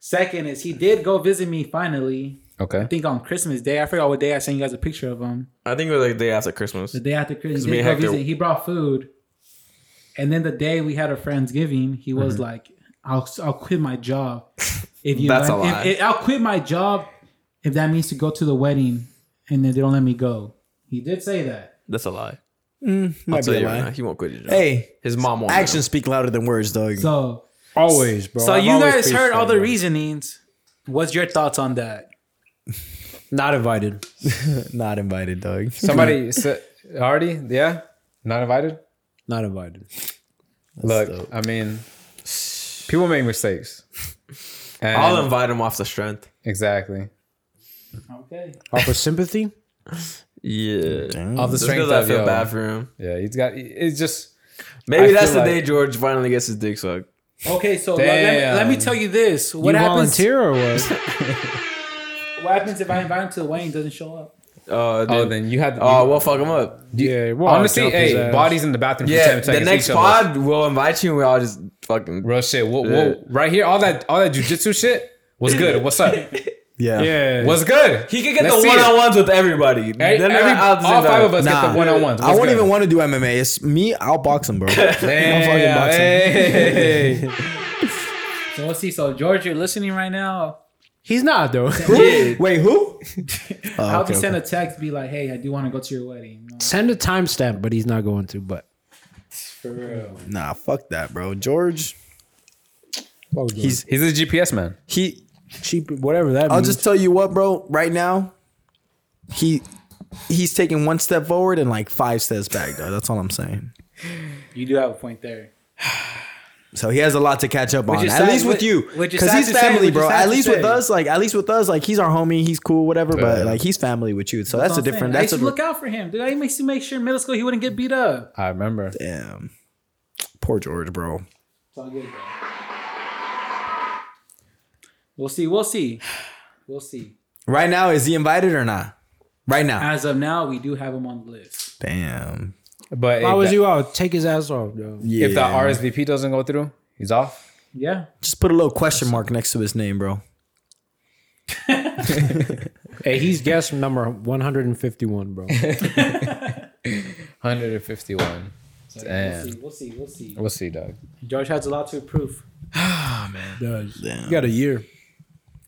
[SPEAKER 3] Second is he did go visit me finally. I
[SPEAKER 2] Okay.
[SPEAKER 3] think on Christmas Day. I forgot what day I sent you guys a picture of him.
[SPEAKER 4] I think it was like the day after Christmas.
[SPEAKER 3] The day after Christmas,
[SPEAKER 4] me
[SPEAKER 3] he, did
[SPEAKER 4] and
[SPEAKER 3] go
[SPEAKER 4] Hector-
[SPEAKER 3] visit. he brought food, and then the day we had a friendsgiving, he was like, "I'll I'll quit my job if you
[SPEAKER 4] That's
[SPEAKER 3] let-
[SPEAKER 4] a lie.
[SPEAKER 3] If, if- I'll quit my job if that means to go to the wedding, and then they don't let me go." He did say that.
[SPEAKER 4] That's a lie.
[SPEAKER 1] might
[SPEAKER 4] I'll tell
[SPEAKER 1] be
[SPEAKER 4] you
[SPEAKER 1] a
[SPEAKER 4] right now,
[SPEAKER 1] lie.
[SPEAKER 4] he won't quit his job.
[SPEAKER 1] Hey,
[SPEAKER 4] his mom won't.
[SPEAKER 1] actions speak louder than words, dog.
[SPEAKER 3] So
[SPEAKER 5] Always, bro.
[SPEAKER 3] So
[SPEAKER 5] I've
[SPEAKER 3] you
[SPEAKER 5] always
[SPEAKER 3] guys
[SPEAKER 5] preached
[SPEAKER 3] heard
[SPEAKER 5] that,
[SPEAKER 3] all the
[SPEAKER 5] bro.
[SPEAKER 3] reasonings. What's your thoughts on that?
[SPEAKER 5] Not invited.
[SPEAKER 1] Not invited, dog.
[SPEAKER 2] Somebody said already, yeah, not invited.
[SPEAKER 5] Not invited.
[SPEAKER 2] Look, I mean, people make mistakes. And
[SPEAKER 4] I'll invite him off the strength.
[SPEAKER 2] exactly.
[SPEAKER 3] Okay.
[SPEAKER 5] Offer *laughs* sympathy.
[SPEAKER 4] Yeah.
[SPEAKER 2] Of the
[SPEAKER 4] Just
[SPEAKER 2] strength
[SPEAKER 4] because I
[SPEAKER 2] of
[SPEAKER 4] feel
[SPEAKER 2] yo.
[SPEAKER 4] bad for him.
[SPEAKER 2] Yeah, he's got. It's just
[SPEAKER 4] Maybe
[SPEAKER 2] I
[SPEAKER 4] that's the
[SPEAKER 2] feel
[SPEAKER 4] day
[SPEAKER 2] like-
[SPEAKER 4] George finally gets his dick sucked.
[SPEAKER 3] Okay, so let, let me,
[SPEAKER 2] Damn.
[SPEAKER 3] let me tell you this. What
[SPEAKER 5] you
[SPEAKER 3] happens
[SPEAKER 5] volunteer or *laughs* what?
[SPEAKER 3] what happens if I invite him to the wedding and doesn't show up?
[SPEAKER 4] Oh,
[SPEAKER 2] oh,
[SPEAKER 4] then.
[SPEAKER 2] then you had.
[SPEAKER 4] Oh, we'll fuck him up.
[SPEAKER 5] yeah. Well,
[SPEAKER 2] honestly,
[SPEAKER 5] jump his
[SPEAKER 2] hey,
[SPEAKER 5] ass.
[SPEAKER 2] bodies in the bathroom. for
[SPEAKER 4] Yeah,
[SPEAKER 2] 10
[SPEAKER 4] the
[SPEAKER 2] seconds,
[SPEAKER 4] next
[SPEAKER 2] each of us.
[SPEAKER 4] pod, we'll invite you and we all just fucking.
[SPEAKER 2] Real shit. Whoa, whoa. Right here, all that, all that jujitsu shit.
[SPEAKER 1] *laughs*
[SPEAKER 2] What's good? What's up?
[SPEAKER 1] *laughs* Yeah.
[SPEAKER 5] Yeah.
[SPEAKER 2] What's good?
[SPEAKER 4] He could get
[SPEAKER 2] Let's
[SPEAKER 4] the
[SPEAKER 2] see it.
[SPEAKER 4] one on ones with everybody.
[SPEAKER 2] Every,
[SPEAKER 4] Then they're
[SPEAKER 2] every-
[SPEAKER 4] out at the
[SPEAKER 2] all
[SPEAKER 4] same time.
[SPEAKER 2] five of us get
[SPEAKER 1] Nah.
[SPEAKER 2] the one on ones.
[SPEAKER 1] I won't even want to do MMA. It's me. I'll box
[SPEAKER 3] *laughs*
[SPEAKER 1] him, bro. I'm fucking boxing. *laughs*
[SPEAKER 2] Hey.
[SPEAKER 3] So let's see. So George, you're listening right now.
[SPEAKER 5] He's not though.
[SPEAKER 1] Wait, who?
[SPEAKER 3] I'll be send a text, be like, "Hey, I do want to go to your wedding." No,
[SPEAKER 5] Send a timestamp, but he's not going to. But
[SPEAKER 3] for real.
[SPEAKER 1] Nah, fuck that, bro. George.
[SPEAKER 5] He's
[SPEAKER 2] He's a GPS man.
[SPEAKER 1] He
[SPEAKER 3] cheap, whatever that.
[SPEAKER 1] I'll
[SPEAKER 5] Mm.
[SPEAKER 3] means.
[SPEAKER 1] just tell you what, bro. Right now, he he's taking one step forward and like five steps back, though. That's all I'm saying.
[SPEAKER 3] you do have a point there.
[SPEAKER 1] So he has a lot to catch up
[SPEAKER 3] Which
[SPEAKER 1] on.
[SPEAKER 3] is
[SPEAKER 1] At
[SPEAKER 3] sad-
[SPEAKER 1] least with
[SPEAKER 3] which-
[SPEAKER 1] you,
[SPEAKER 3] which is
[SPEAKER 1] because
[SPEAKER 3] sad
[SPEAKER 1] he's
[SPEAKER 3] to say, which
[SPEAKER 1] family,
[SPEAKER 3] is
[SPEAKER 1] bro.
[SPEAKER 3] sad
[SPEAKER 1] At
[SPEAKER 3] to
[SPEAKER 1] least with
[SPEAKER 3] say.
[SPEAKER 1] us, like at least with us, like he's our homie. He's cool, whatever.
[SPEAKER 2] Yeah.
[SPEAKER 1] But like he's family with you, so that's, a different.
[SPEAKER 3] I
[SPEAKER 1] That's
[SPEAKER 3] used
[SPEAKER 1] a
[SPEAKER 3] to look out for him. Did I used to make sure in middle school he wouldn't get beat up?
[SPEAKER 2] I remember.
[SPEAKER 1] damn. Poor George, bro.
[SPEAKER 3] It's all good, bro. We'll see. We'll see. We'll see.
[SPEAKER 1] Right now, is he invited or not? Right now,
[SPEAKER 3] As of now, we do have him on the list.
[SPEAKER 1] damn.
[SPEAKER 2] But
[SPEAKER 5] If I
[SPEAKER 2] if,
[SPEAKER 5] was
[SPEAKER 2] that-
[SPEAKER 5] you, I would take his ass off, bro.
[SPEAKER 1] Yeah.
[SPEAKER 2] if the RSVP doesn't go through, he's off.
[SPEAKER 3] Yeah.
[SPEAKER 1] just put a little question mark next to his name, bro.
[SPEAKER 5] Hey, he's guest number 151, *laughs* bro.
[SPEAKER 2] 151.
[SPEAKER 3] So,
[SPEAKER 2] Damn.
[SPEAKER 3] We'll see. We'll see. We'll
[SPEAKER 2] We'll see, dog.
[SPEAKER 3] see. George has a lot to improve.
[SPEAKER 5] He got a year.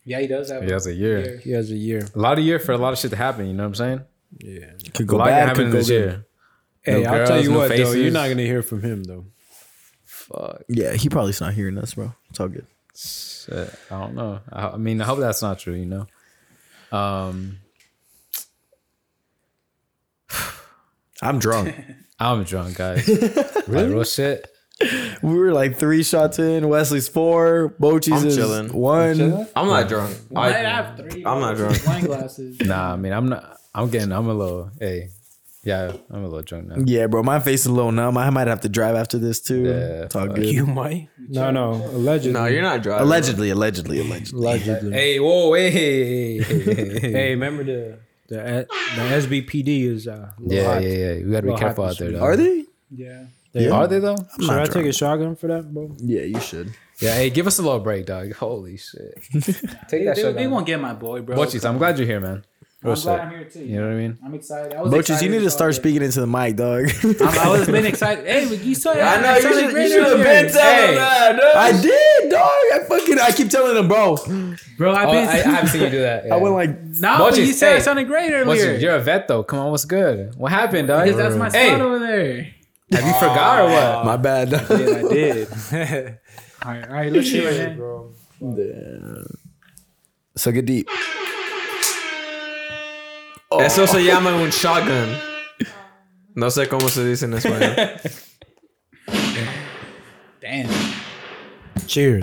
[SPEAKER 3] Yeah, he does have.
[SPEAKER 2] He has a year.
[SPEAKER 5] He has a year.
[SPEAKER 2] A lot of year for a lot of shit to happen. You know what I'm saying?
[SPEAKER 1] Could
[SPEAKER 2] A
[SPEAKER 1] go
[SPEAKER 2] lot
[SPEAKER 1] bad,
[SPEAKER 2] can happen
[SPEAKER 1] could go
[SPEAKER 2] this
[SPEAKER 1] good.
[SPEAKER 2] year.
[SPEAKER 5] Hey,
[SPEAKER 2] No
[SPEAKER 5] I'll tell
[SPEAKER 2] girls,
[SPEAKER 5] you
[SPEAKER 2] no
[SPEAKER 5] what, though, you're
[SPEAKER 2] faces.
[SPEAKER 5] not going to hear from him, though.
[SPEAKER 1] Yeah, he probably's not hearing us, bro. It's all good.
[SPEAKER 2] Shit, I don't know. I, I mean, I hope that's not true. You know. Um,
[SPEAKER 1] I'm
[SPEAKER 5] *laughs*
[SPEAKER 1] drunk.
[SPEAKER 2] I'm drunk, guys. really? real shit.
[SPEAKER 1] we were like three shots in. Wesley's four. Bochi's
[SPEAKER 4] I'm
[SPEAKER 1] is
[SPEAKER 4] chilling.
[SPEAKER 1] one.
[SPEAKER 4] I'm not drunk.
[SPEAKER 3] I
[SPEAKER 4] I,
[SPEAKER 3] have three.
[SPEAKER 4] I'm not drunk.
[SPEAKER 2] *laughs*
[SPEAKER 3] Wine glasses.
[SPEAKER 2] Nah, I mean, I'm not. I'm getting. I'm a little. Hey, yeah, I'm a little drunk now.
[SPEAKER 1] Yeah, bro. My face is a little numb. I might have to drive after this too.
[SPEAKER 2] Yeah,
[SPEAKER 1] it's all
[SPEAKER 2] fuck.
[SPEAKER 1] good.
[SPEAKER 5] might? No, no. Allegedly.
[SPEAKER 4] no, you're not driving.
[SPEAKER 1] allegedly, allegedly, allegedly.
[SPEAKER 5] Allegedly. Hey,
[SPEAKER 2] Hey, whoa, hey, hey, hey, hey, hey.
[SPEAKER 5] remember the the, the SBPD is uh,
[SPEAKER 2] yeah, yeah, yeah. You gotta be
[SPEAKER 5] Well,
[SPEAKER 2] careful
[SPEAKER 5] hot
[SPEAKER 2] out there.
[SPEAKER 5] this
[SPEAKER 2] Though.
[SPEAKER 1] Are they?
[SPEAKER 3] Yeah.
[SPEAKER 1] Yeah.
[SPEAKER 2] Are they though?
[SPEAKER 1] I'm
[SPEAKER 5] Should I
[SPEAKER 1] not
[SPEAKER 5] take
[SPEAKER 1] drunk.
[SPEAKER 5] a shotgun for that, bro?
[SPEAKER 1] Yeah, you should.
[SPEAKER 2] Yeah. Hey, give us a little break, dog. Holy shit. Take
[SPEAKER 3] They,
[SPEAKER 2] that
[SPEAKER 3] they,
[SPEAKER 2] shot.
[SPEAKER 3] they won't get my boy, bro.
[SPEAKER 2] Bochis, I'm glad you're here, man.
[SPEAKER 3] I'm
[SPEAKER 2] Real
[SPEAKER 3] glad
[SPEAKER 2] shit.
[SPEAKER 3] I'm here too.
[SPEAKER 2] You know what I mean?
[SPEAKER 3] I'm excited. I was
[SPEAKER 1] Bochis,
[SPEAKER 3] excited
[SPEAKER 1] you need to
[SPEAKER 3] as
[SPEAKER 1] start
[SPEAKER 3] fuck.
[SPEAKER 1] speaking into the mic, dog.
[SPEAKER 3] I'm, I
[SPEAKER 1] *laughs*
[SPEAKER 3] was been excited. Hey, but you saw
[SPEAKER 4] I know
[SPEAKER 3] I
[SPEAKER 4] you
[SPEAKER 3] saw the
[SPEAKER 4] should. You
[SPEAKER 3] grin
[SPEAKER 4] should
[SPEAKER 3] on
[SPEAKER 4] have been
[SPEAKER 3] yours.
[SPEAKER 4] telling
[SPEAKER 2] Hey.
[SPEAKER 4] that. dude.
[SPEAKER 1] I did, dog. I fucking. I keep telling him, bro.
[SPEAKER 3] bro. I've
[SPEAKER 2] Oh,
[SPEAKER 3] been.
[SPEAKER 2] I, I've seen you do that. Yeah.
[SPEAKER 1] I went like,
[SPEAKER 3] *laughs* no, but
[SPEAKER 2] Bochis,
[SPEAKER 3] you said
[SPEAKER 2] hey.
[SPEAKER 3] I sounded great earlier.
[SPEAKER 2] Bochis, you're a vet though. Come on, what's good? What happened, dog?
[SPEAKER 3] Because that's my
[SPEAKER 2] hey,
[SPEAKER 3] spot over there.
[SPEAKER 2] have you forgot or what?
[SPEAKER 1] my bad. dog.
[SPEAKER 5] Uh, I did.
[SPEAKER 3] All right, all right. Let's see it, bro.
[SPEAKER 1] *laughs* so get deep.
[SPEAKER 2] Oh.
[SPEAKER 4] Eso se llama un shotgun. *laughs* No sé cómo se dice en
[SPEAKER 2] *laughs*
[SPEAKER 4] español.
[SPEAKER 3] Damn.
[SPEAKER 5] Cheers.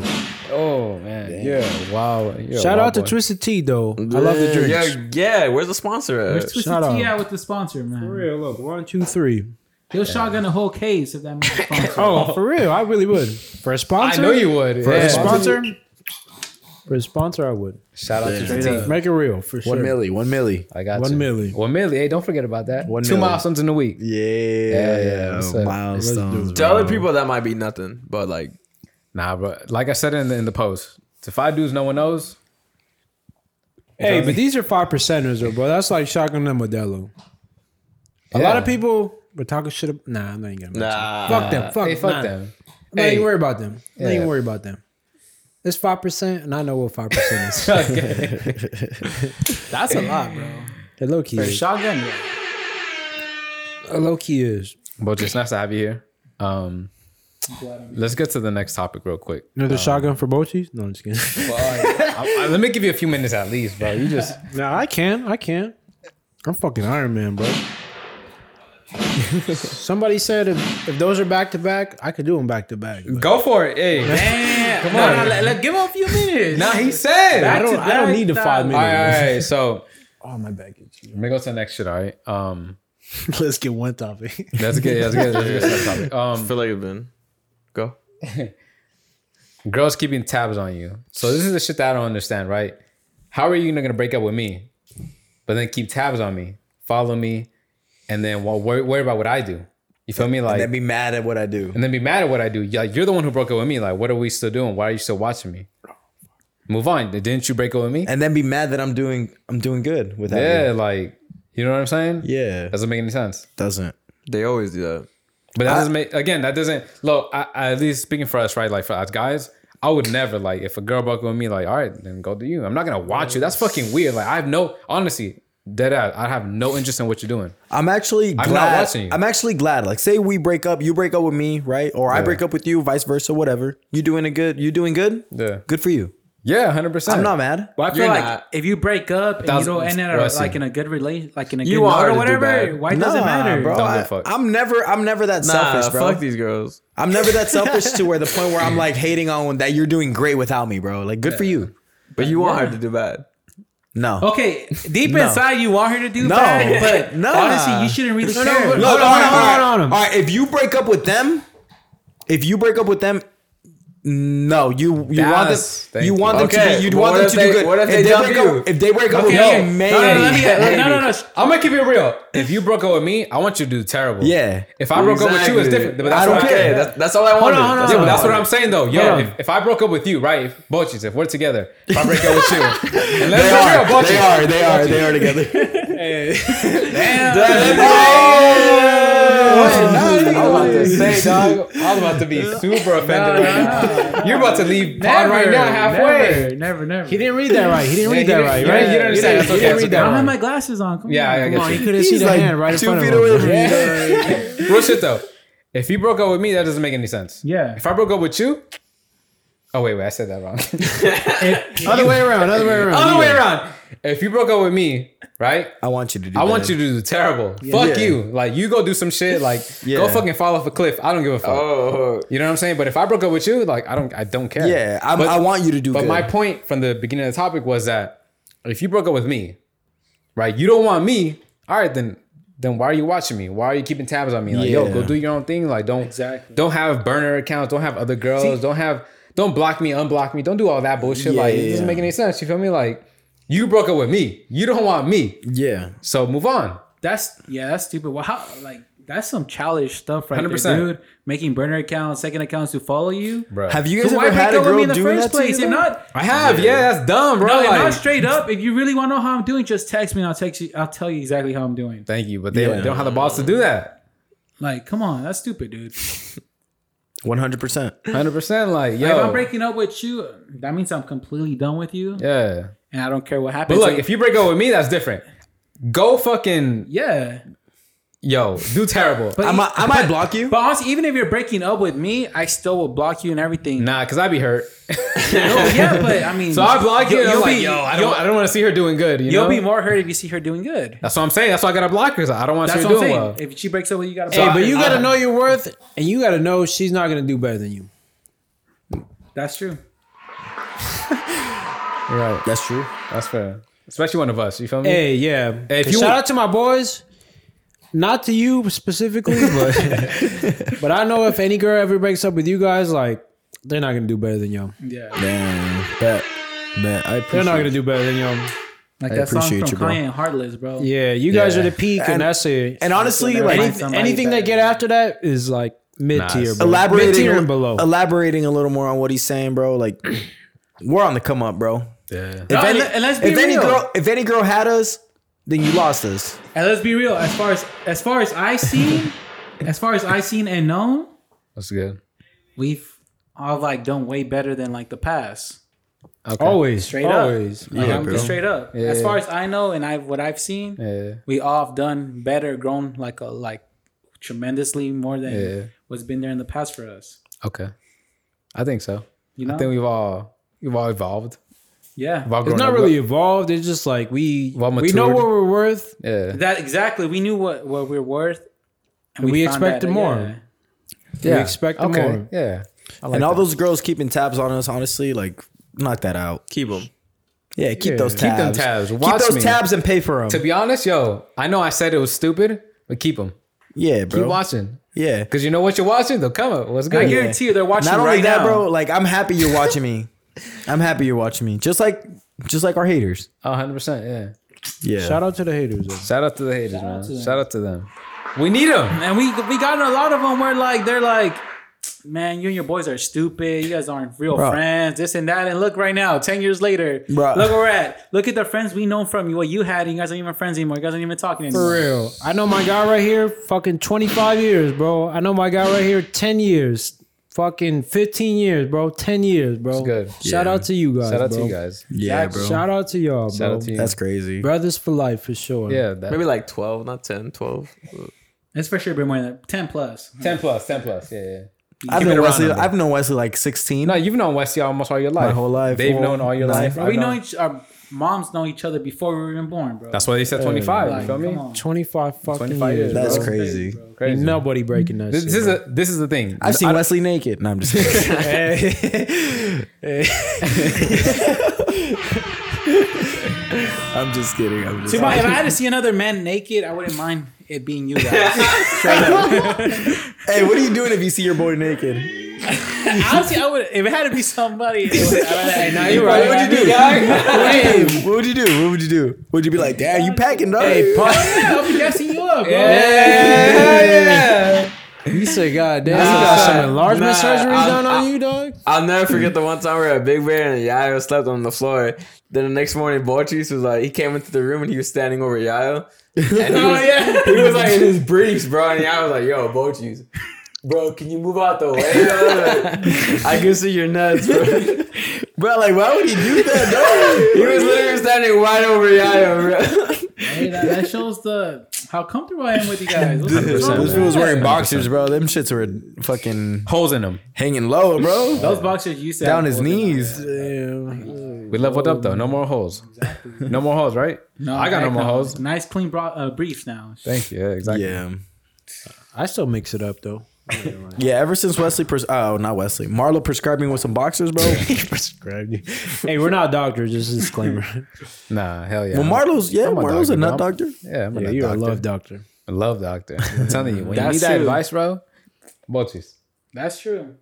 [SPEAKER 2] Oh man, yeah. Wow. You're a
[SPEAKER 5] Shout
[SPEAKER 2] wild
[SPEAKER 5] out to
[SPEAKER 2] boy.
[SPEAKER 5] Twisted Tea, though. I love the drinks.
[SPEAKER 4] Yeah, yeah. Where's the sponsor at?
[SPEAKER 3] Where's Twisted
[SPEAKER 5] Shout out.
[SPEAKER 3] Tea out with the sponsor, man?
[SPEAKER 5] For real, look. One, two, three.
[SPEAKER 3] He'll shotgun a whole case
[SPEAKER 2] *laughs*
[SPEAKER 3] if that man's a sponsor.
[SPEAKER 5] Oh, for real. I really would. For a
[SPEAKER 2] I
[SPEAKER 5] sponsor?
[SPEAKER 2] know you would.
[SPEAKER 5] For
[SPEAKER 2] yeah.
[SPEAKER 5] a sponsor? For a sponsor, I would.
[SPEAKER 2] Shout out to Twisted Tea.
[SPEAKER 5] Make it real, for sure.
[SPEAKER 1] One milli. One milli.
[SPEAKER 2] I got
[SPEAKER 5] One
[SPEAKER 2] you.
[SPEAKER 5] milli.
[SPEAKER 2] One milli. Hey, don't forget about that.
[SPEAKER 1] One
[SPEAKER 2] Two
[SPEAKER 1] milli.
[SPEAKER 2] milestones in a week.
[SPEAKER 1] Yeah,
[SPEAKER 2] yeah, what's up?
[SPEAKER 1] milestones.
[SPEAKER 4] to other people, that might be nothing, but like,
[SPEAKER 2] Nah, bro. Like I said in the, in the post, to five dudes no one knows.
[SPEAKER 5] Hey, but these are five percenters, though, bro. That's like shotgun and Modelo. A lot
[SPEAKER 2] Yeah.
[SPEAKER 5] of people were talking shit. Ab- nah, I'm not even gonna. mention
[SPEAKER 4] nah.
[SPEAKER 5] it. Fuck them. Fuck,
[SPEAKER 2] hey, fuck *laughs*
[SPEAKER 5] nah.
[SPEAKER 2] them.
[SPEAKER 5] I'm not
[SPEAKER 2] Hey.
[SPEAKER 5] even worry about them. I'm not
[SPEAKER 2] Yeah.
[SPEAKER 5] even worry about them. It's five percent, and I know what five
[SPEAKER 2] *laughs*
[SPEAKER 5] percent is.
[SPEAKER 2] Okay.
[SPEAKER 3] That's a lot, bro.
[SPEAKER 5] It low key
[SPEAKER 3] For a
[SPEAKER 5] is.
[SPEAKER 3] shotgun, yeah.
[SPEAKER 5] It low key is.
[SPEAKER 2] but it's nice to have you here. Um,
[SPEAKER 3] glad I'm
[SPEAKER 2] let's get to the next topic real quick.
[SPEAKER 5] Another shotgun for Bochis? No, I'm just *laughs* kidding.
[SPEAKER 2] I- I- let me give you a few minutes at least, bro. You just
[SPEAKER 5] nah, I can. I can. I'm fucking Iron Man, *laughs* bro. Somebody said if, if those are back to back, I could do them back to back. but-
[SPEAKER 2] *laughs* go for it. Hey,
[SPEAKER 3] Damn. Come
[SPEAKER 2] on.
[SPEAKER 3] No, no, let, let- give him a few minutes.
[SPEAKER 2] nah, he said.
[SPEAKER 5] I
[SPEAKER 2] All
[SPEAKER 5] don't. I don't need the five
[SPEAKER 2] right, all
[SPEAKER 5] minutes.
[SPEAKER 2] right, all right. *laughs* So
[SPEAKER 5] Oh my back itches.
[SPEAKER 2] let me go to the next shit. All right. Um,
[SPEAKER 5] *laughs* Let's get one *laughs* topic.
[SPEAKER 2] that's good. That's good. That's good.
[SPEAKER 1] *laughs*
[SPEAKER 2] That's topic.
[SPEAKER 4] I
[SPEAKER 2] Um,
[SPEAKER 4] feel like it's been. Go.
[SPEAKER 2] girls keeping tabs on you. So this is the shit that I don't understand, right? How are you gonna break up with me, but then keep tabs on me, follow me, and then well, worry, worry about what I do? You feel me? Like
[SPEAKER 1] They'd be mad at what I do.
[SPEAKER 2] and then be mad at what I do. Yeah, you're the one who broke up with me. Like, what are we still doing? Why are you still watching me? Move on. Didn't you break up with me?
[SPEAKER 1] and then be mad that I'm doing I'm doing good without
[SPEAKER 2] Yeah,
[SPEAKER 1] you.
[SPEAKER 2] like, you know what I'm saying?
[SPEAKER 1] Yeah.
[SPEAKER 2] Doesn't make any sense.
[SPEAKER 1] Doesn't.
[SPEAKER 4] They always do that.
[SPEAKER 2] But that doesn't make, again, that doesn't, look, I, I- at least speaking for us, right? Like, for us guys, I would never, like, if a girl broke up with me, like, all right, then go to you. I'm not going to watch you. That's fucking weird. Like, I have no, honestly, Dead ass. I have no interest in what you're doing.
[SPEAKER 1] I'm actually
[SPEAKER 2] not
[SPEAKER 1] glad.
[SPEAKER 2] watching you.
[SPEAKER 1] I'm actually glad. Like, say we break up, you break up with me, right? Or I
[SPEAKER 2] Yeah.
[SPEAKER 1] break up with you, vice versa, whatever. You doing a good? You doing good?
[SPEAKER 2] Yeah.
[SPEAKER 1] Good for you.
[SPEAKER 2] Yeah, hundred percent.
[SPEAKER 1] I'm not mad.
[SPEAKER 3] But I feel
[SPEAKER 4] You're
[SPEAKER 3] like
[SPEAKER 4] not.
[SPEAKER 3] if you break up and you
[SPEAKER 2] Thousand-
[SPEAKER 3] don't end it
[SPEAKER 2] Well, I see.
[SPEAKER 3] like in a good relation, like in a
[SPEAKER 4] You
[SPEAKER 3] good
[SPEAKER 4] want
[SPEAKER 3] note
[SPEAKER 4] her
[SPEAKER 3] or
[SPEAKER 4] to do
[SPEAKER 3] whatever,
[SPEAKER 4] bad.
[SPEAKER 3] why does it
[SPEAKER 1] Nah,
[SPEAKER 3] matter?
[SPEAKER 1] bro.
[SPEAKER 2] Don't give a
[SPEAKER 1] I,
[SPEAKER 2] fuck.
[SPEAKER 1] am never. I'm never that
[SPEAKER 4] Nah,
[SPEAKER 1] selfish, bro.
[SPEAKER 4] fuck these girls.
[SPEAKER 1] I'm never that selfish to where the point where I'm like hating on that you're doing great without me, bro. Like, good for you.
[SPEAKER 4] But you want her to do bad.
[SPEAKER 1] No.
[SPEAKER 3] Okay, deep
[SPEAKER 1] No.
[SPEAKER 3] inside you want her to do
[SPEAKER 1] No.
[SPEAKER 3] bad, but
[SPEAKER 1] Nah.
[SPEAKER 3] honestly, you shouldn't really care.
[SPEAKER 1] No,
[SPEAKER 5] Hold
[SPEAKER 1] no, no,
[SPEAKER 5] on, hold
[SPEAKER 1] no,
[SPEAKER 5] on, hold
[SPEAKER 1] no.
[SPEAKER 5] on.
[SPEAKER 1] All right, if you break up with them, if you break up with them, no, you you want
[SPEAKER 2] Yes,
[SPEAKER 1] them,
[SPEAKER 2] thank
[SPEAKER 1] you
[SPEAKER 2] you.
[SPEAKER 1] want them
[SPEAKER 4] Okay,
[SPEAKER 1] to be,
[SPEAKER 4] but
[SPEAKER 1] you want
[SPEAKER 4] what
[SPEAKER 1] them
[SPEAKER 4] if
[SPEAKER 1] to
[SPEAKER 4] they-
[SPEAKER 1] do good.
[SPEAKER 4] what if they dump
[SPEAKER 1] break
[SPEAKER 4] you?
[SPEAKER 1] up, if they break up
[SPEAKER 3] Okay,
[SPEAKER 1] with
[SPEAKER 3] okay.
[SPEAKER 1] me,
[SPEAKER 3] No, no, no, let me get-
[SPEAKER 1] maybe.
[SPEAKER 3] no, no, no.
[SPEAKER 2] I'm gonna keep it real. If you broke up with me, I want you to do terrible.
[SPEAKER 1] Yeah.
[SPEAKER 2] If I broke up with you, it's
[SPEAKER 4] Exactly.
[SPEAKER 2] different. But that's
[SPEAKER 1] I don't
[SPEAKER 2] what
[SPEAKER 1] care.
[SPEAKER 4] Okay, that's, that's all I
[SPEAKER 3] Hold
[SPEAKER 4] wanted.
[SPEAKER 3] on, hold on,
[SPEAKER 2] Yeah, but
[SPEAKER 3] hold
[SPEAKER 2] that's
[SPEAKER 4] all
[SPEAKER 2] what
[SPEAKER 4] I
[SPEAKER 2] I'm
[SPEAKER 4] wanted.
[SPEAKER 2] saying though.
[SPEAKER 5] Hold
[SPEAKER 2] Yo,
[SPEAKER 5] on.
[SPEAKER 2] if, if I broke up with you, right? If Bochis, if we're together, if I break up with
[SPEAKER 1] *laughs*
[SPEAKER 2] you, and let's be real, Bochis.
[SPEAKER 1] They are, they are, they are together.
[SPEAKER 4] *laughs*
[SPEAKER 5] *laughs*
[SPEAKER 2] I was about
[SPEAKER 1] *laughs*
[SPEAKER 2] to say, dog. I was about to be super offended. right now. You're about to leave pod right now halfway.
[SPEAKER 3] Never, never, never.
[SPEAKER 5] He didn't read that right. He didn't
[SPEAKER 2] Yeah,
[SPEAKER 5] read
[SPEAKER 2] he
[SPEAKER 5] that
[SPEAKER 2] didn't-
[SPEAKER 5] right.
[SPEAKER 2] you
[SPEAKER 5] right?
[SPEAKER 2] didn't- you didn't
[SPEAKER 5] He
[SPEAKER 2] understand. That's okay,
[SPEAKER 5] he didn't
[SPEAKER 2] that's
[SPEAKER 5] read
[SPEAKER 2] okay.
[SPEAKER 3] I
[SPEAKER 5] that
[SPEAKER 3] don't have
[SPEAKER 5] right.
[SPEAKER 3] my glasses on. Come
[SPEAKER 2] Yeah,
[SPEAKER 3] on,
[SPEAKER 2] I- I
[SPEAKER 3] come
[SPEAKER 2] get
[SPEAKER 3] on.
[SPEAKER 2] you.
[SPEAKER 3] You could have
[SPEAKER 1] He's
[SPEAKER 3] seen the
[SPEAKER 1] like
[SPEAKER 3] hand right in
[SPEAKER 1] two
[SPEAKER 3] front
[SPEAKER 1] feet
[SPEAKER 3] of
[SPEAKER 1] away
[SPEAKER 3] him.
[SPEAKER 1] from me.
[SPEAKER 2] Real shit though. If you broke up with me, that doesn't make any sense.
[SPEAKER 3] *laughs* Yeah.
[SPEAKER 2] If I broke up with you, oh wait, wait, I said that wrong. *laughs*
[SPEAKER 5] Other way around. Other way around.
[SPEAKER 2] Other way around. If you broke up with me, right?
[SPEAKER 1] I want you to do
[SPEAKER 2] I want
[SPEAKER 1] better.
[SPEAKER 2] you to do terrible. Fuck
[SPEAKER 1] Yeah.
[SPEAKER 2] you. Like you go do some shit. Like go
[SPEAKER 1] Yeah.
[SPEAKER 2] fucking fall off a cliff. I don't give a fuck.
[SPEAKER 4] Oh,
[SPEAKER 2] You know what I'm saying? But if I broke up with you, like I don't, I don't care.
[SPEAKER 1] Yeah, I'm,
[SPEAKER 2] But-
[SPEAKER 1] I want you to do
[SPEAKER 2] But
[SPEAKER 1] good.
[SPEAKER 2] my point from the beginning of the topic was that if you broke up with me, right, you don't want me. All right, then then why are you watching me? Why are you keeping tabs on me? Like, yo,
[SPEAKER 1] Yeah.
[SPEAKER 2] go do your own thing. Like, don't
[SPEAKER 3] Exactly.
[SPEAKER 2] don't have burner accounts. Don't have other girls. don't have don't block me, unblock me. Don't do all that bullshit.
[SPEAKER 1] Yeah,
[SPEAKER 2] like,
[SPEAKER 1] yeah,
[SPEAKER 2] it doesn't
[SPEAKER 1] yeah.
[SPEAKER 2] make any sense. You feel me? Like, you broke up with me. You don't want me.
[SPEAKER 1] yeah,
[SPEAKER 2] So move on.
[SPEAKER 3] That's yeah, that's stupid. Well, how like that's some childish stuff right
[SPEAKER 2] 100%.
[SPEAKER 3] there, dude. Making burner accounts, second accounts to follow you.
[SPEAKER 2] Bro.
[SPEAKER 1] have you
[SPEAKER 3] So
[SPEAKER 1] guys
[SPEAKER 3] why
[SPEAKER 1] ever
[SPEAKER 3] break
[SPEAKER 1] had a
[SPEAKER 3] up with me
[SPEAKER 1] girl
[SPEAKER 3] in the
[SPEAKER 1] doing
[SPEAKER 3] first
[SPEAKER 1] that to
[SPEAKER 3] place?
[SPEAKER 1] you?
[SPEAKER 3] If
[SPEAKER 1] though?
[SPEAKER 3] not,
[SPEAKER 2] I have, yeah, that's dumb, bro.
[SPEAKER 3] no, if
[SPEAKER 2] like-
[SPEAKER 3] not straight up. If you really want to know how I'm doing, just text me and I'll text you. I'll tell you exactly how I'm doing.
[SPEAKER 2] Thank you, but they,
[SPEAKER 1] Yeah.
[SPEAKER 2] they don't have the balls to do that.
[SPEAKER 3] Like, come on, that's stupid, dude.
[SPEAKER 1] 100%.
[SPEAKER 2] 100% like,
[SPEAKER 3] Like, if
[SPEAKER 2] yo.
[SPEAKER 3] I'm breaking up with you, that means I'm completely done with you,
[SPEAKER 2] yeah.
[SPEAKER 3] and I don't care what
[SPEAKER 2] But
[SPEAKER 3] happens.
[SPEAKER 2] look,
[SPEAKER 3] Like,
[SPEAKER 2] if you break up with me, that's different. Go fucking
[SPEAKER 3] yeah, e
[SPEAKER 2] yo, do terrible.
[SPEAKER 1] I might, I might block you.
[SPEAKER 3] but honestly, even if you're breaking up with me, I still will block you and everything.
[SPEAKER 2] nah, cause I'd be hurt. *laughs*
[SPEAKER 3] No, yeah, but I mean,
[SPEAKER 2] So I block you.
[SPEAKER 3] You'll-
[SPEAKER 2] and I'm
[SPEAKER 3] you'll
[SPEAKER 2] like,
[SPEAKER 3] be-
[SPEAKER 2] yo, I
[SPEAKER 3] you'll-
[SPEAKER 2] don't, I don't want to see her doing good. You
[SPEAKER 3] You'll
[SPEAKER 2] know?
[SPEAKER 3] be more hurt if you see her doing good.
[SPEAKER 2] That's what I'm saying. That's why I gotta block her. 'cause I don't want to see
[SPEAKER 3] That's
[SPEAKER 2] her
[SPEAKER 3] what I'm
[SPEAKER 2] doing
[SPEAKER 3] saying.
[SPEAKER 2] well.
[SPEAKER 3] If she breaks up with you, you gotta.
[SPEAKER 5] *laughs* Hey,
[SPEAKER 3] block
[SPEAKER 5] but
[SPEAKER 3] her.
[SPEAKER 5] you gotta know your worth, and you gotta know she's not gonna do better than you.
[SPEAKER 3] That's true.
[SPEAKER 2] You're right.
[SPEAKER 1] That's true.
[SPEAKER 2] That's fair. Especially one of us. You feel me?
[SPEAKER 5] Hey, yeah.
[SPEAKER 2] Hey, if
[SPEAKER 5] Hey,
[SPEAKER 2] you-
[SPEAKER 5] shout out to my boys. Not to you specifically, but but I know if any girl ever breaks up with you guys, like they're not gonna do better than y'all.
[SPEAKER 3] Yeah,
[SPEAKER 1] Damn, bet, bet. I
[SPEAKER 5] They're
[SPEAKER 1] appreciate
[SPEAKER 5] not gonna do better than y'all.
[SPEAKER 3] like
[SPEAKER 1] I
[SPEAKER 3] that song from
[SPEAKER 1] appreciate you, bro.
[SPEAKER 3] Kanye and Heartless, bro.
[SPEAKER 5] Yeah, you guys
[SPEAKER 1] Yeah.
[SPEAKER 5] are the peak, and,
[SPEAKER 1] And-
[SPEAKER 5] that's it.
[SPEAKER 1] And honestly,
[SPEAKER 3] Never
[SPEAKER 1] like,
[SPEAKER 3] mind.
[SPEAKER 1] anyth-
[SPEAKER 3] somebody
[SPEAKER 5] Anything they
[SPEAKER 3] better.
[SPEAKER 5] get after that is like mid tier,
[SPEAKER 2] it's-
[SPEAKER 5] mid
[SPEAKER 1] elaborating,
[SPEAKER 5] tier and below.
[SPEAKER 1] elaborating a little more on what he's saying, bro. Like, *clears throat* we're on the come up, bro.
[SPEAKER 2] Yeah.
[SPEAKER 1] If
[SPEAKER 3] No,
[SPEAKER 1] any,
[SPEAKER 3] and- and let's be
[SPEAKER 1] if any
[SPEAKER 3] real.
[SPEAKER 1] girl, if any girl had us, then you lost us.
[SPEAKER 3] And let's be real. As far as as far as I seen, as far as I seen and known,
[SPEAKER 2] That's good.
[SPEAKER 3] we've all like done way better than like the past.
[SPEAKER 2] Okay.
[SPEAKER 5] always,
[SPEAKER 3] Straight up.
[SPEAKER 5] always.
[SPEAKER 3] Like, I'm just straight up. as
[SPEAKER 2] yeah.
[SPEAKER 3] far as I know and I what I've seen,
[SPEAKER 2] Yeah.
[SPEAKER 3] we all have done better, grown like a like tremendously more than
[SPEAKER 2] Yeah.
[SPEAKER 3] what's been there in the past for us.
[SPEAKER 2] Okay. I think so.
[SPEAKER 3] You know,
[SPEAKER 2] I think we've all we've all evolved.
[SPEAKER 3] yeah.
[SPEAKER 2] We've all
[SPEAKER 5] It's
[SPEAKER 2] grown
[SPEAKER 5] not
[SPEAKER 2] up.
[SPEAKER 5] really evolved. It's just like we
[SPEAKER 2] Well,
[SPEAKER 5] we know
[SPEAKER 2] matured.
[SPEAKER 5] what we're worth.
[SPEAKER 2] Yeah.
[SPEAKER 3] That exactly. We knew what what we're worth, and
[SPEAKER 5] We
[SPEAKER 3] found
[SPEAKER 5] expected
[SPEAKER 3] that,
[SPEAKER 5] more.
[SPEAKER 3] yeah.
[SPEAKER 5] Yeah. We expect
[SPEAKER 2] okay.
[SPEAKER 5] more.
[SPEAKER 2] Yeah. I like
[SPEAKER 1] and all
[SPEAKER 2] that.
[SPEAKER 1] those girls keeping tabs on us, honestly, like, knock that out.
[SPEAKER 4] keep them.
[SPEAKER 1] Yeah, keep
[SPEAKER 5] Yeah.
[SPEAKER 1] those
[SPEAKER 5] Keep
[SPEAKER 2] them
[SPEAKER 1] tabs.
[SPEAKER 2] tabs.
[SPEAKER 1] Keep
[SPEAKER 2] Watch
[SPEAKER 1] those
[SPEAKER 2] me.
[SPEAKER 1] tabs and pay for
[SPEAKER 2] To
[SPEAKER 1] them.
[SPEAKER 2] be honest, yo, I know I said it was stupid, but keep them.
[SPEAKER 1] Yeah,
[SPEAKER 2] Keep
[SPEAKER 1] bro.
[SPEAKER 2] watching.
[SPEAKER 1] yeah.
[SPEAKER 2] Because you know what you're watching? They'll come up. What's
[SPEAKER 3] I
[SPEAKER 2] good?
[SPEAKER 3] guarantee you, they're watching
[SPEAKER 1] Not only
[SPEAKER 3] right
[SPEAKER 1] that,
[SPEAKER 3] now.
[SPEAKER 1] bro. Like, I'm happy you're watching me. *laughs* I'm happy you're watching me. Just like, just like our haters.
[SPEAKER 2] Oh, 100%.
[SPEAKER 1] Yeah.
[SPEAKER 5] Shout out to the haters.
[SPEAKER 2] Yeah. Shout out to the haters, man. Shout out to them. We need them.
[SPEAKER 3] And we we gotten a lot of them where like they're like, man, you and your boys are stupid. You guys aren't real
[SPEAKER 1] Bro.
[SPEAKER 3] friends. This and that. And look right now, ten years later,
[SPEAKER 1] Bro.
[SPEAKER 3] look where we're at. Look at the friends we know from you. What you had, and you guys aren't even friends anymore. You guys aren't even talking
[SPEAKER 5] For
[SPEAKER 3] anymore.
[SPEAKER 5] real. I know my guy right here, fucking 25 years, bro. I know my guy right here, 10 years. fucking 15 years, bro. 10 years, bro.
[SPEAKER 2] It's good.
[SPEAKER 5] Shout
[SPEAKER 1] Yeah.
[SPEAKER 5] out to you guys.
[SPEAKER 2] Shout out
[SPEAKER 5] bro.
[SPEAKER 2] to you guys.
[SPEAKER 1] Yeah,
[SPEAKER 5] Shout-
[SPEAKER 1] bro.
[SPEAKER 5] Shout out to y'all, bro.
[SPEAKER 2] Shout out to you.
[SPEAKER 1] That's crazy.
[SPEAKER 5] Brothers for life for sure.
[SPEAKER 2] yeah, that,
[SPEAKER 4] Maybe like 12, not 10, 12.
[SPEAKER 3] It's for sure been more than that. ten plus.
[SPEAKER 2] ten plus, ten plus. Yeah, yeah.
[SPEAKER 1] I've
[SPEAKER 3] Keep it
[SPEAKER 1] known
[SPEAKER 3] around
[SPEAKER 1] Wesley.
[SPEAKER 3] number.
[SPEAKER 1] I've known Wesley like sixteen.
[SPEAKER 2] No, you've known Wesley almost all your life.
[SPEAKER 1] My whole life.
[SPEAKER 2] They've
[SPEAKER 1] Well,
[SPEAKER 2] known all your
[SPEAKER 1] nine-
[SPEAKER 2] life.
[SPEAKER 3] we
[SPEAKER 2] I
[SPEAKER 3] know each our moms know each other before we were even born, bro.
[SPEAKER 2] That's why they said twenty five.
[SPEAKER 3] Like,
[SPEAKER 2] you feel
[SPEAKER 3] come
[SPEAKER 2] me?
[SPEAKER 3] on.
[SPEAKER 5] 25 fucking
[SPEAKER 2] 25 years,
[SPEAKER 5] years.
[SPEAKER 1] That's
[SPEAKER 2] bro.
[SPEAKER 1] crazy.
[SPEAKER 5] Ain't
[SPEAKER 2] Crazy.
[SPEAKER 5] nobody breaking that
[SPEAKER 2] This,
[SPEAKER 5] shit.
[SPEAKER 2] this is a, this is the thing.
[SPEAKER 1] I've seen
[SPEAKER 2] I-
[SPEAKER 1] Wesley naked. No, I'm just kidding. *laughs* I'm just kidding. I'm just
[SPEAKER 3] See, if I if I had to see another man naked, I wouldn't mind it being
[SPEAKER 2] *laughs*
[SPEAKER 3] you guys.
[SPEAKER 1] Hey, what are you doing if you see your boy naked?
[SPEAKER 3] Honestly, I would. If it had to be somebody, it would- I'd rather-
[SPEAKER 2] *laughs*
[SPEAKER 3] hey, now
[SPEAKER 2] You're right. What'd you do?
[SPEAKER 1] Hey, *laughs*
[SPEAKER 2] *laughs*
[SPEAKER 1] what would you do? What would you do? Would you be like, damn, you packing up? Hey, *laughs*
[SPEAKER 3] I'll be gassing you up, bro.
[SPEAKER 5] You say, God damn,
[SPEAKER 4] Nah,
[SPEAKER 5] you got some enlargement
[SPEAKER 4] nah,
[SPEAKER 5] surgery
[SPEAKER 4] I'm-
[SPEAKER 5] done on
[SPEAKER 4] I-
[SPEAKER 5] you, dog?
[SPEAKER 4] I'll never forget the one time we were at Big Bear and Yayo slept on the floor. Then the next morning, Borchis was like, he came into the room and he was standing over Yayo.
[SPEAKER 1] *laughs*
[SPEAKER 4] And he was,
[SPEAKER 1] Oh,
[SPEAKER 4] *laughs* he was like in his briefs, bro. And Yayo was like, yo, Borchis, bro, can you move out the way?
[SPEAKER 1] *laughs*
[SPEAKER 4] Like, *laughs* I can see your nuts, bro.
[SPEAKER 1] bro, like, why would he do that? dog?
[SPEAKER 4] He was literally standing wide over Yayo, bro.
[SPEAKER 3] Hey, that, that shows the how comfortable I am with you guys. What's wrong
[SPEAKER 1] This
[SPEAKER 3] with
[SPEAKER 1] fool was
[SPEAKER 3] that?
[SPEAKER 1] wearing boxers, bro. Them shits were fucking
[SPEAKER 2] Holes in them.
[SPEAKER 1] hanging low, bro.
[SPEAKER 3] Those boxers used to
[SPEAKER 1] Down
[SPEAKER 3] have
[SPEAKER 1] his
[SPEAKER 3] holes in them.
[SPEAKER 1] knees.
[SPEAKER 2] We leveled up though. No more holes. No more holes, right?
[SPEAKER 3] No,
[SPEAKER 2] I got no
[SPEAKER 3] heck
[SPEAKER 2] more holes.
[SPEAKER 3] Nice clean bra- uh, briefs now.
[SPEAKER 2] Thank you. Yeah, exactly.
[SPEAKER 1] Yeah.
[SPEAKER 5] I still mix it up, though.
[SPEAKER 1] Yeah, ever since Wesley, pres- oh, not Wesley, Marlo prescribed me with some boxers, *laughs* bro.
[SPEAKER 5] Prescribed you. Hey, we're not doctors, just a disclaimer.
[SPEAKER 2] Nah, hell yeah.
[SPEAKER 1] Well, Marlo's, yeah,
[SPEAKER 2] I'm a
[SPEAKER 1] Marlo's a
[SPEAKER 2] doctor,
[SPEAKER 1] nut
[SPEAKER 2] bro.
[SPEAKER 1] doctor.
[SPEAKER 2] Yeah, I'm
[SPEAKER 5] yeah,
[SPEAKER 2] a
[SPEAKER 5] you're
[SPEAKER 2] doctor.
[SPEAKER 5] a love doctor.
[SPEAKER 2] I love doctor. I'm telling you, when you
[SPEAKER 4] That's
[SPEAKER 2] need that
[SPEAKER 4] true.
[SPEAKER 2] advice, bro, bochis.
[SPEAKER 3] That's true.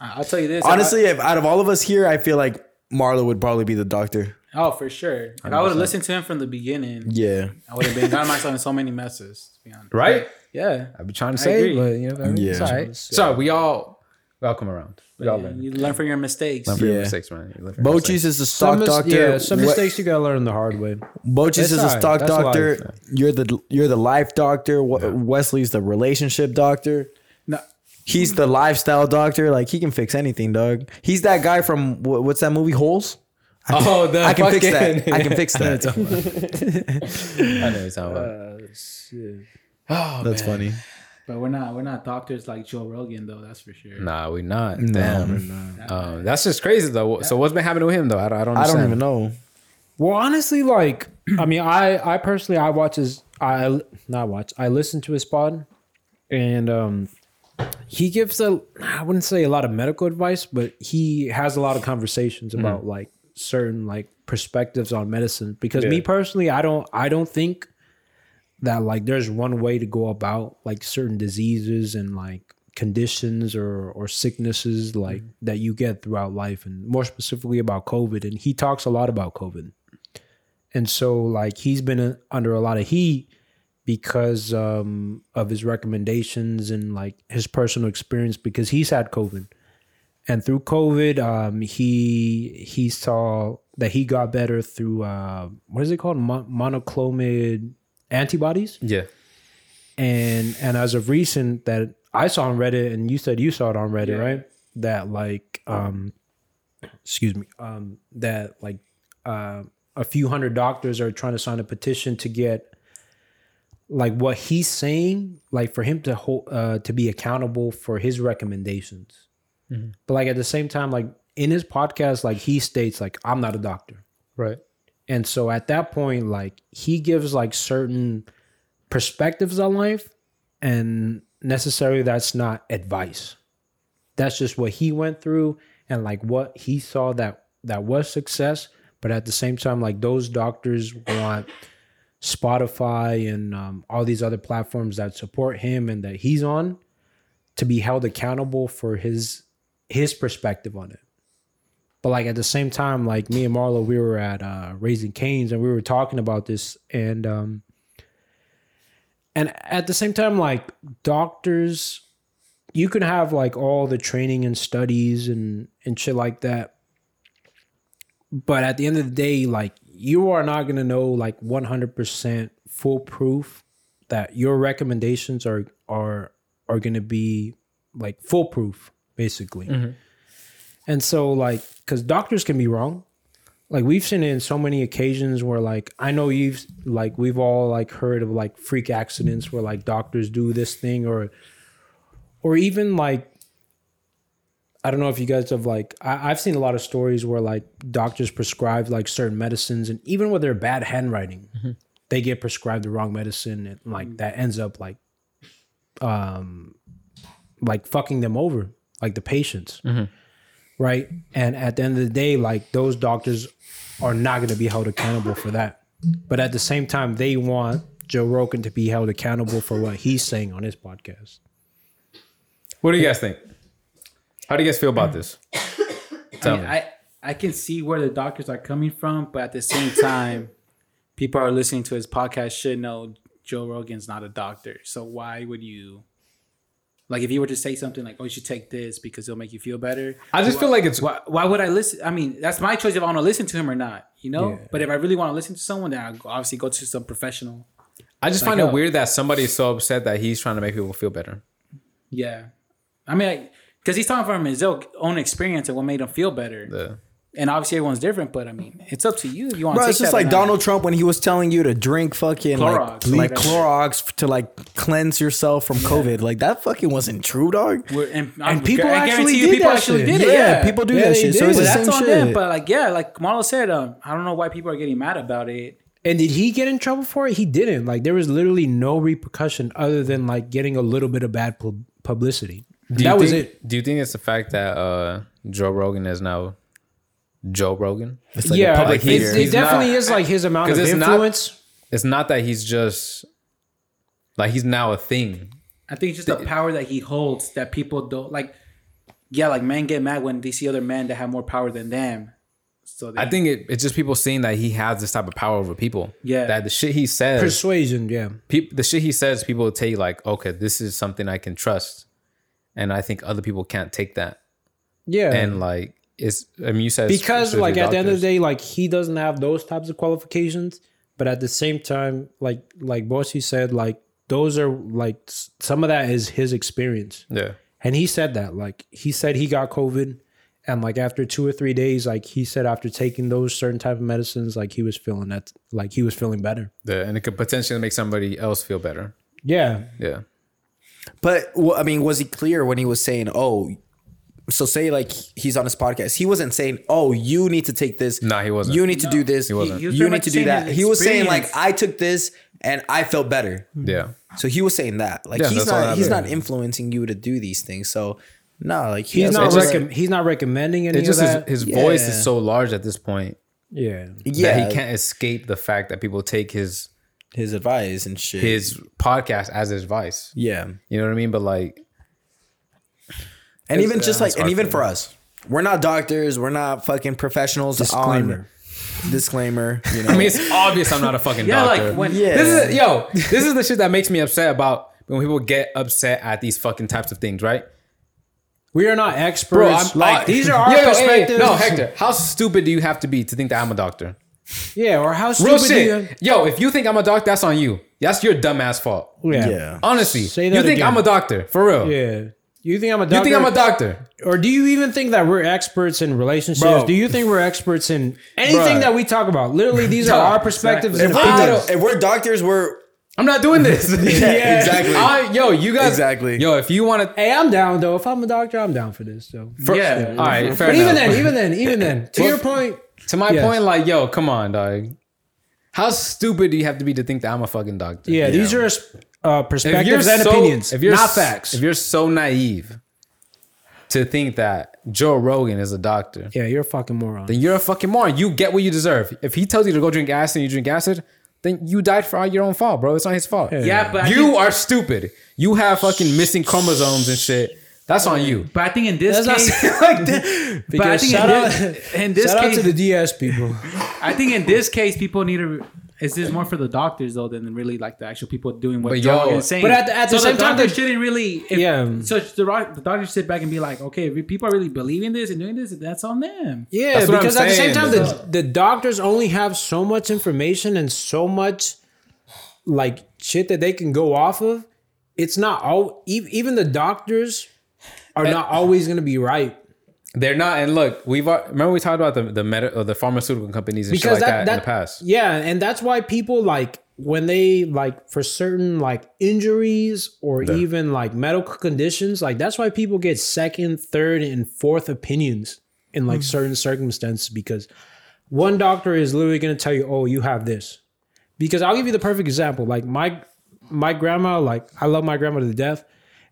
[SPEAKER 3] I- I'll tell you this.
[SPEAKER 1] Honestly, if out of all of us here, I feel like Marlo would probably be the doctor.
[SPEAKER 3] I- oh, for sure. If I would have listened to him from the beginning,
[SPEAKER 1] Yeah.
[SPEAKER 3] I would have been gotten myself in so many messes. To be honest,
[SPEAKER 2] Right?
[SPEAKER 3] Yeah.
[SPEAKER 2] I've been trying to say,
[SPEAKER 3] agree.
[SPEAKER 2] but you know, what I mean?
[SPEAKER 1] Yeah.
[SPEAKER 2] it's all right. So we all welcome around. We all learn.
[SPEAKER 3] You learn from your mistakes.
[SPEAKER 2] Learn from your
[SPEAKER 1] Yeah.
[SPEAKER 2] mistakes, man. You learn from your mistakes.
[SPEAKER 1] Bochis is the
[SPEAKER 5] Some
[SPEAKER 1] stock
[SPEAKER 5] mis-
[SPEAKER 1] doctor.
[SPEAKER 5] yeah, some
[SPEAKER 1] We-
[SPEAKER 5] mistakes you gotta learn the hard way.
[SPEAKER 1] Bochis is
[SPEAKER 5] It's
[SPEAKER 1] a
[SPEAKER 5] alright.
[SPEAKER 1] stock
[SPEAKER 5] That's
[SPEAKER 1] doctor.
[SPEAKER 5] life, man.
[SPEAKER 1] You're the you're the life doctor. We- Wesley's the relationship doctor.
[SPEAKER 3] No.
[SPEAKER 1] He's the lifestyle doctor. Like he can fix anything, dog. He's that guy from wh- what's that movie? Holes.
[SPEAKER 2] Oh,
[SPEAKER 3] Uh,
[SPEAKER 2] the
[SPEAKER 1] I can fix
[SPEAKER 2] fucking-
[SPEAKER 1] that. I can fix that.
[SPEAKER 2] I know it's how. Oh,
[SPEAKER 1] That's funny.
[SPEAKER 3] But we're not we're not doctors like Joe Rogan though. That's for sure.
[SPEAKER 2] Nah, we not. Damn. Um, that's just crazy though. So what's been happening with him though? I don't. I don't,
[SPEAKER 1] I don't
[SPEAKER 2] understand.
[SPEAKER 1] even know.
[SPEAKER 5] Well, honestly, like I mean, I I personally I watch his I not watch I listen to his pod, and um, he gives a I wouldn't say a lot of medical advice, but he has a lot of conversations about like certain like perspectives on medicine. Because me personally, I don't I don't think that like there's one way to go about like certain diseases and like conditions or or sicknesses like that you get throughout life and more specifically about covid and he talks a lot about covid and so like he's been uh, under a lot of heat because um of his recommendations and like his personal experience because he's had covid and through covid um he he saw that he got better through uh what is it called Mon- monoclonal antibodies
[SPEAKER 2] Yeah.
[SPEAKER 5] and and as of recent that I saw on Reddit and you said you saw it on Reddit, right? That like um excuse me, um that like uh, a few hundred doctors are trying to sign a petition to get like what he's saying, like for him to hold uh to be accountable for his recommendations. But like at the same time, like in his podcast, like he states like I'm not a doctor.
[SPEAKER 2] Right.
[SPEAKER 5] And so at that point, like he gives like certain perspectives on life, and necessarily that's not advice. That's just what he went through and like what he saw that that was success. But at the same time, like those doctors want Spotify and um, all these other platforms that support him and that he's on to be held accountable for his his perspective on it. But like at the same time, like me and Marlo, we were at uh Raising Canes and we were talking about this and um and at the same time, like doctors, you can have like all the training and studies and and shit like that. But at the end of the day, like you are not gonna know like 100% foolproof that your recommendations are are are gonna be like foolproof basically and so like because doctors can be wrong like we've seen it in so many occasions where like i know you've like we've all like heard of like freak accidents where like doctors do this thing or or even like i don't know if you guys have like I, i've seen a lot of stories where like doctors prescribe like certain medicines and even with their bad handwriting they get prescribed the wrong medicine and like that ends up like um like fucking them over like the patients right and at the end of the day like those doctors are not going to be held accountable for that but at the same time they want joe rogan to be held accountable for what he's saying on his podcast
[SPEAKER 2] What do you guys think? How do you guys feel about *coughs* this? Tell me.
[SPEAKER 3] I I can see where the doctors are coming from, but at the
[SPEAKER 1] *laughs*
[SPEAKER 3] same time, people are listening to his podcast should know Joe Rogan's not a doctor. So why would you like if you were to say something like, "Oh, you should take this because it'll make you feel better."
[SPEAKER 2] I just feel like it's
[SPEAKER 3] Why, why would I listen? I mean, that's my choice if I want to listen to him or not, you know. But if I really want to listen to someone, then I obviously go to some professional.
[SPEAKER 2] I just find it weird that somebody's so upset that he's trying to make people feel better.
[SPEAKER 3] Yeah, I mean, because he's talking from his own own experience and what made him feel better.
[SPEAKER 2] Yeah.
[SPEAKER 3] and obviously everyone's different, but I mean, it's up to you. if You want
[SPEAKER 1] Bro,
[SPEAKER 3] to
[SPEAKER 1] it's just like Donald Trump when he was telling you to drink fucking like,
[SPEAKER 3] Clorox.
[SPEAKER 1] like Clorox to like cleanse yourself from COVID. Like that fucking wasn't true, dog.
[SPEAKER 3] And,
[SPEAKER 1] And people
[SPEAKER 3] I guarantee
[SPEAKER 1] actually
[SPEAKER 3] you
[SPEAKER 1] did
[SPEAKER 3] people
[SPEAKER 1] that
[SPEAKER 3] actually
[SPEAKER 1] shit.
[SPEAKER 3] did it.
[SPEAKER 1] Yeah,
[SPEAKER 3] Yeah,
[SPEAKER 1] people do
[SPEAKER 5] Yeah,
[SPEAKER 1] that
[SPEAKER 5] they
[SPEAKER 1] shit.
[SPEAKER 5] did.
[SPEAKER 1] So it's
[SPEAKER 3] But
[SPEAKER 1] the
[SPEAKER 3] that's
[SPEAKER 1] same
[SPEAKER 3] on
[SPEAKER 1] shit.
[SPEAKER 3] them. But like, yeah, like Marlo said, um, I don't know why people are getting mad about it.
[SPEAKER 5] and did he get in trouble for it he didn't like there was literally no repercussion other than like getting a little bit of bad pub- publicity
[SPEAKER 2] Do
[SPEAKER 5] that
[SPEAKER 2] you
[SPEAKER 5] was
[SPEAKER 2] think-
[SPEAKER 5] it
[SPEAKER 2] Do you think it's the fact that uh, Joe Rogan is now Joe Rogan?
[SPEAKER 1] It's like a
[SPEAKER 5] yeah
[SPEAKER 1] public
[SPEAKER 5] like, it,
[SPEAKER 1] figure.
[SPEAKER 5] it
[SPEAKER 2] He's
[SPEAKER 5] definitely
[SPEAKER 2] not-
[SPEAKER 5] is like his amount
[SPEAKER 2] 'Cause
[SPEAKER 5] of
[SPEAKER 2] it's not-
[SPEAKER 5] influence
[SPEAKER 2] It's not that he's just like he's now a thing.
[SPEAKER 3] I think it's just the power that he holds that people don't like. Yeah, like men get mad when they see other men that have more power than them. So they,
[SPEAKER 2] I think it, it's just people seeing that he has this type of power over people.
[SPEAKER 3] Yeah.
[SPEAKER 2] That the shit he says,
[SPEAKER 5] persuasion yeah
[SPEAKER 2] peop- the shit he says, people will take like, okay, this is something I can trust, and I think other people can't take that.
[SPEAKER 5] yeah
[SPEAKER 2] And like, it's I mean, you said it's-
[SPEAKER 5] because
[SPEAKER 2] it's with
[SPEAKER 5] like
[SPEAKER 2] your
[SPEAKER 5] at the end of
[SPEAKER 2] doctors.
[SPEAKER 5] the day like he doesn't have those types of qualifications but at the same time like like bossy said like those are like s- some of that is his experience
[SPEAKER 2] yeah.
[SPEAKER 5] and he said that like he said he got covid and like after two or three days like he said after taking those certain type of medicines like he was feeling that like he was feeling better
[SPEAKER 2] Yeah, and it could potentially make somebody else feel better.
[SPEAKER 5] yeah
[SPEAKER 2] Yeah.
[SPEAKER 1] But well, I mean, was he clear when he was saying, "Oh"? So say like he's on his podcast. He wasn't saying, "Oh, you need to take this."
[SPEAKER 2] Nah, he wasn't.
[SPEAKER 1] You need to do this.
[SPEAKER 2] wasn't.
[SPEAKER 3] He was
[SPEAKER 1] you
[SPEAKER 3] pretty
[SPEAKER 1] need
[SPEAKER 3] much
[SPEAKER 1] to do
[SPEAKER 3] saying
[SPEAKER 1] that.
[SPEAKER 3] his
[SPEAKER 1] He was saying like, "I
[SPEAKER 3] experience.
[SPEAKER 1] took this and I felt better."
[SPEAKER 5] Hmm.
[SPEAKER 2] Yeah.
[SPEAKER 1] So he was saying that. Like
[SPEAKER 2] Yeah,
[SPEAKER 1] he's
[SPEAKER 2] that's all
[SPEAKER 1] not
[SPEAKER 2] that
[SPEAKER 1] he's
[SPEAKER 2] is.
[SPEAKER 1] not influencing you to do these things. So no, like he
[SPEAKER 5] he's
[SPEAKER 1] has
[SPEAKER 5] not
[SPEAKER 1] all
[SPEAKER 2] just-
[SPEAKER 1] the-
[SPEAKER 5] recom- he's not recommending any
[SPEAKER 2] It just
[SPEAKER 5] of that
[SPEAKER 2] his, his
[SPEAKER 1] Yeah.
[SPEAKER 2] voice is so large at this point
[SPEAKER 5] yeah
[SPEAKER 1] yeah,
[SPEAKER 2] that he can't escape the fact that people take his
[SPEAKER 1] his advice and shit.
[SPEAKER 2] his podcast as his advice.
[SPEAKER 1] yeah, and
[SPEAKER 2] You know what I mean? But like
[SPEAKER 1] even just like and
[SPEAKER 2] hard
[SPEAKER 1] even
[SPEAKER 2] for
[SPEAKER 1] for us, we're not doctors. We're not fucking professionals.
[SPEAKER 5] Disclaimer.
[SPEAKER 1] On, disclaimer. You know.
[SPEAKER 2] *laughs* I mean it's obvious I'm not a
[SPEAKER 5] *laughs*
[SPEAKER 2] fucking
[SPEAKER 3] yeah,
[SPEAKER 2] doctor.
[SPEAKER 3] like when
[SPEAKER 1] yeah.
[SPEAKER 2] This is yo, this is the shit that makes me upset about when people get upset at these fucking types of things, right?
[SPEAKER 5] we are not experts
[SPEAKER 2] Bro, I'm
[SPEAKER 5] like
[SPEAKER 2] I- *laughs*
[SPEAKER 5] these are our
[SPEAKER 2] Yo, yo, hey,
[SPEAKER 5] perspectives
[SPEAKER 2] no, Hector, how stupid do you have to be to think that I'm a doctor?
[SPEAKER 5] yeah or how
[SPEAKER 2] Real
[SPEAKER 5] stupid do you
[SPEAKER 2] shit. Yo, if you think I'm a doctor, that's on you. That's your dumbass fault.
[SPEAKER 5] yeah.
[SPEAKER 1] Yeah.
[SPEAKER 2] Honestly,
[SPEAKER 5] Say that
[SPEAKER 2] you think
[SPEAKER 5] again.
[SPEAKER 2] I'm a doctor for real?
[SPEAKER 5] Yeah. You think I'm a doctor?
[SPEAKER 2] You think I'm a doctor?
[SPEAKER 5] Or do you even think that we're experts in relationships?
[SPEAKER 1] Bro.
[SPEAKER 5] Do you think we're experts in anything
[SPEAKER 1] Bruh.
[SPEAKER 5] that we talk about? Literally, these are our perspectives.
[SPEAKER 1] if,
[SPEAKER 5] And
[SPEAKER 1] we're,
[SPEAKER 5] opinions.
[SPEAKER 1] doc- if we're doctors, we're
[SPEAKER 2] I'm not doing
[SPEAKER 5] *laughs*
[SPEAKER 2] this. *laughs*
[SPEAKER 1] Yeah, exactly.
[SPEAKER 2] I- yo, you guys.
[SPEAKER 1] Exactly.
[SPEAKER 2] Yo, if you want to.
[SPEAKER 5] hey, I'm down though. If I'm a doctor, I'm down for this. So,
[SPEAKER 2] Yeah. All right. Fair enough.
[SPEAKER 5] but even then, even then, even then, to your point,
[SPEAKER 2] to my
[SPEAKER 5] Yes.
[SPEAKER 2] point, like, yo, come on, dog. How stupid do you have to be to think that I'm a fucking doctor?
[SPEAKER 5] yeah, these are uh,
[SPEAKER 2] If you're
[SPEAKER 5] perspectives and
[SPEAKER 2] so,
[SPEAKER 5] opinions,
[SPEAKER 2] if you're
[SPEAKER 5] not
[SPEAKER 2] s-
[SPEAKER 5] facts.
[SPEAKER 2] If you're so naive to think that Joe Rogan is a doctor,
[SPEAKER 5] yeah, you're a fucking moron.
[SPEAKER 2] then *laughs* you're a fucking moron. You get what you deserve. If he tells you to go drink acid and you drink acid, then you died for your own fault, bro. It's not his fault.
[SPEAKER 3] yeah, but I
[SPEAKER 2] you
[SPEAKER 3] think-
[SPEAKER 2] are stupid. You have fucking missing chromosomes and shit. That's on you.
[SPEAKER 3] but I think in this case, *laughs*
[SPEAKER 5] like that.
[SPEAKER 3] but I
[SPEAKER 5] Because
[SPEAKER 3] think
[SPEAKER 5] shout
[SPEAKER 3] in
[SPEAKER 5] out, *laughs*
[SPEAKER 3] this, in this
[SPEAKER 5] shout
[SPEAKER 3] case,
[SPEAKER 5] out to the DS people.
[SPEAKER 3] I think in this case, people need to. Is this more for the doctors though than really like the actual people doing what
[SPEAKER 2] But
[SPEAKER 3] Joe
[SPEAKER 2] yo-
[SPEAKER 3] Rogan is saying?
[SPEAKER 5] But at the- at the same time,
[SPEAKER 3] doctors
[SPEAKER 5] they-
[SPEAKER 3] shouldn't really. If,
[SPEAKER 5] Yeah.
[SPEAKER 3] So the, ro- the doctors sit back and be like, okay, if people are really believing this and doing this, that's on them.
[SPEAKER 5] Yeah,
[SPEAKER 2] That's what I'm
[SPEAKER 5] because at the same
[SPEAKER 2] saying.
[SPEAKER 5] time, the, the doctors only have so much information and so much like shit that they can go off of. It's not all, e- even the doctors are
[SPEAKER 2] Eh.
[SPEAKER 5] not always going to be right
[SPEAKER 2] They're not. And look, we've al- remember we talked about the the meta, or the pharmaceutical companies and shit like that, in the past.
[SPEAKER 5] Yeah, and that's why people like when they like for certain like injuries or even like medical conditions, like that's why people get second, third, and fourth opinions in like certain circumstances because one doctor is literally going to tell you, "Oh, you have this." Because I'll give you the perfect example. Like my my grandma, like I love my grandma to death,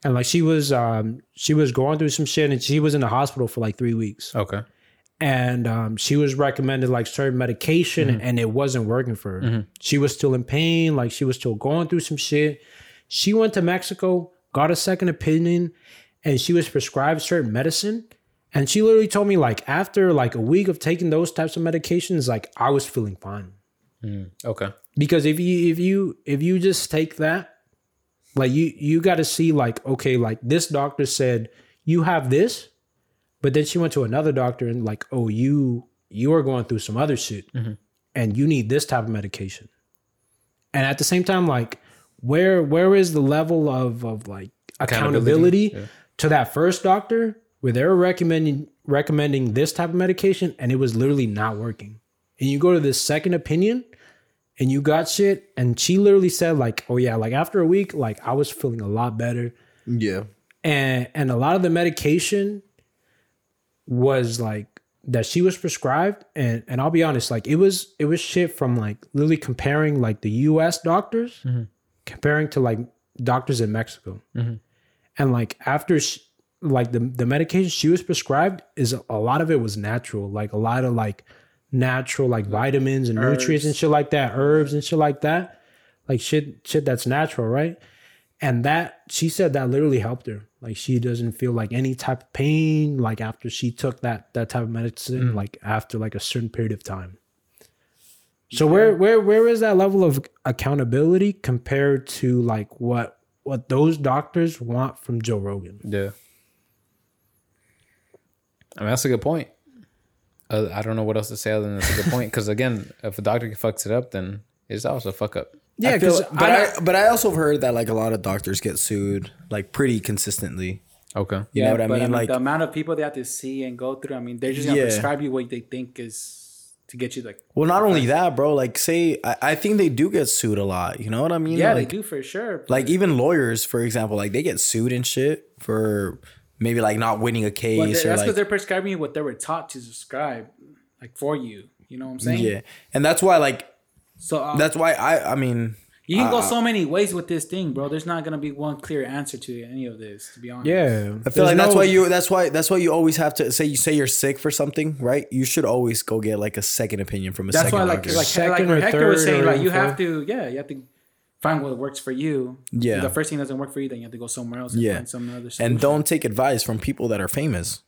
[SPEAKER 5] and like she was um she was going through some shit and she was in the hospital for like 3 weeks
[SPEAKER 2] Okay.
[SPEAKER 5] and um, she was recommended like certain medication and it wasn't working for her. She was still in pain, like she was still going through some shit. She went to Mexico, got a second opinion, and she was prescribed certain medicine. And she literally told me like after like a week of taking those types of medications, like I was feeling fine.
[SPEAKER 2] Okay.
[SPEAKER 5] Because if you if you if you just take that, like you you got to see like okay like this doctor said you have this, but then she went to another doctor and like oh you you are going through some other shit,
[SPEAKER 2] Mm-hmm.
[SPEAKER 5] and you need this type of medication, and at the same time like where where is the level of of like accountability,
[SPEAKER 2] Accountability, yeah.
[SPEAKER 5] to that first doctor where they're recommending recommending this type of medication and it was literally not working, and you go to this second opinion and you got shit. And she literally said, like, oh yeah, like after a week, like I was feeling a lot better.
[SPEAKER 1] Yeah.
[SPEAKER 5] And and a lot of the medication was like that she was prescribed. And and I'll be honest, like it was it was shit from like literally comparing like the US doctors comparing to like doctors in Mexico. And like after sh like the, the medication she was prescribed is a lot of it was natural, like a lot of like natural like vitamins and nutrients and shit like that, herbs and shit like that. Like shit shit that's natural, right? And that she said that literally helped her. Like she doesn't feel like any type of pain like after she took that that type of medicine like after like a certain period of time. So where where where is that level of accountability compared to like what what those doctors want from Joe Rogan?
[SPEAKER 2] Yeah. I mean, that's a good point. Uh, I don't know what else to say other than that's a good point. Because again, if a doctor fucks it up, then it's also a fuck up.
[SPEAKER 5] Yeah,
[SPEAKER 1] I feel-
[SPEAKER 5] because
[SPEAKER 1] but I, but I also heard that like a lot of doctors get sued like pretty consistently.
[SPEAKER 2] Okay.
[SPEAKER 1] You know what I mean? like
[SPEAKER 3] the amount of people they have to see and go through. I mean, they're just gonna
[SPEAKER 1] Yeah.
[SPEAKER 3] prescribe you what they think is to get you like.
[SPEAKER 1] well, not only that, bro. Like say I, I think they do get sued a lot. You know what I mean?
[SPEAKER 3] Yeah,
[SPEAKER 1] like,
[SPEAKER 3] they do for sure.
[SPEAKER 1] Like even lawyers, for example, like they get sued and shit for maybe like not winning a case
[SPEAKER 3] But they- that's
[SPEAKER 1] or
[SPEAKER 3] because
[SPEAKER 1] like
[SPEAKER 3] they're prescribing you what they were taught to prescribe, like for you. You know what I'm saying?
[SPEAKER 1] yeah. And that's why like
[SPEAKER 3] So uh,
[SPEAKER 1] that's why I I mean
[SPEAKER 3] you
[SPEAKER 5] Uh,
[SPEAKER 3] can go so many ways with this thing, bro. There's not gonna be one clear answer to any of this, to be honest.
[SPEAKER 5] yeah,
[SPEAKER 1] I feel like that's why you that's why that's why you always have to say you say you're sick for something, right? You should always go get like a second opinion from a
[SPEAKER 3] That's
[SPEAKER 1] second
[SPEAKER 3] why, like,
[SPEAKER 1] doctor.
[SPEAKER 3] like, like
[SPEAKER 5] Second
[SPEAKER 3] when
[SPEAKER 5] or
[SPEAKER 3] Hector was
[SPEAKER 5] third
[SPEAKER 3] saying,
[SPEAKER 5] or
[SPEAKER 3] like, you
[SPEAKER 5] even
[SPEAKER 3] have to, yeah, you have to find what works for you.
[SPEAKER 1] Yeah.
[SPEAKER 3] If the first thing doesn't work for you, then you have to go somewhere else.
[SPEAKER 1] Yeah.
[SPEAKER 3] And find some other.
[SPEAKER 1] and
[SPEAKER 3] solution.
[SPEAKER 1] don't take advice from people that are famous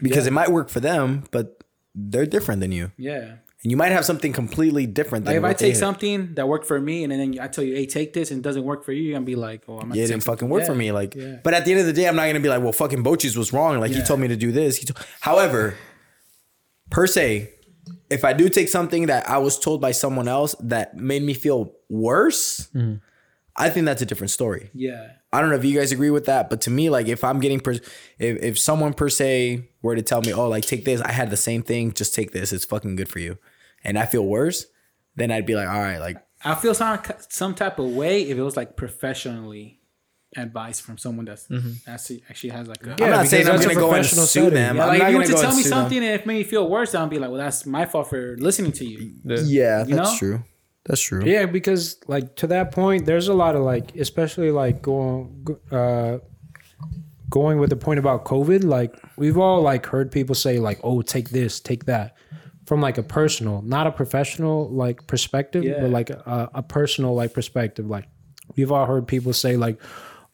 [SPEAKER 1] because it might work for them, but they're different than you.
[SPEAKER 3] yeah.
[SPEAKER 1] And you might have something completely different than
[SPEAKER 3] Like if I
[SPEAKER 1] what they
[SPEAKER 3] take
[SPEAKER 1] had.
[SPEAKER 3] something that worked for me and then I tell you, hey, take this and it doesn't work for you, you're gonna be like, oh, I'm not
[SPEAKER 1] Yeah, it
[SPEAKER 3] taking
[SPEAKER 1] didn't fucking work
[SPEAKER 3] yeah,
[SPEAKER 1] for me. Like,
[SPEAKER 3] yeah.
[SPEAKER 1] but at the end of the day, I'm not gonna be like, well, fucking Bochis was wrong. Like he
[SPEAKER 3] Yeah.
[SPEAKER 1] told me to do this. He to- However, per se, if I do take something that I was told by someone else that made me feel worse,
[SPEAKER 3] Mm-hmm.
[SPEAKER 1] I think that's a different story.
[SPEAKER 3] Yeah.
[SPEAKER 1] I don't know if you guys agree with that, but to me, like if I'm getting, per- if if someone per se were to tell me, oh, like take this, I had the same thing, just take this, it's fucking good for you, and I feel worse, then I'd be like, all right, like
[SPEAKER 3] I feel some some type of way if it was like professionally advice from someone that's
[SPEAKER 1] Mm-hmm.
[SPEAKER 3] actually actually has like a
[SPEAKER 1] I'm not saying I'm
[SPEAKER 5] that's a
[SPEAKER 1] gonna go and sue
[SPEAKER 5] professional setting.
[SPEAKER 1] them.
[SPEAKER 3] Yeah,
[SPEAKER 1] I'm
[SPEAKER 3] like
[SPEAKER 1] not
[SPEAKER 3] if you were
[SPEAKER 1] gonna
[SPEAKER 3] to
[SPEAKER 1] go
[SPEAKER 3] tell
[SPEAKER 1] and
[SPEAKER 3] me
[SPEAKER 1] sue them.
[SPEAKER 3] something and it made me feel worse, I'll be like, well, that's my fault for listening to you.
[SPEAKER 8] *laughs*
[SPEAKER 1] Yeah,
[SPEAKER 3] You
[SPEAKER 1] that's
[SPEAKER 3] know?
[SPEAKER 1] true. That's true.
[SPEAKER 5] yeah, because like to that point, there's a lot of like, especially like going uh, going with the point about COVID. Like we've all like heard people say like, oh, take this, take that, from like a personal, not a professional like perspective,
[SPEAKER 3] Yeah.
[SPEAKER 5] but like a, a personal like perspective. Like we've all heard people say like,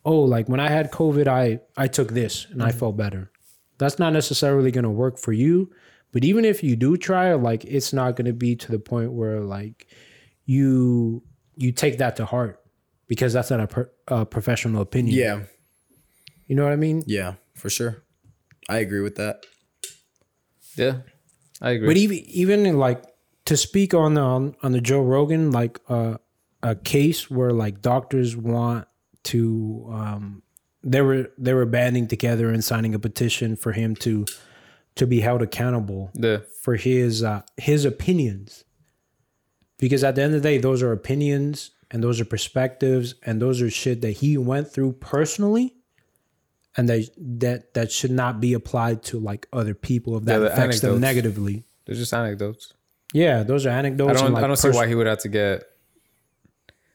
[SPEAKER 5] oh, like when I had COVID, I I took this and I felt better. That's not necessarily going to work for you. But even if you do try, like it's not going to be to the point where like you you take that to heart because that's not a, per, a professional opinion.
[SPEAKER 1] Yeah,
[SPEAKER 5] you know what I mean.
[SPEAKER 1] yeah, for sure. I agree with that.
[SPEAKER 2] Yeah. I agree.
[SPEAKER 5] But even even in, like to speak on the on, on the Joe Rogan like uh, a case where like doctors want to um, they were they were banding together and signing a petition for him to to be held accountable
[SPEAKER 2] The
[SPEAKER 5] for his uh, his opinions because at the end of the day those are opinions and those are perspectives and those are shit that he went through personally and that that that should not be applied to like other people if that
[SPEAKER 2] the
[SPEAKER 5] affects them
[SPEAKER 2] anecdotes.
[SPEAKER 5] negatively
[SPEAKER 2] there's just anecdotes.
[SPEAKER 5] yeah those are
[SPEAKER 2] I
[SPEAKER 5] anecdotes
[SPEAKER 2] don't
[SPEAKER 5] and, like,
[SPEAKER 2] I don't see
[SPEAKER 5] pers-
[SPEAKER 2] why he would have to get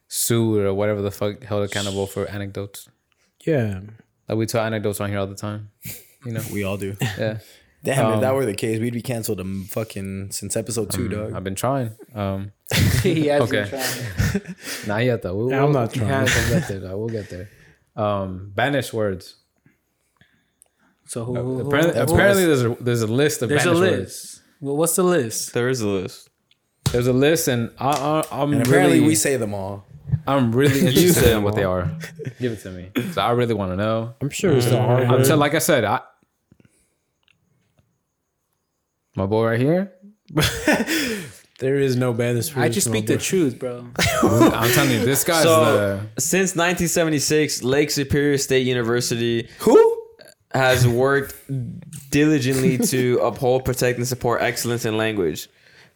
[SPEAKER 2] sued or whatever the fuck held accountable for anecdotes.
[SPEAKER 5] yeah
[SPEAKER 2] Like we tell anecdotes on here all the time. You know.
[SPEAKER 1] We all do.
[SPEAKER 2] Yeah.
[SPEAKER 1] Damn, if that were the case, we'd be canceled um, fucking since episode two, dog.
[SPEAKER 2] I've been trying. Um
[SPEAKER 8] *laughs* he has
[SPEAKER 2] Okay.
[SPEAKER 8] been trying.
[SPEAKER 2] not yet though. We'll,
[SPEAKER 5] Yeah, I'm not
[SPEAKER 2] *laughs* we'll-
[SPEAKER 5] trying.
[SPEAKER 2] we'll get there though. We'll get there. Um banish words.
[SPEAKER 8] So who, who- who-
[SPEAKER 2] Apparently,
[SPEAKER 8] who-
[SPEAKER 2] apparently there's a there's a list of
[SPEAKER 8] there's a
[SPEAKER 2] banished
[SPEAKER 8] list.
[SPEAKER 2] words.
[SPEAKER 8] Well, what's the list?
[SPEAKER 4] There is a list.
[SPEAKER 2] There's a list, and I, I, I'm
[SPEAKER 1] And apparently,
[SPEAKER 2] really,
[SPEAKER 1] we say them all.
[SPEAKER 2] I'm really interested
[SPEAKER 4] say
[SPEAKER 2] in what they are. Give it to me. So I really want to know.
[SPEAKER 5] i'm sure it's
[SPEAKER 2] uh,
[SPEAKER 5] the hard
[SPEAKER 2] I'm so, like I said, I, my boy right here.
[SPEAKER 5] there is no badness
[SPEAKER 8] I just speak the truth, *laughs* bro.
[SPEAKER 2] I'm telling you, this guy's
[SPEAKER 4] So
[SPEAKER 2] the
[SPEAKER 4] since 1976, Lake Superior State University
[SPEAKER 1] Who?
[SPEAKER 4] has worked diligently to uphold, protect, and support excellence in language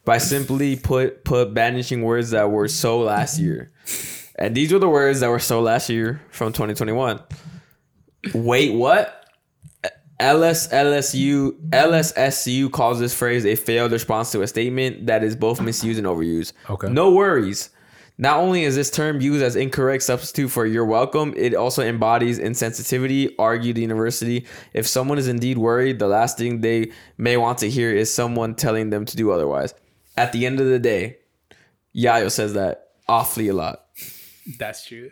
[SPEAKER 4] by simply put put banishing words that were so last year. And these were the words that were so last year from 2021. Wait, what? LS LSU LSSU calls this phrase a failed response to a statement that is both misused and overused.
[SPEAKER 2] Okay.
[SPEAKER 4] No worries. Not only is this term used as incorrect substitute for "you're welcome," it also embodies insensitivity. Argued the university. If someone is indeed worried, the last thing they may want to hear is someone telling them to do otherwise. At the end of the day, Yayo says that awfully a lot.
[SPEAKER 8] That's true.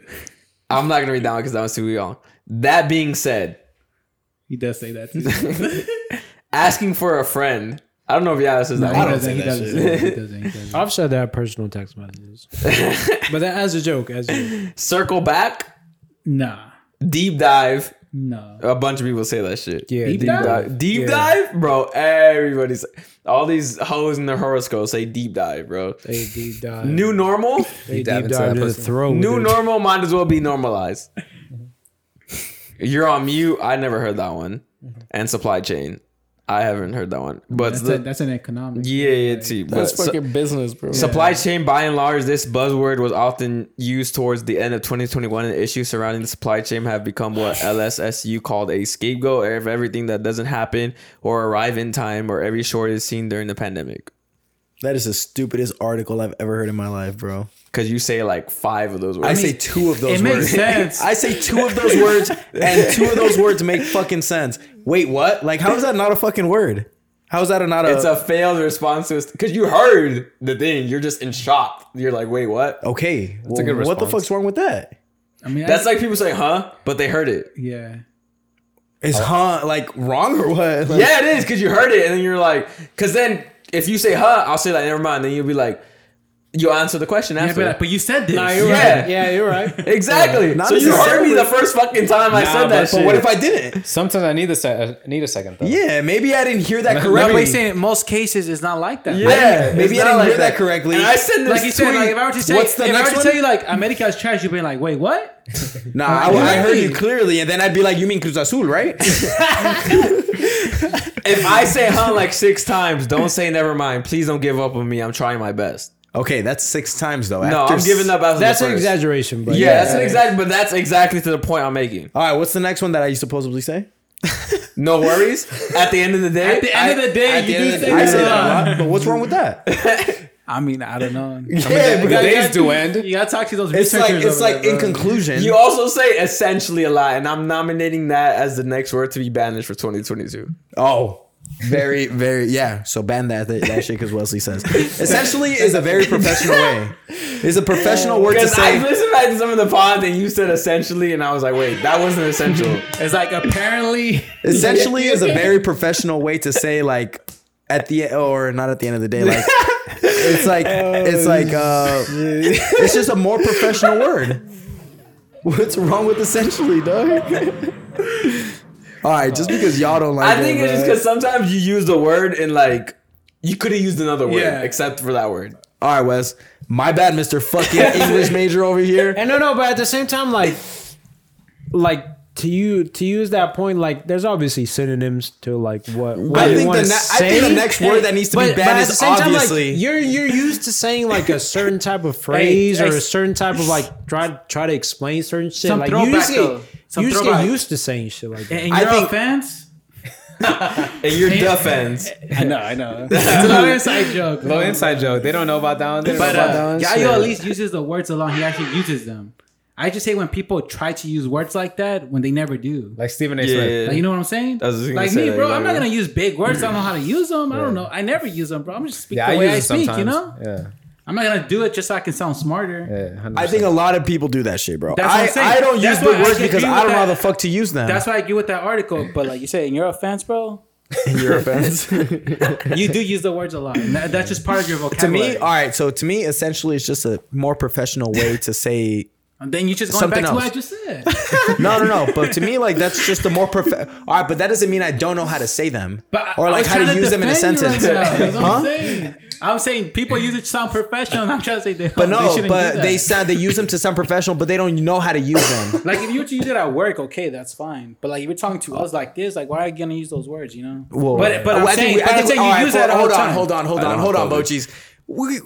[SPEAKER 4] I'm not gonna read that one because that one's too long. That being said,
[SPEAKER 8] He does say that. *laughs* Too.
[SPEAKER 4] asking for a friend. I don't know if Yayo says that.
[SPEAKER 8] he
[SPEAKER 4] one.
[SPEAKER 8] doesn't. He doesn't.
[SPEAKER 2] *laughs*
[SPEAKER 8] say that. He doesn't. He doesn't.
[SPEAKER 5] I've said that personal text
[SPEAKER 8] *laughs*
[SPEAKER 5] messages, but that as a joke, as a,
[SPEAKER 4] Circle back,
[SPEAKER 8] Nah.
[SPEAKER 4] deep dive.
[SPEAKER 8] No.
[SPEAKER 4] A bunch of people say that shit.
[SPEAKER 5] yeah,
[SPEAKER 8] Deep
[SPEAKER 5] deep
[SPEAKER 8] dive?
[SPEAKER 4] Dive- Deep
[SPEAKER 5] Yeah.
[SPEAKER 4] dive, bro. Everybody's all these hoes in their horoscopes say deep dive, bro.
[SPEAKER 5] they deep dive,
[SPEAKER 4] New
[SPEAKER 5] *laughs*
[SPEAKER 4] normal,
[SPEAKER 5] they deep
[SPEAKER 2] dive
[SPEAKER 5] dive,
[SPEAKER 2] into that
[SPEAKER 5] to the
[SPEAKER 2] person.
[SPEAKER 5] throat.
[SPEAKER 4] new
[SPEAKER 5] Oh, dude.
[SPEAKER 4] normal might as well be normalized. You're on mute. I never heard that one.
[SPEAKER 5] Mm-hmm.
[SPEAKER 4] And supply chain, I haven't heard that one. But
[SPEAKER 8] That's,
[SPEAKER 4] the,
[SPEAKER 8] a, that's an economic.
[SPEAKER 4] yeah, yeah, too. But
[SPEAKER 6] That's
[SPEAKER 4] su-
[SPEAKER 6] fucking business, bro.
[SPEAKER 4] Supply chain, by and large, this buzzword was often used towards the end of 2021, and issues surrounding the supply chain have become
[SPEAKER 1] *sighs*
[SPEAKER 4] what LSSU called a scapegoat of everything that doesn't happen or arrive in time or every shortage seen during the pandemic.
[SPEAKER 1] That is the stupidest article I've ever heard in my life, bro.
[SPEAKER 4] Because you say like five of those words.
[SPEAKER 1] I, say two of those
[SPEAKER 8] It
[SPEAKER 1] words.
[SPEAKER 8] makes *laughs*
[SPEAKER 1] *laughs*
[SPEAKER 8] sense.
[SPEAKER 1] I say two of those words, and two of those words make fucking sense. Wait, what? Like, how is that not a fucking word? How is that not a?
[SPEAKER 4] it's a failed response to because you heard the thing. You're just in shock. You're like, wait, what?
[SPEAKER 1] okay. well,
[SPEAKER 2] good
[SPEAKER 1] what the
[SPEAKER 2] response.
[SPEAKER 1] fuck's wrong with that?
[SPEAKER 8] I mean,
[SPEAKER 4] That's
[SPEAKER 8] I,
[SPEAKER 4] like people say, huh? But they heard it.
[SPEAKER 8] yeah.
[SPEAKER 1] Is huh like wrong or what? Like,
[SPEAKER 4] Yeah, it is because you heard it, and then you're like, because then if you say "huh," I'll say like, never mind. Then you'll be like, you answer the question
[SPEAKER 8] Yeah,
[SPEAKER 4] after.
[SPEAKER 8] but, but you said this.
[SPEAKER 4] yeah,
[SPEAKER 5] Yeah, you're
[SPEAKER 8] *laughs*
[SPEAKER 5] right.
[SPEAKER 4] exactly.
[SPEAKER 1] Not
[SPEAKER 4] so you heard
[SPEAKER 1] necessarily.
[SPEAKER 4] me the first fucking time I said that
[SPEAKER 2] but-
[SPEAKER 1] But
[SPEAKER 4] shit.
[SPEAKER 1] what if I didn't?
[SPEAKER 2] sometimes I need the se- I need a second though.
[SPEAKER 1] Yeah, maybe I didn't hear that
[SPEAKER 8] Right, but
[SPEAKER 1] correctly.
[SPEAKER 8] he's saying in most cases it's not like that.
[SPEAKER 4] Yeah,
[SPEAKER 1] maybe
[SPEAKER 4] it's
[SPEAKER 1] I
[SPEAKER 4] not
[SPEAKER 1] didn't hear that correctly.
[SPEAKER 4] And I send this
[SPEAKER 8] Like you said,
[SPEAKER 4] tweet.
[SPEAKER 8] like if I were to say,
[SPEAKER 1] What's the
[SPEAKER 8] if I
[SPEAKER 1] next
[SPEAKER 8] were to
[SPEAKER 1] one?
[SPEAKER 8] tell you like America is trash, you'd be like, wait, what?
[SPEAKER 1] Nah, I, I heard you
[SPEAKER 8] Really?
[SPEAKER 1] clearly, and then I'd be like, "You mean Cruz Azul, right?" *laughs*
[SPEAKER 4] if I say "huh"
[SPEAKER 8] *laughs*
[SPEAKER 4] like six times, don't say never mind. Please don't give up on me. I'm trying my best.
[SPEAKER 1] okay, that's six times though.
[SPEAKER 4] No,
[SPEAKER 1] After
[SPEAKER 4] I'm giving up after
[SPEAKER 5] That's
[SPEAKER 4] the
[SPEAKER 5] an
[SPEAKER 4] first.
[SPEAKER 5] exaggeration, but
[SPEAKER 4] Yeah, that's an exact. But that's exactly to the point I'm making.
[SPEAKER 1] All right, what's the next one that I supposedly say?
[SPEAKER 4] No
[SPEAKER 8] *laughs*
[SPEAKER 4] worries. At the end of the day,
[SPEAKER 8] At the end of the day, you do say
[SPEAKER 1] I
[SPEAKER 8] that.
[SPEAKER 1] say that a lot, but what's wrong with
[SPEAKER 4] *laughs*
[SPEAKER 1] that?
[SPEAKER 8] I mean, I don't know.
[SPEAKER 1] yeah,
[SPEAKER 2] The
[SPEAKER 1] because
[SPEAKER 2] days do end.
[SPEAKER 8] You gotta talk to those
[SPEAKER 1] it's
[SPEAKER 8] researchers.
[SPEAKER 1] like it's
[SPEAKER 8] over
[SPEAKER 1] like
[SPEAKER 8] there,
[SPEAKER 1] in
[SPEAKER 8] bro.
[SPEAKER 1] conclusion.
[SPEAKER 4] You also say essentially a lot, and I'm nominating that as the next word to be banished for 2022.
[SPEAKER 1] oh, very very yeah. So ban that that, that shit because Wesley says essentially is a very professional way. It's a professional word to
[SPEAKER 4] Because I
[SPEAKER 1] say.
[SPEAKER 4] listened back to some of the pods, and you said essentially, and I was like, wait, that wasn't essential.
[SPEAKER 8] It's
[SPEAKER 1] *laughs*
[SPEAKER 8] like apparently
[SPEAKER 1] Essentially is a very professional way to say like at the or not at the end of the day like. It's like it's like uh, it's just a more professional word. What's wrong with essentially, dog? All right, just because y'all don't like
[SPEAKER 4] I think
[SPEAKER 1] it,
[SPEAKER 4] it's just
[SPEAKER 1] bro.
[SPEAKER 4] because sometimes you use the word and like you could have used another word
[SPEAKER 8] Yeah.
[SPEAKER 4] except for that word.
[SPEAKER 1] All right, Wes. My bad, Mr. Fucking English major over here.
[SPEAKER 5] And no, no, but at the same time, like, like to you to use that point, like there's obviously synonyms to like what, what
[SPEAKER 1] I
[SPEAKER 5] you
[SPEAKER 1] think, the
[SPEAKER 5] wanna
[SPEAKER 1] ne- I think the
[SPEAKER 5] say.
[SPEAKER 1] next word that needs to be banned
[SPEAKER 5] at the
[SPEAKER 1] is
[SPEAKER 5] same time, like,
[SPEAKER 1] obviously.
[SPEAKER 5] you're you're used to saying like a certain type of phrase
[SPEAKER 3] Hey,
[SPEAKER 5] or
[SPEAKER 3] hey.
[SPEAKER 5] a certain type of like try try to explain certain shit.
[SPEAKER 3] Some
[SPEAKER 5] like you just,
[SPEAKER 3] throwback,
[SPEAKER 5] get,
[SPEAKER 3] though. Some
[SPEAKER 5] you just get
[SPEAKER 3] throwback.
[SPEAKER 5] used to saying shit like that.
[SPEAKER 3] And
[SPEAKER 1] I
[SPEAKER 3] you're
[SPEAKER 1] think-
[SPEAKER 3] fans?
[SPEAKER 1] and you're defense.
[SPEAKER 3] I know, I know. *laughs* it's a little inside joke.
[SPEAKER 2] Low inside joke. They don't know about that one. They don't
[SPEAKER 3] But
[SPEAKER 2] know about
[SPEAKER 3] uh,
[SPEAKER 2] that one.
[SPEAKER 3] Yayo at least uses the words alone. He actually uses them. I just hate when people try to use words like that when they never do.
[SPEAKER 2] Like Stephen A.
[SPEAKER 4] Yeah,
[SPEAKER 2] Smith.
[SPEAKER 4] yeah,
[SPEAKER 3] Like, you know what I'm saying?
[SPEAKER 4] I was just gonna
[SPEAKER 3] like
[SPEAKER 4] say
[SPEAKER 3] me,
[SPEAKER 4] that,
[SPEAKER 3] bro.
[SPEAKER 4] like,
[SPEAKER 3] I'm not
[SPEAKER 4] yeah.
[SPEAKER 3] gonna use big words. I don't know how to use them. I don't know. I never use them, bro. I'm just speak the way I speak. You know,
[SPEAKER 2] Yeah.
[SPEAKER 3] I'm not gonna do it just so I can sound smarter.
[SPEAKER 2] Yeah. 100%.
[SPEAKER 1] I think a lot of people do that shit, bro.
[SPEAKER 3] That's what
[SPEAKER 1] I,
[SPEAKER 3] I'm saying.
[SPEAKER 1] I don't
[SPEAKER 3] That's
[SPEAKER 1] use big
[SPEAKER 3] why I
[SPEAKER 1] words
[SPEAKER 3] agree
[SPEAKER 1] because
[SPEAKER 3] with
[SPEAKER 1] I don't know how
[SPEAKER 3] that.
[SPEAKER 1] the fuck to use them.
[SPEAKER 3] That's why I agree with that article. But like you say, in your offense, bro,
[SPEAKER 4] *laughs*
[SPEAKER 1] your offense.
[SPEAKER 3] you do use the words a lot. And that- that's just part of your
[SPEAKER 1] to
[SPEAKER 3] vocabulary.
[SPEAKER 1] me, all right. So to me, essentially, it's just a more professional way to say
[SPEAKER 3] and then you just going
[SPEAKER 1] something
[SPEAKER 3] back to what I
[SPEAKER 1] else.
[SPEAKER 3] just said.
[SPEAKER 1] no, no, no. But to me, like that's just the more prof. All right, but that doesn't mean I don't know how to say them
[SPEAKER 3] But I-
[SPEAKER 1] or
[SPEAKER 3] I
[SPEAKER 1] like
[SPEAKER 3] was
[SPEAKER 1] how to
[SPEAKER 3] trying
[SPEAKER 1] use them in a
[SPEAKER 3] defend you right
[SPEAKER 1] sentence.
[SPEAKER 3] now. That's
[SPEAKER 1] *laughs*
[SPEAKER 3] what I'm
[SPEAKER 1] Huh?
[SPEAKER 3] saying. I'm saying people use it to sound professional. and I'm trying to say they
[SPEAKER 1] But
[SPEAKER 3] don't.
[SPEAKER 1] no,
[SPEAKER 3] shouldn't do
[SPEAKER 1] but
[SPEAKER 3] that.
[SPEAKER 1] they sound they use them to sound professional, but they don't know how to use
[SPEAKER 3] *laughs*
[SPEAKER 1] them.
[SPEAKER 3] like if you were to use it at work, okay, that's fine. But like if you're talking to us like this, like why are you gonna use those words? You know.
[SPEAKER 1] Whoa.
[SPEAKER 3] But but I'm
[SPEAKER 1] Oh, I think
[SPEAKER 3] saying,
[SPEAKER 1] we- I
[SPEAKER 3] but I'm
[SPEAKER 1] think we-
[SPEAKER 3] saying you
[SPEAKER 1] all right,
[SPEAKER 3] use that all
[SPEAKER 1] hold
[SPEAKER 3] the
[SPEAKER 1] on,
[SPEAKER 3] time.
[SPEAKER 1] hold on, hold on,
[SPEAKER 4] don't
[SPEAKER 1] hold on,
[SPEAKER 4] know.
[SPEAKER 1] Bochis. We,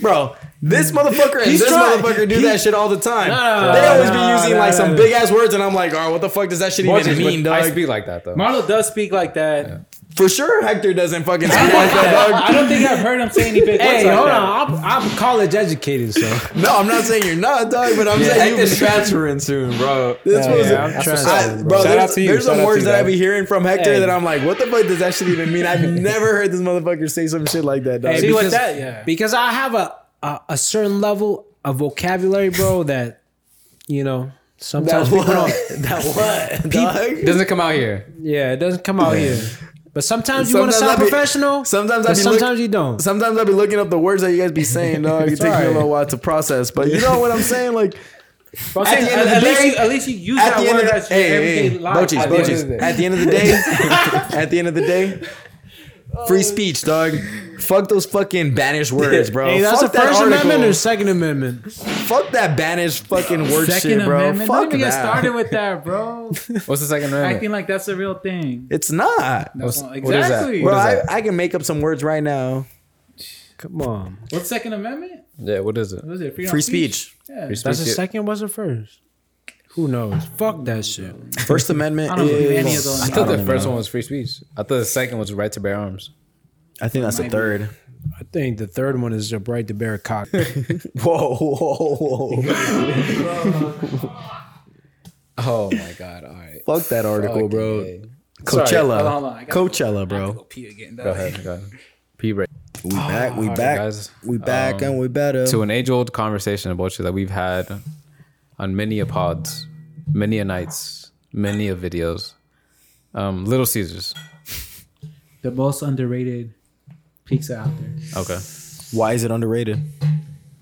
[SPEAKER 1] bro, this motherfucker and
[SPEAKER 5] He's
[SPEAKER 1] this
[SPEAKER 5] trying-
[SPEAKER 1] motherfucker do
[SPEAKER 5] he-
[SPEAKER 1] that shit all the time.
[SPEAKER 3] no,
[SPEAKER 1] they
[SPEAKER 3] no,
[SPEAKER 1] always
[SPEAKER 5] no,
[SPEAKER 1] be using
[SPEAKER 5] no,
[SPEAKER 1] like
[SPEAKER 5] no,
[SPEAKER 1] some
[SPEAKER 5] no.
[SPEAKER 1] big ass words, and I'm like, all right, what the fuck does that shit even
[SPEAKER 2] But
[SPEAKER 1] mean,
[SPEAKER 2] I
[SPEAKER 1] dog?
[SPEAKER 2] speak like that though.
[SPEAKER 3] Marlo does speak like that.
[SPEAKER 1] For sure, Hector doesn't fucking speak like that,
[SPEAKER 3] *laughs*
[SPEAKER 1] dog.
[SPEAKER 3] I don't think I've heard him say any big words.
[SPEAKER 5] Hey,
[SPEAKER 3] like
[SPEAKER 5] hold
[SPEAKER 3] that.
[SPEAKER 5] on. I'm, I'm college educated, *laughs* so
[SPEAKER 1] No, I'm not saying you're not, dog, but I'm saying you
[SPEAKER 4] Hector's
[SPEAKER 1] *laughs*
[SPEAKER 4] transferring soon, bro.
[SPEAKER 1] This
[SPEAKER 5] Yeah,
[SPEAKER 1] was
[SPEAKER 5] yeah, I'm
[SPEAKER 1] that's
[SPEAKER 5] trying
[SPEAKER 1] what's
[SPEAKER 5] to-
[SPEAKER 1] up, bro.
[SPEAKER 5] Shout out
[SPEAKER 1] There's,
[SPEAKER 5] to you,
[SPEAKER 1] there's
[SPEAKER 5] shout
[SPEAKER 1] some
[SPEAKER 5] out
[SPEAKER 1] words
[SPEAKER 5] to you,
[SPEAKER 1] that I
[SPEAKER 5] dog.
[SPEAKER 1] be hearing from Hector
[SPEAKER 5] Hey.
[SPEAKER 1] that I'm like, what the fuck does that shit even mean? I've never heard this motherfucker say some shit like that, dog.
[SPEAKER 5] Hey,
[SPEAKER 3] See
[SPEAKER 5] because,
[SPEAKER 3] what that- yeah.
[SPEAKER 5] because I have a, a a certain level of vocabulary, bro. *laughs* That you know sometimes people don't.
[SPEAKER 1] *laughs* that what? Dog?
[SPEAKER 2] Doesn't come out here.
[SPEAKER 5] *laughs* Yeah, it doesn't come out here. But sometimes you want to
[SPEAKER 1] Sometimes
[SPEAKER 5] sound
[SPEAKER 1] I be-
[SPEAKER 5] professional.
[SPEAKER 1] sometimes I
[SPEAKER 5] but
[SPEAKER 1] be look-
[SPEAKER 5] sometimes you don't.
[SPEAKER 1] Sometimes I'll be looking up the words that you guys be
[SPEAKER 5] *laughs*
[SPEAKER 1] saying, dog. It takes me a
[SPEAKER 5] alright.
[SPEAKER 1] little while to process, but you know what I'm saying? Like,
[SPEAKER 3] But
[SPEAKER 1] At
[SPEAKER 3] I'm
[SPEAKER 1] the
[SPEAKER 3] saying,
[SPEAKER 1] end
[SPEAKER 3] at,
[SPEAKER 1] of the
[SPEAKER 3] at least
[SPEAKER 1] day-
[SPEAKER 3] you, at least you use
[SPEAKER 1] at
[SPEAKER 3] that
[SPEAKER 1] the end
[SPEAKER 3] word
[SPEAKER 1] of
[SPEAKER 3] as
[SPEAKER 1] the
[SPEAKER 3] your everyday
[SPEAKER 1] hey, hey, hey,
[SPEAKER 3] life.
[SPEAKER 1] Bochis,
[SPEAKER 3] At the end of
[SPEAKER 1] Bochis.
[SPEAKER 3] the day.
[SPEAKER 1] At the end of the day, at the end of the day, free speech, dog. Fuck those fucking banished words, bro.
[SPEAKER 5] Hey, that's the
[SPEAKER 1] Fuck that
[SPEAKER 5] First
[SPEAKER 1] article.
[SPEAKER 5] Amendment or Second Amendment?
[SPEAKER 1] Fuck that banished fucking word
[SPEAKER 3] Second
[SPEAKER 1] shit, bro.
[SPEAKER 3] Amendment.
[SPEAKER 1] Fuck
[SPEAKER 3] Don't even get
[SPEAKER 1] that.
[SPEAKER 3] started with that, bro.
[SPEAKER 2] What's the second round?
[SPEAKER 3] Acting like that's a real thing.
[SPEAKER 1] It's not.
[SPEAKER 3] That's
[SPEAKER 2] What's-
[SPEAKER 3] not-
[SPEAKER 2] what is that?
[SPEAKER 3] exactly.
[SPEAKER 1] Bro,
[SPEAKER 2] is
[SPEAKER 1] I,
[SPEAKER 2] that?
[SPEAKER 1] I can make up some words right now.
[SPEAKER 5] Come on,
[SPEAKER 3] What's Second Amendment?
[SPEAKER 2] Yeah. What is it?
[SPEAKER 3] What is it? Freedom
[SPEAKER 1] Free
[SPEAKER 3] of
[SPEAKER 1] speech.
[SPEAKER 3] Yeah.
[SPEAKER 5] that's the second. What's the first? Who knows? Fuck that shit.
[SPEAKER 1] First *laughs* Amendment
[SPEAKER 3] I don't believe
[SPEAKER 1] is-
[SPEAKER 3] any of those.
[SPEAKER 2] I thought
[SPEAKER 1] I
[SPEAKER 2] the
[SPEAKER 1] don't
[SPEAKER 2] first
[SPEAKER 1] know.
[SPEAKER 2] one was free speech. I thought the second was right to bear arms.
[SPEAKER 1] I think that's the
[SPEAKER 3] Might be.
[SPEAKER 1] third.
[SPEAKER 5] I think the third one is your right to bear a cock.
[SPEAKER 1] Whoa, whoa, whoa.
[SPEAKER 2] Oh my god! All right.
[SPEAKER 1] Fuck that article,
[SPEAKER 2] Fucking
[SPEAKER 1] bro.
[SPEAKER 2] A.
[SPEAKER 1] Coachella.
[SPEAKER 3] Hold on, hold on. I Oh, gotta go.
[SPEAKER 1] Coachella,
[SPEAKER 3] I'll
[SPEAKER 1] bro.
[SPEAKER 3] go pee again.
[SPEAKER 2] Go ahead. Go ahead. P break.
[SPEAKER 1] We back, we
[SPEAKER 2] Alright,
[SPEAKER 1] back.
[SPEAKER 2] guys.
[SPEAKER 1] We back
[SPEAKER 2] Um,
[SPEAKER 1] and we better.
[SPEAKER 2] to an age-old conversation about you that we've had on many a pods, many a nights, many a videos. Um, Little Caesars.
[SPEAKER 3] The most underrated pizza out there
[SPEAKER 2] Okay.
[SPEAKER 1] Why is it underrated?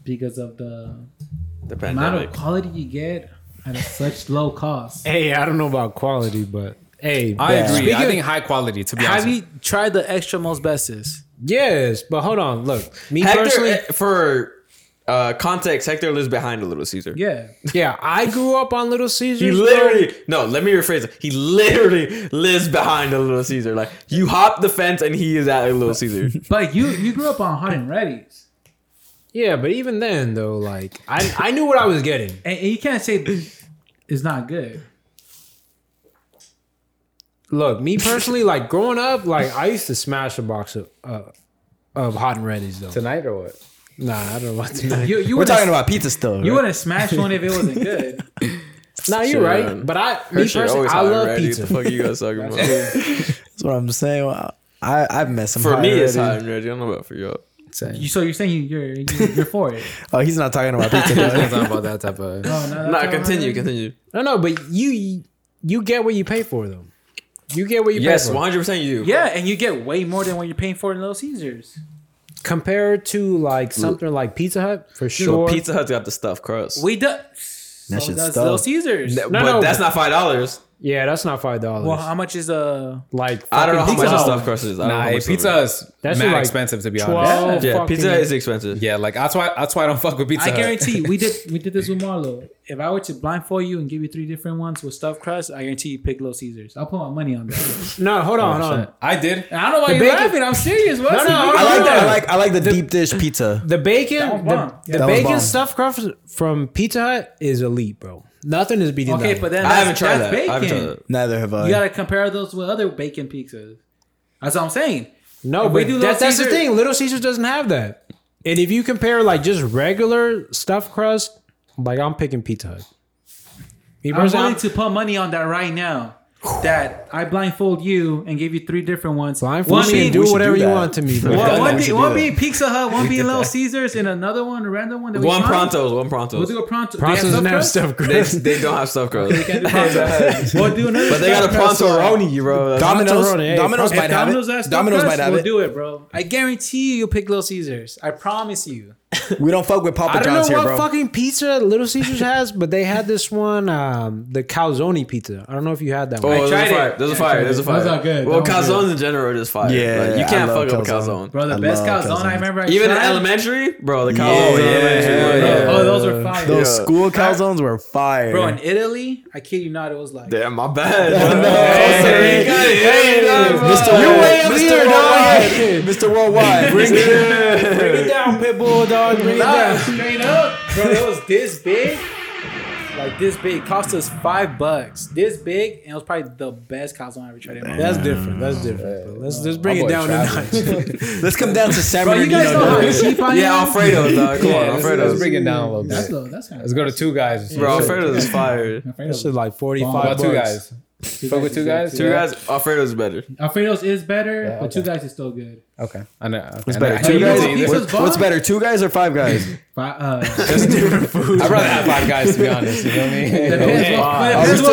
[SPEAKER 3] because of the
[SPEAKER 4] The
[SPEAKER 3] amount
[SPEAKER 4] pandemic.
[SPEAKER 3] of quality you get at a such low cost.
[SPEAKER 5] hey, I don't know about quality, but hey,
[SPEAKER 2] I
[SPEAKER 5] yeah.
[SPEAKER 2] agree. I
[SPEAKER 5] Speaking of-
[SPEAKER 2] think high quality. To be honest,
[SPEAKER 3] Have you tried the extra most bestest?
[SPEAKER 5] yes, but hold on. Look, me
[SPEAKER 4] Hector,
[SPEAKER 5] personally,
[SPEAKER 4] eh, for uh, context, Hector lives behind a Little Caesar.
[SPEAKER 3] Yeah.
[SPEAKER 5] yeah, I grew up on Little Caesars.
[SPEAKER 4] He
[SPEAKER 5] bro.
[SPEAKER 4] literally no. Let me rephrase it. He literally lives behind a Little Caesar. Like you hop the fence and he is at a Little Caesar.
[SPEAKER 3] But you you grew up on hot and ready's.
[SPEAKER 5] Yeah, but even then though, like I, I knew what I was getting.
[SPEAKER 3] And, and you can't say *sniffs* it's not good.
[SPEAKER 5] Look, me personally, like growing up, like I used to smash a box of uh, of hot and ready's though.
[SPEAKER 2] tonight or what?
[SPEAKER 5] Nah, I don't know about tonight.
[SPEAKER 3] You, you
[SPEAKER 1] We're
[SPEAKER 3] wouldn't-
[SPEAKER 1] talking about pizza stuff.
[SPEAKER 3] You
[SPEAKER 1] right?
[SPEAKER 3] wouldn't smash one if it wasn't good.
[SPEAKER 5] nah, you're
[SPEAKER 4] Shit,
[SPEAKER 5] right.
[SPEAKER 4] man.
[SPEAKER 5] But I,
[SPEAKER 4] Her
[SPEAKER 5] me
[SPEAKER 4] shit
[SPEAKER 5] personally,
[SPEAKER 4] always
[SPEAKER 5] I
[SPEAKER 4] hot and
[SPEAKER 5] love
[SPEAKER 4] ready.
[SPEAKER 5] pizza.
[SPEAKER 4] What the fuck are you guys talking about?
[SPEAKER 1] That's what I'm saying. Well, I, I've met some.
[SPEAKER 4] *laughs* for
[SPEAKER 1] hot
[SPEAKER 4] me, it's
[SPEAKER 1] already.
[SPEAKER 4] hot and ready. I don't know about for y'all.
[SPEAKER 2] Same.
[SPEAKER 3] You, so you're saying you're you're, you're for it?
[SPEAKER 1] Oh, he's not talking about
[SPEAKER 2] *laughs*
[SPEAKER 1] pizza.
[SPEAKER 2] It's
[SPEAKER 1] dog.
[SPEAKER 2] not about that type of.
[SPEAKER 3] No, no. that's
[SPEAKER 4] Nah,
[SPEAKER 3] not-
[SPEAKER 4] continue, continue.
[SPEAKER 5] No, no, but you you get what you pay for though. You get what you
[SPEAKER 4] Yes,
[SPEAKER 5] pay for.
[SPEAKER 4] one hundred percent. You do.
[SPEAKER 3] Yeah, and you get way more than what you're paying for in Little Caesars.
[SPEAKER 5] Compared to like something like Pizza Hut, for sure.
[SPEAKER 4] But Pizza Hut's got the stuff crust.
[SPEAKER 3] We do.
[SPEAKER 1] That
[SPEAKER 3] so
[SPEAKER 1] shit
[SPEAKER 3] does
[SPEAKER 1] stuck.
[SPEAKER 3] Little Caesars.
[SPEAKER 4] No,
[SPEAKER 5] No,
[SPEAKER 4] but
[SPEAKER 5] no,
[SPEAKER 4] that's not five dollars.
[SPEAKER 5] Yeah, that's not five dollars.
[SPEAKER 3] Well, how much is uh?
[SPEAKER 5] like
[SPEAKER 4] I don't know how
[SPEAKER 5] fucking
[SPEAKER 4] much
[SPEAKER 5] Pizza
[SPEAKER 4] the
[SPEAKER 5] Hut.
[SPEAKER 4] stuff costs. I don't know
[SPEAKER 2] Nah,
[SPEAKER 4] how
[SPEAKER 2] hey,
[SPEAKER 4] much stuff
[SPEAKER 2] pizza is
[SPEAKER 5] That's
[SPEAKER 2] mad
[SPEAKER 5] like
[SPEAKER 2] expensive to be honest.
[SPEAKER 5] 12
[SPEAKER 4] it is. Yeah,
[SPEAKER 5] fucking-
[SPEAKER 4] pizza is expensive.
[SPEAKER 2] Yeah, like that's why that's why I don't fuck with pizza.
[SPEAKER 3] I
[SPEAKER 2] Hut.
[SPEAKER 3] guarantee we did
[SPEAKER 4] *laughs*
[SPEAKER 3] we did this with Marlo. If I were to blindfold you and give you three different ones with stuffed crust, I guarantee you pick Little Caesars. I'll put my money on that.
[SPEAKER 4] *laughs*
[SPEAKER 5] No, hold
[SPEAKER 4] Oh,
[SPEAKER 5] on, hold on.
[SPEAKER 2] *laughs* I did.
[SPEAKER 3] And I don't know why you're
[SPEAKER 5] bacon-
[SPEAKER 3] laughing. I'm serious. What?
[SPEAKER 5] No, no,
[SPEAKER 8] I like that. I
[SPEAKER 5] Yeah.
[SPEAKER 8] like I like the deep dish pizza.
[SPEAKER 5] The
[SPEAKER 3] That was
[SPEAKER 5] bacon, the,
[SPEAKER 3] bomb.
[SPEAKER 5] the
[SPEAKER 8] That was bomb.
[SPEAKER 5] bacon stuffed crust from Pizza Hut is elite, bro. Nothing is beating
[SPEAKER 3] Okay,
[SPEAKER 5] that.
[SPEAKER 3] but then
[SPEAKER 4] I
[SPEAKER 3] that's-
[SPEAKER 4] haven't tried
[SPEAKER 3] that's
[SPEAKER 4] that. I haven't
[SPEAKER 3] bacon.
[SPEAKER 4] tried that.
[SPEAKER 8] Neither have I.
[SPEAKER 3] You gotta compare those with other bacon pizzas. That's what I'm saying.
[SPEAKER 5] no,
[SPEAKER 3] if we
[SPEAKER 5] but
[SPEAKER 3] do
[SPEAKER 5] that-
[SPEAKER 3] Little
[SPEAKER 5] that's the
[SPEAKER 3] Caesar-
[SPEAKER 5] thing. Little Caesars doesn't have that. And if you compare like just regular stuffed crust, like I'm picking Pizza Hut. Me
[SPEAKER 3] I'm
[SPEAKER 5] personally,
[SPEAKER 3] willing to put money on that right now. That I blindfold you and give you three different ones.
[SPEAKER 5] blindfold
[SPEAKER 3] one
[SPEAKER 5] you and
[SPEAKER 3] being,
[SPEAKER 5] do
[SPEAKER 8] we should
[SPEAKER 5] whatever
[SPEAKER 8] do
[SPEAKER 5] you
[SPEAKER 8] that.
[SPEAKER 5] want to me.
[SPEAKER 3] one,
[SPEAKER 5] Bro.
[SPEAKER 3] one,
[SPEAKER 8] that. We
[SPEAKER 3] being,
[SPEAKER 8] should
[SPEAKER 3] one
[SPEAKER 8] do
[SPEAKER 3] being Pizza Hut, one being Little Caesars, and another one, a random one that we
[SPEAKER 4] One
[SPEAKER 3] find.
[SPEAKER 4] prontos, one
[SPEAKER 3] We'll
[SPEAKER 4] prontos.
[SPEAKER 3] do a pronto.
[SPEAKER 5] Pronto's
[SPEAKER 3] They have
[SPEAKER 5] doesn't have
[SPEAKER 3] stuffed
[SPEAKER 5] stuffed
[SPEAKER 4] They,
[SPEAKER 5] crust.
[SPEAKER 4] they don't have stuffed crust.
[SPEAKER 3] crust? *laughs* We'll do another.
[SPEAKER 4] But they got a
[SPEAKER 3] stuffed crust.
[SPEAKER 4] prontoroni, bro. That's-
[SPEAKER 8] Domino's,
[SPEAKER 5] Pepperoni, hey,
[SPEAKER 8] Domino's
[SPEAKER 3] If
[SPEAKER 8] might have
[SPEAKER 3] Domino's has
[SPEAKER 8] it.
[SPEAKER 3] stuffed
[SPEAKER 8] Domino's
[SPEAKER 3] crust,
[SPEAKER 8] might have
[SPEAKER 3] we'll
[SPEAKER 8] it.
[SPEAKER 3] do it, bro. I guarantee you, you'll pick Little Caesars. I promise you.
[SPEAKER 8] We don't fuck with Papa
[SPEAKER 5] I don't know
[SPEAKER 8] John's here,
[SPEAKER 5] what
[SPEAKER 8] bro.
[SPEAKER 5] fucking pizza Little Caesars has, but they had this one, um, the calzone pizza. I don't know if you had that
[SPEAKER 4] Oh,
[SPEAKER 8] uh,
[SPEAKER 5] one.
[SPEAKER 4] there's
[SPEAKER 3] tried
[SPEAKER 4] a fire.
[SPEAKER 3] it.
[SPEAKER 4] There's a
[SPEAKER 3] I
[SPEAKER 4] fire.
[SPEAKER 3] tried
[SPEAKER 4] There's a
[SPEAKER 3] it.
[SPEAKER 4] fire.
[SPEAKER 3] Those are good.
[SPEAKER 4] Well,
[SPEAKER 3] Those are
[SPEAKER 4] calzones in general are just fire.
[SPEAKER 8] Yeah,
[SPEAKER 4] Like, you
[SPEAKER 8] I
[SPEAKER 4] can't
[SPEAKER 8] love
[SPEAKER 4] fuck up a
[SPEAKER 8] calzone.
[SPEAKER 4] calzone.
[SPEAKER 3] Bro, the
[SPEAKER 8] I
[SPEAKER 3] best
[SPEAKER 8] love
[SPEAKER 3] calzone I
[SPEAKER 8] calzones.
[SPEAKER 3] remember. I
[SPEAKER 4] Even in
[SPEAKER 3] tried-
[SPEAKER 4] elementary, bro, the
[SPEAKER 8] Oh,
[SPEAKER 4] calzones. in elementary,
[SPEAKER 3] yeah.
[SPEAKER 4] bro,
[SPEAKER 3] Oh, those are fire.
[SPEAKER 8] Those
[SPEAKER 4] Yeah.
[SPEAKER 8] school calzones were fire.
[SPEAKER 3] Bro, in Italy, I kid you not, it was like.
[SPEAKER 4] Damn, my bad. Costa Rica, yeah, nah, bro.
[SPEAKER 8] Mr.
[SPEAKER 5] You way up
[SPEAKER 8] World- Mr.
[SPEAKER 1] *laughs*
[SPEAKER 5] here,
[SPEAKER 8] Worldwide. Mr. Worldwide. Bring
[SPEAKER 5] Bring it down, Pitbull, dog. Bring it
[SPEAKER 3] Nah, straight up, bro. It was this big, like this big. Cost us five bucks. This big, and it was probably the best calzone I ever tried in my life.
[SPEAKER 5] That's different. That's different. bro. Let's just bring it
[SPEAKER 2] boy
[SPEAKER 5] down a notch.
[SPEAKER 8] Let's come down to San
[SPEAKER 3] Bro,
[SPEAKER 5] *laughs*
[SPEAKER 3] you guys know how
[SPEAKER 8] Bernardino.
[SPEAKER 3] cheap I am.
[SPEAKER 4] Yeah, Alfredo, dog. Come on,
[SPEAKER 2] let's, let's
[SPEAKER 4] Alfredo's.
[SPEAKER 2] bring it down a little bit.
[SPEAKER 3] *laughs* That's low. That's kind
[SPEAKER 2] Let's go to two guys.
[SPEAKER 4] Bro, Alfredo's is fire.
[SPEAKER 5] This is like
[SPEAKER 2] How
[SPEAKER 5] forty-five
[SPEAKER 2] about two
[SPEAKER 5] bucks.
[SPEAKER 2] guys. Fuck with two guys.
[SPEAKER 4] Two guys, Alfredo's better.
[SPEAKER 3] Alfredo's is better, but two guys is still good.
[SPEAKER 2] Okay. I know. Okay.
[SPEAKER 8] It's better.
[SPEAKER 2] I know
[SPEAKER 8] Two
[SPEAKER 2] you
[SPEAKER 8] guys.
[SPEAKER 2] can do either.
[SPEAKER 3] Pizza's
[SPEAKER 8] What's,
[SPEAKER 3] bomb.
[SPEAKER 8] what's better, two guys or five guys?
[SPEAKER 3] But, uh,
[SPEAKER 2] *laughs* That's different food. I'd rather have five guys *laughs* to be honest. You know what I mean?
[SPEAKER 3] depends what-
[SPEAKER 8] Oh,
[SPEAKER 3] depends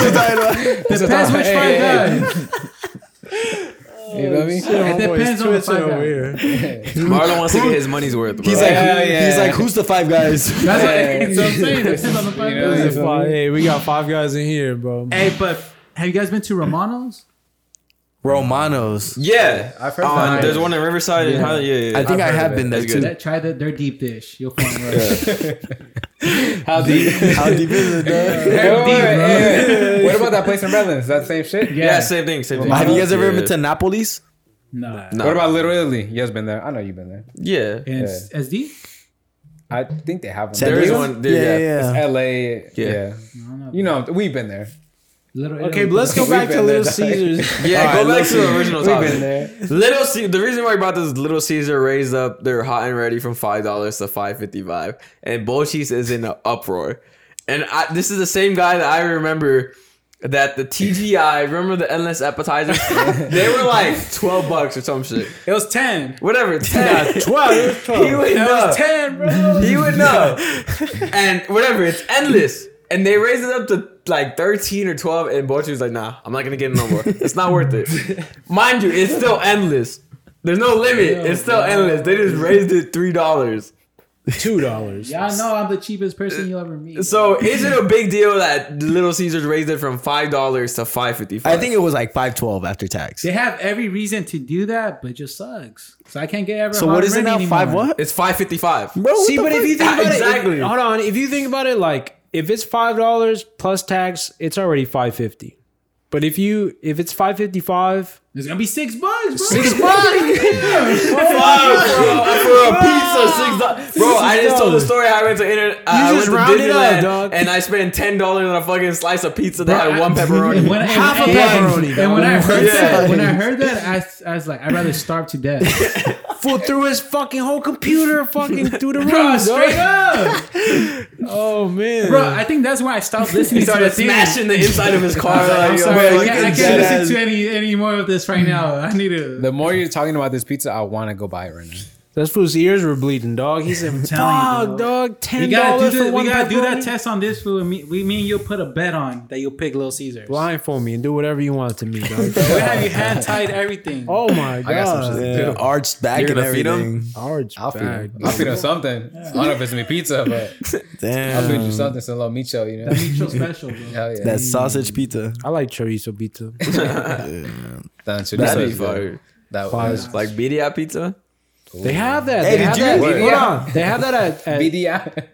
[SPEAKER 3] what five guys.
[SPEAKER 1] *laughs*
[SPEAKER 2] It's just
[SPEAKER 3] Depends
[SPEAKER 2] all-
[SPEAKER 3] which
[SPEAKER 2] hey, hey,
[SPEAKER 3] five
[SPEAKER 2] hey.
[SPEAKER 3] guys.
[SPEAKER 2] You know what I mean?
[SPEAKER 3] It depends on the five
[SPEAKER 5] over
[SPEAKER 3] guys.
[SPEAKER 5] here.
[SPEAKER 4] Marlon wants to get his money's worth, bro.
[SPEAKER 8] He's like,
[SPEAKER 2] Yeah,
[SPEAKER 8] who-
[SPEAKER 2] yeah.
[SPEAKER 8] he's like, who's the five guys?
[SPEAKER 3] *laughs* That's what that's what I'm saying. It depends on the five
[SPEAKER 2] You know,
[SPEAKER 3] guys.
[SPEAKER 5] This is five- Hey, we got five guys in here, bro.
[SPEAKER 3] Hey, but have you guys been to Romano's?
[SPEAKER 8] Romanos.
[SPEAKER 4] yeah.
[SPEAKER 2] I've heard
[SPEAKER 4] Um, there's one in Riverside and Highland. Yeah, yeah.
[SPEAKER 8] I think I
[SPEAKER 2] heard
[SPEAKER 8] have
[SPEAKER 2] of it.
[SPEAKER 8] been there
[SPEAKER 4] That's
[SPEAKER 8] too.
[SPEAKER 3] That, try the, their deep dish. You'll find right.
[SPEAKER 2] How *laughs* deep?
[SPEAKER 8] How deep is it, dog?
[SPEAKER 2] Wait, wait, wait, wait. What about that place in Redlands? Is that the same shit?
[SPEAKER 4] yeah, yeah, same thing. Same thing.
[SPEAKER 8] Have you guys ever
[SPEAKER 4] yeah.
[SPEAKER 8] been to Napolis?
[SPEAKER 3] No.
[SPEAKER 4] Nah.
[SPEAKER 2] What about Little Italy? You guys been there? I know you've been there.
[SPEAKER 4] Yeah.
[SPEAKER 3] And s- SD?
[SPEAKER 2] I think they have one.
[SPEAKER 8] San
[SPEAKER 4] There is
[SPEAKER 8] Diego?
[SPEAKER 4] one. There, yeah.
[SPEAKER 8] yeah, yeah.
[SPEAKER 2] LA.
[SPEAKER 4] Yeah.
[SPEAKER 2] Yeah.
[SPEAKER 3] No, no.
[SPEAKER 2] You know, we've been there.
[SPEAKER 3] Little
[SPEAKER 5] Okay,
[SPEAKER 3] Italy.
[SPEAKER 5] but let's go
[SPEAKER 2] We've
[SPEAKER 5] back
[SPEAKER 2] been
[SPEAKER 5] to
[SPEAKER 2] there,
[SPEAKER 5] Little
[SPEAKER 2] dog.
[SPEAKER 4] *laughs*
[SPEAKER 5] Caesars.
[SPEAKER 4] Yeah, go back to the original
[SPEAKER 2] We've been
[SPEAKER 4] topic.
[SPEAKER 2] there.
[SPEAKER 4] Little C- the reason why I brought this is Little Caesar raised up their hot and ready from five dollars to five fifty five, and Bolchis is in an uproar. And I, this is the same guy that I remember that the TGI remember the endless appetizers they were like twelve bucks or some shit,
[SPEAKER 3] It was 10.
[SPEAKER 4] whatever. Ten.
[SPEAKER 5] Twelve.
[SPEAKER 4] he would
[SPEAKER 3] It
[SPEAKER 4] know.
[SPEAKER 3] was 10, bro.
[SPEAKER 4] He would know.
[SPEAKER 5] *laughs*
[SPEAKER 4] and whatever, it's endless. And they raised it up to like 13 or 12, and Bochi was like, nah, I'm not gonna get it no more. It's not worth
[SPEAKER 5] *laughs*
[SPEAKER 4] it. Mind you, it's still endless. There's no limit. It's still endless. They just raised it three dollars.
[SPEAKER 5] Two dollars.
[SPEAKER 3] Y'all know I'm the cheapest person you'll ever meet.
[SPEAKER 4] So is it a big deal that Little Caesars raised it from five dollars to five fifty five?
[SPEAKER 8] I think it was like 512 after tax.
[SPEAKER 3] they have every reason to do that, but it just sucks. So I can't get ever.
[SPEAKER 8] So what is it now? Five what?
[SPEAKER 4] it's five fifty five.
[SPEAKER 8] Bro, what
[SPEAKER 5] See,
[SPEAKER 8] the
[SPEAKER 5] but
[SPEAKER 8] fuck?
[SPEAKER 5] if you think about
[SPEAKER 4] Exactly.
[SPEAKER 5] it, if- hold on. If you think about it, like if it's five dollars plus tax, it's already five fifty. But if you if it's five fifty five,
[SPEAKER 3] It's gonna be six bucks, bro.
[SPEAKER 5] six bucks.
[SPEAKER 4] Wow, bro, for a pizza, six dollars. Bro, I just told the story. how I went to internet. I went
[SPEAKER 5] just
[SPEAKER 4] to
[SPEAKER 5] rounded it up,
[SPEAKER 4] Disneyland
[SPEAKER 5] dog.
[SPEAKER 4] and I spent ten dollars on a fucking slice of pizza that had
[SPEAKER 5] *laughs*
[SPEAKER 4] one
[SPEAKER 3] And
[SPEAKER 4] pepperoni.
[SPEAKER 3] when, and,
[SPEAKER 5] Half a
[SPEAKER 3] and-
[SPEAKER 5] pepperoni,
[SPEAKER 3] And when
[SPEAKER 5] dog.
[SPEAKER 3] I heard
[SPEAKER 4] Yeah.
[SPEAKER 3] that, when I heard that, I, s- I was like, I'd rather starve to death.
[SPEAKER 5] Fool through his fucking whole computer, fucking
[SPEAKER 3] *laughs*
[SPEAKER 5] through the roof.
[SPEAKER 3] bro,
[SPEAKER 5] dog.
[SPEAKER 3] straight up,
[SPEAKER 5] *laughs* Oh man,
[SPEAKER 3] bro. I think that's why I stopped listening
[SPEAKER 4] He
[SPEAKER 3] to the
[SPEAKER 4] started
[SPEAKER 3] thing.
[SPEAKER 4] smashing the inside *laughs* of his car. like,
[SPEAKER 3] I'm
[SPEAKER 4] yo,
[SPEAKER 3] sorry,
[SPEAKER 4] bro,
[SPEAKER 3] I can't, I can't
[SPEAKER 4] like, dead
[SPEAKER 3] listen to any any more of this right now. I need to.
[SPEAKER 2] The more you're talking about this pizza, I want to go buy it right now.
[SPEAKER 5] That fool's ears were bleeding, dog. He said,
[SPEAKER 3] I'm telling you,
[SPEAKER 5] dog,
[SPEAKER 3] bro.
[SPEAKER 5] dog,
[SPEAKER 3] We
[SPEAKER 5] ten
[SPEAKER 3] gotta
[SPEAKER 5] dollars
[SPEAKER 3] do
[SPEAKER 5] for
[SPEAKER 3] that. We
[SPEAKER 5] one
[SPEAKER 3] gotta do that
[SPEAKER 5] pepperoni?
[SPEAKER 3] test on this fool. and Me, we, me and you put a bet on that you'll pick Little Caesars. Why?
[SPEAKER 5] Blindfold me and do whatever you want to me,
[SPEAKER 3] *laughs*
[SPEAKER 5] dog. *laughs*
[SPEAKER 3] We have you hand tied everything.
[SPEAKER 5] oh my
[SPEAKER 2] I got some
[SPEAKER 5] god,
[SPEAKER 2] shit
[SPEAKER 8] Yeah,
[SPEAKER 2] to do.
[SPEAKER 8] arched back
[SPEAKER 4] You're
[SPEAKER 8] and
[SPEAKER 4] gonna feed 'em?
[SPEAKER 8] everything.
[SPEAKER 5] Arch
[SPEAKER 2] I'll feed
[SPEAKER 5] bag.
[SPEAKER 2] him. I'll feed him something. I don't know if it's gonna be pizza, *laughs* but I'll feed you
[SPEAKER 8] Damn,
[SPEAKER 2] something. Some little micho, you know.
[SPEAKER 3] That meat so *laughs* special, bro.
[SPEAKER 2] Hell yeah.
[SPEAKER 8] that sausage pizza.
[SPEAKER 5] I like chorizo pizza.
[SPEAKER 2] That's
[SPEAKER 4] That'd be fire.
[SPEAKER 2] That
[SPEAKER 5] Fire.
[SPEAKER 2] was
[SPEAKER 4] Like BDI pizza?
[SPEAKER 5] They have that.
[SPEAKER 8] Hey,
[SPEAKER 5] they
[SPEAKER 8] did
[SPEAKER 5] have
[SPEAKER 8] you-
[SPEAKER 5] that.
[SPEAKER 8] Wait,
[SPEAKER 5] Hold
[SPEAKER 2] yeah.
[SPEAKER 5] on. They have that at, at
[SPEAKER 2] *laughs* BDI.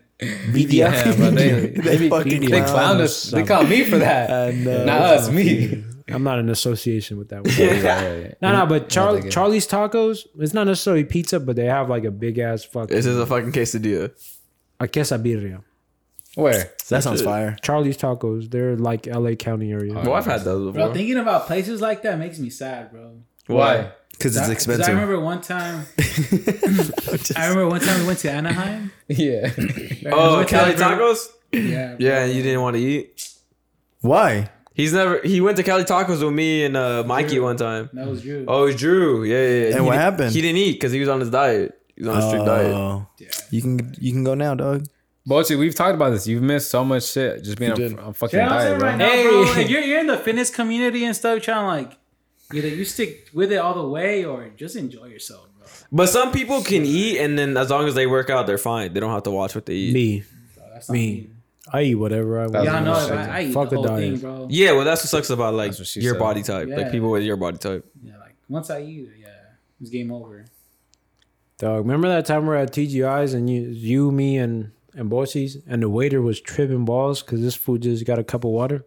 [SPEAKER 8] BDF.
[SPEAKER 2] Yeah, but they-
[SPEAKER 8] they fucking
[SPEAKER 2] They clowned us. They called me for that. Not us, me.
[SPEAKER 5] I'm not in association with that one.
[SPEAKER 2] *laughs* Yeah.
[SPEAKER 5] No, no, but Char-
[SPEAKER 2] thank you.
[SPEAKER 5] Charlie's Tacos, it's not necessarily pizza, but they have like a big ass fucking
[SPEAKER 4] This is a fucking quesadilla.
[SPEAKER 5] a quesabirria.
[SPEAKER 2] Where?
[SPEAKER 8] That sounds fire.
[SPEAKER 5] Charlie's Tacos, they're like LA County area.
[SPEAKER 4] Well, I've had those
[SPEAKER 3] Bro,
[SPEAKER 4] before.
[SPEAKER 3] thinking about places like that makes me sad, bro.
[SPEAKER 2] Why?
[SPEAKER 8] Because it's
[SPEAKER 3] 'Cause I
[SPEAKER 8] expensive.
[SPEAKER 3] remember one time. *laughs* I remember one time we went to Anaheim.
[SPEAKER 2] Yeah.
[SPEAKER 3] We
[SPEAKER 4] Oh,
[SPEAKER 3] went to
[SPEAKER 4] Cali
[SPEAKER 3] that bur-
[SPEAKER 4] tacos?
[SPEAKER 3] Yeah.
[SPEAKER 4] Yeah, and you didn't want to eat.
[SPEAKER 8] Why?
[SPEAKER 4] He's never. He went to Cali tacos with me and uh, Mikey one time.
[SPEAKER 3] That was you.
[SPEAKER 4] Oh, it was Drew. Yeah, yeah. yeah.
[SPEAKER 8] And
[SPEAKER 4] He
[SPEAKER 8] what
[SPEAKER 4] di-
[SPEAKER 8] happened?
[SPEAKER 4] He didn't eat because he was on his diet. He was on a strict diet.
[SPEAKER 8] Oh, you can you can go now, dog.
[SPEAKER 2] Bochi, we've talked about this. You've missed so much shit just being
[SPEAKER 8] did.
[SPEAKER 2] a, a fucking
[SPEAKER 3] Yeah, I'm
[SPEAKER 2] diet,
[SPEAKER 3] saying
[SPEAKER 2] bro.
[SPEAKER 3] right now, bro.
[SPEAKER 5] Hey.
[SPEAKER 3] If you're, you're in the fitness community and stuff, trying like either you stick with it all the way or just enjoy yourself, bro.
[SPEAKER 4] But some people can eat, and then as long as they work out, they're fine. They don't have to watch what they eat.
[SPEAKER 5] Me.
[SPEAKER 3] That's not
[SPEAKER 5] Me. I eat whatever I want.
[SPEAKER 3] Y'all know
[SPEAKER 2] That's
[SPEAKER 3] it, right? I eat
[SPEAKER 5] Fuck
[SPEAKER 3] the
[SPEAKER 5] a
[SPEAKER 3] whole
[SPEAKER 5] diet.
[SPEAKER 3] thing, bro.
[SPEAKER 4] Yeah, well, that's what sucks about like
[SPEAKER 2] That's what she
[SPEAKER 4] your
[SPEAKER 2] said.
[SPEAKER 4] body type,
[SPEAKER 3] Yeah.
[SPEAKER 4] like people with your body type.
[SPEAKER 3] Yeah, like once I eat, it, yeah, it's game over.
[SPEAKER 5] Dog, remember that time we were at TGI's and you, you me, and and Bossies, and the waiter was tripping balls because this food just got a cup of water.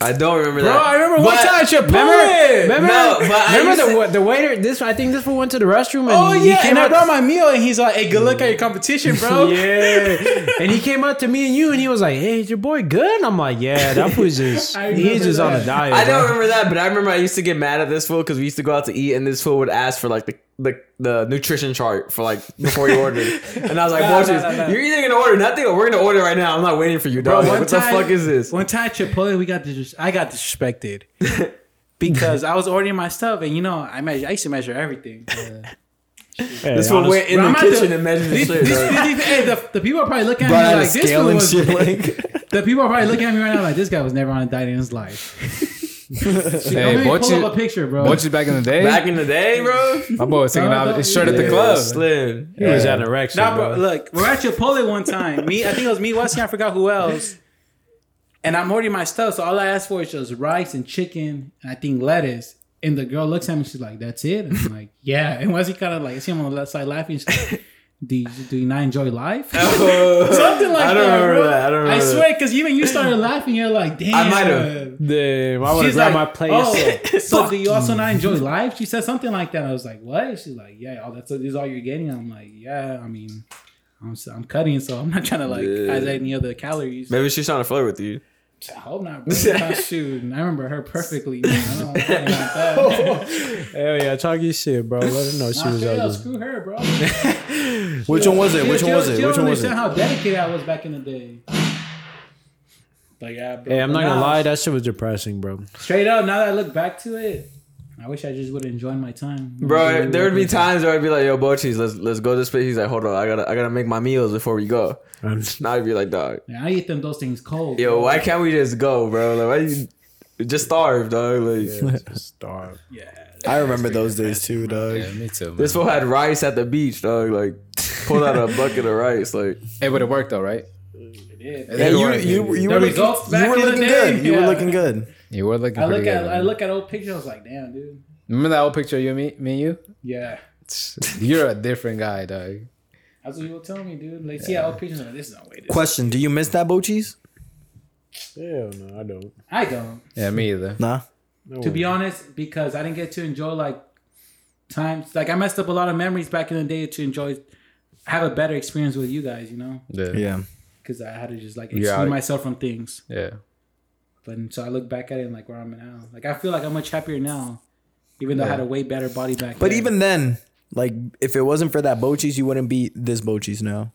[SPEAKER 4] I don't remember that.
[SPEAKER 5] remember
[SPEAKER 4] But-
[SPEAKER 5] Remember, remember,
[SPEAKER 4] No, but I
[SPEAKER 5] remember
[SPEAKER 4] used
[SPEAKER 5] the,
[SPEAKER 4] to-
[SPEAKER 5] wa- the waiter. This I think this one went to the restroom and
[SPEAKER 3] Oh
[SPEAKER 5] he
[SPEAKER 3] yeah,
[SPEAKER 5] came
[SPEAKER 3] and I
[SPEAKER 5] out.
[SPEAKER 3] brought my meal, and he's like, "Hey, good luck at your competition, *laughs* bro."
[SPEAKER 5] *laughs* yeah, and he came out to me and you, and he was like, "Hey, is your boy good?" And I'm like, "Yeah, that was just
[SPEAKER 3] I
[SPEAKER 5] he's
[SPEAKER 3] remember
[SPEAKER 5] just on a
[SPEAKER 3] that.
[SPEAKER 5] diet."
[SPEAKER 4] I don't
[SPEAKER 5] bro."
[SPEAKER 4] remember that, but I remember I used to get mad at this fool because we used to go out to eat, and this fool would ask for like the the, the nutrition chart for like before you ordered,
[SPEAKER 3] *laughs*
[SPEAKER 4] and I was like,
[SPEAKER 3] Nah, nah,
[SPEAKER 4] "Boys,
[SPEAKER 3] nah, nah.
[SPEAKER 4] you're either gonna order nothing or we're gonna order right now. I'm not waiting for you,
[SPEAKER 3] Bro,
[SPEAKER 4] dog.
[SPEAKER 3] one
[SPEAKER 4] what
[SPEAKER 3] time-
[SPEAKER 4] the fuck is this?"
[SPEAKER 3] One time at Chipotle, we got dis- I got *laughs* disrespected because I was ordering my stuff, and you know, I measure. I used to measure everything.
[SPEAKER 5] Hey,
[SPEAKER 4] This fool
[SPEAKER 5] honest-
[SPEAKER 4] went in
[SPEAKER 3] Bro,
[SPEAKER 4] the
[SPEAKER 3] I'm at
[SPEAKER 4] kitchen
[SPEAKER 3] the-
[SPEAKER 4] and measured the
[SPEAKER 3] These-
[SPEAKER 4] shit.
[SPEAKER 3] these- *laughs*
[SPEAKER 4] dog.
[SPEAKER 3] these- hey, the, the people are probably looking at
[SPEAKER 8] Brought
[SPEAKER 3] me
[SPEAKER 8] out a
[SPEAKER 3] like this
[SPEAKER 8] scale
[SPEAKER 3] fool
[SPEAKER 8] and
[SPEAKER 3] was.
[SPEAKER 8] shit. Like,
[SPEAKER 3] The people are probably looking at me right now like this guy was never on a diet in
[SPEAKER 2] *laughs*
[SPEAKER 3] his life.
[SPEAKER 2] Hey,
[SPEAKER 3] Let me
[SPEAKER 2] Bochi,
[SPEAKER 3] pull up a picture, bro.
[SPEAKER 2] Bochi back in the day,
[SPEAKER 4] Back in the day, bro,
[SPEAKER 2] my boy was taking
[SPEAKER 3] No,
[SPEAKER 2] out
[SPEAKER 3] don't
[SPEAKER 2] his shirt
[SPEAKER 3] eat
[SPEAKER 2] at the
[SPEAKER 3] it.
[SPEAKER 2] club.
[SPEAKER 4] slim.
[SPEAKER 5] he was at an erection.
[SPEAKER 3] Nah,
[SPEAKER 5] bro.
[SPEAKER 3] bro, look, we're at Chipotle one time. Me, I think it was me, Wesley, I forgot who else. And I'm ordering my stuff, so all I asked for is just rice and chicken, and I think lettuce. And the girl looks at me, she's like, "That's it." And I'm like, "Yeah." And Wesley kind of like, I see him on the left side laughing. She's like, do you, do you not enjoy *laughs* life? *laughs* Something like
[SPEAKER 4] I don't
[SPEAKER 3] that.
[SPEAKER 4] remember
[SPEAKER 3] bro.
[SPEAKER 4] that. I don't remember
[SPEAKER 3] I swear, because even you started
[SPEAKER 4] *laughs*
[SPEAKER 3] laughing, you're like, "Damn."
[SPEAKER 4] might have.
[SPEAKER 5] Damn, I would have
[SPEAKER 3] She's
[SPEAKER 5] grabbed
[SPEAKER 3] like,
[SPEAKER 5] my plate.
[SPEAKER 3] Oh, so do you also not
[SPEAKER 5] *laughs*
[SPEAKER 3] enjoy life? She said something like that. I was like, what? She's like, yeah, all that's is all you're getting. I'm like, yeah. I mean, I'm s- I'm cutting, so I'm not trying to like
[SPEAKER 4] Yeah.
[SPEAKER 3] add any other calories.
[SPEAKER 4] Maybe she's trying to flirt with you.
[SPEAKER 3] I hope not, bro.
[SPEAKER 4] *laughs*
[SPEAKER 3] Oh, Shoot, I remember her perfectly. man. I don't know anything like that.
[SPEAKER 5] Hell yeah, talk your shit, bro. Let her know she
[SPEAKER 3] Nah,
[SPEAKER 5] was
[SPEAKER 3] straight up,
[SPEAKER 5] out.
[SPEAKER 3] screw her, bro.
[SPEAKER 8] which one was it? Which one was it? Which one was
[SPEAKER 3] understand
[SPEAKER 8] it?
[SPEAKER 3] how dedicated I was back in the day. But yeah, bro.
[SPEAKER 5] Hey, I'm not gonna
[SPEAKER 3] Nah,
[SPEAKER 5] lie, that shit was depressing, bro.
[SPEAKER 3] Straight up, now that I look back to it, I wish I just would have enjoyed my time.
[SPEAKER 4] Bro, there would be times where I'd be like, "Yo, Bochis, let's let's go to this place." He's like, "Hold on, I gotta I gotta make my meals before we go."
[SPEAKER 5] I'm
[SPEAKER 4] Now I'd be like, "Dog,
[SPEAKER 3] Man, I eat them those things cold.
[SPEAKER 4] yo,
[SPEAKER 3] bro.
[SPEAKER 4] why can't we just go, bro? Like, why you just starve, dog? Like,
[SPEAKER 5] starved.
[SPEAKER 3] Yeah.
[SPEAKER 8] I remember those days too, dog.
[SPEAKER 2] Yeah, me too. Man.
[SPEAKER 4] this fool had rice at the beach, dog. Like, pulled out a bucket of rice, like,
[SPEAKER 2] It would have worked though, right?
[SPEAKER 3] did.
[SPEAKER 2] It
[SPEAKER 8] Yeah, you,
[SPEAKER 2] worked.
[SPEAKER 8] you,
[SPEAKER 3] The
[SPEAKER 8] you, were looking,
[SPEAKER 3] results back
[SPEAKER 8] you were
[SPEAKER 3] in the
[SPEAKER 8] looking
[SPEAKER 3] day,
[SPEAKER 8] good. You were
[SPEAKER 3] yeah.
[SPEAKER 8] looking good.
[SPEAKER 2] You were looking
[SPEAKER 3] I
[SPEAKER 2] pretty
[SPEAKER 3] look
[SPEAKER 2] good.
[SPEAKER 3] at I
[SPEAKER 2] man.
[SPEAKER 3] look at old pictures. I was like, damn, dude.
[SPEAKER 2] Remember that old picture of you and me, me and you? *laughs*
[SPEAKER 3] Yeah,
[SPEAKER 2] You're a different guy, dog.
[SPEAKER 3] that's what you were telling me, dude. Like, see, yeah. old pictures. I'm Like, this is not way. This.
[SPEAKER 8] Question: Do you miss that Bochis?
[SPEAKER 5] Hell no, I don't.
[SPEAKER 3] I don't.
[SPEAKER 2] Yeah, me either.
[SPEAKER 8] Nah.
[SPEAKER 5] No
[SPEAKER 3] To
[SPEAKER 5] way.
[SPEAKER 3] be honest, because I didn't get to enjoy like times. Like I messed up a lot of memories back in the day to enjoy, have a better experience with you guys. You know,
[SPEAKER 2] Yeah. yeah.
[SPEAKER 8] Yeah.
[SPEAKER 3] because I had to just like
[SPEAKER 2] You're
[SPEAKER 3] exclude
[SPEAKER 2] out.
[SPEAKER 3] myself from things. But and so I look back at it and like where I'm at now. Like I feel like I'm much happier now, even though I had a way better body back.
[SPEAKER 8] But
[SPEAKER 3] then.
[SPEAKER 8] even then, like, if it wasn't for that Bochis, you wouldn't be this Bochis now.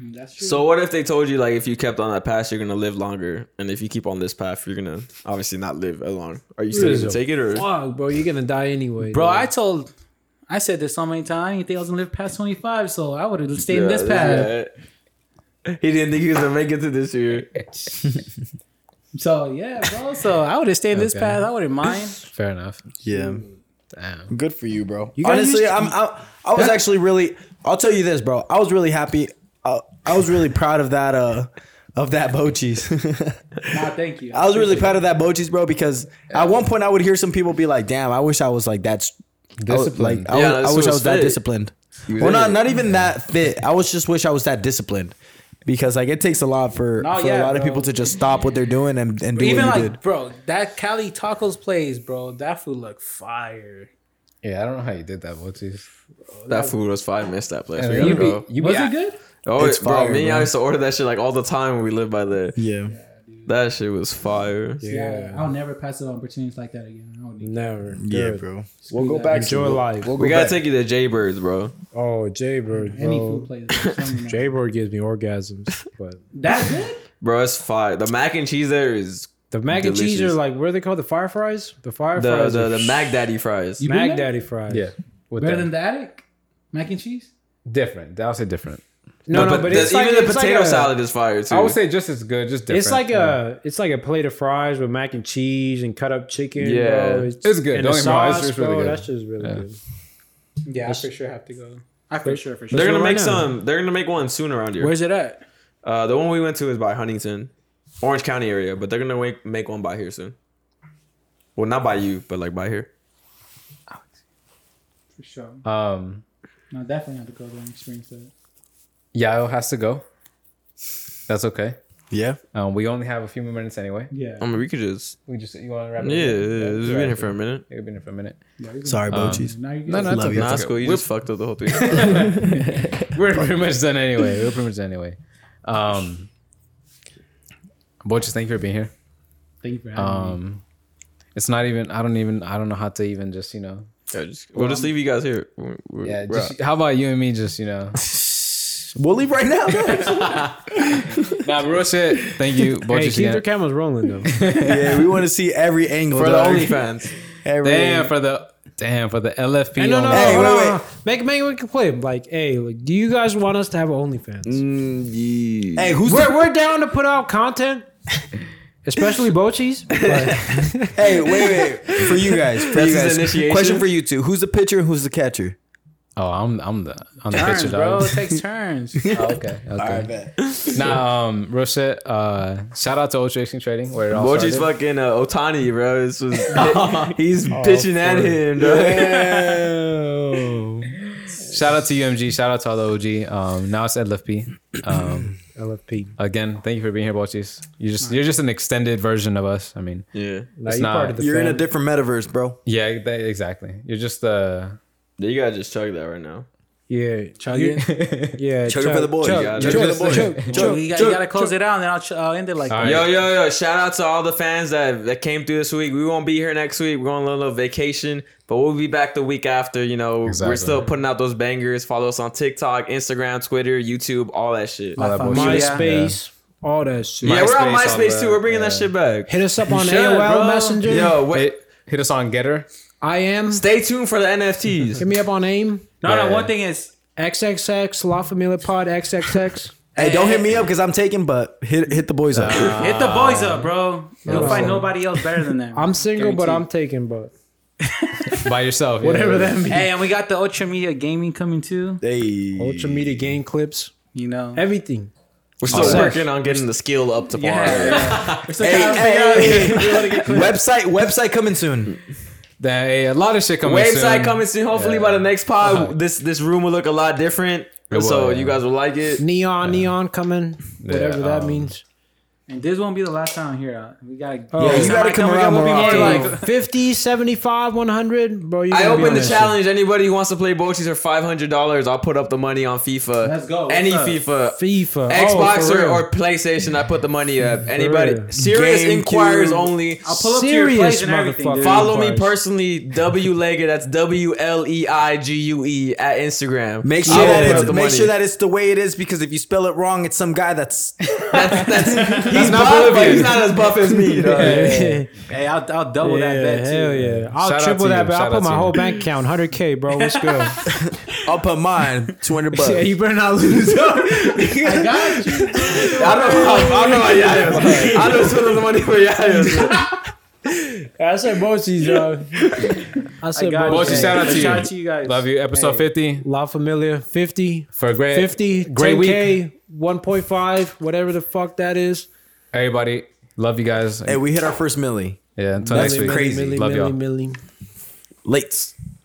[SPEAKER 3] Mm, that's true.
[SPEAKER 4] so what if they told you like if you kept on that path, you're gonna live longer, and if you keep on this path, you're gonna obviously not live as long. Are you still
[SPEAKER 5] Rizzo. Oh,
[SPEAKER 4] gonna take it or?
[SPEAKER 5] Fuck, bro, you're gonna die anyway.
[SPEAKER 3] Bro,
[SPEAKER 5] dude.
[SPEAKER 3] I told I said this so many times. I didn't think I was gonna live past 25, so I would have stayed in
[SPEAKER 4] Yeah,
[SPEAKER 3] this path.
[SPEAKER 4] yeah. He didn't think he was gonna make it to this year.
[SPEAKER 3] So yeah, bro. So I would have stayed in this
[SPEAKER 2] Okay.
[SPEAKER 3] path. I wouldn't mind.
[SPEAKER 8] *laughs*
[SPEAKER 2] Fair enough.
[SPEAKER 8] Yeah.
[SPEAKER 2] Damn.
[SPEAKER 8] Good for you, bro.
[SPEAKER 5] guys
[SPEAKER 8] Honestly,
[SPEAKER 5] used to-
[SPEAKER 8] I'm, I, I was actually really. I'll tell you this, bro. I was really happy. I, I was really proud of that. Uh, of that *laughs* Bochis.
[SPEAKER 3] Nah, thank you.
[SPEAKER 8] I was really proud of that Bochis, bro, because at one point I would hear some people be like, "Damn, I wish I was like that." s- I was-
[SPEAKER 2] Disciplined.
[SPEAKER 8] Like, I,
[SPEAKER 4] Yeah,
[SPEAKER 8] was- I
[SPEAKER 4] that's
[SPEAKER 8] wish
[SPEAKER 4] what
[SPEAKER 8] I
[SPEAKER 4] was
[SPEAKER 8] was that
[SPEAKER 4] fit.
[SPEAKER 8] disciplined.
[SPEAKER 4] was
[SPEAKER 8] Well,
[SPEAKER 4] in
[SPEAKER 8] not
[SPEAKER 4] it.
[SPEAKER 8] not even that fit. I was just wish I was that disciplined. Because like it takes a lot for,
[SPEAKER 3] No,
[SPEAKER 8] for
[SPEAKER 3] yeah,
[SPEAKER 8] a lot of
[SPEAKER 3] bro.
[SPEAKER 8] people to just stop what they're doing and, and do
[SPEAKER 3] Even
[SPEAKER 8] what you
[SPEAKER 3] like,
[SPEAKER 8] did.
[SPEAKER 3] bro, that Cali tacos place, bro. That food looked fire.
[SPEAKER 2] Yeah, I don't know how you did that, Motis.
[SPEAKER 4] That food was fine. Missed that place.
[SPEAKER 2] And
[SPEAKER 4] We
[SPEAKER 2] then
[SPEAKER 4] gotta
[SPEAKER 2] you
[SPEAKER 4] go.
[SPEAKER 2] be, you be
[SPEAKER 3] Was
[SPEAKER 2] at-
[SPEAKER 3] it good?
[SPEAKER 4] oh,
[SPEAKER 8] It's
[SPEAKER 4] bro,
[SPEAKER 8] fire,
[SPEAKER 4] me and I
[SPEAKER 8] bro.
[SPEAKER 4] used to order that shit like all the time when we lived by there.
[SPEAKER 8] Yeah.
[SPEAKER 4] That shit was fire.
[SPEAKER 3] Yeah. I'll never pass up opportunities like that again. I would
[SPEAKER 5] Never.
[SPEAKER 8] Yeah,
[SPEAKER 5] Good.
[SPEAKER 8] bro.
[SPEAKER 5] We'll go back. Enjoy life.
[SPEAKER 4] We gotta take you to Jaybirds, bro.
[SPEAKER 5] oh, Jaybird.
[SPEAKER 3] any food
[SPEAKER 5] bro.
[SPEAKER 8] *laughs*
[SPEAKER 3] place. there's something there.
[SPEAKER 5] Jaybird gives me orgasms, but
[SPEAKER 3] That good?
[SPEAKER 4] Bro, it's fire. The mac and cheese there is
[SPEAKER 5] the mac and cheese are
[SPEAKER 4] Delicious.
[SPEAKER 5] like what are they called? The fire fries? The fire
[SPEAKER 4] the
[SPEAKER 5] fries.
[SPEAKER 4] the,
[SPEAKER 5] are
[SPEAKER 4] the mac daddy fries.
[SPEAKER 3] You been
[SPEAKER 5] Mac
[SPEAKER 3] there?
[SPEAKER 5] Daddy fries.
[SPEAKER 2] Yeah. With
[SPEAKER 3] Better
[SPEAKER 2] that.
[SPEAKER 3] than the attic? Mac and cheese?
[SPEAKER 2] different. I would say different.
[SPEAKER 5] No, no,
[SPEAKER 4] but
[SPEAKER 5] but
[SPEAKER 4] the-
[SPEAKER 5] it's like,
[SPEAKER 4] even the
[SPEAKER 5] it's like
[SPEAKER 4] potato
[SPEAKER 5] a-
[SPEAKER 4] salad is fire too.
[SPEAKER 2] I would say just as good, just different.
[SPEAKER 5] It's like a it's like a plate of fries with mac and cheese and cut up chicken.
[SPEAKER 4] Yeah.
[SPEAKER 5] bro.
[SPEAKER 2] It's good.
[SPEAKER 5] And the
[SPEAKER 2] Don't get me wrong, it's
[SPEAKER 5] sauce,
[SPEAKER 2] just really
[SPEAKER 5] bro,
[SPEAKER 2] good.
[SPEAKER 5] That's just really
[SPEAKER 2] Yeah.
[SPEAKER 5] good.
[SPEAKER 3] Yeah, I for sure have to go. I for sure, for sure.
[SPEAKER 4] they're gonna
[SPEAKER 5] Right
[SPEAKER 4] make
[SPEAKER 5] now.
[SPEAKER 4] some. They're gonna make one soon around here.
[SPEAKER 3] Where's it at?
[SPEAKER 4] Uh, the one we went to is by Huntington, Orange County area, but they're gonna make make one by here soon. Well, not by you, but like by here.
[SPEAKER 3] For sure.
[SPEAKER 2] um
[SPEAKER 3] No, definitely have to go there and experience that.
[SPEAKER 2] Yael has to go. That's okay.
[SPEAKER 8] Yeah.
[SPEAKER 2] Um, we only have a few more minutes anyway.
[SPEAKER 3] Yeah.
[SPEAKER 4] I mean, we could just
[SPEAKER 2] We just you want to wrap it
[SPEAKER 4] yeah, yeah, yeah.
[SPEAKER 2] up?
[SPEAKER 4] we've been here for a minute.
[SPEAKER 2] You've been here for a minute.
[SPEAKER 3] Yeah, we can-
[SPEAKER 8] Sorry,
[SPEAKER 2] Um,
[SPEAKER 8] Bochis.
[SPEAKER 3] Now you're good.
[SPEAKER 2] No, no, it's
[SPEAKER 8] Love
[SPEAKER 2] okay.
[SPEAKER 8] you.
[SPEAKER 4] Nah,
[SPEAKER 2] It's
[SPEAKER 4] it's cool.
[SPEAKER 2] okay.
[SPEAKER 4] You
[SPEAKER 2] We're,
[SPEAKER 4] just fucked up the whole thing.
[SPEAKER 2] we're pretty much done anyway. We're pretty much done anyway. Um, boy, just thank you for being here.
[SPEAKER 3] Thank you for having me.
[SPEAKER 2] Um, it's not even. I don't even. I don't know how to even just you know.
[SPEAKER 4] Yeah, just- we'll just leave you guys here. We're- we're-
[SPEAKER 2] Yeah.
[SPEAKER 4] we're out.
[SPEAKER 2] Just, how about you and me? Just you
[SPEAKER 5] *laughs*
[SPEAKER 2] know.
[SPEAKER 8] We'll leave right now. bro.
[SPEAKER 2] nah, real shit. Thank you, boy.
[SPEAKER 5] Hey,
[SPEAKER 2] just
[SPEAKER 5] keep your
[SPEAKER 2] again.
[SPEAKER 5] cameras rolling though.
[SPEAKER 8] *laughs* yeah, we want to see every angle.
[SPEAKER 4] for the
[SPEAKER 8] dog.
[SPEAKER 4] OnlyFans.
[SPEAKER 8] Every
[SPEAKER 2] Damn for the damn for the LFP.
[SPEAKER 5] Hey, no, no,
[SPEAKER 2] only.
[SPEAKER 5] no,
[SPEAKER 8] Hey,
[SPEAKER 5] no,
[SPEAKER 8] wait,
[SPEAKER 5] no,
[SPEAKER 8] wait.
[SPEAKER 5] no. Make make make a clip. Like, hey, like, do you guys want us to have OnlyFans?
[SPEAKER 4] Mm.
[SPEAKER 8] Hey, who's
[SPEAKER 5] We're,
[SPEAKER 8] the,
[SPEAKER 5] we're down to put out content, especially Bochis.
[SPEAKER 8] hey? Wait, wait. *laughs* For you guys, for
[SPEAKER 4] That's
[SPEAKER 8] you
[SPEAKER 4] his
[SPEAKER 8] guys.
[SPEAKER 4] initiation?
[SPEAKER 8] Question for you two: Who's the pitcher? and Who's the catcher?
[SPEAKER 2] Oh, I'm I'm the I'm the
[SPEAKER 3] turns,
[SPEAKER 2] picture
[SPEAKER 3] bro.
[SPEAKER 5] *laughs*
[SPEAKER 2] dog.
[SPEAKER 3] It takes turns.
[SPEAKER 2] Oh, okay, okay. Nah, um, real shit. Uh, shout out to Ultra Racing Trading where it Oh, all
[SPEAKER 4] Boji's
[SPEAKER 2] started.
[SPEAKER 4] fucking uh, Otani, bro.
[SPEAKER 2] *laughs*
[SPEAKER 4] This was *laughs* he's pitching at him, bro. *laughs*
[SPEAKER 2] Shout out to UMG. Shout out to all the OG. Um, now it's LFP. Um,
[SPEAKER 5] LFP.
[SPEAKER 2] again, thank you for being here, Bochis. You just you're just an extended version of us. I mean,
[SPEAKER 4] Yeah,
[SPEAKER 5] Now
[SPEAKER 2] It's
[SPEAKER 5] you're
[SPEAKER 2] not-
[SPEAKER 5] part of the
[SPEAKER 8] You're in a
[SPEAKER 5] fam.
[SPEAKER 8] different metaverse, bro.
[SPEAKER 2] yeah, that, exactly. You're just uh, the
[SPEAKER 4] you gotta just chug that right now.
[SPEAKER 5] yeah,
[SPEAKER 3] Chug it.
[SPEAKER 5] yeah.
[SPEAKER 8] Chug it for the boys.
[SPEAKER 5] chug,
[SPEAKER 4] Yeah,
[SPEAKER 8] Chug it for the boys.
[SPEAKER 5] chug,
[SPEAKER 3] Yo, you, got, you
[SPEAKER 8] Chug,
[SPEAKER 3] gotta close it out, and then I'll, ch- I'll end it like
[SPEAKER 2] All
[SPEAKER 3] that.
[SPEAKER 2] right.
[SPEAKER 4] Yo, yo, yo! Shout out to all the fans that that came through this week. We won't be here next week. We're on a little vacation, but we'll be back the week after. You know, we're
[SPEAKER 2] Exactly.
[SPEAKER 4] still putting out those bangers. Follow us on TikTok, Instagram, Twitter, YouTube, all that shit.
[SPEAKER 2] all that
[SPEAKER 3] Like
[SPEAKER 2] bullshit.
[SPEAKER 3] Yeah.
[SPEAKER 5] MySpace, all Oh, that shit.
[SPEAKER 4] yeah, we're on
[SPEAKER 2] MySpace, all
[SPEAKER 4] MySpace
[SPEAKER 2] that,
[SPEAKER 4] too. We're bringing that
[SPEAKER 2] yeah.
[SPEAKER 4] shit back.
[SPEAKER 5] Hit us up on
[SPEAKER 4] You should,
[SPEAKER 5] AOL
[SPEAKER 4] bro.
[SPEAKER 2] *laughs*
[SPEAKER 5] Messenger.
[SPEAKER 4] Yo, wait.
[SPEAKER 2] Hit, hit us on Getter.
[SPEAKER 5] I am.
[SPEAKER 4] Stay tuned for the NFTs.
[SPEAKER 5] Hit me up on AIM.
[SPEAKER 3] No,
[SPEAKER 2] Yeah.
[SPEAKER 3] no. One thing is,
[SPEAKER 5] XXX La Familia Pod XXX.
[SPEAKER 8] Hey, don't hit me up because I'm taking, but hit hit the boys up.
[SPEAKER 3] hit the boys up, bro. You'll
[SPEAKER 5] Yeah.
[SPEAKER 3] find nobody else better than them.
[SPEAKER 5] *laughs* I'm single, but I'm
[SPEAKER 3] Guaranteed.
[SPEAKER 5] taking but
[SPEAKER 2] by yourself.
[SPEAKER 5] *laughs* whatever that means.
[SPEAKER 3] Hey, and we got the Ultra Media Gaming coming too.
[SPEAKER 8] Hey,
[SPEAKER 5] Ultra media game clips,
[SPEAKER 3] You know.
[SPEAKER 5] everything.
[SPEAKER 4] We're still working on getting the skill up to par.
[SPEAKER 3] *laughs* We're still
[SPEAKER 8] Hey,
[SPEAKER 3] trying to
[SPEAKER 8] hey,
[SPEAKER 3] figure out-
[SPEAKER 8] hey, website website coming soon.
[SPEAKER 2] That, hey, a lot of shit coming
[SPEAKER 4] Website
[SPEAKER 2] soon.
[SPEAKER 4] coming soon. Hopefully by the next pod, this this room will look a lot different.
[SPEAKER 2] It
[SPEAKER 4] so
[SPEAKER 2] will,
[SPEAKER 4] you
[SPEAKER 2] yeah.
[SPEAKER 4] guys will like it.
[SPEAKER 5] Neon, neon coming, whatever that
[SPEAKER 2] um,
[SPEAKER 5] means.
[SPEAKER 3] And this won't be the last time here. uh, We gotta.
[SPEAKER 5] Oh,
[SPEAKER 8] you gotta come around
[SPEAKER 3] We'll be
[SPEAKER 8] more
[SPEAKER 3] more
[SPEAKER 8] often.
[SPEAKER 3] like.
[SPEAKER 5] 50, 75, 100, bro.
[SPEAKER 4] I open the challenge. Anybody who wants to play Bochis for five hundred dollars, I'll put up the money on FIFA.
[SPEAKER 3] Let's go.
[SPEAKER 4] Any
[SPEAKER 3] What's up? Oh,
[SPEAKER 4] FIFA.
[SPEAKER 5] FIFA, Oh,
[SPEAKER 4] Xbox or, or PlayStation, I put the money up. Anybody,
[SPEAKER 5] real.
[SPEAKER 4] serious
[SPEAKER 8] GameCube.
[SPEAKER 4] inquiries only.
[SPEAKER 3] I'll pull up to your
[SPEAKER 5] Serious
[SPEAKER 3] place and everything.
[SPEAKER 5] motherfucker.
[SPEAKER 3] dude.
[SPEAKER 4] Follow me
[SPEAKER 5] Inquiries.
[SPEAKER 4] personally, W Leger. That's W L E I G U E at Instagram.
[SPEAKER 8] Make
[SPEAKER 4] I'll
[SPEAKER 8] sure that
[SPEAKER 4] put up
[SPEAKER 8] it's,
[SPEAKER 4] the
[SPEAKER 8] make
[SPEAKER 4] money.
[SPEAKER 8] sure that it's the way it is because if you spell it wrong, it's some guy that's
[SPEAKER 4] that's, that's,
[SPEAKER 2] *laughs* That's not
[SPEAKER 4] buff, but
[SPEAKER 2] Bolivian.
[SPEAKER 4] he's not as buff as me. dog.
[SPEAKER 2] *laughs*
[SPEAKER 5] *laughs*
[SPEAKER 3] Hey, I'll, I'll double that bet too.
[SPEAKER 5] hell yeah! I'll
[SPEAKER 2] Shout out
[SPEAKER 5] triple
[SPEAKER 2] to
[SPEAKER 5] that.
[SPEAKER 2] you.
[SPEAKER 5] bet. I'll
[SPEAKER 2] Shout out
[SPEAKER 5] put
[SPEAKER 2] to
[SPEAKER 5] my
[SPEAKER 2] you.
[SPEAKER 5] whole bank account, hundred k, bro. What's good? *laughs*
[SPEAKER 1] I'll put mine two hundred bucks.
[SPEAKER 3] Yeah, you better not lose.
[SPEAKER 8] I got you.
[SPEAKER 4] I don't know. I don't know
[SPEAKER 2] *laughs*
[SPEAKER 4] about Yayas. I don't know the money for Yayas.
[SPEAKER 3] I said Mochi's, bro. I said
[SPEAKER 5] got
[SPEAKER 2] Mochi,
[SPEAKER 5] Hey,
[SPEAKER 2] shout out to you.
[SPEAKER 3] Shout out to you guys.
[SPEAKER 2] Love you. Episode 50
[SPEAKER 5] La Familia, fifty,
[SPEAKER 2] for a great,
[SPEAKER 5] 50,
[SPEAKER 2] great
[SPEAKER 5] 10K, one point five, whatever the fuck that is.
[SPEAKER 2] everybody. Love you guys.
[SPEAKER 1] Hey, we hit our first milli.
[SPEAKER 2] yeah, until
[SPEAKER 1] that's
[SPEAKER 2] next week.
[SPEAKER 1] crazy.
[SPEAKER 5] Millie,
[SPEAKER 2] Love
[SPEAKER 5] Millie,
[SPEAKER 2] y'all.
[SPEAKER 5] Millie.
[SPEAKER 1] Lates.